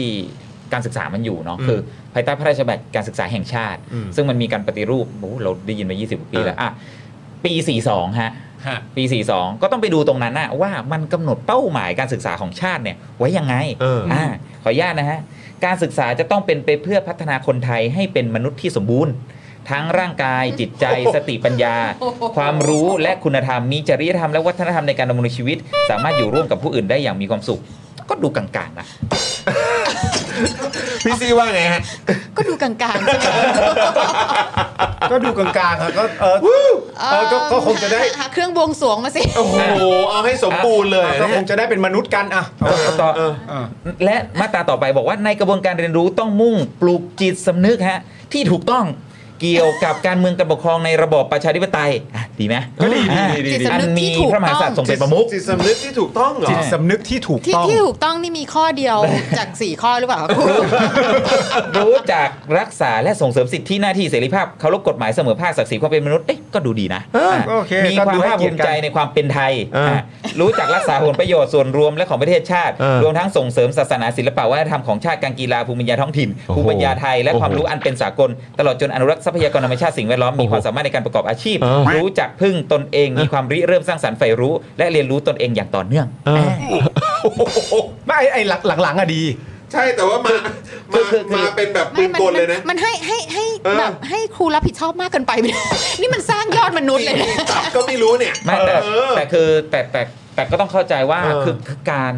Speaker 6: การศึกษามันอยู่เนาะ
Speaker 2: อืม
Speaker 6: คือภายใต้พระราชบัญญัติการศึกษาแห่งชาติ
Speaker 2: อืม
Speaker 6: ซึ่งมันมีการปฏิรูปโอ้โหเราได้ยินมา 20กว่าปีแล้วอ่ะปี 42 ฮะ
Speaker 3: ฮะ
Speaker 6: ปี 42 ก็ต้องไปดูตรงนั้นนะว่ามันกำหนดเป้าหมายการศึกษาของชาติเนี่ยไว้ยังไง
Speaker 2: เอออ่
Speaker 6: ขออนุญาตนะฮะ การศึกษาจะต้องเป็นไปเพื่อพัฒนาคนไทยให้เป็นมนุษย์ที่สมบูรณ์ ทั้งร่างกายจิตใจ สติปัญญา ความรู้และคุณธรรมมีจริยธรรมและวัฒนธรรมในการดำรงชีวิต สามารถอยู่ร่วมกับผู้อื่นได้อย่างมีความสุข ก็ดูกลางๆนะ
Speaker 2: พี่ซีว่าไงฮะ
Speaker 5: ก็ดูกลางๆใช่ไหม
Speaker 3: ก็ดูกลางๆครับก็เออ เออก็ก็คงจะได้
Speaker 5: หาเครื่องบวงสรวงมาสิ
Speaker 2: โอ้โห เอาให้สมบูรณ์เลย
Speaker 3: ก็
Speaker 2: นะ
Speaker 3: ค
Speaker 2: ฮะ
Speaker 3: งจะได้เป็นมนุษย์กันอ่ะ
Speaker 6: ต่อ
Speaker 2: เออ
Speaker 3: เออ
Speaker 6: และมาตราต่อไปบอกว่าในกระบวนการเรียนรู้ต้องมุ่งปลูกจิตสำนึกฮะที่ถูกต้องเกี่ยวกับการเมืองการปกครองในระบอบประชาธิปไตยอ่ะดีไหม
Speaker 2: ก็ดีดีดีดี
Speaker 6: อ่ะอันมีพระมหากษัตริย์ทรงเป็นประมุข
Speaker 2: จิตสำนึกที่ถูกต้องเหรอ
Speaker 3: จิตสำนึกที่ถูก
Speaker 5: ที่
Speaker 3: ต้อง
Speaker 5: ที่ถูกต้องนี่มีข้อเดียวจากสี่ข้อหรือเปล่า
Speaker 6: รู้จักรักษาและส่งเสริมสิทธิหน้าที่เสรีภาพเคารพกฎหมายเสมอภาคศักดิ์ศรีความเป็นมนุษย์เอ๊ะก็ดูดีนะ
Speaker 3: เออ
Speaker 6: อ่ะ
Speaker 3: โอเค
Speaker 6: มี
Speaker 3: ก็
Speaker 6: ความ
Speaker 3: ดูให้
Speaker 6: ภาค
Speaker 3: เกี
Speaker 6: ภู
Speaker 3: ยรติ
Speaker 6: มิ
Speaker 3: กัน
Speaker 6: ใจในความเป็นไทย
Speaker 2: เอออ่
Speaker 6: ะรู้จักรักษาผลประโยชน์ส่วนรวมและของประเทศชาติ
Speaker 2: เออ
Speaker 6: รวมทั้งส่งเสริมศาสนาศิลปะวัฒนธรรมของชาติการกีฬาภูมิปัญญาท้องถิ่น
Speaker 2: โอ้โห
Speaker 6: ภูมิปัญญาไทยและ
Speaker 2: โอ้โห
Speaker 6: ความรู้อันเป็นสากล ตลอดจนอนุรักษ์ทรัพยากรธรรมชาติสิ่งแวดล้อมมีความสามารถในการประกอบอาชีพ
Speaker 2: เออ
Speaker 6: รู้จักพึ่งตนเอง มีความริเริ่มสร้างสรรค์ใฝ่รู้ และเรียนรู้ตนเองอย่างต่อเนื่อง
Speaker 2: เออ
Speaker 6: ะ
Speaker 3: ไม่ไอ้ไอ้หลังหลังๆอะดี
Speaker 2: ใช่แต่ว่ามามามาเป็นแบบปืนกลเลยนะ
Speaker 5: มันให้ให้ให้
Speaker 2: เออ
Speaker 5: แบบให้ครูรับผิดชอบมากเกินไป นี่มันสร้างยอดมนุษย์เลยนะ
Speaker 2: ตับก็ไม่รู้เนี่ย
Speaker 6: ไม่แต่
Speaker 2: เออ
Speaker 6: แต่คือแต่แต่แต่ก็ต้องเข้าใจว่า
Speaker 2: เออ
Speaker 6: คือคือการ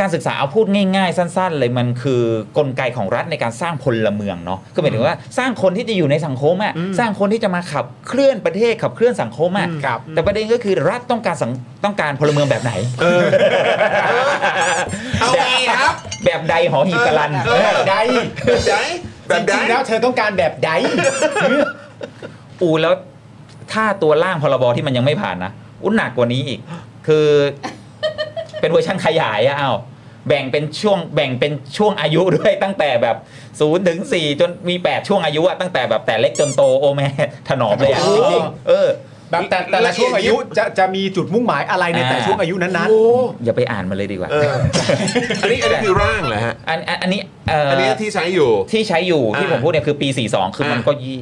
Speaker 6: การศึกษาเอาพูดง่ายๆ สั้น ๆ เลยมันคือกลไกของรัฐในการสร้างพลเมืองเนาะคือหมายถึงว่าสร้างคนที่จะอยู่ในสังคมอะสร้างคนที่จะมาขับเคลื่อนประเทศขับเคลื่อนสังคมอะ
Speaker 3: ครับ
Speaker 6: แต่ประเด็นก็คือรัฐต้องการสังต้องการพลเมืองแบบไหน
Speaker 2: เอาไงครับ
Speaker 6: แบบใดหอหีบกะลัน
Speaker 2: เออ
Speaker 3: ได
Speaker 2: แบบไหนแบบ
Speaker 3: จ
Speaker 2: ไหน
Speaker 3: ริงๆแล้วเธอต้องการแบบได
Speaker 6: อูแล้วถ้าตัวร่างพรบที่มันยังไม่ผ่านนะอุ้นหนักกว่านี้อีก คือ เป็นเวอร์ชันขยายอะเอาวแบ่งเป็นช่วงแบ่งเป็นช่วงอายุด้วยตั้งแต่แบบศูนย์ถึงสี่จนมีแปดช่วงอายุอะตั้งแต่แบบแต่เล็กจนโตโอแม่ถนอมเลยอะ
Speaker 3: โอ้
Speaker 6: จ
Speaker 3: โห
Speaker 6: ริงๆเออ
Speaker 3: แบบแต่แต่ละช่วงอายุจะจะมีจุดมุ่งหมายอะไรใน
Speaker 6: อ่า
Speaker 3: แต่ช่วงอายุนั้น
Speaker 2: โอ้
Speaker 6: อย่าไปอ่านมันเลยดีกว่า
Speaker 2: เออ อันนี้อันนี้คือร่างเหรอฮะ
Speaker 6: อันอันอันนี้เ
Speaker 2: อันนี้ที่ใช้อยู่
Speaker 6: ที่ใช้อยู่ที่ผม
Speaker 2: อ่า
Speaker 6: พูดเนี่ยคือปี 42 คือมัน
Speaker 2: อ่า
Speaker 6: ก็ยี่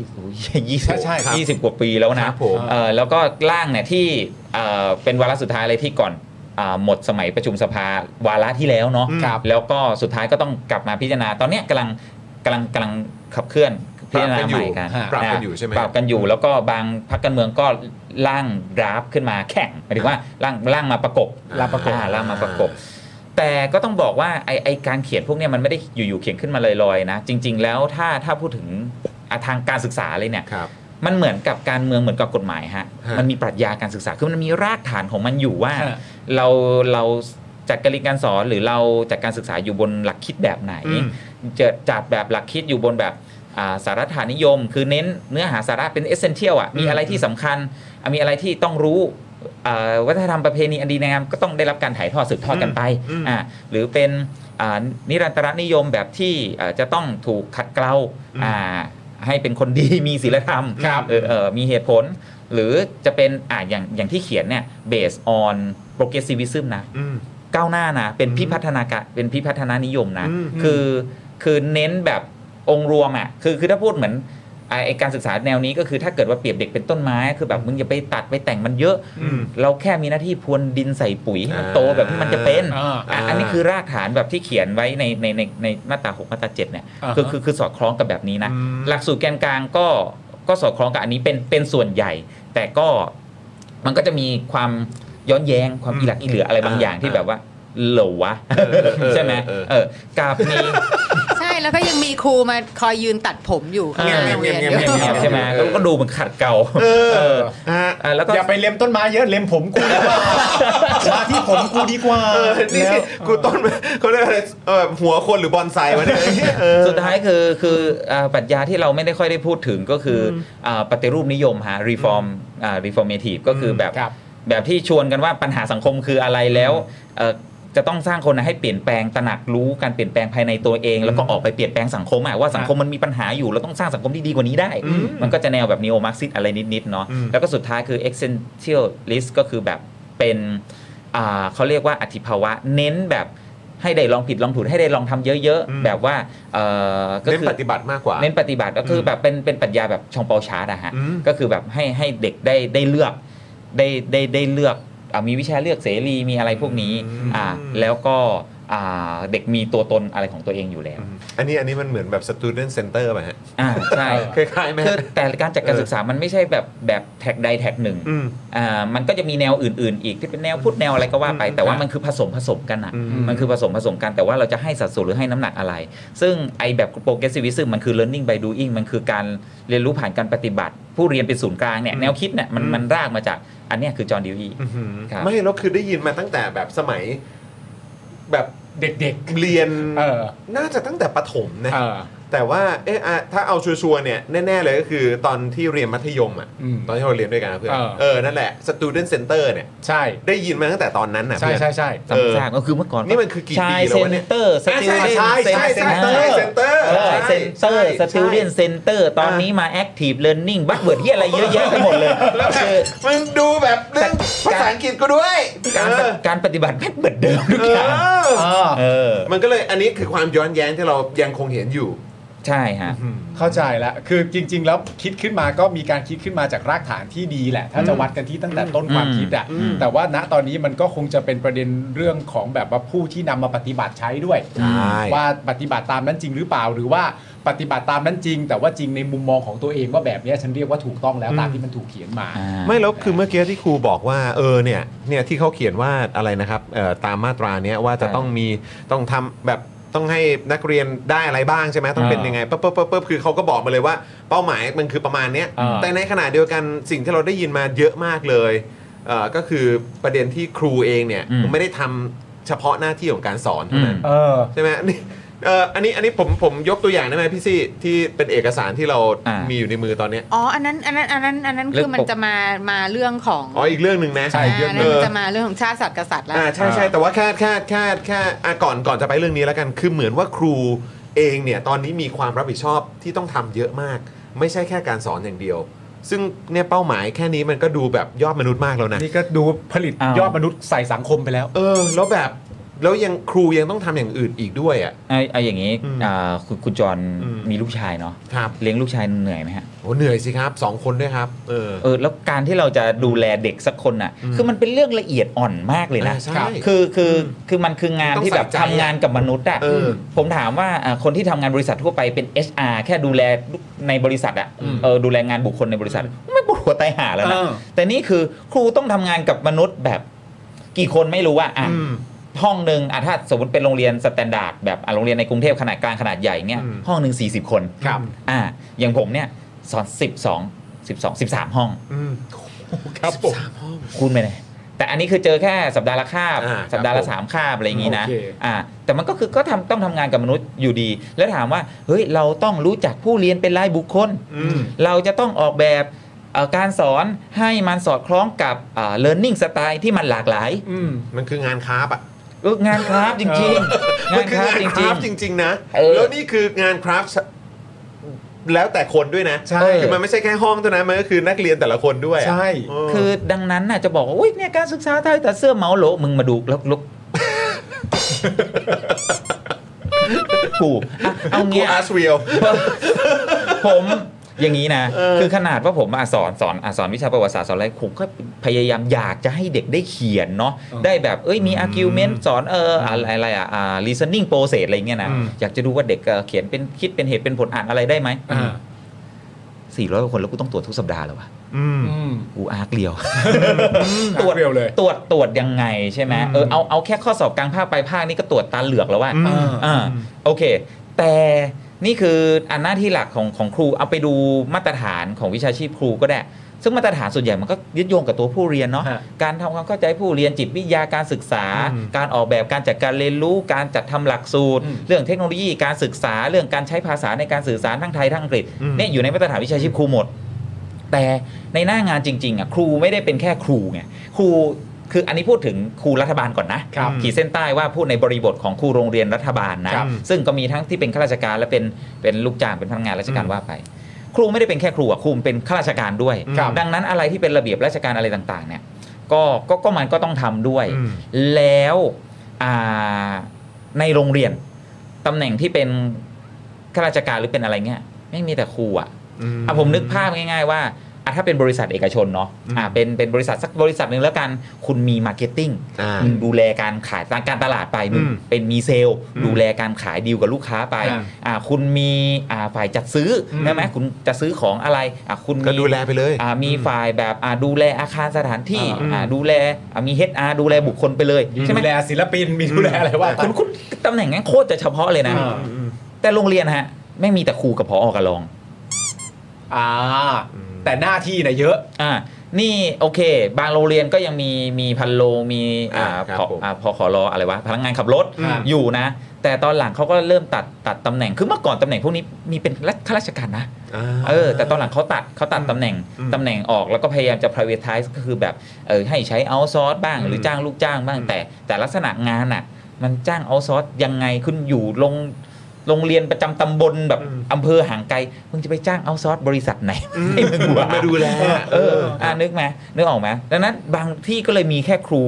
Speaker 6: ยี่สิบ
Speaker 2: ใช่ครับ
Speaker 6: ยี่สิบกว่าปีแล้ว
Speaker 2: ค
Speaker 6: นะ
Speaker 2: รับผม
Speaker 6: เอ่อแล้วก็ร่างเนี่ยที่เอ่อเป็นวาระสุดท้ายเลยที่ก่อนอ่าหมดสมัยประชุมสภาวาระที่แล้วเนาะ
Speaker 2: อืมครับ
Speaker 6: แล้วก็สุดท้ายก็ต้องกลับมาพิจารณา ตอนเนี้ยกำลังกำลังกำลังขับเคลื่อนพิจารณาใหม่กัน
Speaker 2: ปรับกั
Speaker 6: ะ
Speaker 2: นอยู่ใช่ไหม
Speaker 6: ปรับกันอยู่แล้วก็บางพรรคการเมืองก็ร่างดราฟขึ้นมาแข่งหมายถึงว่าร่างร่างมาประกบ
Speaker 2: ร่างประกบ
Speaker 6: อ่ร่างมาประกบ แต่ก็ต้องบอกว่าไอไอการเขียนพวกเนี้ยมันไม่ได้อยู่ๆเขียนขึ้นมาลอยๆนะ จริง ๆ แล้วถ้าถ้าพูดถึงอ่ะทางการศึกษาเลยเนี่ย
Speaker 2: ครับ
Speaker 6: มันเหมือนกับการเมืองเหมือนกับกฎหมายฮะ
Speaker 2: ฮะ
Speaker 6: มันมีปรัชญาการศึกษา คือมันมีรากฐานของมันอยู่ว่า
Speaker 3: ฮะ
Speaker 6: เราเราจัดการเรียนการสอนหรือเราจัดการศึกษาอยู่บนหลักคิดแบบไหน
Speaker 2: อืม
Speaker 6: จะจัดแบบหลักคิดอยู่บนแบบอ่าสาระฐานนิยม คือเน้นเนื้อหาสาระเป็นเอเซนเทียลอ่ะ มีอะไรที่สำคัญอ่ะมีอะไรที่ต้องรู้อ่าวัฒนธรรมประเพณีอันดีงามก็ต้องได้รับการถ่ายทอดสืบทอดกันไป
Speaker 2: อืม
Speaker 6: อ่าหรือเป็นอ่านิรันตรนิยมแบบที่อ่าจะต้องถูกขัดเกลาอ่าให้เป็นคนดีมีศีลธรรม
Speaker 3: ครับ
Speaker 6: เออเออมีเหตุผล หรือจะเป็นอ่ะอย่างอย่างที่เขียนเนี่ย based on progressivism นะ
Speaker 2: อืม
Speaker 6: ก้าวหน้านะ เป็นพิพัฒนาการเป็นพิพัฒนานิยมนะ
Speaker 2: อืม
Speaker 6: คือคือเน้นแบบองค์รวมอ่ะคือคือถ้าพูดเหมือนไอ้ไอการศึกษาแนวนี้ก็คือถ้าเกิดว่าเปรียบเด็กเป็นต้นไม้คือแบบมึงอย่าไปตัดไปแต่งมันเยอะ
Speaker 2: อืม
Speaker 6: เราแค่มีหน้าที่พรวนดินใส่ปุ๋ยให้มัน
Speaker 2: อ่า
Speaker 6: โตแบบที่มันจะเป็น
Speaker 3: อ่า
Speaker 6: อ่ะอันนี้คือรากฐานแบบที่เขียนไว้ในในในในมาตรา6มาตรา7เนี่ย
Speaker 3: อ่าฮะ
Speaker 6: คือคือคือสอดคล้องกับแบบนี้นะ
Speaker 2: อืม
Speaker 6: หลักสูตรแกนกลางก็ก็สอดคล้องกับอันนี้เป็นเป็นส่วนใหญ่ แต่ก็มันก็จะมีความย้อนแย้งความอีหลักอีเหลืออะไรบางอย่างที่แบบว่าเหลววะใช่ไหมเออกับมี
Speaker 5: ใช่แล้วก็ยังมีครูมาคอยยืนตัดผมอยู่ข้างหน้าโรงเรียน
Speaker 2: เงี
Speaker 5: อย
Speaker 2: บๆ
Speaker 5: ยู่
Speaker 2: เงียบๆเงียบ
Speaker 6: ใช่ไหมแล้วก็ดูเหมันขัดเก่า
Speaker 2: เอ
Speaker 6: เอ
Speaker 2: อ
Speaker 6: อ
Speaker 2: ฮะ
Speaker 6: อ่ะแล้วก็
Speaker 3: อย่าไปเล็มต้นไม้เยอะเล็มผมกูดี กว่ามาที่ผมกูดีกว่า
Speaker 2: เออนี่
Speaker 3: แล้ว
Speaker 2: กูต้นเขาเรียกอะไรเออหัวคนหรือบอนไซวะเนี่ยเออ
Speaker 6: สุดท้ายคือคืออ่าปรัชญาที่เราไม่ได้ค่อยได้พูดถึงก็คือออ่าปฏิรูปนิยมฮะ reform อ่า reformative ก็คือแบบ
Speaker 3: ครับ
Speaker 6: แบบที่ชวนกันว่าปัญหาสังคมคืออะไรแล้วเอ่อจะต้องสร้างคนให้เปลี่ยนแปลงตระหนักรู้การเปลี่ยนแปลงภายในตัวเอง แล้วก็ออกไปเปลี่ยนแปลงสังคมอะว่าสังคมมันมีปัญหาอยู่เราต้องสร้างสังคมที่ดีกว่านี้ได้ มันก็จะแนวแบบน e o มาร์ซิสอะไรนิดๆเนาะ
Speaker 2: อืม
Speaker 6: แล้วก็สุดท้ายคือ existentialist ก็คือแบบเป็นอ่าเขาเรียกว่าอธิภาวะเน้นแบบให้ได้ลองผิดลองถูกให้ได้ลองทำเยอะ
Speaker 2: อืม
Speaker 6: ๆ แบบว่าเอ่อก็
Speaker 2: เน้น
Speaker 6: คือ
Speaker 2: ปฏิบัติมากกว่า
Speaker 6: เน้นปฏิบัติก็คือแบบเป็นเป็นปรัชญาแบบชองเปาชาร์ดอะฮะ
Speaker 2: อืม
Speaker 6: ก็คือแบบให้ให้เด็กได้ได้เลือกได้ได้ได้เลือกอ่ะมีวิชาเลือกเสรีมีอะไรพวกนี้
Speaker 2: อืม
Speaker 6: อ่าแล้วก็ อ่าเด็กมีตัวตนอะไรของตัวเองอยู่แล้ว
Speaker 2: อันนี้อันนี้มันเหมือนแบบ student center ป่ะฮะ
Speaker 6: อ่าใช่
Speaker 2: คล้ายๆไหม
Speaker 6: คือ
Speaker 2: ฮะ
Speaker 6: แต่การจัดการ
Speaker 2: เออ
Speaker 6: ศึกษามันไม่ใช่แบบแบบแท็กใดแท็กหนึ่ง
Speaker 2: อืม
Speaker 6: อ่ามันก็จะมีแนวอื่น ๆ อีกที่เป็นแนวพูดแนวอะไรก็ว่าไป
Speaker 2: อืม
Speaker 6: แต่ว่า
Speaker 2: ครับ
Speaker 6: มันคือผสมผสมกันอ่ะ
Speaker 2: อืม
Speaker 6: มันคือผสมผสมกันแต่ว่าเราจะให้สัดส่วนหรือให้น้ำหนักอะไร ซึ่งไอแบบโปรเกรสซิวิซึมมันคือ learning by doing มันคือการเรียนรู้ผ่านการปฏิบัติ ผู้เรียนเป็นศูนย์กลางเนี่ยแนวคิดเนี่ยมันมันรากมาจากอันเนี้ยคือจอห์นดิวี
Speaker 2: อื้อหือ
Speaker 6: ครับ
Speaker 2: ไม่แล้วคือได้ยินมาตั้งแต่แบบสมัย แบบ
Speaker 3: เด็ก
Speaker 2: เรียน
Speaker 3: เออ
Speaker 2: น่าจะตั้งแต่ประถม
Speaker 3: ๆ
Speaker 2: นะ
Speaker 3: เออ
Speaker 2: แต่ว่าเอะอะถ้าเอาชัวร์ๆเนี่ยแน่ๆเลยก็คือตอนที่เรียนมัธยมอ่ะ
Speaker 3: อืม
Speaker 2: ตอนที่เราเรียนด้วยกันนะเพื่อน
Speaker 3: เออ
Speaker 2: เออนั่นแหละ student center เนี่ย
Speaker 3: ใช่
Speaker 2: ได้ยินมาตั้งแต่ตอนนั้นนะ
Speaker 3: ใช่
Speaker 2: เพื่อน
Speaker 3: ใช่ใช่
Speaker 2: เออ
Speaker 6: สร้างก็คือเมื่อก่อน
Speaker 2: นี่มันคือกี่ปี
Speaker 6: ชาย
Speaker 2: แล้
Speaker 6: เซ
Speaker 2: ววะ
Speaker 6: น
Speaker 2: เนี่ย
Speaker 6: เตอร์สติวเดน
Speaker 2: ใช่ใช่ใช่ใช่เซ็นเตอร์
Speaker 6: เซนเตอร์
Speaker 2: ใช่
Speaker 6: สติวเดนเซนเตอร์ตอน
Speaker 2: อ่านี้
Speaker 6: นี้มา Active Learning บัคเบิร์ดที่อะไรเยอะแยะไปหมดเลย
Speaker 2: แล้วแบบ
Speaker 6: คือ
Speaker 2: มึงดูแบบเรื่อง
Speaker 6: แต่
Speaker 2: ภาษาอังกฤษกูด้วย
Speaker 6: การ
Speaker 2: เออ
Speaker 6: การปฏิบัติแม่งเหมือนเดิมทุกอย่าง
Speaker 2: เออ
Speaker 6: เออ
Speaker 2: มันก็เลยอันนี้คือความย้อนแย้งที่เรายังคงเห็นอยู่
Speaker 6: ใช่ฮะ
Speaker 3: เข้าใจแล้ว คือจริง ๆ แล้วคิดขึ้นมาก็มีการคิดขึ้นมาจากรากฐานที่ดีแหละ ถ้าจะวัดกันที่ตั้งแต่ต้นความคิดอะ
Speaker 2: อืม
Speaker 3: แต่ว่าณตอนนี้มันก็คงจะเป็นประเด็นเรื่องของแบบว่าผู้ที่นำมาปฏิบัติใช้ด้วย
Speaker 2: ใช่
Speaker 3: ว่าปฏิบัติตามนั้นจริงหรือเปล่า หรือว่าปฏิบัติตามนั้นจริง แต่ว่าจริงในมุมมองของตัวเองว่าแบบเนี้ยฉันเรียกว่าถูกต้องแล้วตามที่มันถูกเขียนมา
Speaker 2: ไม่แล้วคือเมื่อกี้ที่ครูบอกว่าเออเนี่ยเนี่ยที่เขาเขียนว่าอะไรนะครับเอ่อตามมาตราเนี้ยว่าจะ
Speaker 6: ใช่
Speaker 2: ต้องมีต้องทำแบบต้องให้นักเรียนได้อะไรบ้างใช่ไหมต้องเป็น
Speaker 3: เออ
Speaker 2: ยังไงปั๊บปั๊บปั๊บปั๊บคือเขาก็บอกมาเลยว่าเป้าหมายมันคือประมาณเนี้ย
Speaker 3: เออ
Speaker 2: แต่ในขณะเดียวกันสิ่งที่เราได้ยินมาเยอะมากเลยเอ่อก็คือประเด็นที่ครูเองเนี่ย
Speaker 6: อืม
Speaker 2: ไม่ได้ทำเฉพาะหน้าที่ของการสอน
Speaker 6: อื
Speaker 2: เท่านั้
Speaker 6: ม
Speaker 2: น
Speaker 3: เออ
Speaker 2: ใช่ไหมนี่เอ่ออันนี้อันนี้ผมผมยกตัวอย่างได้ไหมพี่ซี่ที่เป็นเอกสารที่เรา
Speaker 6: อ่ามี
Speaker 2: มีอยู่ในมือตอนเนี้ย
Speaker 5: อ๋ออันนั้นอันนั้นอันนั้นอันนั้นคือมันจะมามาเรื่องของ
Speaker 2: อ๋ออีกเรื่องหนึ่งนะ
Speaker 3: ใช่
Speaker 5: อ่า
Speaker 3: เยอะ
Speaker 5: อัน
Speaker 3: เลย
Speaker 5: นั้นมันจะมาเรื่องของชาติสัตว์กษัตริย์แล้ว
Speaker 2: อ่าใช่ใช่แต่ว่าแค่แค่แค่แค่อ่ะก่อนก่อนจะไปเรื่องนี้แล้วกัน คือเหมือนว่าครูเองเนี่ยตอนนี้มีความรับผิดชอบที่ต้องทำเยอะมาก ไม่ใช่แค่การสอนอย่างเดียว ซึ่งเนี่ยเป้าหมายแค่นี้มันก็ดูแบบยอดมนุษย์มากแล้วนะ
Speaker 3: นี่ก็ดูผลิต
Speaker 6: อ้าว
Speaker 3: ยอดมนุษย์ใส่สังคมไปแล้ว
Speaker 2: เออ แล้วแบบแล้วยังครูยังต้องทำอย่างอื่นอีกด้วยอ่ะ
Speaker 6: ไอ้ไอ้อย่างนี้
Speaker 2: อืม
Speaker 6: อ่าคุณคุณจร
Speaker 2: อืม
Speaker 6: มีลูกชายเนาะ
Speaker 2: ครับ
Speaker 6: เลี้ยงลูกชายเหนื่อยไหมฮะ
Speaker 2: โหเหนื่อยสิครับสองคนด้วยครับ เออ
Speaker 6: เออแล้วการที่เราจะดูแลเด็กสักคนน่ะ
Speaker 2: อืม
Speaker 6: คือมันเป็นเรื่องละเอียดอ่อนมากเลยนะ
Speaker 2: อ่าใช่
Speaker 6: คือคือคือมันคืองานที่แบบ
Speaker 2: ต้องใส่ใจ
Speaker 6: ทำงานกับมนุษย์อ่ะ
Speaker 2: เออ
Speaker 6: ผมถามว่าอ่าคนที่ทำงานบริษัททั่วไปเป็น HR แค่ดูแลในบริษัทอ่ะ
Speaker 2: อืม
Speaker 6: เออดูแลงานบุคคลในบริษัท ไม่ปวดหัวตายห่าแล้วนะ
Speaker 3: เออ
Speaker 6: แต่นี่คือครูต้องทำงานกับมนุษย์แบบกี่คนไม่รู้ว่าอ่ะ
Speaker 2: อืม
Speaker 6: ห้องหนึ่งอ่ะถ้าสมมติเป็นโรงเรียนสแตนดาร์ดแบบอ่ะโรงเรียนในกรุงเทพขนาดกลางขนาดใหญ่เนี่ย
Speaker 2: อืม
Speaker 6: ห้องหนึ่ง40 คน
Speaker 2: ครับ
Speaker 6: อ่าอย่างผมเนี่ยสอน 12 12 13 ห้อง
Speaker 2: อืมครับผม
Speaker 6: คูณไปเลยแต่อันนี้คือเจอแค่สัปดาห์ละคาบ
Speaker 2: อ่าครับ
Speaker 6: สัปดาห์ละ
Speaker 2: ผม
Speaker 6: สามคาบอะไรอย่างนี้นะ
Speaker 3: โอเค
Speaker 6: อ่าแต่มันก็คือก็ทำต้องทำงานกับมนุษย์อยู่ดี แล้วถามว่าเฮ้ยเราต้องรู้จักผู้เรียนเป็นรายบุคคล
Speaker 2: อืม
Speaker 6: เราจะต้องออกแบบเอ่อการสอนให้มันสอดคล้องกับเอ่อ learning style ที่มันหลากหลาย
Speaker 3: อืม
Speaker 2: มันคืองานคราฟต์อ่ะ
Speaker 6: เอองานคราฟต์จริงๆ
Speaker 2: มันคืองานคราฟ
Speaker 6: ๆ
Speaker 2: ต์จริง ๆ นะ
Speaker 6: เออ
Speaker 2: แล้วนี่คืองานคราฟต์แล้วแต่คนด้วยนะ
Speaker 3: ใช่
Speaker 2: คือมันไม่ใช่แค่ห้องเท่านั้น มันก็คือนักเรียนแต่ละคนด้วยอะ
Speaker 3: ใช่
Speaker 2: เออ
Speaker 6: คือดังนั้นน่ะจะบอกว่าอุ้ยเนี่ยการศึกษาไทยแต่เสื้อเหมาโหลมึงมาดู แล้วลุกถูกอ่ะเอา
Speaker 2: กู
Speaker 6: เงี้ย
Speaker 2: อาร์ตเรียล
Speaker 6: ผมอย่างนี้นะ
Speaker 2: เออ
Speaker 6: คือขนาดว่าผมอะสอนสอนอะสอนวิชาประวัติศาสตร์สอนอะไรผมก็พยายามอยากจะให้เด็กได้เขียนเนาะได้แบบเอ้ยมี argument สอนเอออะไรอะไรอะอ่า reasoning process อะไรเงี้ยนะ
Speaker 2: อืม
Speaker 6: อยากจะดูว่าเด็กเอ่อเขียนเป็นคิดเป็นเหตุเป็นผลอ่านอะไรได้ไหม
Speaker 3: อ่า
Speaker 6: สี่ร้อยคนแล้วกูต้องตรวจทุกสัปดาห์เลยวะ
Speaker 2: อืม
Speaker 3: อืม
Speaker 6: กูอาร์กเลียว
Speaker 3: อาร์คเรียวเลย
Speaker 6: ตรวจตรวจยังไงใช่ไหมเออเอาเอาแค่ข้อสอบกลางภาคไปลายภาคนี่ก็ตรวจตาเหลือกแล้วว่า
Speaker 2: อืม
Speaker 6: อ่าโอเค แต่นี่คืออันหน้าที่หลักของของครูเอาไปดูมาตรฐานของวิชาชีพครูก็ได้ ซึ่งมาตรฐานส่วนใหญ่มันก็ยึดโยงกับตัวผู้เรียนเนาะ
Speaker 3: ฮะ
Speaker 6: การทำความเข้าใจผู้เรียนจิตวิทยาการศึกษา การออกแบบการจัดการเรียนรู้ การจัดทำหลักสูตร เรื่องเทคโนโลยีการศึกษา เรื่องการใช้ภาษาในการสื่อสารทั้งไทยทั้งอังกฤษเนี่ยอยู่ในมาตรฐานวิชาชีพครูหมด แต่ในหน้างานจริงๆอ่ะครูไม่ได้เป็นแค่ครูไงครูคืออันนี้พูดถึงครูรัฐบาลก่อนนะครับ ขีดเส้นใต้ว่าพูดในบริบทของครูโรงเรียนรัฐบาลนะครับ ซึ่งก็มีทั้งที่เป็นข้าราชการและเป็นเป็นลูกจ้างเป็นพนักงานราชการว่าไป ครูไม่ได้เป็นแค่ครูอ่ะครูเป็นข้าราชการด้วย
Speaker 3: ครับ
Speaker 6: ดังนั้นอะไรที่เป็นระเบียบราชการอะไรต่างๆเนี่ยก็ก็ก็มันก็ต้องทำด้วย แล้วอ่าในโรงเรียนตำแหน่งที่เป็นข้าราชการหรือเป็นอะไรเงี้ยไม่มีแต่ครูอ่ะ อ่ะผมนึกภาพง่าย ๆ ว่า อ่ะถ้าเป็นบริษัทเอกชนเนาะอ่ะเป็นเป็นบริษัทสักบริษัทหนึ่งแล้วกัน คุณมีมาร์เก็ตติ้ง
Speaker 2: อ่า
Speaker 6: มึงดูแลการขายการตลาดไปมึง
Speaker 2: อืม
Speaker 6: เป็นมีเซลล์ดูแลการขายดีลกับลูกค้าไป
Speaker 2: อ่า
Speaker 6: อ่ะคุณมีอ่าฝ่ายจัดซื้ออใช่ไหมคุณจะซื้อของอะไรอ่ะคุณมี
Speaker 2: ก็ดูแลไปเลย
Speaker 6: อ่ามีฝ่ายแบบอ่าดูแลอาคารสถานที่
Speaker 2: อ่า
Speaker 6: อ่าดูแลอ่ามี HR ดูแลบุคคลไปเลยใช่ไหม
Speaker 3: ดูแลศิลปินมีดูแลอะไรว่าไป
Speaker 6: คุณคุณตำแหน่งงั้นโคตรจะเฉพาะเลยนะ
Speaker 3: อ่า
Speaker 6: แต่โรงเรียนฮะไม่มีแต่ครูกับพออกับรอง
Speaker 3: อ่า แต่หน้าที่น่ะเยอะ
Speaker 6: อ่านี่โอเค บางโรงเรียนก็ยังมีมีพันโลมีอ่า
Speaker 2: อ่าครับ
Speaker 6: พอ
Speaker 2: ผม
Speaker 6: อ่าพอขอรออะไรวะพนักงานขับรถ
Speaker 3: อืม
Speaker 6: อยู่นะ แต่ตอนหลังเขาก็เริ่มตัดตัดตำแหน่งคือเมื่อก่อนตำแหน่งพวกนี้มีเป็นข้าราชการนะ เออแต่ตอนหลังเขาตัดเขาตัดตำแหน่งตำแหน่งออกแล้วก็พยายามจะ privatize ก็คือแบบเออให้ใช้ outsource บ้าง หรือจ้างลูกจ้างบ้าง แต่แต่ลักษณะงานอ่ะ มันจ้าง outsource ยังไงขึ้นอยู่ลงโรงเรียนประจำตำบลแบบ
Speaker 2: อืม
Speaker 6: อำเภอห่างไกลมึงจะไปจ้าง outsource บริษัทไหนให้มึงวะ
Speaker 2: มาดูแล
Speaker 6: เอออ่านึกไหมนึกออกไหมดังนั้นบางที่ก็เลยมีแค่ครู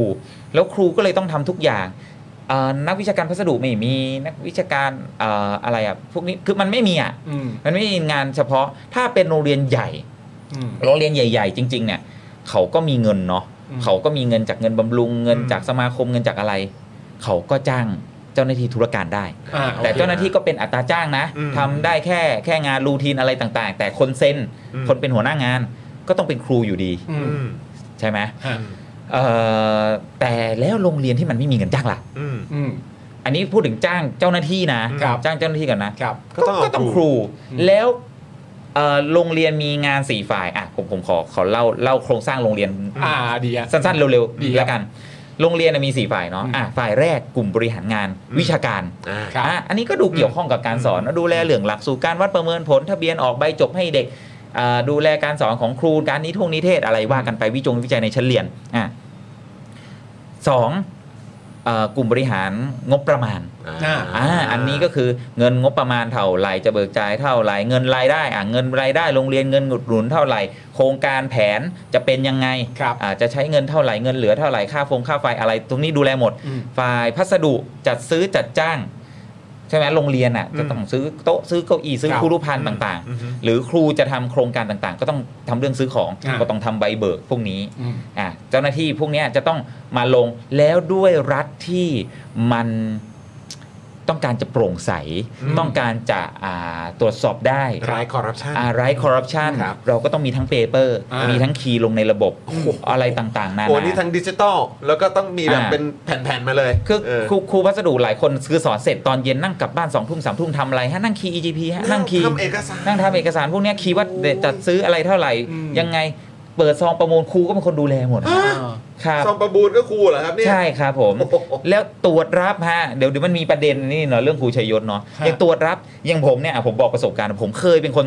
Speaker 6: แล้วครูก็เลยต้องทำทุกอย่างเอ่อนักวิชาการพัสดุไม่มีนักวิชาการเอ่ออะไรอ่ะพวกนี้คือมันไม่มีอ่ะ
Speaker 3: อืม
Speaker 6: มันไม่มีงานเฉพาะถ้าเป็นโรงเรียนใหญ่
Speaker 3: อืม
Speaker 6: โรงเรียนใหญ่ ๆ จริง ๆ เนี่ย เขาก็มีเงินเนาะ
Speaker 3: อืม
Speaker 6: เขาก็มีเงินจากเงินบำรุงเงิน
Speaker 2: อืม
Speaker 6: จากสมาคมเงินจากอะไร เขาก็จ้างเจ้าหน้าที่ธุรการได้
Speaker 3: อ่า
Speaker 6: แต่เจ้าหน้าที่ก็เป็นอัตราจ้างนะ
Speaker 2: อืม
Speaker 6: ทำได้แค่แค่งานรูทีนอะไรต่างๆ แต่คนเซ็น
Speaker 2: อืม
Speaker 6: คนเป็นหัวหน้างาน ก็ต้องเป็นครูอยู่ดี
Speaker 3: อื
Speaker 2: อื
Speaker 3: ม
Speaker 2: ม
Speaker 6: ใช่ไหม
Speaker 3: ฮะ
Speaker 6: เอ่อแต่แล้วโรงเรียนที่มันไม่มีเงินจ้างล่ะ
Speaker 2: อืม
Speaker 3: อืม
Speaker 6: อันนี้พูดถึงจ้างเจ้าหน้าที่นะ
Speaker 3: ครับ
Speaker 6: จ้างเจ้าหน้าที่ก่อนนะ
Speaker 3: ครับ
Speaker 2: ก็ต้องเอา
Speaker 6: ก็ต้อง
Speaker 2: ค
Speaker 6: ค
Speaker 2: รู
Speaker 6: รู แล้วเอ่อโรงเรียนมีงานสี่ฝ่ายอ่ะผมผมขอขอเล่าเล่าโครงสร้างโรงเรียน
Speaker 3: อ่าดีอ่ะ
Speaker 6: สั้นๆ เร็ว
Speaker 3: ดีครั
Speaker 6: ๆ
Speaker 3: บ
Speaker 6: แล้วกัน โรงเรียนน่ะมี 4 ฝ่ายเนาะ
Speaker 3: อืม
Speaker 6: อ่ะฝ่ายแรกกลุ่มบริหารงาน
Speaker 2: อืม
Speaker 6: วิชาการ
Speaker 2: อ่า
Speaker 3: ครับ
Speaker 6: อ่ะอันนี้ก็ดูเกี่ยวข้องกับการสอนดูแลเรื่องหลักสูตรการวัดประเมินผล ทะเบียนออกใบจบให้เด็กอ่าดูแลการสอนของครูการนิทงนิเทศอะไรว่ากันไปวิจงวิจัยในชั้นเรียนอ่ะสองเอ่อกลุ่มบริหารงบประมาณ
Speaker 3: อ่า
Speaker 6: อ่าอันนี้ก็คือเงินงบประมาณเท่าไหร่จะเบิกจ่ายเท่าไหร่เงินรายได้อ่าเงินรายได้โรงเรียนเงินอุดหนุนเท่าไหร่โครงการแผนจะเป็นยังไง
Speaker 3: ครับ
Speaker 6: อ่าจะใช้เงินเท่าไหร่เงินเหลือเท่าไหร่ค่าฟงค่าไฟอะไร ตรงนี้ดูแลหมด
Speaker 3: อืม
Speaker 6: ฝ่ายพัสดุจัดซื้อจัดจ้าง ใช่ไหมโรงเรียนอ่ะจะต้องซื้อโต๊ะซื้อเก้าอี้ซื้อ
Speaker 3: ครับ
Speaker 6: ครูรุพันธ์ต่าง
Speaker 2: อือฮึ
Speaker 6: ๆ หรือครูจะทำโครงการต่างๆ ก็ต้องทำเรื่องซื้อของ
Speaker 3: อ่า
Speaker 6: ก็ต้องทำใบเบิกพวกนี้
Speaker 3: อืม
Speaker 6: อ่ะเจ้าหน้าที่พวกเนี้ยจะต้องมาลงแล้วด้วยรัฐที่มันต้องการจะโปร่งใส
Speaker 2: อืม
Speaker 6: ต้องการจะอ่าตรวจสอบได้
Speaker 2: รายคอร์รัปชัน
Speaker 6: อาไรคอร์รัปชัน
Speaker 2: ครับ
Speaker 6: เราก็ต้องมีทั้งเปเปอร์
Speaker 3: อ่ามี
Speaker 6: มีทั้งคีย์ลงในระบบอะไรต่างๆนา
Speaker 2: โอ้
Speaker 6: นา
Speaker 2: นี่ทั้งดิจิตอลแล้วก็ต้องมีแบบ
Speaker 6: อ่า
Speaker 2: เป็นแผ่นๆมาเลย
Speaker 6: คือ
Speaker 2: เ
Speaker 6: ครูครูพัสดุหลายคนคือสอนเสร็จตอนเย็นนั่งกลับบ้านสองทุ่มสามทุ่มทำอะไรฮะนั่งคีย์ EGP ฮะนั่งคีย์
Speaker 2: ทำเอกสาร
Speaker 6: นั่งทำเอกสารพวกเนี้ยคีย์ว่าจัดซื้ออะไรเท่าไหร่
Speaker 3: อืม
Speaker 6: ยังไงเปิดซองประมูลครูก็เป็นคนดูแลหมด
Speaker 2: อ่า
Speaker 6: ครับ
Speaker 2: ซองประบูนก็ครูเหรอครับเนี่ย
Speaker 6: ใช่ครับผม
Speaker 2: โอ้โห
Speaker 6: แล้วตรวจรับฮะเดี๋ยวเดี๋ยวมันมีประเด็นนี่เนาะเรื่องครูชัยยศเนาะ
Speaker 3: ฮะ
Speaker 6: อย่างตรวจรับอย่างผมเนี่ยอ่ะผมบอกประสบการณ์ผมเคยเป็นคน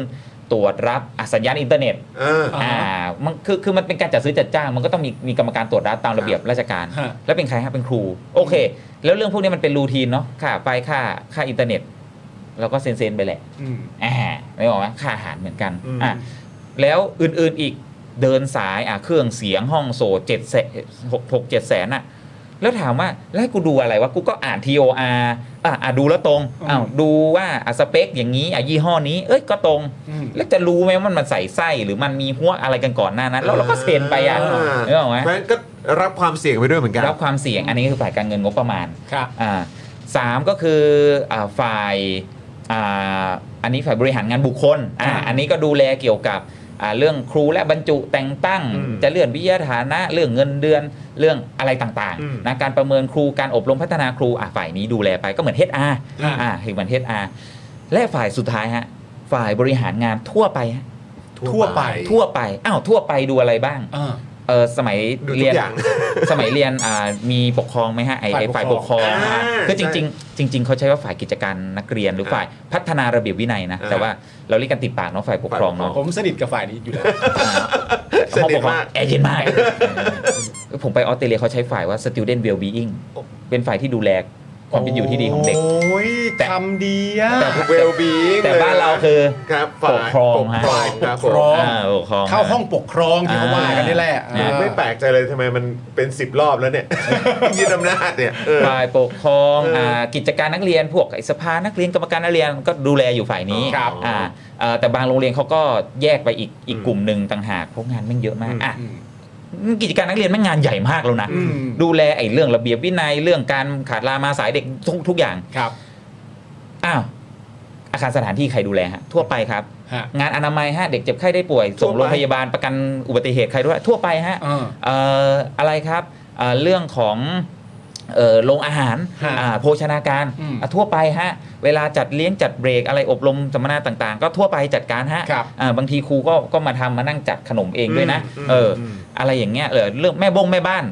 Speaker 6: ตรวจรับอ่ะสัญญาณอินเทอร์เน็ต
Speaker 2: เออ
Speaker 3: อ่า
Speaker 6: อ่ามันคือคือมันเป็นการจัดซื้อจัดจ้าง มันก็ต้องมีมีกรรมการตรวจรับตามระเบียบราชการ
Speaker 3: ฮะ
Speaker 6: แล้วเป็นใครฮะเป็นครู โอเค แล้วเรื่องพวกนี้มันเป็นรูทีนเนาะค่าไฟค่าค่าอินเทอร์เน็ตเราก็เซ็นเซ็นๆไปแหละ
Speaker 3: อืม
Speaker 6: อ่าไม่บอกว่าค่าอาหารเหมือนกัน
Speaker 2: อืม
Speaker 6: อ่ะแล้วอื่นๆอีกเดินสายอ่ะเครื่องเสียงห้องโซเจ็ดแสนหกหกเจ็ดแสนอ่ะแล้วถามว่าแล้วให้กูดูอะไรวะกูก็อ่าน TOR อ่ะอ่ะดูแล้วตรง
Speaker 3: อืม
Speaker 6: อ้าวดูว่าอ่ะสเปคอย่างนี้อ่ะยี่ห้อนี้ เอ้ยก็ตรง
Speaker 3: อืม
Speaker 6: แล้วจะรู้ไหมว่ามันมันใส่ไส้หรือมันมีหัวอะไรกันก่อนหน้านั้นแล้วเราก็เซ็นไปอ่ะเนกออกไหม
Speaker 2: เพราะฉะนั้นก็รับความเสี่ยงไปด้วยเหมือนกัน
Speaker 6: รับความเสี่ยงอันนี้คือฝ่ายการเงินงบประมาณ
Speaker 3: ครับ
Speaker 6: อ่าสามก็คืออาฝ่ายอ่าอันนี้ฝ่ายบริหารงานบุคคลอ่า
Speaker 3: อ่า
Speaker 6: อันนี้ก็ดูแลเกี่ยวกับอ่าเรื่องครูและบรรจุแต่งตั้ง
Speaker 2: อืม
Speaker 6: จะเลื่อนวิทยาฐานะ เรื่องเงินเดือนเรื่องอะไรต่าง
Speaker 2: อืม
Speaker 6: ๆนะการประเมินครูการอบรมพัฒนาครูอ่าฝ่ายนี้ดูแลไปก็เหมือน HR
Speaker 3: อ่า
Speaker 6: อ่าคือเหมือน HR และฝ่ายสุดท้ายฮะฝ่ายบริหารงานทั่วไปฮะ
Speaker 3: ทั่วไป
Speaker 6: ทั่วไปอ้าวทั่วไปดูอะไรบ้าง
Speaker 3: อ่า
Speaker 6: เออสมัย
Speaker 2: ดูทุก
Speaker 6: เรียน
Speaker 2: อย่าง
Speaker 6: สมัยเรียนอ่ามีปกครองไหมฮะไอไอ้ฝ่า
Speaker 3: ฝ่าย ย
Speaker 6: ป
Speaker 3: ป
Speaker 6: ก
Speaker 3: กค
Speaker 6: คร
Speaker 3: ร
Speaker 6: อ
Speaker 3: อง ง
Speaker 6: นะฮะ
Speaker 2: อ่า
Speaker 6: คือจริงๆจริง ๆเขาใช้ว่าฝ่ายกิจการนักเรียนหรือฝ่ายพัฒนาระเบียบวินัยนะ
Speaker 2: อ่า
Speaker 6: แต่ว่าเราเรียกกันติดปากเนาะฝ่ายปกครองเนาะ
Speaker 3: ผมสนิทกับฝ่ายนี้อยู่แล้ว
Speaker 2: สนิทมาก
Speaker 6: แอร์เย็นมากเออผมไปออสเตรเลียเขาใช้ฝ่ายว่า student well being เป็นฝ่ายที่ดูแล ความเป็นอยู่ที่ดีของเด็ก
Speaker 3: โอ้ย
Speaker 6: แต่
Speaker 3: ทำดีอ่ะ
Speaker 6: แต่
Speaker 2: เวลบี
Speaker 6: แต่บ้านเราคือ
Speaker 2: ครับ
Speaker 6: ปกครองฮะ
Speaker 2: ฝ่ายครับผม
Speaker 3: ปกครอง
Speaker 6: อ่าปกครอง
Speaker 3: เข้าห้องปกครองที่เขาว่ากันนี่แหละ
Speaker 6: อ่า
Speaker 2: ไม่แปลกใจเลยทำไมมันเป็น 10 รอบแล้วเนี่ย ยึดอำนาจเนี่ยเออ
Speaker 6: ฝ่ายปกครอง
Speaker 2: เอออ่
Speaker 6: ากิจการนักเรียนพวกไอ้สภานักเรียนกรรมการนักเรียนก็ดูแลอยู่ฝ่ายนี้
Speaker 2: ครับ
Speaker 6: อ่าเอ่อแต่บางโรงเรียนเขาก็แยกไปอีกอีก
Speaker 2: อืม
Speaker 6: กลุ่มหนึ่งต่างหากเพราะงานแม่งเยอะมาก
Speaker 2: อืม
Speaker 6: อ่ะกิจการนักเรียนแม่งงานใหญ่มากแล้วนะ
Speaker 3: อืม
Speaker 6: ดูแลไอ้เรื่องระเบียบวินัยเรื่องการขาดลามาสายเด็กทุกทุกอย่าง
Speaker 3: ครับ
Speaker 6: อ้าวอาคารสถานที่ใครดูแลฮะทั่วไปครับ
Speaker 3: ฮะ
Speaker 6: งานอนามัยฮะเด็กเจ็บไข้ได้ป่วย ส่ง
Speaker 3: ทั่วไป
Speaker 6: โรงพยาบาลประกันอุบัติเหตุใครด้วยทั่วไปฮะ
Speaker 3: เออ
Speaker 6: เอ่ออะไรครับเอ่อเรื่องของเอ่อโรงอาหาร
Speaker 3: ฮะ
Speaker 6: อ่าโภชนาการ
Speaker 3: อืม
Speaker 6: อ่ะทั่วไปฮะเวลาจัดเลี้ยงจัดเบรกอะไรอบรมสัมมนาต่างๆ ก็ทั่วไปจัดการฮะ
Speaker 3: ครับ
Speaker 6: อ่าบางทีครูก็ก็มาทำมานั่งจัดขนมเองด้วยนะ
Speaker 2: อืม
Speaker 6: เอออ
Speaker 2: ม
Speaker 6: อะไรอย่างเงี้ยเออเรื่องแม่บงแม่บ้าน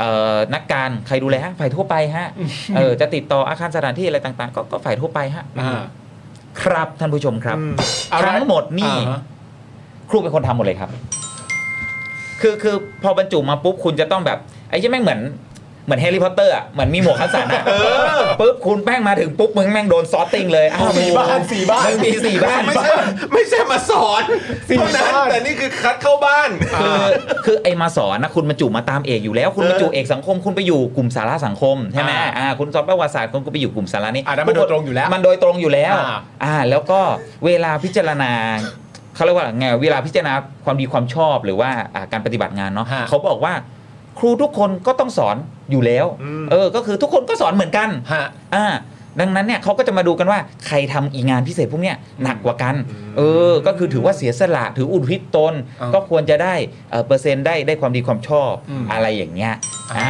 Speaker 6: เอ่อนักการใครดูแลฮะฝ่ายทั่วไปฮะเออจะติดต่ออาคารสถานที่อะไรต่างๆ ก็ก็ฝ่ายทั่วไปฮะ
Speaker 3: อ่า
Speaker 6: ครับท่านผู้ชมครับ
Speaker 2: อืม
Speaker 3: อะไร
Speaker 6: ทั้งหมดนี่
Speaker 3: อ่าฮะ
Speaker 6: ครูเป็นคนทำหมดเลยครับ คือคือพอบรรจุมาปุ๊บคุณจะต้องแบบ ไอ้ใช่แม่งเหมือนเหมือนแฮร์รี่พอตเตอร์อ่ะ เหมือนมีหมวกคัสสันอ่ะปุ๊บคุณแป้งมาถึงปุ๊บมึงแม่งโดนซอสติ้งเลยอ้ว
Speaker 3: สี่บ้านสี่บ้าน
Speaker 6: มึงมีสี่บ้าน
Speaker 2: ไม่ใช่ไม่ใช่มาสอน
Speaker 3: สี่
Speaker 2: เท่านั้น
Speaker 3: บ้าน
Speaker 2: แต่นี่คือคัดเข้าบ้าน
Speaker 6: คือคือไอ้มาสอนนะคุณบรรจุมาตามเอกอยู่แล้ว คุณ
Speaker 2: เออ
Speaker 6: บรรจุเอกสังคมคุณไปอยู่กลุ่มสาระสังคมใช่ไหม
Speaker 3: อ่า
Speaker 6: อ่าคุณสอบประวัติศาสตร์คุณก็ไปอยู่กลุ่มสาระนี้
Speaker 3: อ่ะนั้นมันโดยตรงอยู่แล้ว
Speaker 6: มันโดยตรงอยู่แล้ว
Speaker 3: อ่า
Speaker 6: อ่าแล้วก็เวลาพิจารณาเขาเรียกว่าไงเวลาพิจารณาความดีความชอบหรือว่าอ่าการปฏิบัติงานเนาะ
Speaker 3: ฮะ
Speaker 6: เขาบอกว่าครูทุกคนก็ต้องสอนอยู่แล้ว
Speaker 2: อืม
Speaker 6: เออก็คือทุกคนก็สอนเหมือนกัน
Speaker 3: ฮะ
Speaker 6: อ่าดังนั้นเนี่ยเขาก็จะมาดูกันว่าใครทำอีงานพิเศษพวกเนี้ยหนักกว่ากัน เออ ก็คือถือว่าเสียสละ ถืออุทิศตน
Speaker 3: อ่า
Speaker 6: ก็ควรจะได้เอ่อเปอร์เซ็นต์ได้ได้ความดีความชอบ
Speaker 3: อืม
Speaker 6: อะไรอย่างเงี้ย
Speaker 3: อ่า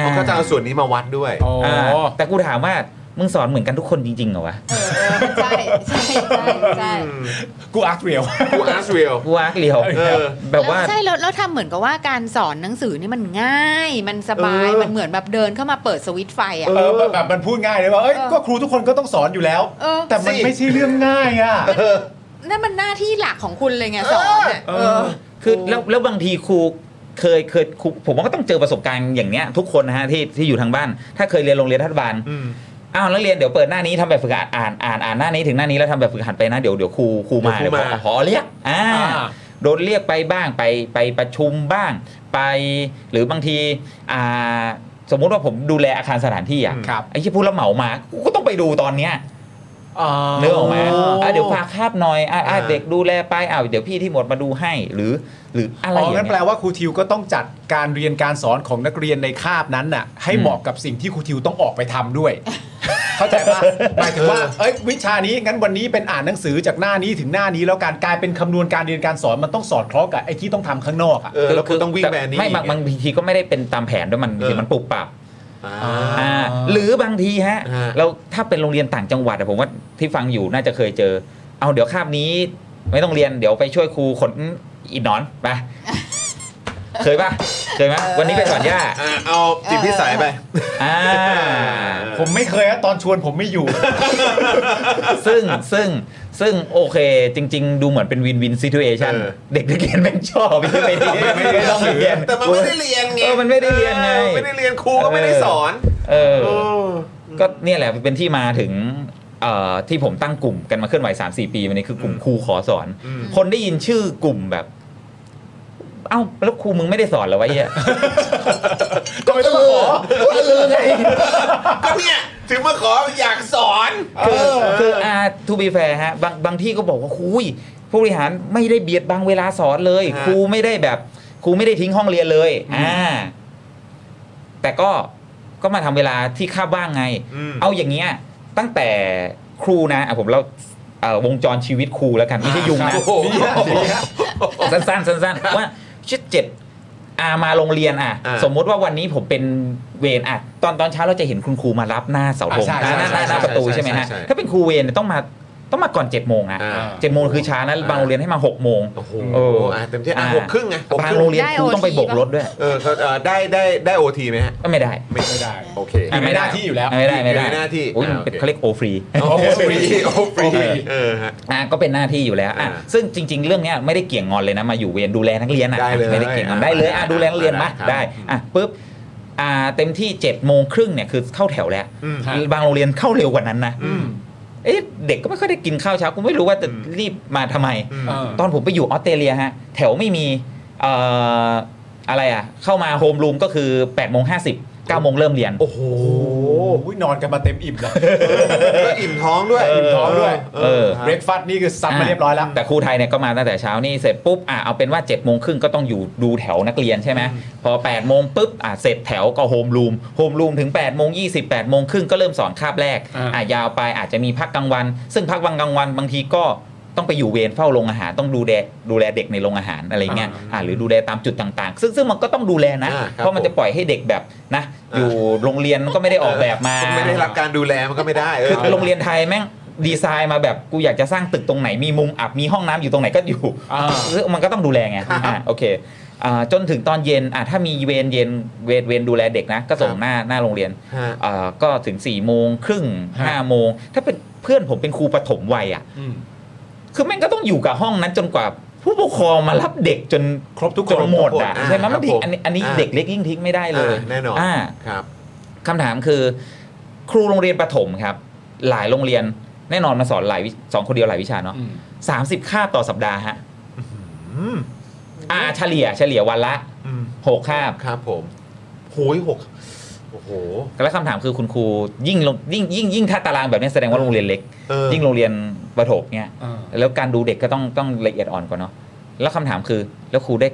Speaker 2: เขาก็จะเอาส่วนนี้มาวัดด้วย
Speaker 3: อ๋ออ
Speaker 6: อ่าแต่กูถามว่า มึงสอนเหมือนกันทุกคนจริงๆเหรอวะ
Speaker 5: เออเออใช่ใช่ใช่ใช่
Speaker 3: กูอาร์ตเรียว
Speaker 2: กูอาร์ตเรียล
Speaker 6: กูอักเลียว
Speaker 2: เออ
Speaker 6: แบบว่า
Speaker 5: แล้วใช่แล้วแล้วทำเหมือนกับว่าการสอนหนังสือนี่มันง่าย มันสบาย
Speaker 2: เออ
Speaker 5: มันเหมือนแบบเดินเข้ามาเปิดสวิตช์ไฟอ่ะ
Speaker 3: เออแบบแบบมันพูดง่ายเลยว่าเอ้ย
Speaker 5: เออ
Speaker 3: ก็ครูทุกคนก็ต้องสอนอยู่แล้ว
Speaker 5: เออ
Speaker 3: แต่มัน
Speaker 2: สิ
Speaker 3: ไม่ใช่เรื่องง่ายอ่ะ
Speaker 5: นั่นมันหน้าที่หลักของคุณเลยไงสอนอ่ะ
Speaker 3: เอ
Speaker 5: เอ
Speaker 3: อ
Speaker 5: อ
Speaker 6: คือแล้วแล้วบางทีครูเคยเคยครูผมว่าก็ต้องเจอประสบการณ์อย่างเนี้ยทุกคนนะฮะที่ที่อยู่ทางบ้าน ถ้าเคยเรียนโรงเรียนรัฐบาล
Speaker 2: อืม
Speaker 6: อ้าวนักเรียนเดี๋ยวเปิดหน้านี้ทำแบบฝึกหัดอ่านอ่านอ่านหน้านี้ถึงหน้านี้แล้วทำแบบฝึกหัดไปนะเดี๋ยวเดี๋ยวครูครูมา
Speaker 2: เดี๋
Speaker 6: เดี๋
Speaker 2: ย
Speaker 6: ยว ว
Speaker 2: ครู
Speaker 6: ข
Speaker 2: มา
Speaker 6: อขอเรียกอ่า
Speaker 3: อ่า
Speaker 6: โดนเรียกไปบ้างไปไปประชุมบ้าง ไปหรือบางทีอ่าสมมุติว่าผมดูแลอาคารสถานที่อ่ะ
Speaker 3: ครับ
Speaker 6: ไอ้ที่ผู้รับเหมามากูก็ต้องไปดูตอนเนี้ยเนื้อออกไหมอ่ะเดี๋ยวพาคาบหน่อยอ่ะอ่ะ
Speaker 2: อ่า
Speaker 6: เด็กดูแลไปอ้าวเดี๋ยวพี่ที่หมดมาดูให้หรือ หรืออะไร
Speaker 3: อ๋
Speaker 6: อ
Speaker 3: อย่าง งั้นแปล
Speaker 6: เงี้ย
Speaker 3: ว่าครูทิวก็ต้องจัดการเรียนการสอนของนักเรียนในคาบนั้นน่ะ ให้
Speaker 6: อืม
Speaker 3: เหมาะกับสิ่งที่ครูทิวต้องออกไปทำด้วย เข้าใจปะหมายถึงว่าเอ้ยวิชานี้งั้นวันนี้เป็นอ่านหนังสือจากหน้านี้ถึงหน้านี้แล้วการกลายเป็นคำนวณการเรียนการสอนมันต้องสอดคล้องกับไอ้ที่ต้องทำข้างนอกอ่ะ
Speaker 2: เออแล้วคุณต้องวิ่งแบรนด์นี้
Speaker 6: ไม่บาง
Speaker 2: อีก
Speaker 6: บาง
Speaker 2: เนี่ย
Speaker 6: ทีก็ไม่ได้เป็นตามแผนด้วยมันบางที
Speaker 2: เออ
Speaker 6: มันปรับปรับ
Speaker 2: อ่า
Speaker 6: อ่าหรือบางทีฮะ
Speaker 2: อ่า
Speaker 6: เราถ้าเป็นโรงเรียนต่างจังหวัดอะผมว่าที่ฟังอยู่น่าจะเคยเจอ เอาเดี๋ยวคาบนี้ ไม่ต้องเรียนเดี๋ยวไปช่วยครูขนอีหนอนไปเคยปะเคยไหมวันนี้ไปสอนย่า
Speaker 2: อ่าเอาจิบพี่สายไป
Speaker 6: อ่า
Speaker 3: ผมไม่เคยนะตอนชวนผมไม่อยู่
Speaker 6: ซึ่งซึ่งซึ่งโอเค จริง ๆ ดูเหมือนเป็นวินวินซิทูเอชัน
Speaker 2: เออ
Speaker 6: เด็กนักเรียนแม่งชอบไม่ได้ไม่ต้องเรียน
Speaker 2: แต่มันไม่ได้เรียนไง
Speaker 6: เออมันไม่ได้เรียนไง
Speaker 2: ออไม่ได้เรียนครูก็ไม่ได้สอน
Speaker 6: เออ
Speaker 2: โอ้
Speaker 6: ก็เนี่ยแหละเป็นที่มาถึงเอ่อที่ผมตั้งกลุ่มกันมาเคลื่อนไหวสามสี่ปีมันนี้คือกลุ่ม
Speaker 2: อืม
Speaker 6: ครูขอสอน
Speaker 2: อืม
Speaker 6: คนได้ยินชื่อกลุ่มแบบ เอ้าแล้วครูมึงไม่ได้สอนเหรอวะเหี้ย
Speaker 3: ก็ไม่ต้องมาขอ
Speaker 6: ก็เลยไง
Speaker 2: ก็เนี่ยถึงมาขออยากสอน
Speaker 6: คือคืออ่าทูบีแฟร์ฮะบางบางที่ก็บอกว่าคุยผู้บริหารไม่ได้เบียดบังเวลาสอนเลย
Speaker 2: ฮะ
Speaker 6: ครูไม่ได้แบบครูไม่ได้ทิ้งห้องเรียนเลยอ่าแต่ก็ก็มาทำเวลาที่คาบว่างไง
Speaker 2: ม
Speaker 6: เอาอย่างเงี้ยตั้งแต่ครูนะอ่ะผมเราเอ่อวงจรชีวิตครูแล้วกันไม่ใช่ยุงนะ
Speaker 2: โอ้โห
Speaker 6: สั้นๆสั้นๆว่าชิดเจ็ดอามาโรงเรียนอ่ะ
Speaker 2: อ่า
Speaker 6: สมมุติว่าวันนี้ผมเป็นเวรอ่ะตอนตอนเช้าเราจะเห็นคุณครูมารับหน้าเสาธง
Speaker 3: อ่า
Speaker 6: ห
Speaker 3: ใช่
Speaker 6: น้าหน้า
Speaker 3: ใช่
Speaker 6: หน้าประตูใช่ไหมฮะ
Speaker 2: ใช่ใช่ใช่
Speaker 6: ถ้าเป็นครูเวรเนี่ยต้องมาต้องมาก่อน7จ็ดโมงอ่ะ
Speaker 2: อ่า
Speaker 6: เจ็ดโมงคือช้านะบางโรงเรียนให้มา6กโมง
Speaker 2: โอ้โห
Speaker 6: เอออ่
Speaker 2: ะเต็มที่อ่ะหกครึ่งไงหก
Speaker 6: บา
Speaker 2: ค
Speaker 6: ง
Speaker 2: รึ่ง
Speaker 6: โรงเรียนครูต้องไปโบกรถด้วย
Speaker 2: เออเขาเอ่อได้ได้ได้โอทีไหมฮะ
Speaker 6: ก็ไม่ได้
Speaker 2: ไม่
Speaker 3: ไม่ได้
Speaker 2: โอเค
Speaker 6: อ่ะไม่ได้
Speaker 3: อยู่ในหน้าที่อยู่แล้ว
Speaker 6: ะไม่ได้ไม่ได้
Speaker 2: อยู่ในหน้าที่
Speaker 6: โอ้ย
Speaker 2: อ่ามั
Speaker 6: มันเป็น
Speaker 2: โอเค
Speaker 6: เขาเรียกโอฟรี
Speaker 2: โอ้ฟรีโอ้ฟรีเออฮะ
Speaker 6: อ่ะก็เป็นหน้าที่อยู่แล้วอ่ะ
Speaker 2: อ่า
Speaker 6: ซึ่งจริง ๆ เรื่องเนี้ยไม่ได้เกี่ยงงอนเลยนะมาอยู่เวรดูแลนักเรียนอ่ะ
Speaker 2: ได้เลย
Speaker 6: ไม่ได้เกี่ยงงอนได้เลยอ่ะ
Speaker 2: อ่า
Speaker 6: ดูแลนักเรียนมา
Speaker 2: ได้ครับ
Speaker 6: ได้อ่ะปุ๊บ อ่าเต็มที่7จ็ดโมงครึ่งเนี่ยคือเข้าแถวแล้ว
Speaker 2: อืม
Speaker 6: บางโรงเรียนเข้าเร็วกว่านั้นนะ
Speaker 2: อืม
Speaker 6: เอ๊ะเด็กก็ไม่ค่อยได้กินข้าวเช้ากูไม่รู้ว่าจะ
Speaker 2: อืม
Speaker 6: รีบมาทำไม
Speaker 2: อืม
Speaker 3: เออ
Speaker 6: ตอนผมไปอยู่ออสเตรเลียฮะ แถวไม่มีเอ่ออะไรอ่ะ เข้ามาโฮมรูมก็คือ8ปดโมงห้าสิบเก้าโมงเริ่มเรียน
Speaker 3: โอ้โหอุ๊ยนอนกันมาเต็มอิ่มแล้ว
Speaker 2: ก็อิ่มท้องด้วย
Speaker 3: เอออิ่มท้องด้วย
Speaker 2: เออ
Speaker 3: เบรกฟาสต์นี่คือซัดมาเรียบร้อยแล้ว
Speaker 6: แต่ครูไทยเนี่ยก็มาตั้งแต่เช้านี่เสร็จปุ๊บอ่ะเอาเป็นว่า7จ็ดโมงครึ่งก็ต้องอยู่ดูแถวนักเรียนใช่ไหมพอ8ปดโมงปุ๊บอ่ะเสร็จแถวก็โฮมรูมโฮมรูมถึง8ปดโมงยี่สิบแปดโมงครึ่งก็เริ่มสอนคาบแรก
Speaker 3: อ่า
Speaker 6: อ่ะยาวไปอาจจะมีพักกลางวัน ซึ่งพักวันกลางวันบางทีก็ต้องไปอยู่เวรเฝ้าโรงอาหารต้องดูแลดูแลเด็กในโรงอาหารอะไรเงี้ยอ่ะหรือดูแลตามจุดต่างๆ ซึ่งซึ่งมันก็ต้องดูแลนะ
Speaker 2: อ่าครับ
Speaker 6: เพราะมันจะปล่อยให้เด็กแบบนะ
Speaker 2: อ่า
Speaker 6: อยู่โรงเรียนมันก็ไม่ได้ออกแบบมา
Speaker 2: ไม่ได้รับการดูแลมันก็ไม่ได้เออ
Speaker 6: คือโรงเรียนไทยแม่งดีไซน์มาแบบกูอยากจะสร้างตึกตรงไหนมีมุมอับมีห้องน้ำอยู่ตรงไหนก็อยู่
Speaker 3: อ่า
Speaker 6: ซึ่งมันก็ต้องดูแลไง
Speaker 2: ครับ
Speaker 6: อ่าโอเคอ่าจนถึงตอนเย็นอ่าถ้ามีเวรเย็นเวรเวรดูแลเด็กนะ ก็ส่ง
Speaker 2: ครับ
Speaker 6: หน้าหน้าโรงเรียน
Speaker 2: ฮะ
Speaker 6: อ่าก็ถึง4ี่โมงครึ่งห้าโมงถ้าเป็นเพื่อนผมเป็นครูปฐมวัยอ่ะ
Speaker 3: อืม
Speaker 6: คือแม่งก็ต้องอยู่กับห้องนั้นจนกว่าผู้ปกครองมารับเด็กจน
Speaker 3: ครบทุก
Speaker 6: จ
Speaker 3: คน
Speaker 6: นหมดอ่ะ
Speaker 2: อ่า
Speaker 6: ใช่ไหม
Speaker 2: ครับ
Speaker 6: มันทิ้
Speaker 2: ผ
Speaker 6: ง
Speaker 2: ม
Speaker 6: อันนี้อันนี้
Speaker 2: อ่า
Speaker 6: เด็กเล็กยิ่งทิ้งไม่ได้เล
Speaker 2: อ่าย แน่นอน
Speaker 6: อ่า
Speaker 2: ครับ
Speaker 6: คำถามคือครูโรงเรียนประถมครับ หลายโรงเรียนแน่นอนมาสอนหลายวิสอนคนเดียวหลายวิชาเนาะ
Speaker 3: อืม
Speaker 6: สามสิบคาบต่อสัปดาห์ฮะ
Speaker 2: อืม
Speaker 6: อ่าเฉลี่ยเฉลี่ยวันละ
Speaker 2: อืม
Speaker 6: หกคาบ
Speaker 2: ครับผมโหยหกโอ้โห
Speaker 6: แล้วคำถามคือคุณครูยิ่งลงยิ่งยิ่งยิ่งถ้าตารางแบบนี้แสดงว่าโรงเรียนเล็ก
Speaker 2: เออ
Speaker 6: ยิ่งโรงเรียนประถมเนี่ย
Speaker 3: อ่า
Speaker 6: แล้วการดูเด็กก็ต้องต้องละเอียดอ่อนกว่าเนาะแล้วคำถามคือแล้วครูได้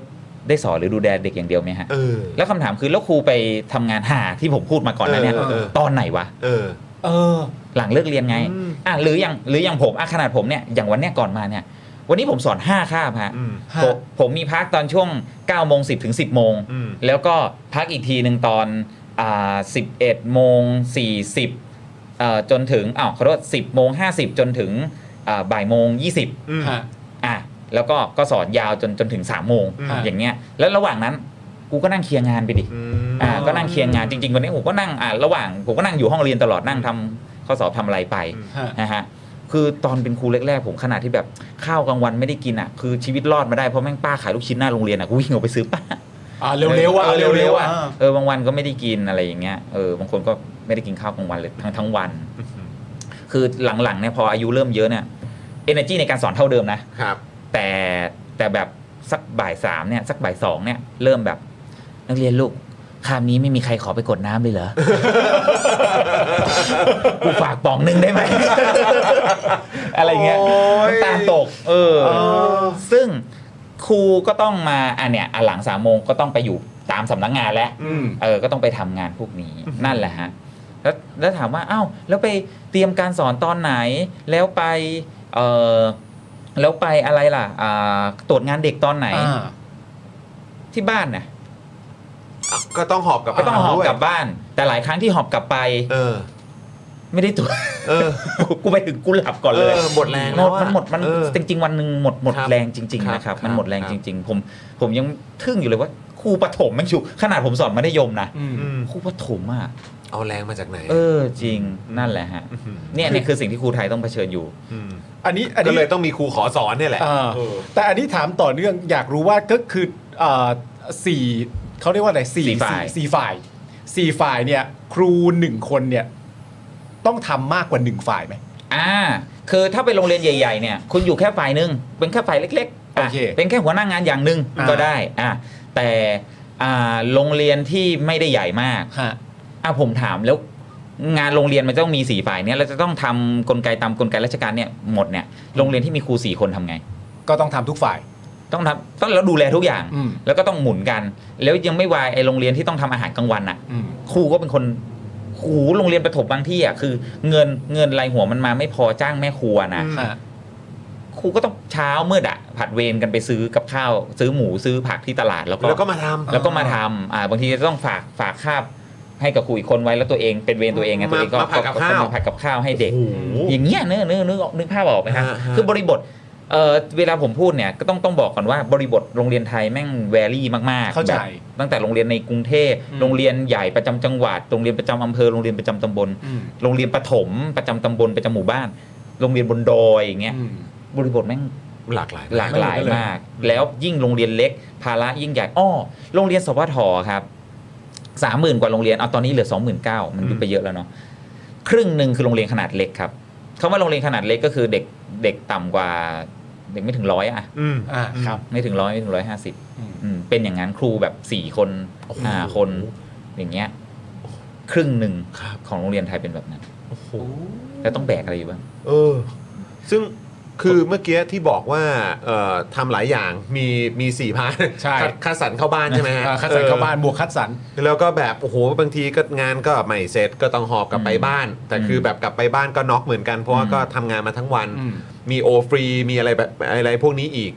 Speaker 6: ได้สอนหรือดูแลเด็กอย่างเดียวไหมฮะ
Speaker 2: เออ
Speaker 6: แล้วคำถามคือแล้วครูไปทำงานหาที่ผมพูดมาก่อนหนั้านเนี่ย
Speaker 2: เออเออเออ
Speaker 6: ตอนไหนวะ
Speaker 2: เออ
Speaker 3: เออ
Speaker 6: หลังเลิกเรียนไง
Speaker 2: อืม
Speaker 6: อ่ะหรืออย่างหรืออย่างผมอ่ะขนาดผมเนี่ยอย่างวันเนี้ยก่อนมาเนี่ย วันนี้ผมสอน 5 คาบฮะ
Speaker 2: อืม
Speaker 3: ฮะ
Speaker 6: ผมผมมีพักตอนช่วง9โมง10ถึง10โมง
Speaker 2: อืม
Speaker 6: แล้วก็พักอีกทีหนึ่งตอนอ่า11โมง40เอ่อจนถึงอ้าวขอโทษ10โมง50 จนถึงอ่าบ่ายโมง 20
Speaker 2: อืม
Speaker 3: ฮะ
Speaker 6: อ่ะแล้วก็ก็สอนยาวจนจนถึง3โมง
Speaker 2: อืม
Speaker 6: อย่างเงี้ยแล้วระหว่างนั้นกูก็นั่งเคลียร์งานไปดิ
Speaker 2: อืม
Speaker 6: อ่าก็นั่งเคลียร์งานจริงๆวันนี้ผมก็นั่งอ่าระหว่างผมก็นั่งอยู่ห้องเรียนตลอดนั่งทำข้อสอบทำอะไรไป
Speaker 2: อืม
Speaker 3: ฮะ
Speaker 6: นะฮะคือตอนเป็นครูแรกๆ ผมขนาดที่แบบข้าวกลางวันไม่ได้กินอ่ะคือชีวิตรอดมาได้เพราะแม่งป้าขายลูกชิ้นหน้าโรงเรียนอ่ะกูวิ่งออกไปซื้อป้า
Speaker 3: อ่าเร็วๆอ่ะ
Speaker 6: เ
Speaker 3: เร็วๆอ่ะ
Speaker 6: เออบางวันก็ไม่ได้กินอะไรอย่างเงี้ยเออบางคนก็ไม่ได้กินข้าวกลางวันเลยทั้งทั้งวัน คือหลังๆเนี่ยพออายุเริ่มเยอะเนี่ย energy ในการสอนเท่าเดิมนะ
Speaker 2: ครับ
Speaker 6: แต่แต่แบบสักบ่ายสามเนี่ยสักบ่ายสองเนี่ยเริ่มแบบนักเรียนลูกคามนี้ไม่มีใครขอไปกดน้ำเลยเหรอ กูฝากป๋องหนึ่งได้ไหม อะไรเงี้ย
Speaker 2: โอ้ย
Speaker 6: น้ำตาลตก เออ ซึ่งครูก็ต้องมาอ่ะเนี่ยอ่ะหลังสามโมงก็ต้องไปอยู่ตามสำนักงานแล้ว
Speaker 3: อืม
Speaker 6: เออ ก็ต้องไปทำงานพวกนี้ นั่นแหละฮะ แล้วแล้วถามว่า อ้าว แล้วไปเตรียมการสอนตอนไหน แล้วไป เออแล้วไปอะไรล่ะ อ่า ตรวจงานเด็กตอนไหน
Speaker 3: อ่า
Speaker 6: ที่บ้านน่ะ
Speaker 2: ก็ต้องหอบกลับ
Speaker 6: ก็ต้องหอบ
Speaker 2: ด้วย
Speaker 6: กลับบ้าน แต่หลายครั้งที่หอบกลับไป
Speaker 2: เออ
Speaker 6: ไม่ได้ตรวจ
Speaker 2: เออ
Speaker 6: กูไปถึงกูหลับก่อนเลย
Speaker 2: เออหมดแรง
Speaker 6: หม
Speaker 2: แล้ว
Speaker 6: ด
Speaker 2: อะ
Speaker 6: มันหมดมัน
Speaker 2: เออ
Speaker 6: จริงๆวันหนึ่งหมดหมด
Speaker 2: ครับ
Speaker 6: แรงจริง ๆ นะ
Speaker 2: ค
Speaker 6: ค
Speaker 2: รั
Speaker 6: รั
Speaker 2: บบ ครับ
Speaker 6: มันหมดแรง
Speaker 2: ครับ
Speaker 6: จริง ๆ ผมผมยังทึ่งอยู่เลยว่าครูประถมแม่งชูขนาดผมสอนมัธยมนะ
Speaker 3: อืม
Speaker 2: อืม
Speaker 6: ครูประถมอ่ะ
Speaker 2: เอาแรงมาจากไหน
Speaker 6: เออจริงนั่นแหละฮะ
Speaker 2: ม
Speaker 6: เนี่ยเนี่ยคือสิ่งที่ครูไทยต้องเผชิญอยู่
Speaker 2: ม
Speaker 3: อันนี้อัน
Speaker 2: ก็
Speaker 3: นี้
Speaker 2: เลยต้องมีครูขอสอนเนี่ยแหละ
Speaker 3: อ่า
Speaker 2: เออ
Speaker 3: แต่อันนี้ถามต่อเนื่องอยากรู้ว่าก็คืออ่าสี่เขาเรียกว่าอะไรสี่
Speaker 6: สี่ฝ่าย
Speaker 3: สี่ฝ่ายสี่ฝ่ายเนี่ย ครูหนึ่งคนเนี่ย ต้องทำมากกว่าหนึ่งฝ่ายไหม
Speaker 6: อ่า คือถ้าไปโรงเรียนใหญ่ ๆ เนี่ย คุณอยู่แค่ฝ่ายหนึ่งเป็นแค่ฝ่ายเล็กๆะ
Speaker 3: โอเค
Speaker 6: เป็นแค่หัวหน้างานอย่างหนึ่ง
Speaker 3: อ่า
Speaker 6: ก็ได้อ่าแต่อ่าโรงเรียนที่ไม่ได้ใหญ่มาก
Speaker 3: ฮะ
Speaker 6: อ่ะผมถามแล้วงานโรงเรียนมันต้องมีสี่ฝ่ายเนี่ยเราจะต้องทำกลไกตามกลไกราชการเนี่ยหมดเนี่ยโรงเรียนที่มีครูสี่คนทำไง
Speaker 3: ก็ต้องทำทุกฝ่าย
Speaker 6: ต้องทำต้องแล้วดูแลทุกอย่าง
Speaker 3: อืม
Speaker 6: แล้วก็ต้องหมุนกัน แล้วยังไม่วายไอโรงเรียนที่ต้องทำอาหารกลางวันอ่ะ
Speaker 3: อืม
Speaker 6: ครูก็เป็นคนครูโรงเรียนประถมบางที่อ่ะคือ เงินเงินรายหัวมันมาไม่พอจ้างแม่ครัวนะ ครูก็ต้องเช้ามืดอะผัดเวรกันไปซื้อกับข้าว ซื้อหมูซื้อผักที่ตลาดแล้วก็
Speaker 2: แล้วก็มาทำ
Speaker 6: แล้วก็มาทำอ่าบางทีจะต้องฝากฝากคาบให้กับครูอีกคนไว้แล้วตัวเองเป็นเวรตัวเองไง
Speaker 2: มา
Speaker 6: ตัวเองก็
Speaker 2: มาผัดกับข้าว
Speaker 6: มาผัดกับข้าวให้เด็ก
Speaker 2: โอ้โห
Speaker 6: อย่างเงี้ยเนื้อเนื้อเนื้อนึกภาพออกไหมฮะ
Speaker 2: ฮะฮะ
Speaker 6: คือบริบทเออเวลาผมพูดเนี่ยก็ต้องต้องบอกก่อนว่าบริบทโรงเรียนไทยแม่งแวรี่มากๆ
Speaker 3: เข้าใจ
Speaker 6: แบบตั้งแต่โรงเรียนในกรุงเทพ
Speaker 3: อืม
Speaker 6: โรงเรียนใหญ่ประจำจังหวัดโรงเรียนประจำอำเภอโรงเรียนประจำตำบล
Speaker 3: อืม
Speaker 6: โรงเรียนประถมประจำตำบลประจำหมู่บ้าน โรงเรียนบนดอยอย่างเงี้ย
Speaker 3: อืม
Speaker 6: บริบทแม่ง
Speaker 2: หลากหลาย
Speaker 6: หลากหลายมาก แล้วยิ่งโรงเรียนเล็ก ภาระยิ่งใหญ่อ้อโรงเรียนสวทครับ สามหมื่นกว่าโรงเรียนเอาตอนนี้เหลือสองหมื่นเก้ามันยุบไปเยอะแล้วเนาะครึ่งหนึ่งคือโรงเรียนขนาดเล็กครับคำว่าโรงเรียนขนาดเล็กก็คือเด็กเด็กต่ำกว่าเด็กไม่ถึงร้อยอะ
Speaker 2: อืม
Speaker 3: อ่าครับ
Speaker 6: ไม่ถึงร้อยไม่ถึงร้อยห้าสิบ
Speaker 3: อืม
Speaker 6: เป็นอย่างนั้นครูแบบสี่คน
Speaker 2: โอ้โห
Speaker 6: ห้าคนอย่างเงี้ยครึ่งหนึ่ง
Speaker 2: ครับ
Speaker 6: ของโรงเรียนไทยเป็นแบบนั้น
Speaker 2: โอ้โห
Speaker 6: แล้วต้องแบกอะไรอยู่บ้าง
Speaker 2: เออ ซึ่งคือเมื่อกี้ที่บอกว่าเอ่อทำหลายอย่างมีมีสี่พัน
Speaker 3: ใช่
Speaker 2: คัดคัดสรรเข้าบ้านใช่ไหมฮะ
Speaker 3: อ่าคัดสรรเข้าบ้านบวกคัดสรร
Speaker 2: เออแล้วก็แบบโอ้โหบางทีก็งานก็ไม่เสร็จก็ต้องหอบกลับไป
Speaker 6: อืม
Speaker 2: บ้าน แต่คือแบบกลับไปบ้านก็น็อกเหมือนกันเพราะว่า
Speaker 6: อืม
Speaker 2: ก็ทำงานมาทั้งวัน
Speaker 3: อืม
Speaker 2: มีโอฟรีมีอะไรแบบอะไรพวกนี้อีก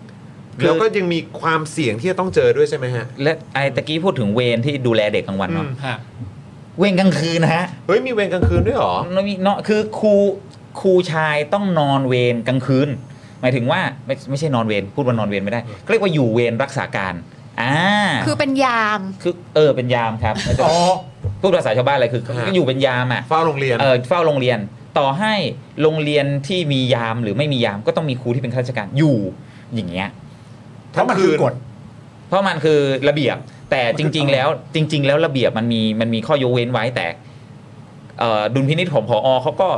Speaker 2: แล้วก็ยังมีความเสี่ยงที่จะต้องเจอด้วยใช่ไหมฮะ
Speaker 6: และไอ้ตะกี้พูดถึงเวรที่ดูแลเด็กกลางวันเนาะ
Speaker 2: อืม
Speaker 3: ฮะ
Speaker 6: เวรกลางคืนนะฮะ
Speaker 2: เฮ้ยมีเวรกลางคืนด้วยเหรอ
Speaker 6: มันมีเนาะคือครูครูชายต้องนอนเวรกลางคืน หมายถึงว่าไม่ไม่ใช่นอนเวรพูดว่านอนเวรไม่ได้เขาเรียกว่าอยู่เวรรักษาการอ่า
Speaker 5: คือเป็นยาม
Speaker 6: คือเออเป็นยามครับ
Speaker 3: อ๋อ
Speaker 6: พูดภาษาชาวบ้านอะไรคือ
Speaker 2: ฮะ
Speaker 6: ก็อยู่เป็นยามอ่ะ
Speaker 2: เฝ้าโรงเรียน
Speaker 6: เออเฝ้าโรงเรียนต่อให้โรงเรียนที่มียามหรือไม่มียามก็ต้องมีครูที่เป็นข้าราชการอยู่อย่างเงี้ย
Speaker 3: เพราะมันคือกฎ
Speaker 6: เพราะมันคือระเบียบ แต่จริง ๆ แล้วจริง ๆ แล้วระเบียบมันมีมันมีข้อยกเว้นไว้แต่เอ่อดุลพินิจของพอเขาก็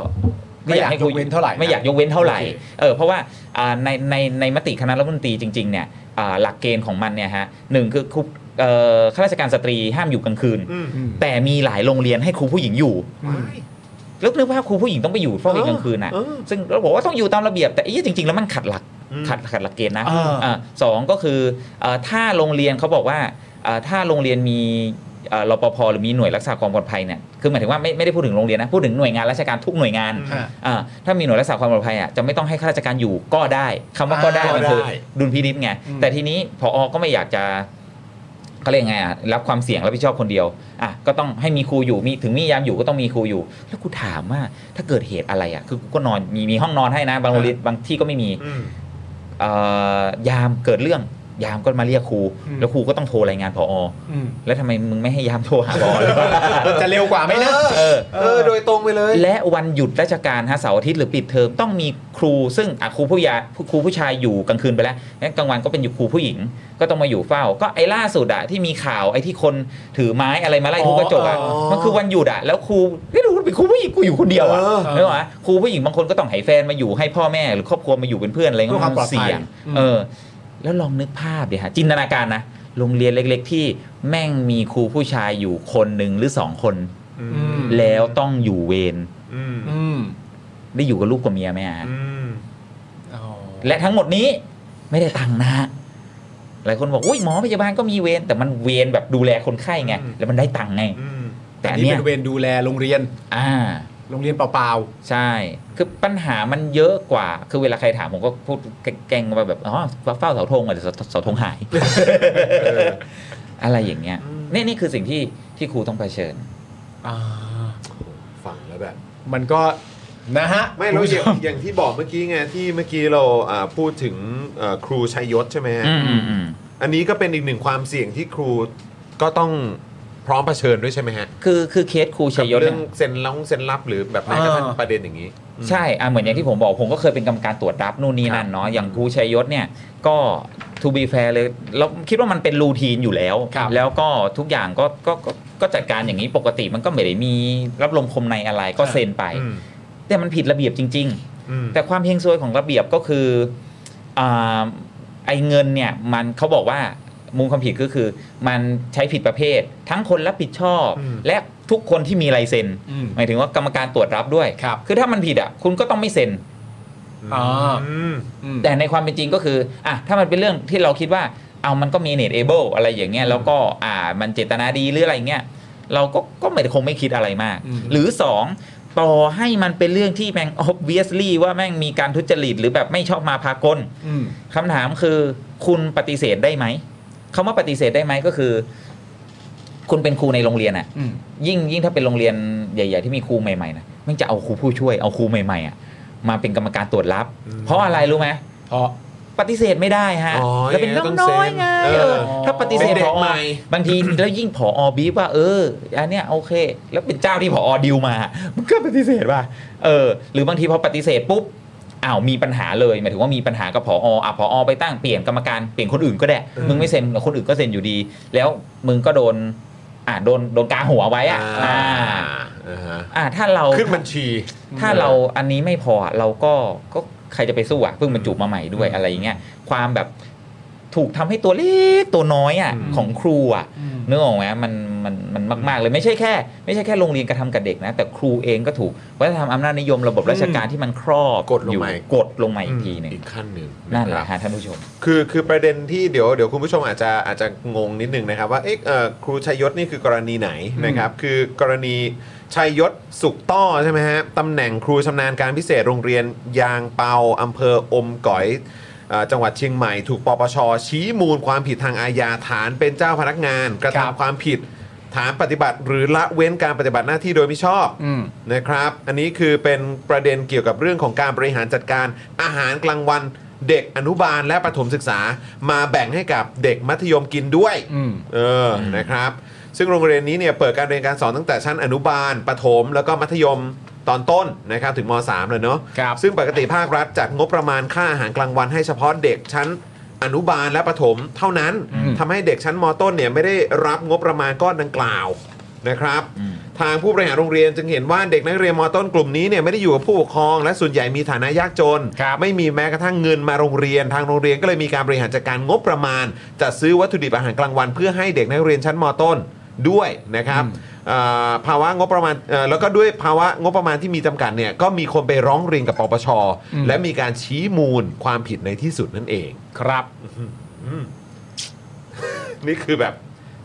Speaker 3: ไม่อยากยกเว้นเท่าไหร่นะ
Speaker 6: ไม่อยากยกเว้นเท่าไหร่
Speaker 3: โอเค
Speaker 6: เออเพราะว่าอ่าในในในมติคณะรัฐมนตรีจริง ๆ เนี่ยอ่าหลักเกณฑ์ของมันเนี่ยฮะหนึ่งคือครูเอ่อข้าราชการสตรีห้ามอยู่กลางคืน
Speaker 2: อืม
Speaker 3: อืม
Speaker 6: แต่มีหลายโรงเรียนให้ครูผู้หญิงอยู่ แล้วนึกภาพครูผู้หญิงต้องไปอยู่เฝ้าเองกลางคืนน่ะ
Speaker 2: เออ
Speaker 6: ซึ่งเราบอกว่าต้องอยู่ตามระเบียบ แต่ไอ้เหี้ยจริง ๆ แล้วมันขัดหลัก
Speaker 2: อืม
Speaker 6: ขัดขัดหลักเกณฑ์นะ
Speaker 3: อ่า
Speaker 6: อ่าสองก็คือเอ่อถ้าโรงเรียนเขาบอกว่าเอ่อถ้าโรงเรียนมีเอ่อรปภหรือมีหน่วยรักษาความปลอดภัยเนี่ย คือหมายถึงว่าไม่ไม่ได้พูดถึงโรงเรียนนะ พูดถึงหน่วยงานราชการทุกหน่วยงาน
Speaker 3: ฮะ
Speaker 6: อ่าถ้ามีหน่วยรักษาความปลอดภัยอ่ะจะไม่ต้องให้ข้าราชการอยู่ก็ได้คำว่าก็ได้
Speaker 2: อ่ามั
Speaker 6: มันคือ
Speaker 2: ก็ได้
Speaker 6: ดุลพินิษไง
Speaker 3: อืม
Speaker 6: แต่ทีนี้พอก็ไม่อยากจะ เขาเรียกไงอ่ะรับความเสี่ยงรับผิดชอบคนเดียวอ่ะก็ต้องให้มีครูอยู่มีถึงมียามอยู่ก็ต้องมีครูอยู่ แล้วกูถามว่าถ้าเกิดเหตุอะไรอ่ะคือกูก็นอนมีมีห้องนอนให้นะ บางโรงเรียนบางที่ก็ไม่มี
Speaker 2: อืม
Speaker 6: เอ่อยามเกิดเรื่อง ยามก็มาเรียกครู
Speaker 3: อืม
Speaker 6: แล้วครูก็ต้องโทรรายงานพอ
Speaker 3: อืม
Speaker 6: แล้วทำไมมึงไม่ให้ยามโทรหาพอเลย
Speaker 3: จะเร็วกว่าไหมนะ
Speaker 6: เออ
Speaker 2: เออ โดยตรงไปเลย
Speaker 6: และวันหยุดราชการฮะเสาร์อาทิตย์หรือปิดเทอมต้องมีครูซึ่งอ่ะครูผู้ยาครูผู้ชายอยู่กลางคืนไปแล้วงั้นกลางวันก็เป็นอยู่ครูผู้หญิง ก็ต้องมาอยู่เฝ้า ก็ไอ้ล่าสุดอะที่มีข่าวไอ้ที่คนถือไม้อะไรมาไล่ทุบกระจกอะ
Speaker 2: อ๋อ
Speaker 6: มันคือวันหยุดอะแล้วครูไม่รู้เป็นครูผู้หญิงกูอยู่คนเดียวอะ
Speaker 2: เออ
Speaker 6: ไม่หรอกครูผู้หญิงบางคนก็ต้องให้แฟนมาอยู่ให้พ่อแม่หรือครอบครัวมาอยู่เป็นเพื่อนอะไรเงี้
Speaker 3: เพื่อความปลอดภัย
Speaker 6: เสี่ยง
Speaker 3: อืม
Speaker 6: เออ แล้วลองนึกภาพดิฮะจินตนาการนะโรงเรียนเล็ก ๆ ที่แม่งมีครูผู้ชายอยู่คนหนึ่งหรือสองคน
Speaker 2: อื
Speaker 3: อื
Speaker 2: ม
Speaker 3: ม
Speaker 6: แล้วต้องอยู่เวร
Speaker 2: อืม
Speaker 3: อืม
Speaker 6: ได้อยู่กับลูกกับเมียไหมอะ
Speaker 2: อืม
Speaker 3: อ๋อ
Speaker 6: และทั้งหมดนี้ไม่ได้ตังค์นะ หลายคนบอกอุ้ยหมอพยาบาลก็มีเวรแต่มันเวรแบบดูแลคนไข้ไง
Speaker 2: อืม
Speaker 6: แล้วมันได้ตังค์ไง
Speaker 2: อืม
Speaker 6: แต่
Speaker 3: อั
Speaker 6: อั
Speaker 3: น
Speaker 6: น
Speaker 3: นี้
Speaker 6: เนี้ย
Speaker 3: เป็นเวรดูแลโรงเรียน
Speaker 6: อ่า
Speaker 3: โรงเรียนเปล่า
Speaker 6: ใช่ คือปัญหามันเยอะกว่า คือเวลาใครถามผมก็พูดแกล้งๆว่าแบบอ๋อเฝ้าเสาธงอ่ะเดี๋ยวเสาเสาธงหาย อะไรอย่างเงี้ยนี่นี่คือสิ่งที่ที่ครูต้องเผชิญ
Speaker 3: ๆ อ่า
Speaker 2: ฟังแล้วแบบ
Speaker 3: มันก็นะฮะ
Speaker 2: ไม่แล้ว
Speaker 3: คุณผู้ช
Speaker 2: อย่างอย่างที่บอกเมื่อกี้ไงที่เมื่อกี้เราอ่าพูดถึงเอ่อครูชัยยศใช่ไหมฮะ
Speaker 6: อืมอืมอืม
Speaker 2: อันนี้ก็เป็นอีกหนึ่งความเสี่ยงที่ครูก็ต้องพร้อมเผชิญด้วยใช่ไหมฮะ
Speaker 6: คือคือเคสครูชัยยศ
Speaker 2: เรื่
Speaker 6: เนี่
Speaker 2: อง
Speaker 6: ย
Speaker 2: เซ็นล้งเซ็นรับหรือแบบแม้กระทั่ง
Speaker 3: อ่า
Speaker 2: ประเด็นอย่างนี้
Speaker 6: ใช่อ่ะเหมือนอย่างที่ผมบอกผมก็เคยเป็นกรรมการตรวจรับนู่นนี่นั่นเนาะ อย่างครูชัยยศเนี่ยก็ to be fair เลยเราคิดว่ามันเป็นรูทีนอยู่แล้ว
Speaker 3: ครับ
Speaker 6: แล้วก็ทุกอย่างก็ก็ก็ก็จัดการอย่างนี้ปกติมันก็ไม่ได้มีรับลมคมในอะไรก็
Speaker 3: ครับ
Speaker 6: เซ็นไป
Speaker 2: อืม
Speaker 6: แต่มันผิดระเบียบจริง
Speaker 2: อืม
Speaker 6: ๆ แต่ความเพียงซวยของระเบียบก็คืออ่าไอ้เงินเนี่ยมันเขาบอกว่ามูลความผิดก็คือ มันใช้ผิดประเภท ทั้งคนรับผิดชอบ และทุกคนที่มีลายเซ็น
Speaker 3: อืม
Speaker 6: หมายถึงว่ากรรมการตรวจรับด้วย
Speaker 3: ครับ
Speaker 6: คือถ้ามันผิดอ่ะคุณก็ต้องไม่เซ็น
Speaker 3: อ่า
Speaker 2: ม
Speaker 3: อืม
Speaker 6: แต่ในความเป็นจริงก็คืออ่ะถ้ามันเป็นเรื่องที่เราคิดว่าเอามันก็มีเน็ตเอเบิลอะไรอย่างเงี้ยแล้วก็อ่ามันเจตนาดีหรืออะไรเงี้ยเราก็ก็ไม่คงไม่คิดอะไรมาก
Speaker 3: อืม
Speaker 6: หรือ 2 ต่อให้มันเป็นเรื่องที่แม่ง obviously ว่าแม่งมีการทุจริตหรือแบบไม่ชอบมาพากล
Speaker 3: อืม
Speaker 6: คำถามคือคุณปฏิเสธได้ไหมคำว่าปฏิเสธได้ไหมก็คือ คุณเป็นครูในโรงเรียนอ่ะ
Speaker 3: อืม
Speaker 6: ยิ่งยิ่งถ้าเป็นโรงเรียนใหญ่ ๆ ที่มีครูใหม่ๆนะแมันจะเอาครูผู้ช่วยเอาครูใหม่ๆอ่ะมาเป็นกรรมการตรวจรับ
Speaker 2: อืม
Speaker 6: เพราะอะไรรู้ไหม
Speaker 3: เพราะ
Speaker 6: ปฏิเสธไม่ได้ฮะ
Speaker 2: อ๋อ
Speaker 6: แล้วเป็นน้องน้อยไง
Speaker 2: เออ
Speaker 6: เออถ้าปฏิเสธ
Speaker 2: เป็นเด็
Speaker 6: ผ
Speaker 2: ก
Speaker 6: อ
Speaker 2: ใหม่
Speaker 6: บางที แล้วยิ่งผอบีบว่าเอออันเนี้ยโอเค แล้วเป็นเจ้าที่ผอดิวมามันก็ปฏิเสธป่ะเออ หรือบางทีพอปฏิเสธปุ๊บอ้าวมีปัญหาเลยหมายถึงว่ามีปัญหากับผออ่ะผอไปตั้งเปลี่ยนกรรมการเปลี่ยนคนอื่นก็ได้มึงไม่เซ็นแล้วคนอื่นก็เซ็นอยู่ดี แล้วมึงก็โดน อ่ะโดนโดนกาหัวไว้อ่ะ
Speaker 1: อ่า
Speaker 6: อ่า
Speaker 1: อ่าฮะ
Speaker 6: อ่ะถ้าเรา
Speaker 1: ขึ้นบัญชี
Speaker 6: ถ้าเราอันนี้ไม่พอเราก็ก็ใครจะไปสู้อ่ะเพิ่งบรรจุมาใหม่ด้วยอะไรอย่างเงี้ยความแบบถูกทำให้ตัวเล็กตัวน้อยอ่ะ
Speaker 1: อืม
Speaker 6: ของครูอ่ะนึกออกไหมมันมันมันมาก ๆ เลยไม่ใช่แค่ ไม่ใช่แค่โรงเรียนกระทำกับเด็กนะ แต่ครูเองก็ถูกวัฒนธรรมอำนาจนิยมระบบราชการที่มันครอบ
Speaker 1: กดลง
Speaker 6: อยู่
Speaker 1: มาอีก
Speaker 6: กดลงมาอีกทีหนึ่ง
Speaker 1: อีกขั้นหนึ่ง
Speaker 6: นั่นแห
Speaker 1: ครั
Speaker 6: ละ
Speaker 1: บ
Speaker 6: ฮะท่านผู้ชม
Speaker 1: คือคือประเด็นที่เดี๋ยวเดี๋ยวคุณผู้ชมอาจจะอาจจะงงนิดนึงนะครับว่าเอ๊ะเอ่อครูชัยยศนี่คือกรณีไหนนะครับคือกรณีชัยยศสุขต้อใช่ไหมฮะตำแหน่งครูชำนาญการพิเศษโรงเรียนยางเปาอำเภออมก๋อยเอ่อจังหวัดเชียงใหม่ ถูกปปชชี้มูลความผิดทางอาญาฐานเป็นเจ้าพนักงาน กระ
Speaker 3: ครับ
Speaker 1: ทำความผิดฐานปฏิบัติ หรือละเว้นการปฏิบัติหน้าที่โดยมิชอบ
Speaker 3: อืม
Speaker 1: นะครับ อันนี้คือเป็นประเด็นเกี่ยวกับเรื่องของการบริหารจัดการอาหารกลางวันเด็กอนุบาลและประถมศึกษา มาแบ่งให้กับเด็กมัธยมกินด้วย
Speaker 3: อืม
Speaker 1: เออ นะครับ ซึ่งโรงเรียนนี้เนี่ยเปิดการเรียนการสอนตั้งแต่ชั้นอนุบาล ประถม แล้วก็มัธยมตอนต้นนะครับถึงม .3 เลยเนาะ
Speaker 3: ครับ
Speaker 1: ซึ่งปกติภาครัฐจัดงบประมาณค่าอาหารกลางวันให้เฉพาะเด็กชั้นอนุบาลและประถมเท่านั้นทำให้เด็กชั้นมต้นเนี่ยไม่ได้รับงบประมาณก้อนดังกล่าวนะครับ
Speaker 6: อืม
Speaker 1: ทางผู้บริหารโรงเรียนจึงเห็นว่าเด็กนักเรียนมต้นกลุ่มนี้เนี่ยไม่ได้อยู่กับผู้ปกครองและส่วนใหญ่มีฐานะยากจน
Speaker 3: ครับ
Speaker 1: ไม่มีแม้กระทั่งเงินมาโรงเรียน ทางโรงเรียนก็เลยมีการบริหารจัดการงบประมาณจัดซื้อวัตถุดิบอาหารกลางวัน เพื่อให้เด็กนักเรียนชั้นมต้นด้วยนะครับเอ่อภาวะงบประมาณเอ่อแล้วก็ด้วยภาวะงบประมาณที่มีจำกัดเนี่ยก็มีคนไปร้องเรียนกับปปช
Speaker 3: อืม
Speaker 1: และมีการชี้มูลความผิดในที่สุดนั่นเอง
Speaker 3: ครับ
Speaker 1: นี่คือแบบ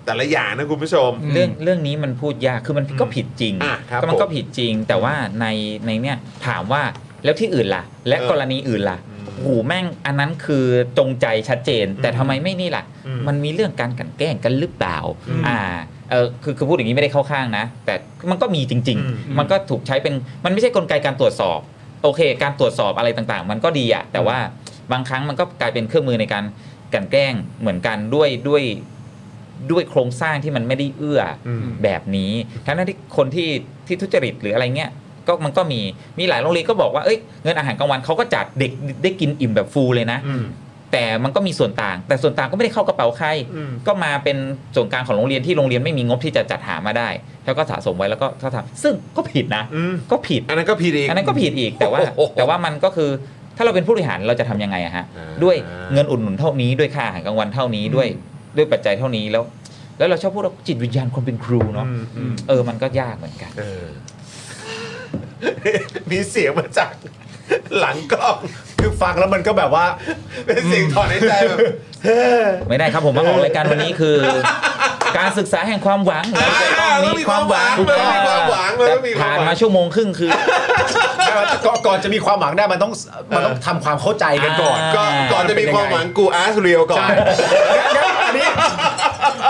Speaker 1: แต่ละอย่างนะคุณผู้ชม
Speaker 3: อืม
Speaker 6: เรื่องเรื่องนี้มันพูดยากคือมันก็ผิดจริง
Speaker 1: อ่ะครับ
Speaker 6: ก็มัน
Speaker 1: ผม
Speaker 6: ก็ผิดจริง แต่ว่าในในเนี่ยถามว่าแล้วที่อื่นล่ะ และ
Speaker 1: เออก
Speaker 6: รณีอื่นล่ะ
Speaker 1: อืม
Speaker 6: โอ้โหูแม่งอันนั้นคือจงใจชัดเจน แต่ทำไมไม่นี่ล่ะ
Speaker 1: อืม
Speaker 6: มันมีเรื่องการกลันแกล้งกันหรือเปล่า
Speaker 1: อืม
Speaker 6: อ่าเออคือคือพูดอย่างนี้ไม่ได้เข้าข้างนะ แต่มันก็มีจริง
Speaker 1: อืมอืม
Speaker 6: ๆ มันก็ถูกใช้เป็นมันไม่ใช่กลไกการตรวจสอบ โอเค การตรวจสอบอะไรต่างๆ มันก็ดีอะแต่ว่าบางครั้งมันก็กลายเป็นเครื่องมือในการกลันแกล้งเหมือนกันด้วยด้วย ด้วยโครงสร้างที่มันไม่ได้เอื้ออ
Speaker 1: ม
Speaker 6: แบบนี้ทั้งนั้นที่คนที่ที่ทุจริตหรืออะไรเงี้ยก็มันก็มีมีหลายโรงเรียนก็บอกว่าเอ้ยเงินอาหารกลางวันเขาก็จัดเด็กได้กินอิ่มแบบฟูลเลยนะ
Speaker 1: อืม
Speaker 6: แต่มันก็มีส่วนต่าง แต่ส่วนต่างก็ไม่ได้เข้ากระเป๋าใคร
Speaker 1: อืม
Speaker 6: ก็มาเป็นส่วนกลางของโรงเรียนที่โรงเรียนไม่มีงบที่จะจัดหามาได้ แล้วก็สะสมไว้แล้วก็ก็ทำซึ่งก็ผิดนะ
Speaker 1: อืม
Speaker 6: ก็ผิด
Speaker 1: อันนั้นก็ผิดอีก
Speaker 6: อันนั้นก็ผิดอีกแต่ว่า
Speaker 1: โอ้โห
Speaker 6: แต่ว่ามันก็คือถ้าเราเป็นผู้บริหารเราจะทำยังไงอะฮะ
Speaker 1: อ่า
Speaker 6: ด้วยเงินอุดหนุนเท่านี้ด้วยค่าอาหารกลางวันเท่านี้ด้วยด้วยปัจจัยเท่านี้แล้ว แล้วเราชอบพูดว่าจิตวิญญาณคนเป็นครูเนาะ
Speaker 1: อืมอืม
Speaker 6: เออมันก็ยากเหมือนกัน
Speaker 1: เออ มีเสียงมาจากหลังกล้อง
Speaker 3: คือฟังแล้วมันก็แบบ ว่า
Speaker 1: เป็นเสียงถอนหายใจแบบ
Speaker 6: ไม่ได้ครับผมมาออกรายการวันนี้คือ การศึกษาแห่งความหวัง
Speaker 1: อ่าต้
Speaker 6: เราจะ
Speaker 1: องมีความหวัง
Speaker 6: ถูกต้อง
Speaker 1: เราต้องมีความหวังเรา
Speaker 6: แต่
Speaker 1: ต้องมีความหวั
Speaker 6: ผ่าง นมาชั่วโมงครึ่งคือ
Speaker 3: ไม่ว่าก่อนก่อนจะมีความหวังได้มันต้องมันต้องทำความเข้าใจกันก่อน
Speaker 6: อ่า
Speaker 1: ก่อนก่อนจะมีความหวังกูอาร์สเรียวก่อน
Speaker 3: ใช่งั้นอันนี้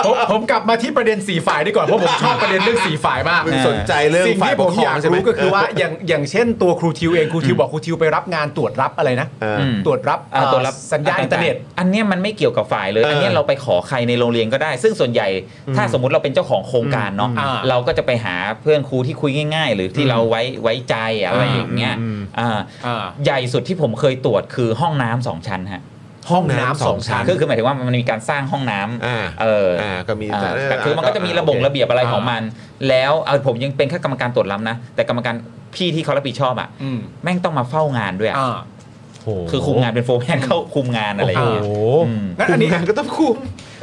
Speaker 3: ผมผมกลับมาที่ประเด็นสีฝ่ายดีกว่าเพราะผมชอบประเด็นเรื่องสีฝ่ายมาก
Speaker 1: มึงสนใจเรื่อง
Speaker 3: สิ่ง
Speaker 1: ฝ่าย
Speaker 3: ที่
Speaker 1: ป
Speaker 3: ผ
Speaker 1: ก
Speaker 3: ม
Speaker 1: คร
Speaker 3: อ
Speaker 1: อง
Speaker 3: ยาก
Speaker 1: ใช่ไหม
Speaker 3: รู้ก็คือว่าอย่างอย่างเช่นตัวครูทิวเองครูทิวบอกครูทิวไปรับงานตรวจรับอะไรนะ
Speaker 1: เออ
Speaker 3: ตรวจรับ
Speaker 6: อ่า
Speaker 3: เอ่อ
Speaker 6: ตัวรับ
Speaker 3: สัญญาณอินเทอร์เน็ต
Speaker 6: อันเนี้ยมันไม่เกี่ยวกับฝ่ายเลย
Speaker 1: เอออั
Speaker 6: อันเนี้ยเราไปขอใครในโรงเรียนก็ได้ ซึ่งส่วนใหญ่ถ้าสมมติเราเป็นเจ้าของโครงการเนาะ
Speaker 3: อ่า
Speaker 6: เราก็จะไปหาเพื่อนครูที่คุยง่าย ๆ หรือที่เราไว้ไว้ใจอะไร
Speaker 3: อ่า
Speaker 6: อย่างเงี้ย
Speaker 1: อืม
Speaker 6: อ่า
Speaker 3: อ่า
Speaker 6: ใหญ่สุดที่ผมเคยตรวจคือห้องน้ำสองชั้นฮะ
Speaker 3: ห้องน้ำสองชั้น
Speaker 6: ก็คือหมายถึงว่ามันมีการสร้างห้องน้ำ
Speaker 1: อ่า
Speaker 6: เอออ
Speaker 1: อ่าก็มี
Speaker 6: อ่า
Speaker 1: เ
Speaker 6: แต่คือมันก็จะมีระบบ
Speaker 1: โอเค
Speaker 6: ระเบียบอะไร
Speaker 3: อ่า
Speaker 6: ของมัน แล้วเอาผมยังเป็นแค่กรรมการตรวจรับนะ แต่กรรมการพี่ที่เขารับผิดชอบอ่ะ
Speaker 3: อืม
Speaker 6: แม่งต้องมาเฝ้างานด้วยอะ
Speaker 3: อ่า
Speaker 6: คือคุมงานเป็นโฟร์แมน เข้าคุมงานอะไรอย่างเงี้ย
Speaker 3: โอ้
Speaker 6: อืม
Speaker 3: งั้นอันนี้ก็ต้องคุม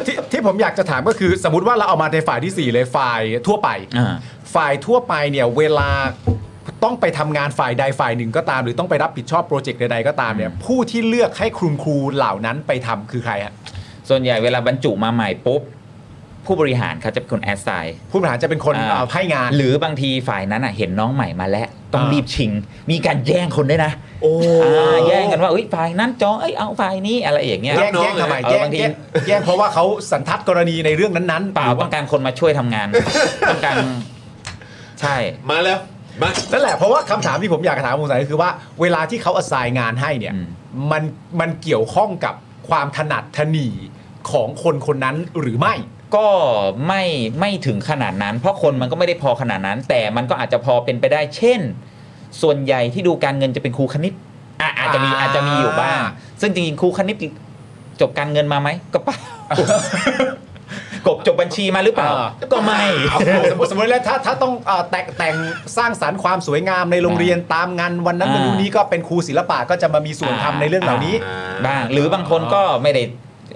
Speaker 3: ที่ที่ผมอยากจะถามก็คือ สมมติว่าเราเอามาในฝ่ายที่สี่เลยฝ่ายทั่วไป
Speaker 6: อ่า
Speaker 3: ฝ่ายทั่วไปเนี่ยเวลาต้องไปทำงานฝ่ายใดฝ่ายหนึ่งก็ตาม หรือต้องไปรับผิดชอบโปรเจกต์ใดๆก็ตามเนี่ยผู้ที่เลือกให้ครูครูเหล่านั้นไปทำคือใครฮะ
Speaker 6: ส่วนใหญ่เวลาบรรจุมาใหม่ปุ๊บ ผู้บริหารเขาจะเป็นคนแอสไซน์
Speaker 3: ผู้บริหารจะเป็นคน
Speaker 6: อ่า
Speaker 3: เอ่อให้งาน
Speaker 6: หรือบางทีฝ่ายนั้นอ่ะเห็นน้องใหม่มาแล้ว ต้อง
Speaker 3: อ่ารี
Speaker 6: รีบชิง มีการแย่งคนด้วยนะ
Speaker 3: โอ้
Speaker 6: อ่าแย่งกันว่าอุ้ยฝ่ายนั้นจองเอ้ยเอาฝ่ายนี้อะไรอย่างเงี้ย
Speaker 3: แย่ง
Speaker 1: น้อง
Speaker 3: แย่งทำไม
Speaker 6: เออ
Speaker 3: แย่ง
Speaker 6: บางที
Speaker 3: แย่งแย่งเพราะว่าเขาสันทัดกรณีในเรื่องนั้นๆ
Speaker 6: เปล่าต้องการคนมาช่วยทำงาน ต้องการใช่
Speaker 1: มาแล้ว มา
Speaker 3: นั่นแหละเพราะว่าคำถามที่ผมอยากถามคุณสายก็คือว่าเวลาที่เขาอ s ไซน์งานให้เนี่ย
Speaker 6: อืม
Speaker 3: มันมันเกี่ยวข้องกับความถนัดถนีของคนคนนั้นหรือไม่
Speaker 6: ก็ไม่ไม่ถึงขนาดนั้น เพราะคนมันก็ไม่ได้พอขนาดนั้น แต่มันก็อาจจะพอเป็นไปได้ เช่น ส่วนใหญ่ที่ดูการเงินจะเป็นครูคณิตอ่ะอาจจะมี
Speaker 3: อ่า
Speaker 6: อาจจะมีอยู่ บ้างซึ่งจริงๆครูคณิตจบการเงินมาไหมก็เปล่า กบจบบัญชีมาหรือเปล่า
Speaker 3: อ่า
Speaker 6: ก็ไม่
Speaker 3: เอาสมมุติสมมติแล้วถ้าถ้าต้องเอ่อแต่งแต่งสร้างสรรค์ความสวยงามในโรงเรียนตามงานวันนั้น
Speaker 6: อ่า
Speaker 3: วันนู้นนี้ก็เป็นครูศิลปะก็จะมามีส่วน
Speaker 6: อ่า
Speaker 3: ทำในเรื่องเหล่านี้
Speaker 6: บ้างหรือบางคนก็ไม่ได้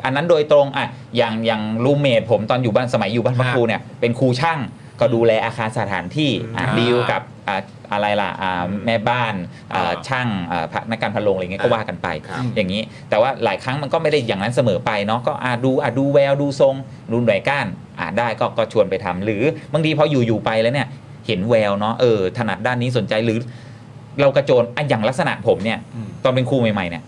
Speaker 6: อันนั้นโดยตรงอ่ะอย่างอย่างรูเมทผมตอนอยู่บ้านสมัยอยู่บ้านพัก
Speaker 3: ครับ
Speaker 6: ครูเนี่ยเป็นครูช่างก็ดูแลอาคารสถานที่อ่ะ
Speaker 3: อ่า
Speaker 6: ดีลกับอ่ะอะไรล่ะอ่ะแม่บ้านอ่ะ
Speaker 3: อ่า
Speaker 6: ช่างอ่ะพนักการพะโลงอะไรเงี้ยก็ว่ากันไป
Speaker 2: ครับ
Speaker 6: อย่างนี้ แต่ว่าหลายครั้งมันก็ไม่ได้อย่างนั้นเสมอไปเนาะก็อ่ะดูอ่ะดูแววดูทรงดูหน่วยก้านอ่ะได้ก็ก็ชวนไปทำหรือบางทีพออยู่อยู่ไปแล้วเนี่ยเห็นแววเนาะเออถนัดด้านนี้สนใจหรือ เรากระโจนอ่ะอย่างลักษณะผมเนี่ย ตอนเป็นครูใหม่ๆเนี่ย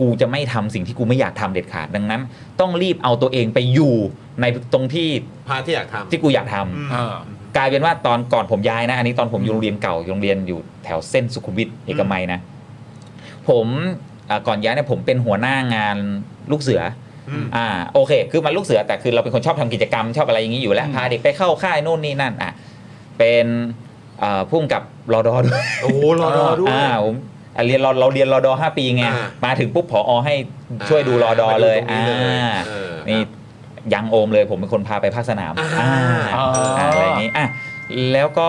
Speaker 6: กูจะไม่ทำสิ่งที่กูไม่อยากทำเด็ดขาดดังนั้น ต้องรีบเอาตัวเองไปอยู่ในตรงที่
Speaker 2: พาร์ทที่อยากทำ
Speaker 6: ที่กูอยากทำ
Speaker 3: อ่าก
Speaker 6: ลายเป็นว่าตอนก่อนผมย้ายนะ อันนี้ตอนผมอยู่โรงเรียนเก่าอยู่โรงเรียนอยู่แถวเส้นสุขุมวิทเอกมัยนะ ผมเอ่อก่อนย้ายเนี่ยผมเป็นหัวหน้างานลูกเสืออ
Speaker 2: ม
Speaker 6: อ่าโอเค คือมันลูกเสือแต่คือเราเป็นคนชอบทำกิจกรรมชอบอะไรอย่างนี้อยู่แล้วพาเด็กไปเข้าค่ายโน่นนี่นั่นอ่ะเป็นเอ่อผู้กำกับรอดอด้วย
Speaker 2: โอ้โหรอรอด้วย
Speaker 6: อ่าผมอ่ะเรียนเราเราเรียนรอดอห้าปีไง
Speaker 2: อ่า
Speaker 6: มาถึงปุ๊บผออให้ช่วยดูรอดอเลย
Speaker 2: มา
Speaker 6: อ่า
Speaker 2: ดูตรงนี้เลยเออ
Speaker 6: นี่ยังโอมเลยผมเป็นคนพาไปภาคสนาม
Speaker 2: อ่า
Speaker 6: อ่าอะไรอย่างนี้อ่ะแล้วก็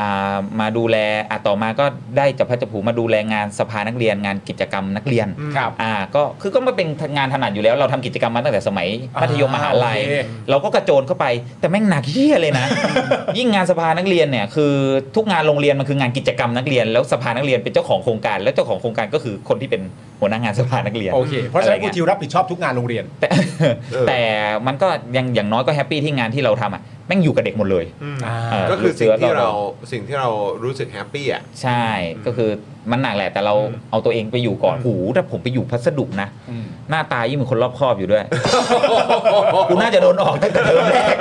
Speaker 6: อ่ามาดูแลอ่ะต่อมาก็ได้จับพระจับผูมาดูแลงานสภานักเรียนงานกิจกรรมนักเรียน
Speaker 3: ครับ
Speaker 6: อ่าก็คือก็มาเป็นงานถนัดอยู่แล้ว เราทำกิจกรรมมาตั้งแต่สมัยมัธยมมหาลัย
Speaker 3: อ่าโอเค
Speaker 6: เราก็กระโจนเข้าไปแต่แม่งหนักเฮี้ยเลยนะ ยิ่งงานสภานักเรียนเนี่ยคือทุกงานโรงเรียนมันคืองานกิจกรรมนักเรียน แล้วสภานักเรียนเป็นเจ้าของโครงการ แล้วเจ้าของโครงการก็คือคนที่เป็นหัวหน้างานสภานักเรียน
Speaker 3: โอเค เพราะฉะนั้นครู
Speaker 6: อไงี้ย
Speaker 3: ทิวรับผิดชอบทุกงานโรงเรียน
Speaker 6: แต่
Speaker 2: เออ
Speaker 6: แต่มันก็ยังอย่างน้อยก็แฮปปี้ที่งานที่เราทำอ่ะแม่งอยู่กับเด็กหมดเลย
Speaker 2: อืม
Speaker 6: อ่า
Speaker 2: ก็คือสิ่งที่เราสิ่งที่เรารู้สึกแฮปปี้อ่ะ
Speaker 6: ใช่ก็คือมันหนักแหละแต่เราเอาตัวเองไปอยู่ก่อนหูถ้าผมไปอยู่พัสดุนะ
Speaker 3: อืม
Speaker 6: หน้าตายิ่งเป็นคนรอบคอบอยู่ด้วยกูน่าจะโดนออกตั้งแต่เทอมแรก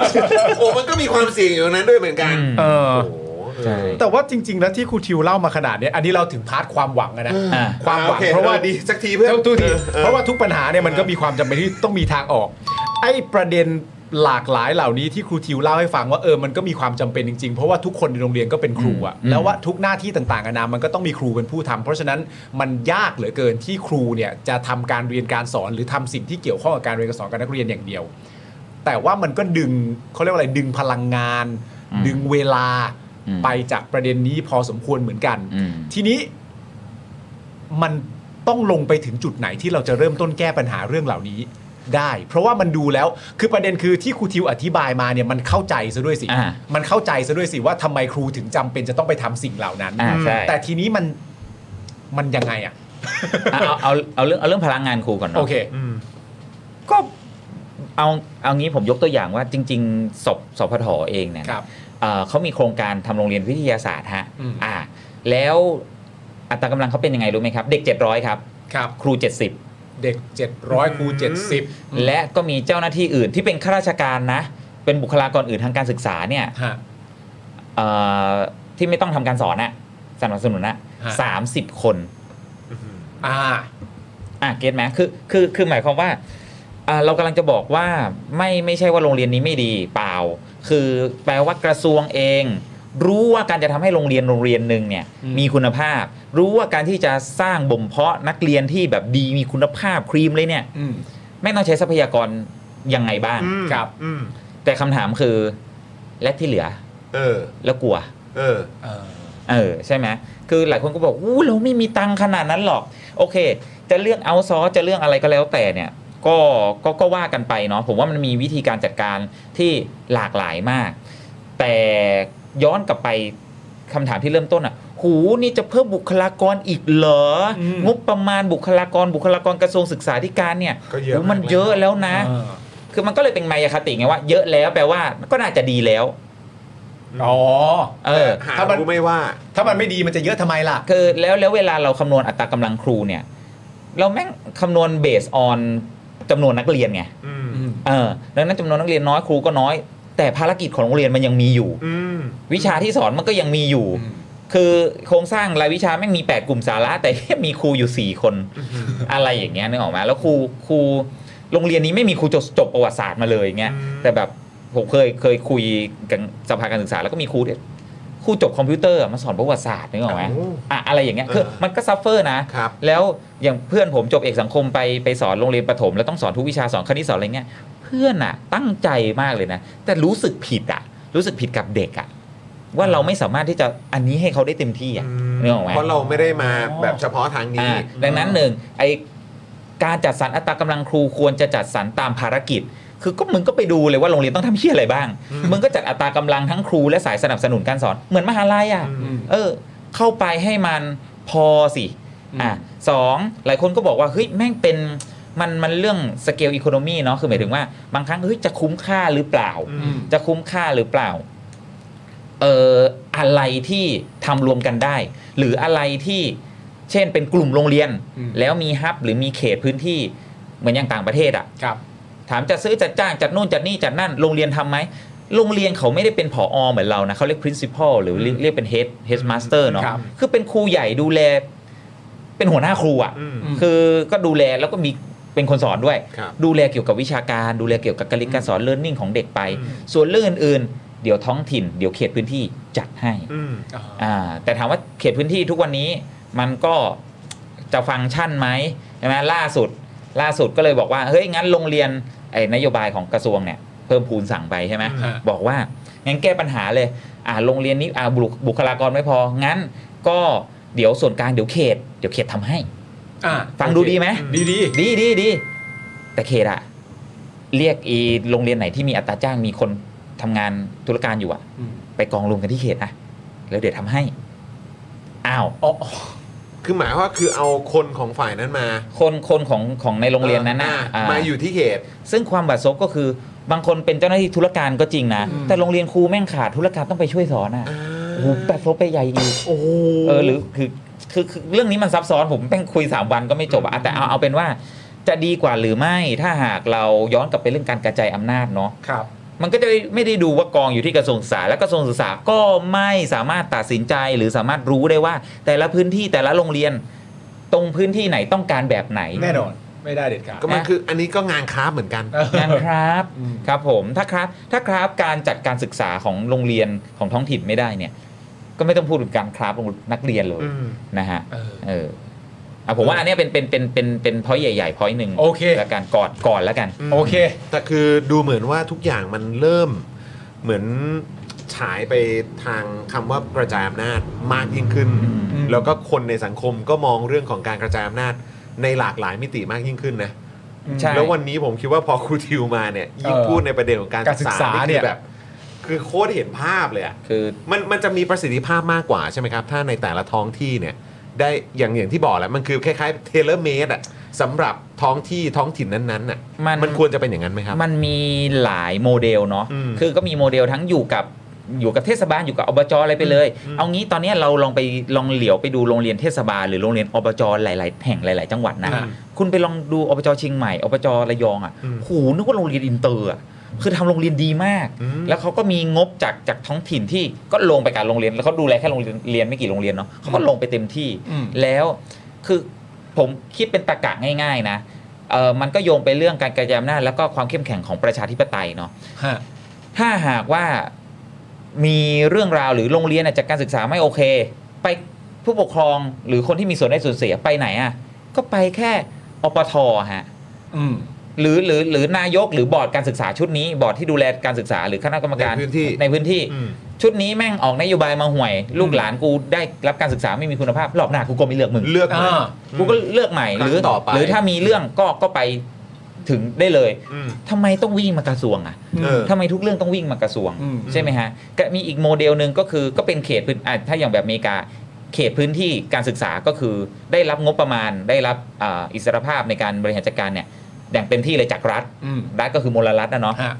Speaker 2: โอ้มันก็มีความเสี่ยงอยู่ตรงนั้นด้วยเหมือนกัน
Speaker 6: อืม
Speaker 3: เออ
Speaker 2: โอ้โหเออ
Speaker 6: ใช่
Speaker 3: แต่ว่าจริง ๆ แล้วที่ครูทิวเล่ามาขนาดเนี้ยอันนี้เราถึงพาร์ทความหวังอะนะ
Speaker 6: อ่า
Speaker 3: ความหวัง
Speaker 2: โอเค
Speaker 3: เพราะว่า
Speaker 2: เออดีสักทีเพื่อน
Speaker 3: เท่าทุกที
Speaker 2: เออเออ
Speaker 3: เพราะว่าทุกปัญหาเนี่ยมันก็มีความจำเป็นที่ต้องมีทางออก ไอ้ประเด็นหลากหลายเหล่านี้ที่ครูทิวเล่าให้ฟังว่าเออมันก็มีความจำเป็นจริงๆ เพราะว่าทุกคนในโรงเรียนก็เป็นครูอะ
Speaker 6: อืม
Speaker 3: แล้วว่าทุกหน้าที่ต่างๆนานามันก็ต้องมีครูเป็นผู้ทำเพราะฉะนั้นมันยากเหลือเกินที่ครูเนี่ยจะทำการเรียนการสอนหรือทำสิ่งที่เกี่ยวข้องกับการเรียนการสอนกับนักเรียนอย่างเดียว แต่ว่ามันก็ดึงเขาเรียกว่าอะไรดึงพลังงาน
Speaker 6: อืม
Speaker 3: ดึงเวลา
Speaker 6: อืม
Speaker 3: ไปจากประเด็นนี้พอสมควรเหมือนกัน
Speaker 6: อืม
Speaker 3: ทีนี้มันต้องลงไปถึงจุดไหนที่เราจะเริ่มต้นแก้ปัญหาเรื่องเหล่านี้ได้ เพราะว่ามันดูแล้วคือประเด็นคือที่ครูทิวอธิบายมาเนี่ยมันเข้าใจซะด้วยสิ
Speaker 6: อ่า
Speaker 3: มันเข้าใจซะด้วยสิว่าทำไมครูถึงจำเป็นจะต้องไปทำสิ่งเหล่านั้น
Speaker 6: อ่าใช่
Speaker 3: แต่ทีนี้มันมันยังไงอ่ะ
Speaker 6: อ่ะเอาเอาเอาเรื่องเอาเรื่องพลังงานครูก่อนเนาะ
Speaker 3: โอเค
Speaker 6: ก็เอาเอางี้ผมยกตัวอย่างว่าจริง ๆสบสพทเองเนี่ย
Speaker 3: ครับ
Speaker 6: เอ่อเขามีโครงการทำโรงเรียนวิทยาศาสตร์ฮะ
Speaker 3: อืม
Speaker 6: อ่า แล้วอัตรากำลังเขาเป็นยังไงรู้ไหมครับ เด็ก 700 ครับ
Speaker 3: ครับ
Speaker 6: ครู
Speaker 3: เด็ก 700ครู
Speaker 6: 70 และก็มีเจ้าหน้าที่อื่นที่เป็นข้าราชการนะ เป็นบุคลากรอื่นทางการศึกษาเนี่ย
Speaker 3: 70ฮะ
Speaker 6: เอ่อที่ไม่ต้องทำการสอนน่ะสนับสนุนน่ะ
Speaker 3: ฮะ
Speaker 6: สามสิบคน
Speaker 3: อ่า
Speaker 6: อ่ะเก็ตไหมคือคือคือหมายความว่าอ่าเรากำลังจะบอกว่าไม่ไม่ใช่ว่าโรงเรียนนี้ไม่ดีเปล่า คือแปลว่ากระทรวงเอง รู้ว่าการจะทำให้โรงเรียนโรงเรียนหนึ่งเนี่ย
Speaker 3: อืม
Speaker 6: มีคุณภาพ รู้ว่าการที่จะสร้างบ่มเพาะนักเรียนที่แบบดีมีคุณภาพครีมเลยเนี่ย
Speaker 3: อืม
Speaker 6: ไม่ต้องใช้ทรัพยากรยังไงบ้าง
Speaker 3: ครับ
Speaker 6: แต่คำถามคือและที่เหลือ
Speaker 2: เออ
Speaker 6: แล้วกลัว
Speaker 2: เออ
Speaker 3: เออ
Speaker 6: เออใช่ไหมคือหลายคนก็บอกอู้เราไม่มีตังค์ขนาดนั้นหรอก โอเค จะเรื่องเอาซอจะเรื่องอะไรก็แล้วแต่เนี่ยก็ก็ก็ว่ากันไปเนาะผมว่ามันมีวิธีการจัดการที่หลากหลายมาก แต่ย้อนกลับไปคำถามที่เริ่มต้นอ่ะ หูนี่จะเพิ่มบุคลากรอีกเหรอ
Speaker 3: อืม
Speaker 6: งบประมาณบุคลากรบุคลากรกระทรวงศึกษาธิการเนี่ย
Speaker 2: ก็เยอะ
Speaker 6: หูมัน
Speaker 2: มากแล้ว
Speaker 6: เยอะแล้วนะ
Speaker 3: เออ
Speaker 6: คือมันก็เลยเป็นมายาคติไงว่า เยอะแล้วแปลว่าก็น่าจะดีแล้ว
Speaker 3: อ๋อ
Speaker 6: เออ
Speaker 2: หา
Speaker 3: ถ้ามัน
Speaker 2: รู้ไม่ว่า
Speaker 3: ถ้ามันไม่ดีมันจะเยอะทำไมล่ะ
Speaker 6: คือแล้วแล้วเวลาเราคำนวณอัตรากำลังครูเนี่ย เราแม่งคำนวณเบสออนจำนวนนักเรียนไง
Speaker 2: อืม
Speaker 6: เออดังนั้นจำนวนนักเรียนน้อยครูก็น้อย แต่ภารกิจของโรงเรียนมันยังมีอยู่
Speaker 2: อืม
Speaker 6: วิชาที่สอนมันก็ยังมีอยู่
Speaker 3: อืม
Speaker 6: คือโครงสร้างรายวิชาแม่งมี 8 กลุ่มสาระ แต่ มีครูอยู่ 4 คน อะไรอย่างเงี้ยนึกออกไหมแล้วครูครูโรงเรียนนี้ไม่มีครูจบจบประวัติศาสตร์มาเลยเงี้ย
Speaker 2: อืม
Speaker 6: แต่แบบผมเคยเคยคุยกับสภาการศึกษาแล้วก็มีครูที่ครูจบคอมพิวเตอร์มาสอนประวัติศาสตร์นึกออกไหม
Speaker 2: โอ้
Speaker 6: อะอะไรอย่างเงี้ยคือ
Speaker 2: เออ
Speaker 6: มันก็ซัฟเฟอร์นะ
Speaker 2: ครับ
Speaker 6: แล้วอย่างเพื่อนผมจบเอกสังคมไปไปสอนโรงเรียนประถม แล้วต้องสอนทุกวิชาสอนคณิตสอนอะไรเงี้ย เ พื่อนอะตั้งใจมากเลยนะ แต่รู้สึกผิดอะรู้สึกผิดกับเด็กอะว่าเราไม่สามารถที่จะอันนี้ให้เขาได้เต็มที่อะนึกออกไหม
Speaker 2: เพราะเราไม่ได้มาแบบเฉพาะทางนี้
Speaker 6: อ่าดังนั้นหนึ่งไอการจัดสรรอัตรากำลังครูควรจะจัดสรรตามภารกิจ คือก็มึงก็ไปดูเลยว่าโรงเรียนต้องทำเฮี้ยอะไรบ้าง มึงก็จัดอัตรากำลังทั้งครูและสายสนับสนุนการสอนเหมือนมหาลัยอ่ะเออ เข้าไปให้มันพอสิอ่ะสองหลายคนก็บอกว่าเฮ้ยแม่งเป็นมันมันเรื่องสเกลอีโคโนมีเนาะคือหมายถึงว่าบางครั้งเฮ้ยจะคุ้มค่าหรือเปล่า จะคุ้มค่าหรือเปล่า เอ่ออะไรที่ทำรวมกันได้ หรืออะไรที่เช่นเป็นกลุ่มโรงเรียน แล้วมีฮับหรือมีเขตพื้นที่เหมือนอย่างต่างประเทศอ่ะ
Speaker 3: ครับ
Speaker 6: ถามจะซื้อจัดจ้างจัดนู่นจัดนี่จัดนั่นโรงเรียนทำไหมโรงเรียนเขาไม่ได้เป็นผออเหมือนเรานะเขาเรียก principal หรือเรียกเรียกเป็น head head master เนาะ
Speaker 3: ครับ
Speaker 6: คือเป็นครูใหญ่ดูแล เป็นหัวหน้าครูอ่ะ
Speaker 2: อืม
Speaker 6: คือก็ดูแลแล้วก็มีเป็นคนสอนด้วย
Speaker 2: ครับ
Speaker 6: ดูแลเกี่ยวกับวิชาการ ดูแลเกี่ยวกับการเรียนการสอน learning ของเด็กไป ส่วนเรื่องอื่นๆเดี๋ยวท้องถิ่น เดี๋ยวเขตพื้นที่จัดให้
Speaker 2: อืม
Speaker 6: อ่าแต่ถามว่าเขตพื้นที่ทุกวันนี้มันก็จะฟังก์ชันไหมใช่ไหมล่าสุด ล่าสุดก็เลยบอกว่า เฮ้ย งั้นโรงเรียนไอ้นโยบายของกระทรวงเนี่ยเพิ่มพูนสั่งไปใช่ไหม
Speaker 3: อืม
Speaker 6: บอกว่า งั้นแก้ปัญหาเลยอ่าโรงเรียนนี้อ่าบุคบุคลากรไม่พอ งั้นก็เดี๋ยวส่วนกลางเดี๋ยวเขต เดี๋ยวเขตทำให้
Speaker 3: อ่า
Speaker 6: ฟังดูดีไหม
Speaker 3: ดีดี
Speaker 6: ดีดีดีแต่เขตอะเรียกอีโรงเรียนไหนที่มีอัตราจ้างมีคนทำงานธุรการอยู่อะ
Speaker 3: ๆอืม
Speaker 6: ไปกองรวมกันที่เขตนะแล้วเดี๋ยวทำให้อ้าว
Speaker 3: อ๋อ
Speaker 2: คือหมายว่าคือเอาคนของฝ่ายนั้นมา
Speaker 6: คนคนของของในโรงเรียนนั้นนะ
Speaker 2: อ่า
Speaker 6: อ่า
Speaker 2: มาอยู่ที่เขต
Speaker 6: ซึ่งความบาดซบก็คือบางคนเป็นเจ้าหน้าที่ธุรการก็จริงนะ แต่โรงเรียนครูแม่งขาดธุรการต้องไปช่วยสอนอะโอ้โหแบบซบไปใหญ่อีก
Speaker 3: โอ้โห
Speaker 6: เออหรือคือคือคือเรื่องนี้มันซับซ้อนผมเป็นคุย 3 วันก็ไม่จบอะแต่เอาเอาเป็นว่าจะดีกว่าหรือไม่ถ้าหากเราย้อนกลับไปเรื่องการกระจายอำนาจเนาะ
Speaker 3: ครับ
Speaker 6: มันก็จะไม่ได้ดูว่ากองอยู่ที่กระทรวงศึกษา และกระทรวงศึกษาก็ไม่สามารถตัดสินใจหรือสามารถรู้ได้ว่า แต่ละพื้นที่แต่ละโรงเรียน ตรงพื้นที่ไหนต้องการแบบไหน
Speaker 3: แน่นอนไม่ได้เด็ดขาด
Speaker 2: ก็มันคืออันนี้ก็งานค้าเหมือนกัน
Speaker 6: งานครับ
Speaker 3: อืม
Speaker 6: ครับผมถ้าครับถ้าครับการจัดการศึกษาของโรงเรียนของท้องถิ่นไม่ได้เนี่ย ก็ไม่ต้องพูดถึงการครับของนักเรียนเลย
Speaker 2: อืม
Speaker 6: นะฮะ
Speaker 3: เออ
Speaker 6: เอออ่ะผมว่าอันเนี้ยเป็นเป็นเป็นเป็นเป็นพอยใหญ่ๆพอยหนึ่ง
Speaker 3: โอเค
Speaker 6: แล้วกันก่อนก่อนแล้วกัน
Speaker 3: โอเค
Speaker 2: แต่คือดูเหมือนว่าทุกอย่างมันเริ่มเหมือนฉายไปทางคำว่ากระจายอำนาจมากยิ่งขึ้น
Speaker 3: อืม
Speaker 2: แล้วก็คนในสังคมก็มองเรื่องของการกระจายอำนาจในหลากหลายมิติมากยิ่งขึ้นนะ
Speaker 6: ใช่
Speaker 2: แล้ววันนี้ผมคิดว่าพอครูทิวมาเนี่ยยิ่ง
Speaker 3: เออ
Speaker 2: พูดในประเด็นของการ
Speaker 3: การศึกษาเนี่ย
Speaker 2: คือแบบ คือโคตรเห็นภาพเลยอะ
Speaker 6: คือ
Speaker 2: มันมันจะมีประสิทธิภาพมากกว่าใช่ไหมครับ ถ้าในแต่ละท้องที่เนี่ย ได้อย่างอย่างที่บอกแหละมันคือคล้ายๆเทเลเมดอะสำหรับท้องที่ท้องถิ่นนั้นๆน่ะ
Speaker 6: มัน
Speaker 2: มันควรจะเป็นอย่างนั้นไหมครับ
Speaker 6: มันมีหลายโมเดลเนาะ
Speaker 2: อืม
Speaker 6: คือก็มีโมเดลทั้งอยู่กับอยู่กับเทศบาลอยู่กับอบจอะไรไปเลย เอางี้ตอนเนี้ยเราลองไปลองเหลียวไปดูโรงเรียนเทศบาลหรือโรงเรียนอบจหลาย ๆ แห่งหลาย ๆ จังหวัดนะ
Speaker 2: อ่า
Speaker 6: คุณไปลองดูอบจเชียงใหม่อบจระยองอ่ะ
Speaker 2: อืม
Speaker 6: หูนึกว่าโรงเรียนอินเตอร์อะคือทำโรงเรียนดีมาก
Speaker 2: อืม
Speaker 6: แล้วเขาก็มีงบจากจากท้องถิ่นที่ก็ลงไปกับโรงเรียนแล้วเขาดูแลแค่โรงเรียนเรียนไม่กี่โรงเรียนเนาะเขาก็ลงไปเต็มที่
Speaker 3: อืม
Speaker 6: แล้วคือผมคิดเป็นตะกะง่าย ๆ นะเออมันก็โยงไปเรื่องการกระจายอำนาจแล้วก็ความเข้มแข็งของประชาธิปไตยเนาะ
Speaker 3: ฮะ
Speaker 6: ถ้าหากว่ามีเรื่องราวหรือโรงเรียนอะจากการศึกษาไม่โอเค ไปผู้ปกครองหรือคนที่มีส่วนได้ส่วนเสียไปไหนอะ่ะก็ไปแค่อปทฮะ
Speaker 3: อืม
Speaker 6: หรือหรือหรือนายกหรือบอร์ดการศึกษาชุดนี้ บอร์ดที่ดูแลการศึกษาหรือคณะกรรมการ
Speaker 2: ในพื้นที่
Speaker 6: ในพื้นที่
Speaker 2: อืม
Speaker 6: ชุดนี้แม่งออกนโยบายมาห่วย ลูกหลานกูได้รับการศึกษาไม่มีคุณภาพหลอกหน้ากูก็ไม่เลือกมึง
Speaker 2: เลือกมา
Speaker 3: อ่า
Speaker 6: กูก็เลือกใหม่
Speaker 2: ครั้ง
Speaker 6: หรือ
Speaker 2: ต่อไป
Speaker 6: หรือถ้ามีเรื่องก็ก็ไปถึงได้เลย
Speaker 2: อืม
Speaker 6: ทำไมต้องวิ่งมากระทรวงอ่ะ
Speaker 2: เออ
Speaker 6: ทำไมทุกเรื่องต้องวิ่งมากระทรวง
Speaker 3: อืม
Speaker 6: ใช่ไหมฮะก็มีอีกโมเดลหนึ่งก็คือก็เป็นเขตพื้นอ่ะถ้าอย่างแบบอเมริกาเขตพื้นที่การศึกษาก็คือได้รับงบประมาณ ได้รับอ่าอิสรภาพในการบริหารจัดการเนี่ยอย่างเต็มที่เลยจากรัฐ
Speaker 3: อืม
Speaker 6: รัฐก็คือมลรัฐนะเนาะ
Speaker 3: ฮะ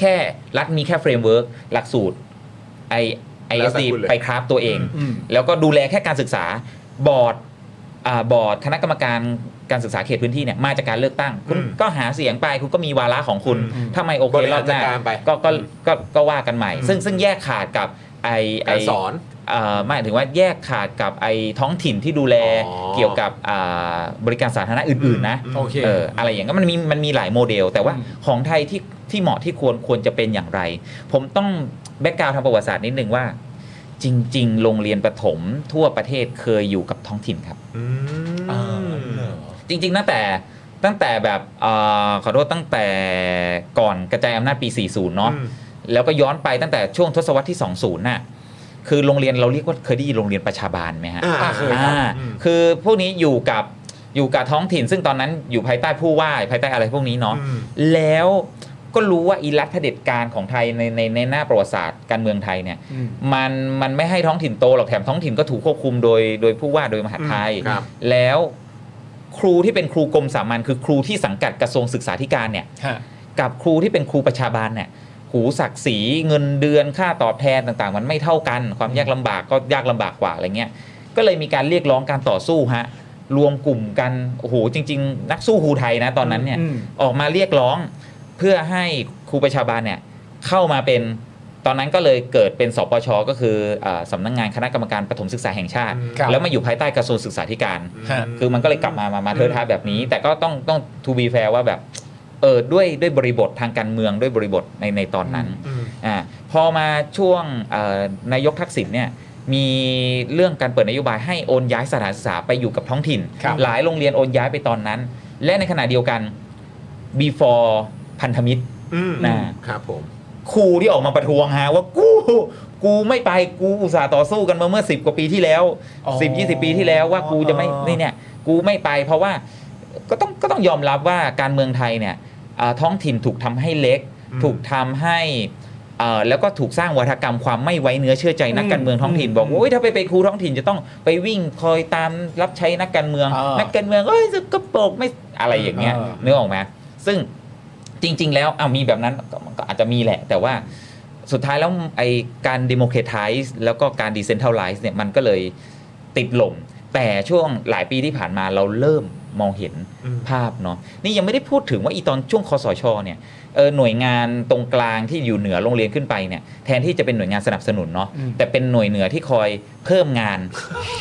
Speaker 6: แค่รัฐมีแค่เฟรมเวิร์กหลักสูตรไอไอ
Speaker 2: แล้
Speaker 6: เอ
Speaker 2: ว
Speaker 6: ส
Speaker 2: แต่
Speaker 6: ดี
Speaker 2: คุณเลย
Speaker 6: ไปคราฟตัวเอง
Speaker 3: อืม
Speaker 6: แล้วก็ดูแลแค่การศึกษาบอร์ดอ่าบอร์ดคณะกรรมการการศึกษาเขตพื้นที่เนี่ยมาจากการเลือกตั้ง คุณก็หาเสียงไปคุณก็มีวาระของคุณถ้าไม่โอเค
Speaker 2: บริ
Speaker 6: ร
Speaker 2: หา
Speaker 6: อ
Speaker 2: ร
Speaker 6: บ
Speaker 2: จั
Speaker 6: ห
Speaker 2: ด
Speaker 6: น้า
Speaker 2: การไป
Speaker 6: ก็ก็ก็ก็ว่ากันใหม่ ซึ่งซึ่งแยกขาดกับไอไอ
Speaker 2: การสอน
Speaker 6: เอ่อไม่ถึงว่าแยกขาดกับไอท้องถิ่นที่ดูแล
Speaker 2: อ๋อ
Speaker 6: เกี่ยวกับอ่าบริการสาธารณะอื่นๆนะ
Speaker 3: โอเค
Speaker 6: เอออะไรอย่างก็มันมีมันมีหลายโมเดล แต่ว่า
Speaker 3: อืม
Speaker 6: ของไทยที่ที่เหมาะที่ควรควรจะเป็นอย่างไร ผมต้องแบ็กกราวทางประวัติศาสตร์นิดนึงว่า จริง ๆ โรงเรียนประถมทั่วประเทศเคยอยู่กับท้องถิ่นครับ
Speaker 2: อื
Speaker 3: อ่าม เหรอ
Speaker 6: จริง ๆ ตั้งแต่ตั้งแต่แบบเอ่อขอโทษตั้งแต่ก ก่อนกระจายอำนาจปี 40 เนาะแล้วก็ย้อนไปตั้งแต่ช่วงทศวรรษที่ 20 น่ะคือโรงเรียนเราเรียกว่าเคยได้ยินโรงเรียนประชาบาลไหมฮะ
Speaker 2: อ่าเคยครับ
Speaker 6: อ่าคือพวกนี้อยู่กับอยู่กับท้องถิ่น ซึ่งตอนนั้นอยู่ภายใต้ผู้ว่าภายใต้อะไรพวกนี้เนาะแล้วก็รู้ว่าอีรัฐเผด็จการของไทยในในในหน้าประวัติศาสตร์การเมืองไทยเนี่ย
Speaker 3: อืม
Speaker 6: มันมันไม่ให้ท้องถิ่นโตหรอกแถมท้องถิ่นก็ถูกควบคุมโดยโดยผู้ว่าโดยมหาดไทย
Speaker 2: อืมครับ
Speaker 6: แล้วครูที่เป็นครูกรมสามัญคือครูที่สังกัดกระทรวงศึกษาธิการเนี่ย กับครูที่เป็นครูประชาบาลเนี่ยหูศักดิ์ศรีเงินเดือนค่าตอบแทนต่างๆ มันไม่เท่ากัน ความยากลำบากก็ยากลำบากกว่าอะไรเงี้ยก็เลยมีการเรียกร้องการต่อสู้ฮะรวมกลุ่มกันโอ้โหจริง ๆ นักสู้ครูไทยนะตอนนั้นเนี่ย
Speaker 3: อืม
Speaker 6: ออกมาเรียกร้องเพื่อให้ครูประชาบาลเนี่ยเข้ามาเป็นตอนนั้นก็เลยเกิดเป็นสปชก็คืออาสำนักงานคณะกรรมการประถมศึกษาแห่งชาติ
Speaker 3: ครับ
Speaker 6: แล้วมาอยู่ภายใต้กระทรวงศึกษาธิการ
Speaker 3: ฮะ
Speaker 6: คือมันก็เลยกลับมา มามาเทอร์ทาแบบนี้ แต่ก็ต้องต้องทูบีแฟร์ว่าแบบ เออด้วยด้วยบริบททางการเมืองด้วยบริบทในในตอนนั้นอ่าพอมาช่วงเอ่อนายกทักษิณเนี่ยมีเรื่องการเปิดนโยบายให้โอนย้ายสถานศึกษาไปอยู่กับท้องถิ่น
Speaker 3: ครับ
Speaker 6: หลายโรงเรียนโอนย้ายไปตอนนั้น และในขณะเดียวกัน before พันธมิตร
Speaker 2: อืม
Speaker 6: นะ
Speaker 2: ครับผม
Speaker 6: ครูที่ออกมาประท้วงฮะว่ากูกูไม่ไปกูอุตส่าห์ต่อสู้กันมาเมื่อ 10 กว่าปีที่แล้ว
Speaker 3: อ๋อ
Speaker 6: 10 20 ปีที่แล้วว่ากูจะไม่
Speaker 3: อ๋อ
Speaker 6: นี่เนี่ยกูไม่ไปเพราะว่าก็ต้องก็ต้องยอมรับว่าการเมืองไทยเนี่ยอ่าท้องถิ่นถูกทำให้เล็ก
Speaker 2: อืม
Speaker 6: ถูกทำให้เอ่อแล้วก็ถูกสร้างวัฒกรรมความไม่ไว้เนื้อเชื่อใจนักการเมืองท้องถิ่น บอกว่าโอ้ยถ้าไปเป็นครูท้องถิ่นจะต้องไปวิ่งคอยตามรับใช้นักการเมือง
Speaker 3: อ่านั
Speaker 6: นักการเมืองเอ้ยสกปรกไม่อะไรอย่างเงี้ย
Speaker 3: อ่า
Speaker 6: นึกออกไหมซึ่ง จริง ๆ แล้วเอามีแบบนั้นก็มันก็อาจจะมีแหละ แต่ว่าสุดท้ายแล้วไอการดิโม c r a ไทซ์แล้วก็การดิเซนทัลไลซ์เนี่ยมันก็เลยติดหล่ม แต่ช่วงหลายปีที่ผ่านมาเราเริ่มมองเห็นภาพเนาะนี่ยังไม่ได้พูดถึงว่าอีตอนช่วงคอสชเนี่ยเออหน่วยงานตรงกลางที่อยู่เหนือโรงเรียนขึ้นไปเนี่ยแทนที่จะเป็นหน่วยงานสนับสนุนเนาะแต่เป็นหน่วยเหนือที่คอยเพิ่มงาน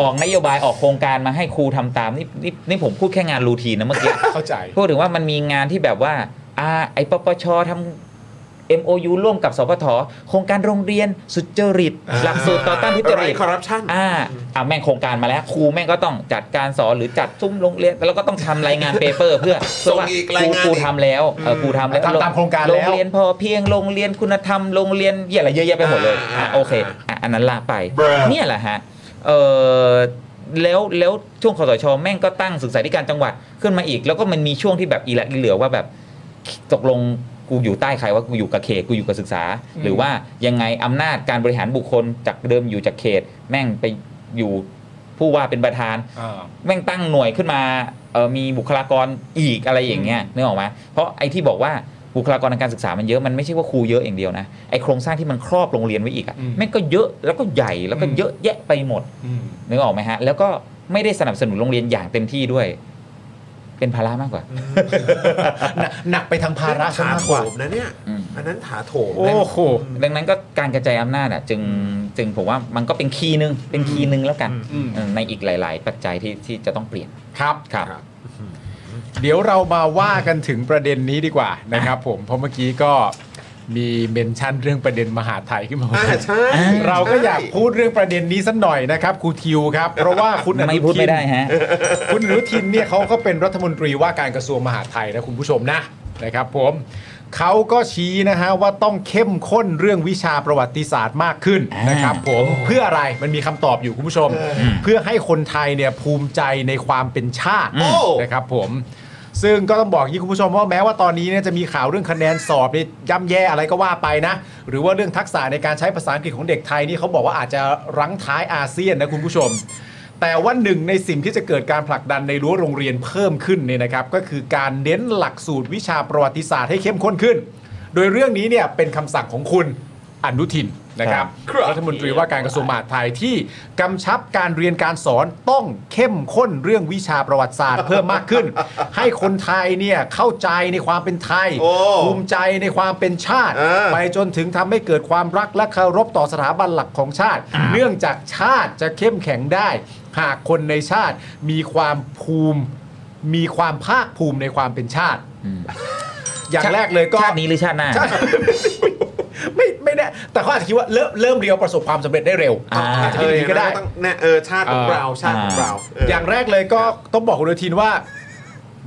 Speaker 6: ออกนโยบายออกโครงการมาให้ครูทำตามนี่นี่นี่ผมพูดแค่งานรูทีนนะเมื่อกี้
Speaker 3: เข้าใจ
Speaker 6: พูดถึงว่ามันมีงานที่แบบว่าอ่าไอปปชทำ MOU ร่วมกับสพทโครงการโรงเรียนสุจริต หลักสูตรต่อต้านทุจริต
Speaker 2: คอร์รัปชัน
Speaker 6: อ่าอ่าแม่งโครงการมาแล้วครูแม่งก็ต้องจัดการสอนหรือจัดซุ้มโรงเรียนแล้วก็ต้องทำรายงานเปเปอร์ เพื่อเพื่อว่า
Speaker 2: ส่งอีกรายงาน
Speaker 6: ครู
Speaker 2: อีก
Speaker 6: ทำแล้วเออครูทำแล้ว
Speaker 3: ทำตามโครงการแล้ว
Speaker 6: โรงเรียนพอเพียงโรงเรียนคุณธรรมโรงเรียนเหี้ยอะไรเยอะแยะไปหมดเลยอ่ะโอเคอ่ะอันนั้นลาไป เนี่ยแหละฮะเออแล้วแล้วช่วงคอสชแม่งก็ตั้งศึกษาธิการจังหวัดขึ้นมาอีก แล้วก็มันมีช่วงที่แบบอีหละอีเหลือว่าแบบ ตกลงกูอยู่ใต้ใครว่ากูอยู่กับเขตกูอยู่กับศึกษา หรือว่ายังไงอำนาจการบริหารบุคคลจากเดิมอยู่จากเขต แม่งไปอยู่ผู้ว่าเป็นประธาน
Speaker 3: อ่า
Speaker 6: แม่งตั้งหน่วยขึ้นมาเออมีบุคลากรอีกอะไรอย่างเงี้ยนึกออกไหมเพราะไอ้ที่บอกว่าบุคลากรทางการศึกษามันเยอะมันไม่ใช่ว่าครูเยอะอย่างเดียวนะไอ้โครงสร้างที่มันครอบโรงเรียนไว้อีกอะ
Speaker 3: อืม
Speaker 6: แม่งก็เยอะแล้วก็ใหญ่แล้วก็
Speaker 3: อืม
Speaker 6: เยอะแยะไปหมด
Speaker 3: อืม
Speaker 6: นึกออกไหมฮะ แล้วก็ไม่ได้สนับสนุนโรงเรียนอย่างเต็มที่ด้วย เป็นภาระมากกว่า
Speaker 3: หนักหนักไปทางภาระ
Speaker 2: ถาม
Speaker 3: ซะาก
Speaker 2: โถ
Speaker 3: กว่าม
Speaker 2: นะเนี่ย
Speaker 6: อืม
Speaker 2: อันนั้นถาโถม
Speaker 3: โอ้
Speaker 2: นะ
Speaker 3: โห
Speaker 6: ดังนั้นก็การกระจายอำนาจอ่ะจึงจึงผมว่ามันก็เป็นคีย์หนึ่งเป็นคีย์หนึ่งแล้วกัน
Speaker 3: อืม
Speaker 6: เออในอีกหลาย ๆ ปัจจัยที่ที่จะต้องเปลี่ยน
Speaker 3: ครับ
Speaker 6: ครับ
Speaker 3: เดี๋ยวเรามาว่ากันถึงประเด็นนี้ดีกว่านะครับผมเพราะเมื่อกี้ก็มีเมนชั่นเรื่องประเด็นมหาไทย ขึ้นมา
Speaker 2: อ่าใช่
Speaker 3: เราก็อยากพูดเรื่องประเด็นนี้สักหน่อยนะครับครูทิวครับ เพราะว่าคุณอนุ
Speaker 6: ไม่พูด
Speaker 3: ทิน
Speaker 6: ไม่ได้ฮะ
Speaker 3: คุณอนุทินเนี่ยเขาก็เป็นรัฐมนตรีว่าการกระทรวงมหาดไทยนะคุณผู้ชมนะนะครับผมเขาก็ชี้นะฮะว่าต้องเข้มข้นเรื่องวิชาประวัติศาสตร์มากขึ้น
Speaker 6: อ่าน
Speaker 3: นะครับผมเพื่ออะไรมันมีคำตอบอยู่คุณผู้ชม เพื่อให้คนไทยเนี่ยภูมิใจในความเป็นชาติ
Speaker 2: โอ้
Speaker 3: นะครับผมซึ่งก็ต้องบอกอยางนี้คุณผู้ชมว่าแม้ว่าตอนนี้เนี่ยจะมีข่าวเรื่องคะแนนสอบเนี่ยย่ำแย่อะไรก็ว่าไปนะ หรือว่าเรื่องทักษะในการใช้ภาษาอังกฤษของเด็กไทยนี่เขาบอกว่าอาจจะรั้งท้ายอาเซียนนะคุณผู้ชม แต่ว่าหนึ่งในสิ่งที่จะเกิดการผลักดันในรั้วโรงเรียนเพิ่มขึ้นเนี่ยนะครับ ก็คือการเน้นหลักสูตรวิชาประวัติศาสตร์ให้เข้มข้นขึ้น โดยเรื่องนี้เนี่ยเป็นคำสั่งของคุณอนุทินนะครับ
Speaker 2: ครับ
Speaker 3: รัฐมนตรีว่าการกระทรวงมหาดไทยที่กำชับการเรียนการสอนต้องเข้มข้นเรื่องวิชาประวัติศาสตร์ เพิ่มมากขึ้น ให้คนไทยเนี่ยเข้าใจในความเป็นไทย
Speaker 2: โอ้
Speaker 3: ภูมิใจในความเป็นชาติ
Speaker 2: อ่า
Speaker 3: ไปจนถึงทำให้เกิดความรักและเคารพต่อสถาบันหลักของชาติ เนื่องจากชาติจะเข้มแข็งได้ หากคนในชาติมีความภูมิ มีความภาคภูมิในความเป็นชาติ อย่างแรกเลยก็
Speaker 6: ชาตินี้หรือชาติหน้า
Speaker 3: ใช่ไม่ไม่แน่แต่เขาอาจจะคิดว่าเริ่มเริ่มเรียวประสบความสำเร็จได้เร็ว
Speaker 6: อ่า
Speaker 3: อาจจะเป็นอย่างนี้ก็ได้
Speaker 2: เออต้องเนี่ยเออชาติของเราชาติของเราเออ
Speaker 3: อย่างแรกเลยก็ต้องบอกคุณอนุทินว่า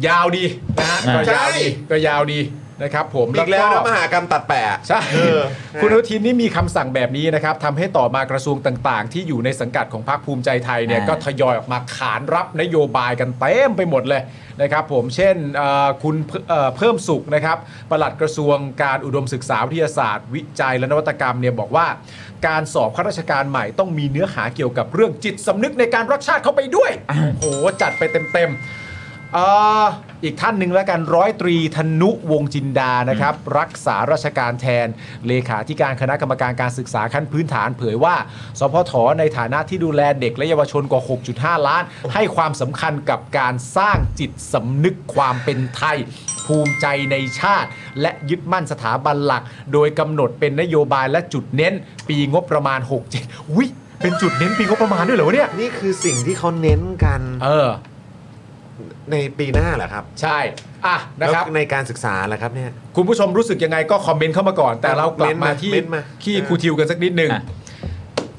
Speaker 3: ยาวดีนะฮะก็ยาวดีก็ยาวดีนะครับ ผม
Speaker 2: อีกแล้วนะมหากรรมตัดแปะ
Speaker 3: ใช่
Speaker 2: เออ
Speaker 3: คุณอนุทินนี่มีคำสั่งแบบนี้นะครับทำให้ต่อมากระทรวงต่างๆ ที่อยู่ในสังกัดของพรรคภูมิใจไทยเนี่ย
Speaker 6: อ่า
Speaker 3: ก็ทยอยออกมาขานรับนโยบายกันเต็มไปหมดเลยนะครับ ผมเช่นเอ่อคุณเพิ่มเอ่อเพิ่มสุขนะครับปลัดกระทรวงการอุดมศึกษาวิทยาศาสตร์ วิจัยและนวัตกรรมเนี่ยบอกว่า การสอบข้าราชการใหม่ต้องมีเนื้อหาเกี่ยวกับเรื่องจิตสำนึกในการรักชาติเข้าไปด้วยโอ้โหจัดไปเต็มๆ เอ่ออีกท่านหนึ่งแล้วกันร้อยตรีธนุวงศ์จินดานะครับ รักษาราชการแทน เลขาธิการคณะกรรมการการศึกษาขั้นพื้นฐานเผยว่า สพทในฐานะที่ดูแลเด็กและเยาวชนกว่า 6.5 ล้าน ให้ความสำคัญกับการสร้างจิตสำนึกความเป็นไทย ภูมิใจในชาติ และยึดมั่นสถาบันหลัก โดยกำหนดเป็นนโยบายและจุดเน้น ปีงบประมาณ 67วิเป็นจุดเน้นปีงบประมาณด้วยเหรอวะเนี่ย
Speaker 2: นี่คือสิ่งที่เขาเน้นกัน
Speaker 3: เออ
Speaker 2: ในปีหน้าเหรอครับ
Speaker 3: ใช่อ่ะนะครับ
Speaker 2: แล้วในการศึกษาเหรอครับเนี่ย
Speaker 3: คุณผู้ชมรู้สึกยังไงก็คอมเมนต์เข้ามาก่อน แต่เรากลับมาที่
Speaker 2: เม้นต์มา
Speaker 3: ที่ครูทิวกันสักนิดหนึ่ง
Speaker 6: อ่ะ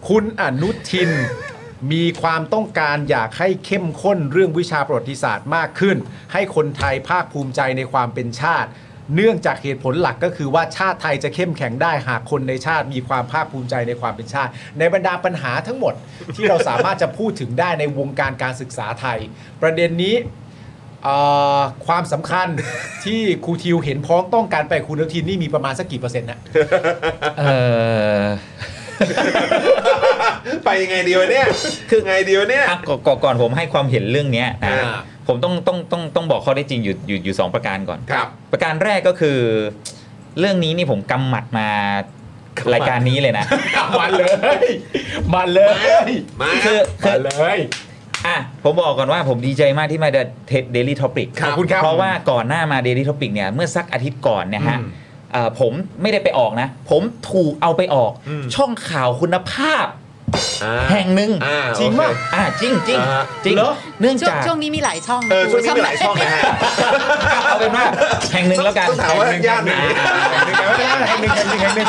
Speaker 3: คุณอนุทิน มีความต้องการอยากให้เข้มข้นเรื่องวิชาประวัติศาสตร์มากขึ้น ให้คนไทยภาคภูมิใจในความเป็นชาติ เนื่องจากเหตุผลหลักก็คือว่าชาติไทยจะเข้มแข็งได้หากคนในชาติมีความภาคภูมิใจในความเป็นชาติ ในบรรดาปัญหาทั้งหมด ที่เราสามารถจะพูดถึงได้ในวงการการศึกษาไทย ประเด็นนี้ เอ่อความสำคัญ ที่ครูทิวเห็นพ้องต้องการไปกับครูอนุทินนี่มีประมาณสักกี่เปอร์เซ็นต์นะ
Speaker 6: เออ
Speaker 2: ไปยังไงดีวะเนี่ย คือไงดีวะเนี่ย
Speaker 6: อ่ะก่อนก่อนก่อนผมให้ความเห็นเรื่องเนี้ยนะ
Speaker 2: อ่า
Speaker 6: ผมต้องต้องต้องต้องบอกข้อได้จริงอยู่อยู่อยู่สองประการก่อน
Speaker 2: ครับ
Speaker 6: ประการแรกก็คือ เรื่องนี้นี่ผมกำหมัดมารายการนี้เลยนะ
Speaker 3: มาเลย มาเลย
Speaker 2: มา
Speaker 6: คือคื
Speaker 3: มา
Speaker 6: อ
Speaker 3: เลย
Speaker 6: อ่ะผมบอกก่อนว่าผมดีใจมากที่มาเดลี่ท็อปิก
Speaker 3: ขอบคุณครับ
Speaker 6: เพราะว่าก่อนหน้ามาเดลี่ท็อปิกเนี่ยเมื่อสักอาทิตย์ก่อนเนี่ยฮะ
Speaker 3: อืม
Speaker 6: เอ่อผมไม่ได้ไปออกนะ ผมถูกเอาไปออก
Speaker 2: อืม
Speaker 6: ช่องข่าวคุณภาพ
Speaker 2: อ่า
Speaker 6: แห่งหนึ่ง
Speaker 2: อ่า
Speaker 3: จริง
Speaker 2: โอเค
Speaker 3: ป่ะ
Speaker 6: อ่ะจริงจริง
Speaker 2: อ่าฮะ
Speaker 6: จริง
Speaker 3: เหรอ
Speaker 6: เนื่อง
Speaker 5: ช่วง
Speaker 6: จาก
Speaker 5: ช่วงนี้มีหลายช่อง
Speaker 2: เออช่วงนี้มีหลายช่องนะฮะ
Speaker 6: เอาเป็นว่าแห่งหนึ่งแล้วกัน
Speaker 2: ต้องถามว่าย่านไหน
Speaker 3: แห่งหนึ่งแห่งหนึ่งแห่งหนึ่ง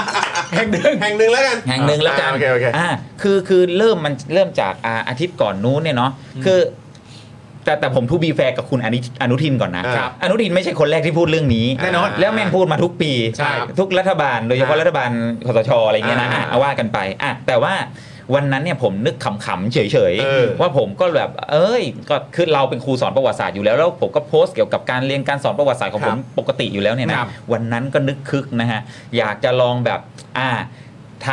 Speaker 3: แห่งหนึ่ง
Speaker 2: แห่
Speaker 3: แห่งหนึ่ง
Speaker 2: งหนึ่งแล้วกัน
Speaker 6: แห่งหนึ่งแล้วกัน
Speaker 2: อ่าโอเคโอเค
Speaker 6: อ่าคือคือเริ่มมันเริ่มจากอ่าอาทิตย์ก่อนนู้นเนี่ยเนาะคือ แต่แต่ผมทูบีแฟร์กับคุณอนุอนุทินก่อนนะครับอนุทินไม่ใช่คนแรกที่พูดเรื่องนี้
Speaker 3: แน่นอน
Speaker 6: แล้วแม่งพูดมาทุกปี
Speaker 3: ใช่
Speaker 6: ทุกรัฐบาลโดยเฉพาะรัฐบาลคอสชอะไรเงี้ยนะ
Speaker 2: อ่า
Speaker 6: อ่ะเอาว่ากันไปอ่ะแต่ว่าวันนั้นเนี่ยผมนึกขำๆเฉย
Speaker 2: เออ
Speaker 6: ๆว่าผมก็แบบเอ้ยก็คือเราเป็นครูสอนประวัติศาสตร์อยู่แล้วแล้วผมก็โพสต์เกี่ยวกับการเรียนการสอนประวัติศาสตร์ของผมปกติอยู่แล้วเนี่ย
Speaker 3: ครั
Speaker 6: นะ
Speaker 3: บ
Speaker 6: วันนั้นก็นึกคึกนะฮะ อยากจะลองแบบอ่าท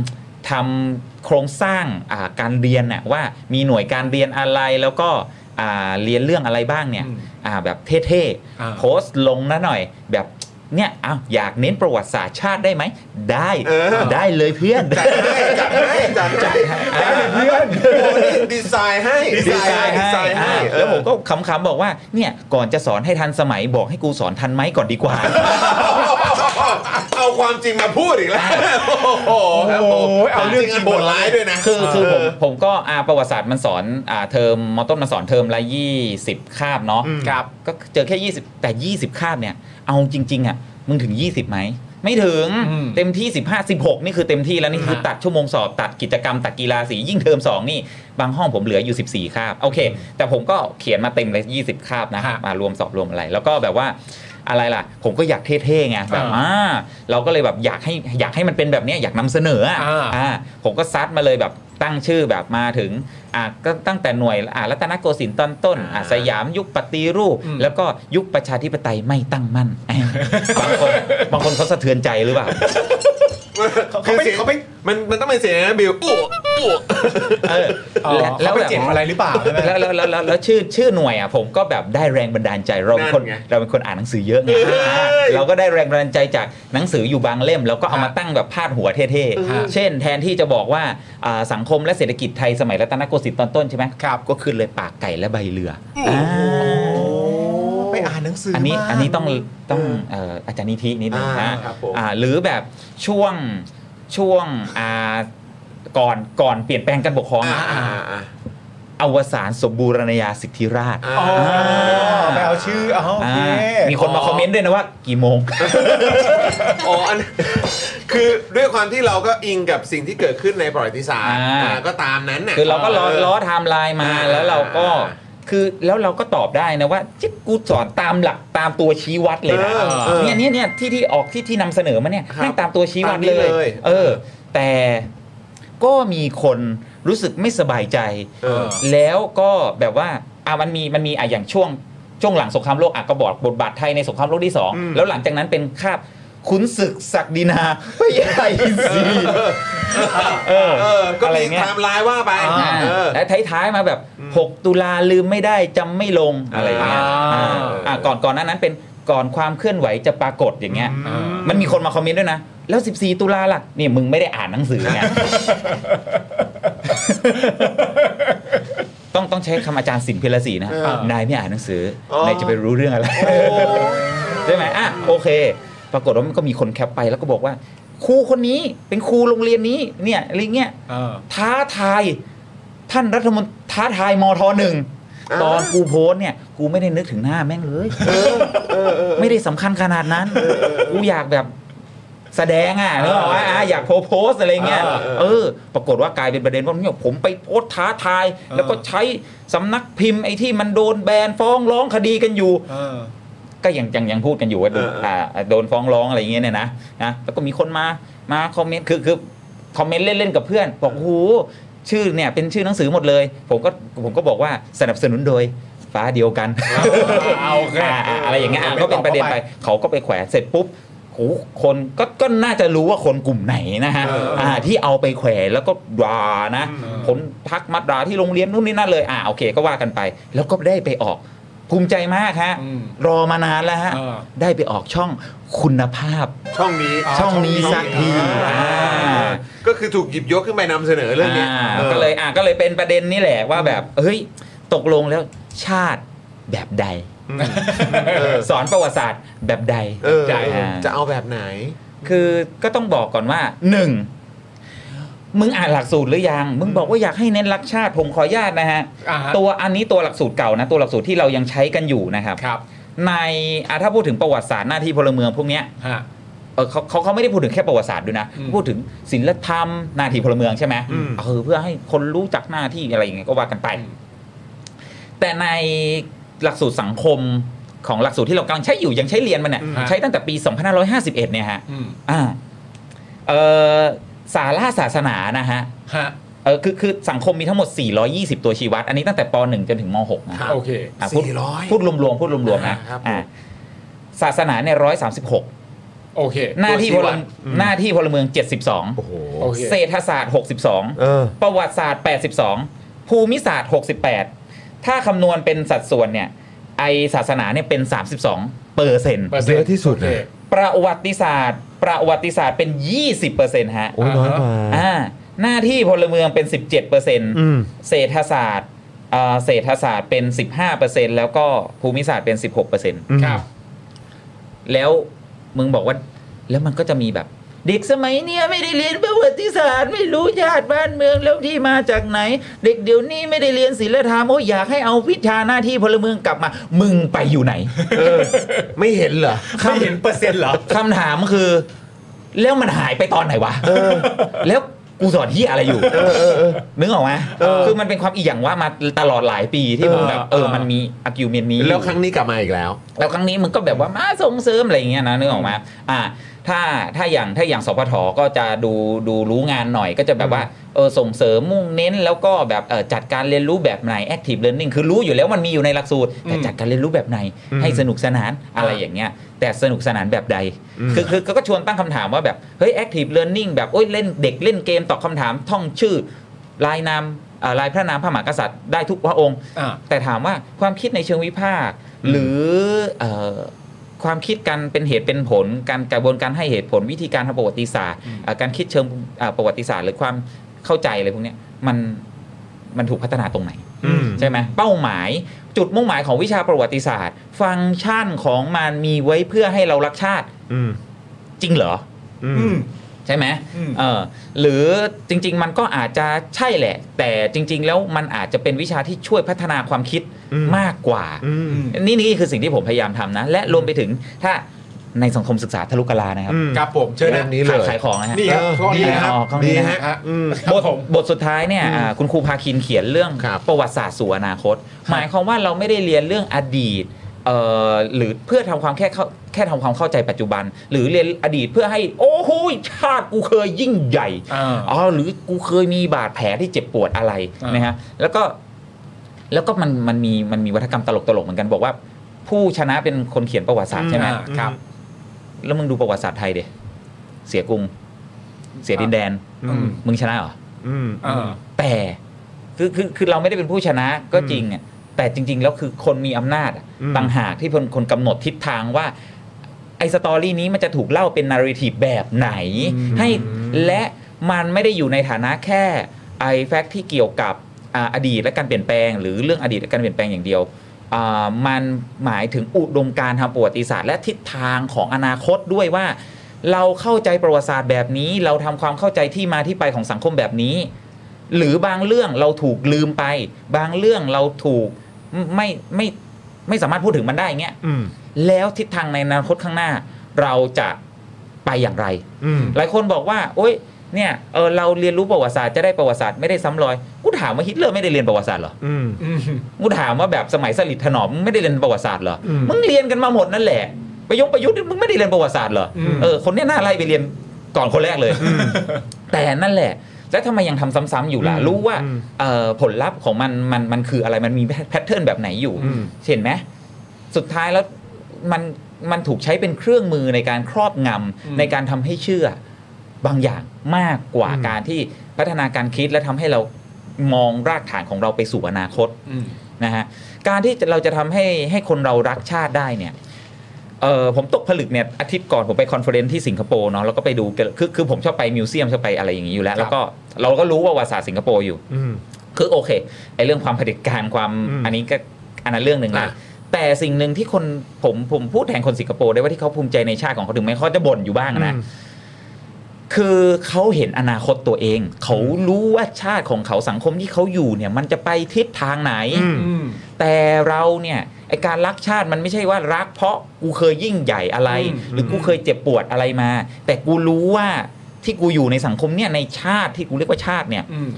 Speaker 6: ำทำโครงสร้างอ่าการเรียนน่ะว่ามีหน่วยการเรียนอะไรแล้วก็อ่าเรียนเรื่องอะไรบ้างเนี่ย
Speaker 3: อืม
Speaker 6: อ่าแบบเท่
Speaker 3: อ่า
Speaker 6: ๆ โพสต์ลงนะหน่อยแบบเนี่ยอ้าวอยากเน้นประวัติศาสตร์ชาติได้ไหม ได้
Speaker 2: เออ
Speaker 6: ได้เลยเพื่อน
Speaker 2: จัดให้จัดให้จัดให้
Speaker 3: แล้วเพื่อน
Speaker 2: โอ้นี่ดีไซน์ให้
Speaker 6: ดีไซน์
Speaker 2: ดีไซน์ให้
Speaker 6: ให้
Speaker 2: เออ
Speaker 6: แล้วผมก็ขำๆบอกว่าเนี่ยก่อนจะสอนให้ทันสมัยบอกให้กูสอนทันไหมก่อนดีกว่า
Speaker 2: เอาความจริงมาพูดอีกแล้ว โอ้โหครับผม
Speaker 3: โอ้ยเอาเรื่องจริง
Speaker 2: โหดร้ายด้วยนะ
Speaker 6: คือคือผมผมก็อาประวัติศาสตร์มันสอนอ่าเทอมมอต้นมันสอนเทอมละยี่สิบคาบเนาะ
Speaker 2: อืม
Speaker 6: ครับก็เจอแค่ 20 แต่ 20 คาบเนี่ย เอาจริง ๆ อ่ะ มึงถึง 20ไหม ไม่ถึง
Speaker 3: อืม
Speaker 6: เต็มที่ 15 16 นี่คือเต็มที่แล้วนี่คือตัดชั่วโมงสอบตัดกิจกรรม ตัดกีฬาสียิ่งเทอม 2 นี่ บางห้องผมเหลืออยู่ 14 คาบ โอเค แต่ผมก็เขียนมาเต็มเลย 20 คาบนะ
Speaker 3: ฮะ
Speaker 6: มารวมสอบรวมอะไร แล้วก็แบบว่าอะไรล่ะ ผมก็อยากเท่ๆไงแบบ
Speaker 3: อ่า
Speaker 6: อ่าเราก็เลยแบบอยากให้อยากให้มันเป็นแบบเนี้ยอยากนำเสนออะ
Speaker 3: อ่า
Speaker 6: อ่าผมก็ซัดมาเลยแบบตั้งชื่อแบบมาถึงอ่าก็ตั้งแต่หน่วยอ่ารัตนโกสินทร์ตอนต้นอ่าสยามยุคปฏิรูป
Speaker 3: อืม
Speaker 6: แล้วก็ยุคประชาธิปไตยไม่ตั้งมั่นแหมบางคนบางคนเขาสะเทือนใจหรื อเปล่า
Speaker 2: คือเสียงเขาไม่มันมันต้องเป็นเสียงนะบิวอู้อู้
Speaker 6: เออ
Speaker 3: อ๋อ
Speaker 6: และแล้ว
Speaker 3: เขาไป
Speaker 6: แบบ
Speaker 3: เจ็บอะไรหรือเปล่าใช่ไหม
Speaker 6: แล้วแล้วแล้วแล้วแล้วชื่อชื่อหน่วยอ่ะผมก็แบบได้แรงบันดาลใจเราเป็นคนเราเป็นคนอ่านหนังสือเยอะไงอ่าเราก็ได้แรงบันดาลใจจากหนังสืออยู่บางเล่ม แล้วก็เอามาตั้งแบบพาดหัวเท่
Speaker 3: ฮะ
Speaker 6: ๆ เช่น แทนที่จะบอกว่าอ่าสังคมและเศรษฐกิจไทยสมัยรัตนโกสินทร์ตอนต้นใช่ไหม
Speaker 3: ครับ
Speaker 6: ก็ขึ้นเลยปากไก่และใบเรืออ่า
Speaker 3: ไปอ่านหนังสือ
Speaker 6: อั
Speaker 3: อั
Speaker 6: นนี้อันนี้ต้องต้องเอ่ออาจารย์นิธินิดนึง
Speaker 2: อ่า
Speaker 6: นะ
Speaker 2: ครับผม
Speaker 6: อ่าหรือแบบช่วงช่วงอ่าก่อนก่อนเปลี่ยนแปลงการปกครอง
Speaker 2: อ่า
Speaker 6: อะ
Speaker 2: อ่าอ่า
Speaker 6: อวสานสมบูรณาญาสิทธิราชย์
Speaker 3: อ๋อ
Speaker 2: อ่า
Speaker 3: ไปเอาชื่ออ๋อโอเค
Speaker 6: อ่ามีคนมาคอมเมนต์ด้วยนะว่ากี่โมง
Speaker 2: อ๋ออัน คือด้วยความที่เราก็อิงกับสิ่งที่เกิดขึ้นในประวัติศาสตร์
Speaker 6: อ่า
Speaker 2: อ่าก็ตามนั้นน่ะ
Speaker 6: คือเราก็ล้อล้อไทม์ไลน์มา
Speaker 2: อ่า
Speaker 6: แล้วเราก็ คือแล้วเราก็ตอบได้นะว่าจิ๊กกูสอนตามหลักตามตัวชี้วัดเลยนะ
Speaker 2: เออเออ
Speaker 6: เนี่ยเนี่ยเนี่ยที่ที่ออกที่ที่นำเสนอมาเนี่ย
Speaker 2: ครับ
Speaker 6: นั่งตามตัวชี้วัด
Speaker 2: ตามนี้
Speaker 6: เลย
Speaker 2: เลย
Speaker 6: เออ แต่ก็มีคนรู้สึกไม่สบายใจ
Speaker 2: เออ
Speaker 6: แล้วก็แบบว่าอ่ะมันมีมันมีอ่ะอย่างช่วงช่วงหลังสงครามโลกอ่ะก็บอกบทบาทไทยในสงครามโลกที่สอง
Speaker 2: อืม
Speaker 6: แล้วหลังจากนั้นเป็นคาบขุนศึกศักดินา พระยาอินทรีย์เออ
Speaker 2: เออ ก็
Speaker 6: อะไร
Speaker 2: มี
Speaker 6: เงี้ย
Speaker 2: ไทม์ไลน์ว่าไป
Speaker 6: อ่า
Speaker 2: เออ
Speaker 6: และท้ายๆมาแบบ 6 ตุลาลืมไม่ได้จำไม่ลงอะไรเงี้ย
Speaker 2: อ่า
Speaker 6: อ่าอ่ะก่อนก่อนหนั้นนั้นเป็นก่อนความเคลื่อนไหวจะปรากฏอย่างเงี้ย มันมีคนมาคอมเมนต์ด้วยนะ แล้ว 14 ตุลาล่ะนี่มึงไม่ได้อ่านหนังสือไง ต้องต้องใช้คำอาจารย์สินเพลศรีนะอ้าวนายไม่อ่านหนังสืออ
Speaker 2: อ
Speaker 6: นายจะไปรู้เรื่องอะไร ได้ไหมอ่ะโอเค ปรากฏว่ามันก็มีคนแคปไปแล้วก็บอกว่า ครูคนนี้เป็นครูโรงเรียนนี้เนี่ยอะไรเงี้ย
Speaker 3: เออ
Speaker 6: ท้าทายท่านรัฐมนตรีท้าทายมทหนึ่งตอนกูโพสต์เนี่ย กูไม่ได้นึกถึงหน้าแม่งเลย ไม่ได้สำคัญขนาดนั้น กูอยากแบบแสดงอ่ะเนกออกปะอ่ะอยากโพโพสต์อะไรเงี้ยเออ ปรากฏว่ากลายเป็นประเด็นว่าเนี่ยผมไปโพสต์ท้าทาย แล้วก็ใช้สำนักพิมพ์ไอ้ที่มันโดนแบนฟ้องร้องคดีกันอยู่
Speaker 3: เออ
Speaker 6: ก็ยังยังยังพูดกันอยู่ว่าโดน
Speaker 2: เออ
Speaker 6: อ่าโดนฟ้องร้องอะไรอย่างเงี้ยเนี่ยนะนะแล้วก็มีคนมามาคอมเมนต์คือคือคอมเมนต์เล่นๆกับเพื่อน บอกโอ้โหชื่อเนี่ยเป็นชื่อหนังสือหมดเลย ผมก็ผมก็บอกว่าสนับสนุนโดยฟ้าเดียวกัน
Speaker 3: เอาโอเค
Speaker 6: อ่าอ่าอะไรอย่างเงี้ยอ่ะก็เป็นประเด็นไป
Speaker 3: ไป
Speaker 6: เขาก็ไปแขวนเสร็จปุ๊บโอ้โหคนก็ก็น่าจะรู้ว่าคนกลุ่มไหนนะฮะ
Speaker 2: เอออ่
Speaker 6: ่าที่เอาไปแขวนแล้วก็ด่านะผลพักมาด่าที่โรงเรียนนู่นนี่นั่นเลยอ่าโอเคก็ว่ากันไป แล้วก็ได้ไปออกภูมิใจมากฮะ
Speaker 3: อืม
Speaker 6: รอมานานแล้วฮะ
Speaker 3: เออ
Speaker 6: ได้ไปออกช่องคุณภาพ
Speaker 2: ช่องนี้
Speaker 6: ช่องนี้สักที
Speaker 2: อ่า
Speaker 6: อ่า
Speaker 2: ก็คือถูกหยิบยกขึ้นไปนำเสนอเรื่องเนี้ย
Speaker 6: า
Speaker 2: ออ
Speaker 6: ก็เลยอ่าก็เลยเป็นประเด็นนี่แหละว่าแบบเฮ้ย ตกลงแล้วชาติแบบใด
Speaker 2: เออ
Speaker 6: สอนประวัติศาสตร์แบบใด
Speaker 2: เออ
Speaker 6: ใช่ฮ
Speaker 2: จะเอาแบบไหน
Speaker 6: คือก็ต้องบอกก่อนว่าหนึ่งมึงอ่านหลักสูตรหรือยัง มึงบอกว่าอยากให้เน้นรักชาติผมขออนุญาตนะฮะ
Speaker 3: อ่าฮะ
Speaker 6: ตัวอันนี้ตัวหลักสูตรเก่านะ ตัวหลักสูตรที่เรายังใช้กันอยู่นะครับ
Speaker 3: ครับ
Speaker 6: ในอ่ะถ้าพูดถึงประวัติศาสตร์หน้าที่พลเมืองพวกเนี้ย
Speaker 3: ฮะ
Speaker 6: เออเขาเขาเขาไม่ได้พูดถึงแค่ประวัติศาสตร์ด้วยนะ
Speaker 3: อืม
Speaker 6: พูดถึงศิลธรรมหน้าที่พลเมืองใช่ไหม
Speaker 2: อืม
Speaker 6: เออเพื่อให้คนรู้จักหน้าที่อะไรอย่างเงี้ยก็ว่ากันไป แต่ในหลักสูตรสังคมของหลักสูตรที่เรากำลังใช้อยู่ยังใช้เรียนมันเนี่ยใช้ตั้งแต่ปี 2551 เนี่ยฮะ
Speaker 3: อืม
Speaker 6: อ่าเออสาระศาสนานะฮะ
Speaker 3: ฮะ
Speaker 6: เออคือคือสังคมมีทั้งหมด 420 ตัวชี้วัด อันนี้ตั้งแต่ป .1 จนถึงม .6 นะ
Speaker 3: โอเค
Speaker 6: อ่ะพูด
Speaker 2: 400
Speaker 6: พูดรวมๆพูดรวมๆ
Speaker 2: อ่า
Speaker 6: นะ
Speaker 2: ครับผม
Speaker 6: อ่าศาสนาเนี่ยร้อยสามสิบหก
Speaker 3: โอเค
Speaker 6: หน้าที่พ
Speaker 3: ตัวชี้
Speaker 6: ล
Speaker 3: วัด
Speaker 6: หน้าที่พลเมือง
Speaker 2: โอ้โห
Speaker 3: โอเค
Speaker 6: 72 เศรษฐศาสตร์
Speaker 2: เออ
Speaker 6: 62 ประวัติศาสตร์ 82 ภูมิศาสตร์ 68 ถ้าคำนวณเป็นสัดส่วนเนี่ย ไอศาสนาเนี่ยเป็น 32เปอร์เซ็นต์
Speaker 3: ปร์ซ็น
Speaker 2: เยอะที่สุด
Speaker 3: โค
Speaker 2: นะ
Speaker 6: ประวัติศาสตร์ ประวัติศาสตร์เป็น 20เปอร์เซ็นต์ฮะ
Speaker 2: โอ้ยน้อยกว่า
Speaker 6: อ่าหน้าที่พลเมืองเป็น 17เปอร์เซ็นต์
Speaker 2: อืม
Speaker 6: เศรษฐศาสตร์อ่าเศรษฐศาสตร์เป็น 15เปอร์เซ็นต์แล้วก็ภูมิศาสตร์เป็น 16เปอร์เซ็นต์
Speaker 3: ครับ
Speaker 6: แล้วมึงบอกว่า แล้วมันก็จะมีแบบ เด็กสมัยเนี้ยไม่ได้เรียนประวัติศาสตร์ ไม่รู้ชาติบ้านเมืองแล้วที่มาจากไหน เด็กเดี๋ยวนี้ไม่ได้เรียนศิลธรรมโอ้ยอยากให้เอาวิชาหน้าที่พลเมืองกลับมา มึงไปอยู่ไหน
Speaker 2: เออ ไม่เห็นเหรอ
Speaker 3: ไม่เห็นเปอร์เซ็นต์เหรอ
Speaker 6: คำถามคือ แล้วมันหายไปตอนไหนวะแล้วกูสอนที่อะไรอยู่นึกออกไหมคือมันเป็นความอีหยังว่ามาตลอดหลายปีที่มึงแบบเออมันมีอากิวเมนนี้
Speaker 2: แล้วครั้งนี้กลับมาอีกแล้ว
Speaker 6: แล้วครั้งนี้มึงก็แบบว่ามาส่งเสริมอะไรอย่างเงี้ยนะนึกออกไหมาอ่า ถ้าถ้าอย่างถ้าอย่างสพทก็จะดูดูรู้งานหน่อยก็จะแบบว่าเออส่งเสริมมุ่งเน้น แล้วก็แบบเออจัดการเรียนรู้แบบไหน active learning คือรู้อยู่แล้วมันมีอยู่ในหลักสูตรแต่จัดการเรียนรู้แบบไหน ให้สนุกสนานอะไรอย่างเงี้ย แต่สนุกสนานแบบใด คือคือคือก็ชวนตั้งคำถามว่าแบบเฮ้ย active learning แบบโอ้ยเล่นเด็กเล่นเกมตอบคำถามท่องชื่อลายนามเอ่อลายพระนามพระมหากษัตริย์ได้ทุกพระองค์
Speaker 3: อ่า
Speaker 6: แต่ถามว่าความคิดในเชิงวิพากษ์หรือเอ่อความคิดกันเป็นเหตุเป็นผล การกระบวนการให้เหตุผลวิธีการทางประวัติศาสตร์เอ่อการคิดเชิงเอ่อประวัติศาสตร์ หรือความเข้าใจอะไรพวกเนี้ยมันมันถูกพัฒนาตรงไหน
Speaker 2: อืม
Speaker 6: ใช่ไหมเป้าหมายจุดมุ่งหมายของวิชาประวัติศาสตร์ ฟังก์ชันของมันมีไว้เพื่อให้เรารักชาติ
Speaker 2: อืม
Speaker 6: จริงเหรอ
Speaker 2: อื
Speaker 3: อื
Speaker 2: ม
Speaker 3: ม
Speaker 6: ใช่ไหม
Speaker 3: อืม
Speaker 6: เออหรือจริง ๆ มันก็อาจจะใช่แหละ แต่จริง ๆ แล้วมันอาจจะเป็นวิชาที่ช่วยพัฒนาความคิด
Speaker 2: อืม
Speaker 6: มากกว่า
Speaker 2: อืม
Speaker 6: นี่นี่คือสิ่งที่ผมพยายามทำนะ และรวมไปถึงถ้า ในสังคมศึกษาทะลุกะลานะครับ
Speaker 2: อืม
Speaker 3: ครับผมเชิญ
Speaker 2: เล่ม
Speaker 3: นะ
Speaker 2: นี้เลย
Speaker 6: ขายของนะฮะ
Speaker 3: นี่ครับ
Speaker 2: เออ
Speaker 3: ข้อนี้
Speaker 6: นี่
Speaker 3: ค
Speaker 6: ครั
Speaker 3: รั
Speaker 6: บบ กล้อง
Speaker 2: ดี
Speaker 6: นี้นะ
Speaker 2: ฮะ
Speaker 6: ฮะ
Speaker 2: อืม
Speaker 3: ครับ
Speaker 6: บท
Speaker 3: ผม
Speaker 6: บทสุดท้ายเนี่ยอ่าคุณครูพาคินเขียนเรื่อง
Speaker 2: ครับ
Speaker 6: ประวัติศาสตร์สู่อนาคต หมายความว่าเราไม่ได้เรียนเรื่องอดีตเอ่อหรือเพื่อทำความแค่เข้าแค่ทำความเข้าใจปัจจุบัน หรือเรียนอดีตเพื่อให้โอ้โหชาติกูเคยยิ่งใหญ่
Speaker 3: อ่า
Speaker 6: อ๋อหรือกูเคยมีบาดแผลที่เจ็บปวดอะไร
Speaker 3: อ่าน
Speaker 6: นะฮะแล้วก็แล้วก็มันมันมีมันมีวัฒกรรมตลกตลกๆเหมือนกันบอกว่า ผู้ชนะเป็นคนเขียนประวัติศาสตร์ใช่ไหม
Speaker 3: อ่าครับ
Speaker 6: แล้วมึงดูประวัติศาสตร์ไทยเดเสียกรุง เสียดินแดน
Speaker 3: อืม
Speaker 6: มึงชนะเหรอ
Speaker 2: อืม
Speaker 3: อ่า
Speaker 6: แต่คือคือคือเราไม่ได้เป็นผู้ชนะก็จริงอะแต่จริง ๆ แล้วคือคนมีอำนาจอะ
Speaker 2: อืม
Speaker 6: ต่างหากที่เป็นคนกำหนดทิศทางว่า ไอสตอรี่นี้มันจะถูกเล่าเป็นนารีทีแบบไหน ให้และมันไม่ได้อยู่ในฐานะแค่ไอแฟกต์ที่เกี่ยวกับอ่าอดีตและการเปลี่ยนแปลง หรือเรื่องอดีตและการเปลี่ยนแปลงอย่างเดียวอ่ามันหมายถึงอุดมการณ์ทางประวัติศาสตร์ และทิศทางของอนาคตด้วยว่า เราเข้าใจประวัติศาสตร์แบบนี้ เราทำความเข้าใจที่มาที่ไปของสังคมแบบนี้ หรือบางเรื่องเราถูกลืมไป บางเรื่องเราถูกไม่ไม่ไม่ไม่สามารถพูดถึงมันได้อย่างเงี้ย
Speaker 2: อืม
Speaker 6: แล้วทิศทางในอนาคตข้างหน้า เราจะไปอย่างไร
Speaker 2: อืม
Speaker 6: หลายคนบอกว่าโอ๊ยเนี่ยเออเราเรียนรู้ประวัติศาสตร์จะได้ประวัติศาสตร์ไม่ได้ซ้ำรอยกูถามว่าฮิตเลอร์ไม่ได้เรียนประวัติศาสตร์เหรอ
Speaker 2: อืม
Speaker 6: กูถามว่าแบบสมัยสลิดถนอมไม่ได้เรียนประวัติศาสตร์เหรอ
Speaker 2: อืม
Speaker 6: มึงเรียนกันมาหมดนั่นแหละประยงประยุทธ์นี่มึงไม่ได้เรียนประวัติศาสตร์เหรอ
Speaker 3: อืม
Speaker 6: เออคนเนี้ยน่าไล่ไปเรียนก่อนคนแรกเลย แต่นั่นแหละ แล้วทำไมยังทำซ้ำๆอยู่ล่ะ
Speaker 2: อืม
Speaker 6: รู้ว่า
Speaker 2: อืม
Speaker 6: เอ่อผลลัพธ์ของมันมันมันคืออะไรมันมีแพทเทิร์นแบบไหนอยู่
Speaker 2: อืม
Speaker 6: เห็นไหมสุดท้ายแล้วมันมันถูกใช้เป็นเครื่องมือในการครอบงำ
Speaker 3: อืม
Speaker 6: ในการทำให้เชื่อบางอย่างมากกว่าการที่พัฒนาการคิดและทำให้เรามองรากฐานของเราไปสู่อนาคต
Speaker 3: อืม
Speaker 6: นะฮะการที่เราจะทำให้ให้คนเรารักชาติได้เนี่ยเออผมตกผลึกเนี่ยอาทิตย์ก่อนผมไปคอนเฟอเรนซ์ที่สิงคโปร์เนาะแล้วก็ไปดูคือคือผมชอบไปมิวเซียมชอบไปอะไรอย่างนี้อยู่แล้
Speaker 3: ค
Speaker 6: ว
Speaker 3: รับ
Speaker 6: แล้วก็เราก็รู้ว่าประวัติศาสตร์สิงคโปร์อยู่
Speaker 2: อืม
Speaker 6: คือโอเคไอ้เรื่องความเผด็จการความ
Speaker 2: อืม
Speaker 6: อันนี้ก็อันนั้นเรื่องหนึ่ง
Speaker 2: อ่ะ
Speaker 6: นะแต่สิ่งหนึ่งที่คนผมผมพูดแทนคนสิงคโปร์ได้ว่าที่เขาภูมิใจในชาติของเขาถึงแม้เขาจะบ่นอยู่บ้างนะ คือเขาเห็นอนาคตตัวเอง เขารู้ว่าชาติของเขาสังคมที่เขาอยู่เนี่ยมันจะไปทิศทางไหน
Speaker 2: อืม
Speaker 3: อืม
Speaker 6: แต่เราเนี่ยไอการรักชาติมันไม่ใช่ว่ารักเพราะกูเคยยิ่งใหญ่อะไร
Speaker 3: อืม
Speaker 6: หรือกูเคยเจ็บปวดอะไรมา แต่กูรู้ว่าที่กูอยู่ในสังคมเนี่ยในชาติที่กูเรียกว่าชาติเนี่ย
Speaker 3: อืม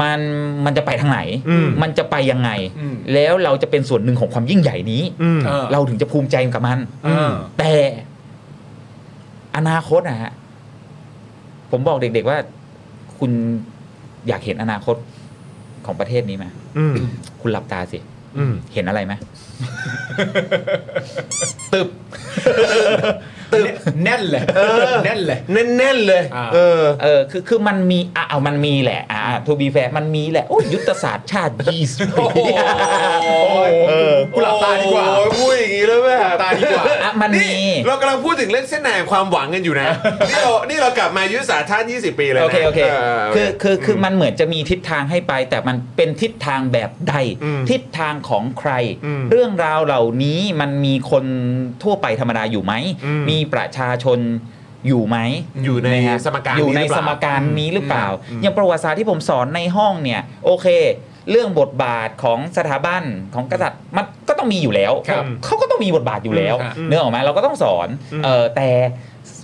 Speaker 6: มันมันจะไปทางไหน
Speaker 2: อืม
Speaker 6: มันจะไปยังไง
Speaker 3: อืม
Speaker 6: แล้วเราจะเป็นส่วนหนึ่งของความยิ่งใหญ่นี้
Speaker 2: อืม
Speaker 3: เออ
Speaker 6: เราถึงจะภูมิใจกับมัน
Speaker 3: เออ
Speaker 6: แต่อนาคตนะฮะ ผมบอกเด็กๆว่า คุณอยากเห็นอนาคตของประเทศนี้ไหม
Speaker 2: อืม
Speaker 6: คุณหลับตาสิ
Speaker 2: อืม
Speaker 6: เห็นอะไรไหม
Speaker 3: ตึบแน่นเลย
Speaker 2: อ
Speaker 3: แน่นเลย
Speaker 2: แน่นๆเลย
Speaker 3: อ่า
Speaker 2: เออ
Speaker 6: เออคือคือมันมีอ่ะเอามันมีแหละอ่าทูบีแฟมันมีแหละโอ้ยยุทธศาสตร์ชาติยี่สิบปี
Speaker 2: โอ้ย
Speaker 3: กูหลับตาดีกว่า
Speaker 2: โอ้ยพูดอย่างนี้แล้วแม่
Speaker 3: ตาดีกว่า
Speaker 6: อ่ะมันมี
Speaker 2: เรากำลังพูดถึงเรื่องเส้นแนงความหวังกันอยู่นะ นี่เรา นี่เรากลับมายุทธศาสตร์ชาติ 20 ปีเลยนะ
Speaker 6: โอเคโอเค
Speaker 2: โ
Speaker 6: คือคือคือมันเหมือนจะมีทิศทางให้ไป แต่มันเป็นทิศทางแบบใด
Speaker 2: อืม
Speaker 6: ทิศทางของใคร
Speaker 2: อืม
Speaker 6: เรื่องราวเหล่านี้มันมีคนทั่วไปธรรมดาอยู่ไหม
Speaker 2: อืม
Speaker 6: มีประชาชนอยู่ไหม
Speaker 2: อยู่ในสมการ
Speaker 6: อยู่ใน
Speaker 2: ห
Speaker 6: ส
Speaker 2: เปล่
Speaker 6: มการนี้หรือเปล่า
Speaker 2: อืม
Speaker 6: อย่างประวัติศาสตร์ที่ผมสอนในห้องเนี่ย โอเค เรื่องบทบาทของสถาบันของกษัตริย์มันก็ต้องมีอยู่แล้ว
Speaker 3: ครับ
Speaker 6: เขาก็ต้องมีบทบาทอยู่แล้ว
Speaker 3: ครับ
Speaker 6: เนื้อออกไหมาเราก็ต้องสอน
Speaker 2: อืม
Speaker 6: เออแต่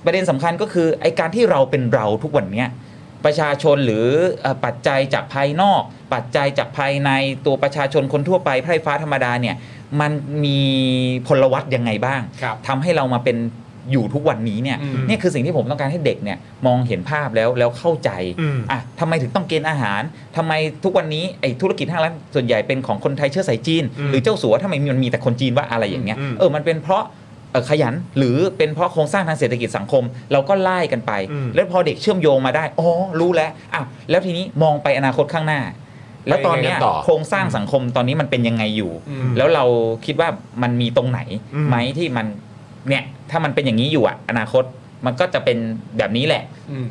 Speaker 6: ประเด็นสำคัญก็คือไอการที่เราเป็นเราทุกวันเนี้ยประชาชนหรือเอ่อปัจจัยจากภายนอก ปัจจัยจากภายในตัวประชาชนคนทั่วไปไพร่ฟ้าธรรมดาเนี่ยมันมีพลวัตยังไงบ้าง
Speaker 3: ครับ
Speaker 6: ทำให้เรามาเป็นอยู่ทุกวันนี้เนี่ย
Speaker 3: อืม
Speaker 6: เนี่ยคือสิ่งที่ผมต้องการให้เด็กเนี่ยมองเห็นภาพแล้วแล้วเข้าใจ
Speaker 2: อืม
Speaker 6: อ่ะทำไมถึงต้องเกณฑ์อาหารทำไมทุกวันนี้ไอ้ธุรกิจห้างร้านส่วนใหญ่เป็นของคนไทยเชื้อสายจีน
Speaker 2: อืม
Speaker 6: หรือเจ้าสัวทำไมมันมีแต่คนจีนว่าอะไรอย่างเงี้ย
Speaker 2: อืม
Speaker 6: เออมันเป็นเพราะเอ่อขยันหรือเป็นเพราะโครงสร้างทางเศรษฐกิจสังคม เราก็ไล่กันไป
Speaker 2: อืม
Speaker 6: แล้วพอเด็กเชื่อมโยงมาได้อ๋อรู้แล้วอ้าวแล้วทีนี้มองไปอนาคตข้างหน้า แล้วตอนเนี้ย
Speaker 2: ไปยังไงกันต่อ
Speaker 6: โครงสร้างสังคมตอนนี้มันเป็นยังไงอยู่
Speaker 3: อืม
Speaker 6: แล้วเราคิดว่ามันมีตรงไหน
Speaker 2: อืม
Speaker 6: ไหมที่มันเนี่ยถ้ามันเป็นอย่างนี้อยู่อ่ะ อนาคตมันก็จะเป็นแบบนี้แหละ
Speaker 3: อืม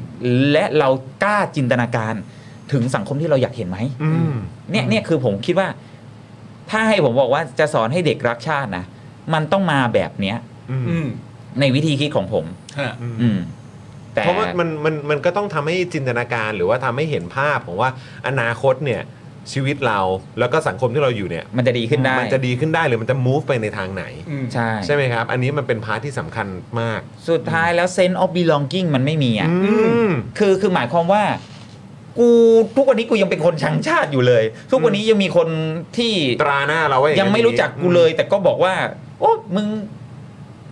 Speaker 6: และเรากล้าจินตนาการถึงสังคมที่เราอยากเห็นไหม
Speaker 2: อืม
Speaker 6: เนี่ยเนี่ยคือผมคิดว่า ถ้าให้ผมบอกว่าจะสอนให้เด็กรักชาตินะมันต้องมาแบบเนี้ย
Speaker 2: อืม
Speaker 3: อืม
Speaker 6: ในวิธีคิดของผม
Speaker 3: ฮะ
Speaker 6: อืม แต่
Speaker 2: เพราะว่ามันมันมันก็ต้องทำให้จินตนาการหรือว่าทำให้เห็นภาพของว่าอนาคตเนี่ย ชีวิตเราแล้วก็สังคมที่เราอยู่เนี่ย
Speaker 6: มันจะดีขึ้นได้
Speaker 2: มันจะดีขึ้นได้หรือมันจะ move ไปในทางไหน
Speaker 6: ใช่
Speaker 2: ใช่ไหมครับ อันนี้มันเป็นพาร์ทที่สำคัญมาก
Speaker 6: สุดท้ายแล้ว sense of belonging มันไม่มีอ่ะ
Speaker 2: อืม
Speaker 6: คือคือหมายความว่ากูทุกวันนี้กูยังเป็นคนชังชาติอยู่เลย ทุกวันนี้ยังมีคนที่
Speaker 2: ตราหน้าเราไว้อา
Speaker 6: ยังไม่รู้จักกูเลย แต่ก็บอกว่า โอ้มึง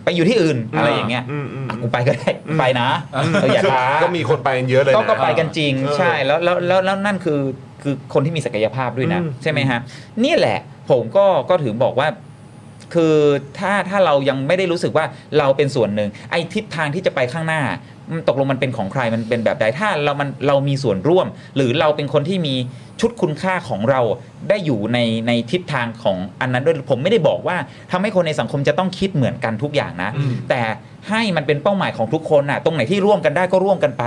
Speaker 6: ไปอยู่ที่อื่นอะไรอย่างเงี้ย
Speaker 2: อืมอืม
Speaker 6: อ่ะ
Speaker 2: อื
Speaker 6: กู
Speaker 2: ม
Speaker 6: ไปก็ได้ไปนะเอออย่าท้า
Speaker 2: ก็มีคนไปกันเยอะเลย
Speaker 6: ก็
Speaker 2: นะ
Speaker 6: ก็ไปกันจริง ใช่แล้วแล้วแล้วแล้วนั่นคือคือคนที่มีศักยภาพด้วยนะ
Speaker 2: อืม
Speaker 6: ใช่ไหมฮะนี่แหละ ผมก็ก็ถือบอกว่า คือถ้าถ้าเรายังไม่ได้รู้สึกว่าเราเป็นส่วนหนึ่ง ไอ้ทิศทางที่จะไปข้างหน้ามันตกลงมันเป็นของใครมันเป็นแบบใดถ้าเรามันเรามีส่วนร่วม หรือเราเป็นคนที่มีชุดคุณค่าของเราได้อยู่ในในทิศทางของอันนั้นด้วยผมไม่ได้บอกว่าทำให้คนในสังคมจะต้องคิดเหมือนกันทุกอย่างนะ แต่ให้มันเป็นเป้าหมายของทุกคนน่ะ ตรงไหนที่ร่วมกันได้ก็ร่วมกันไป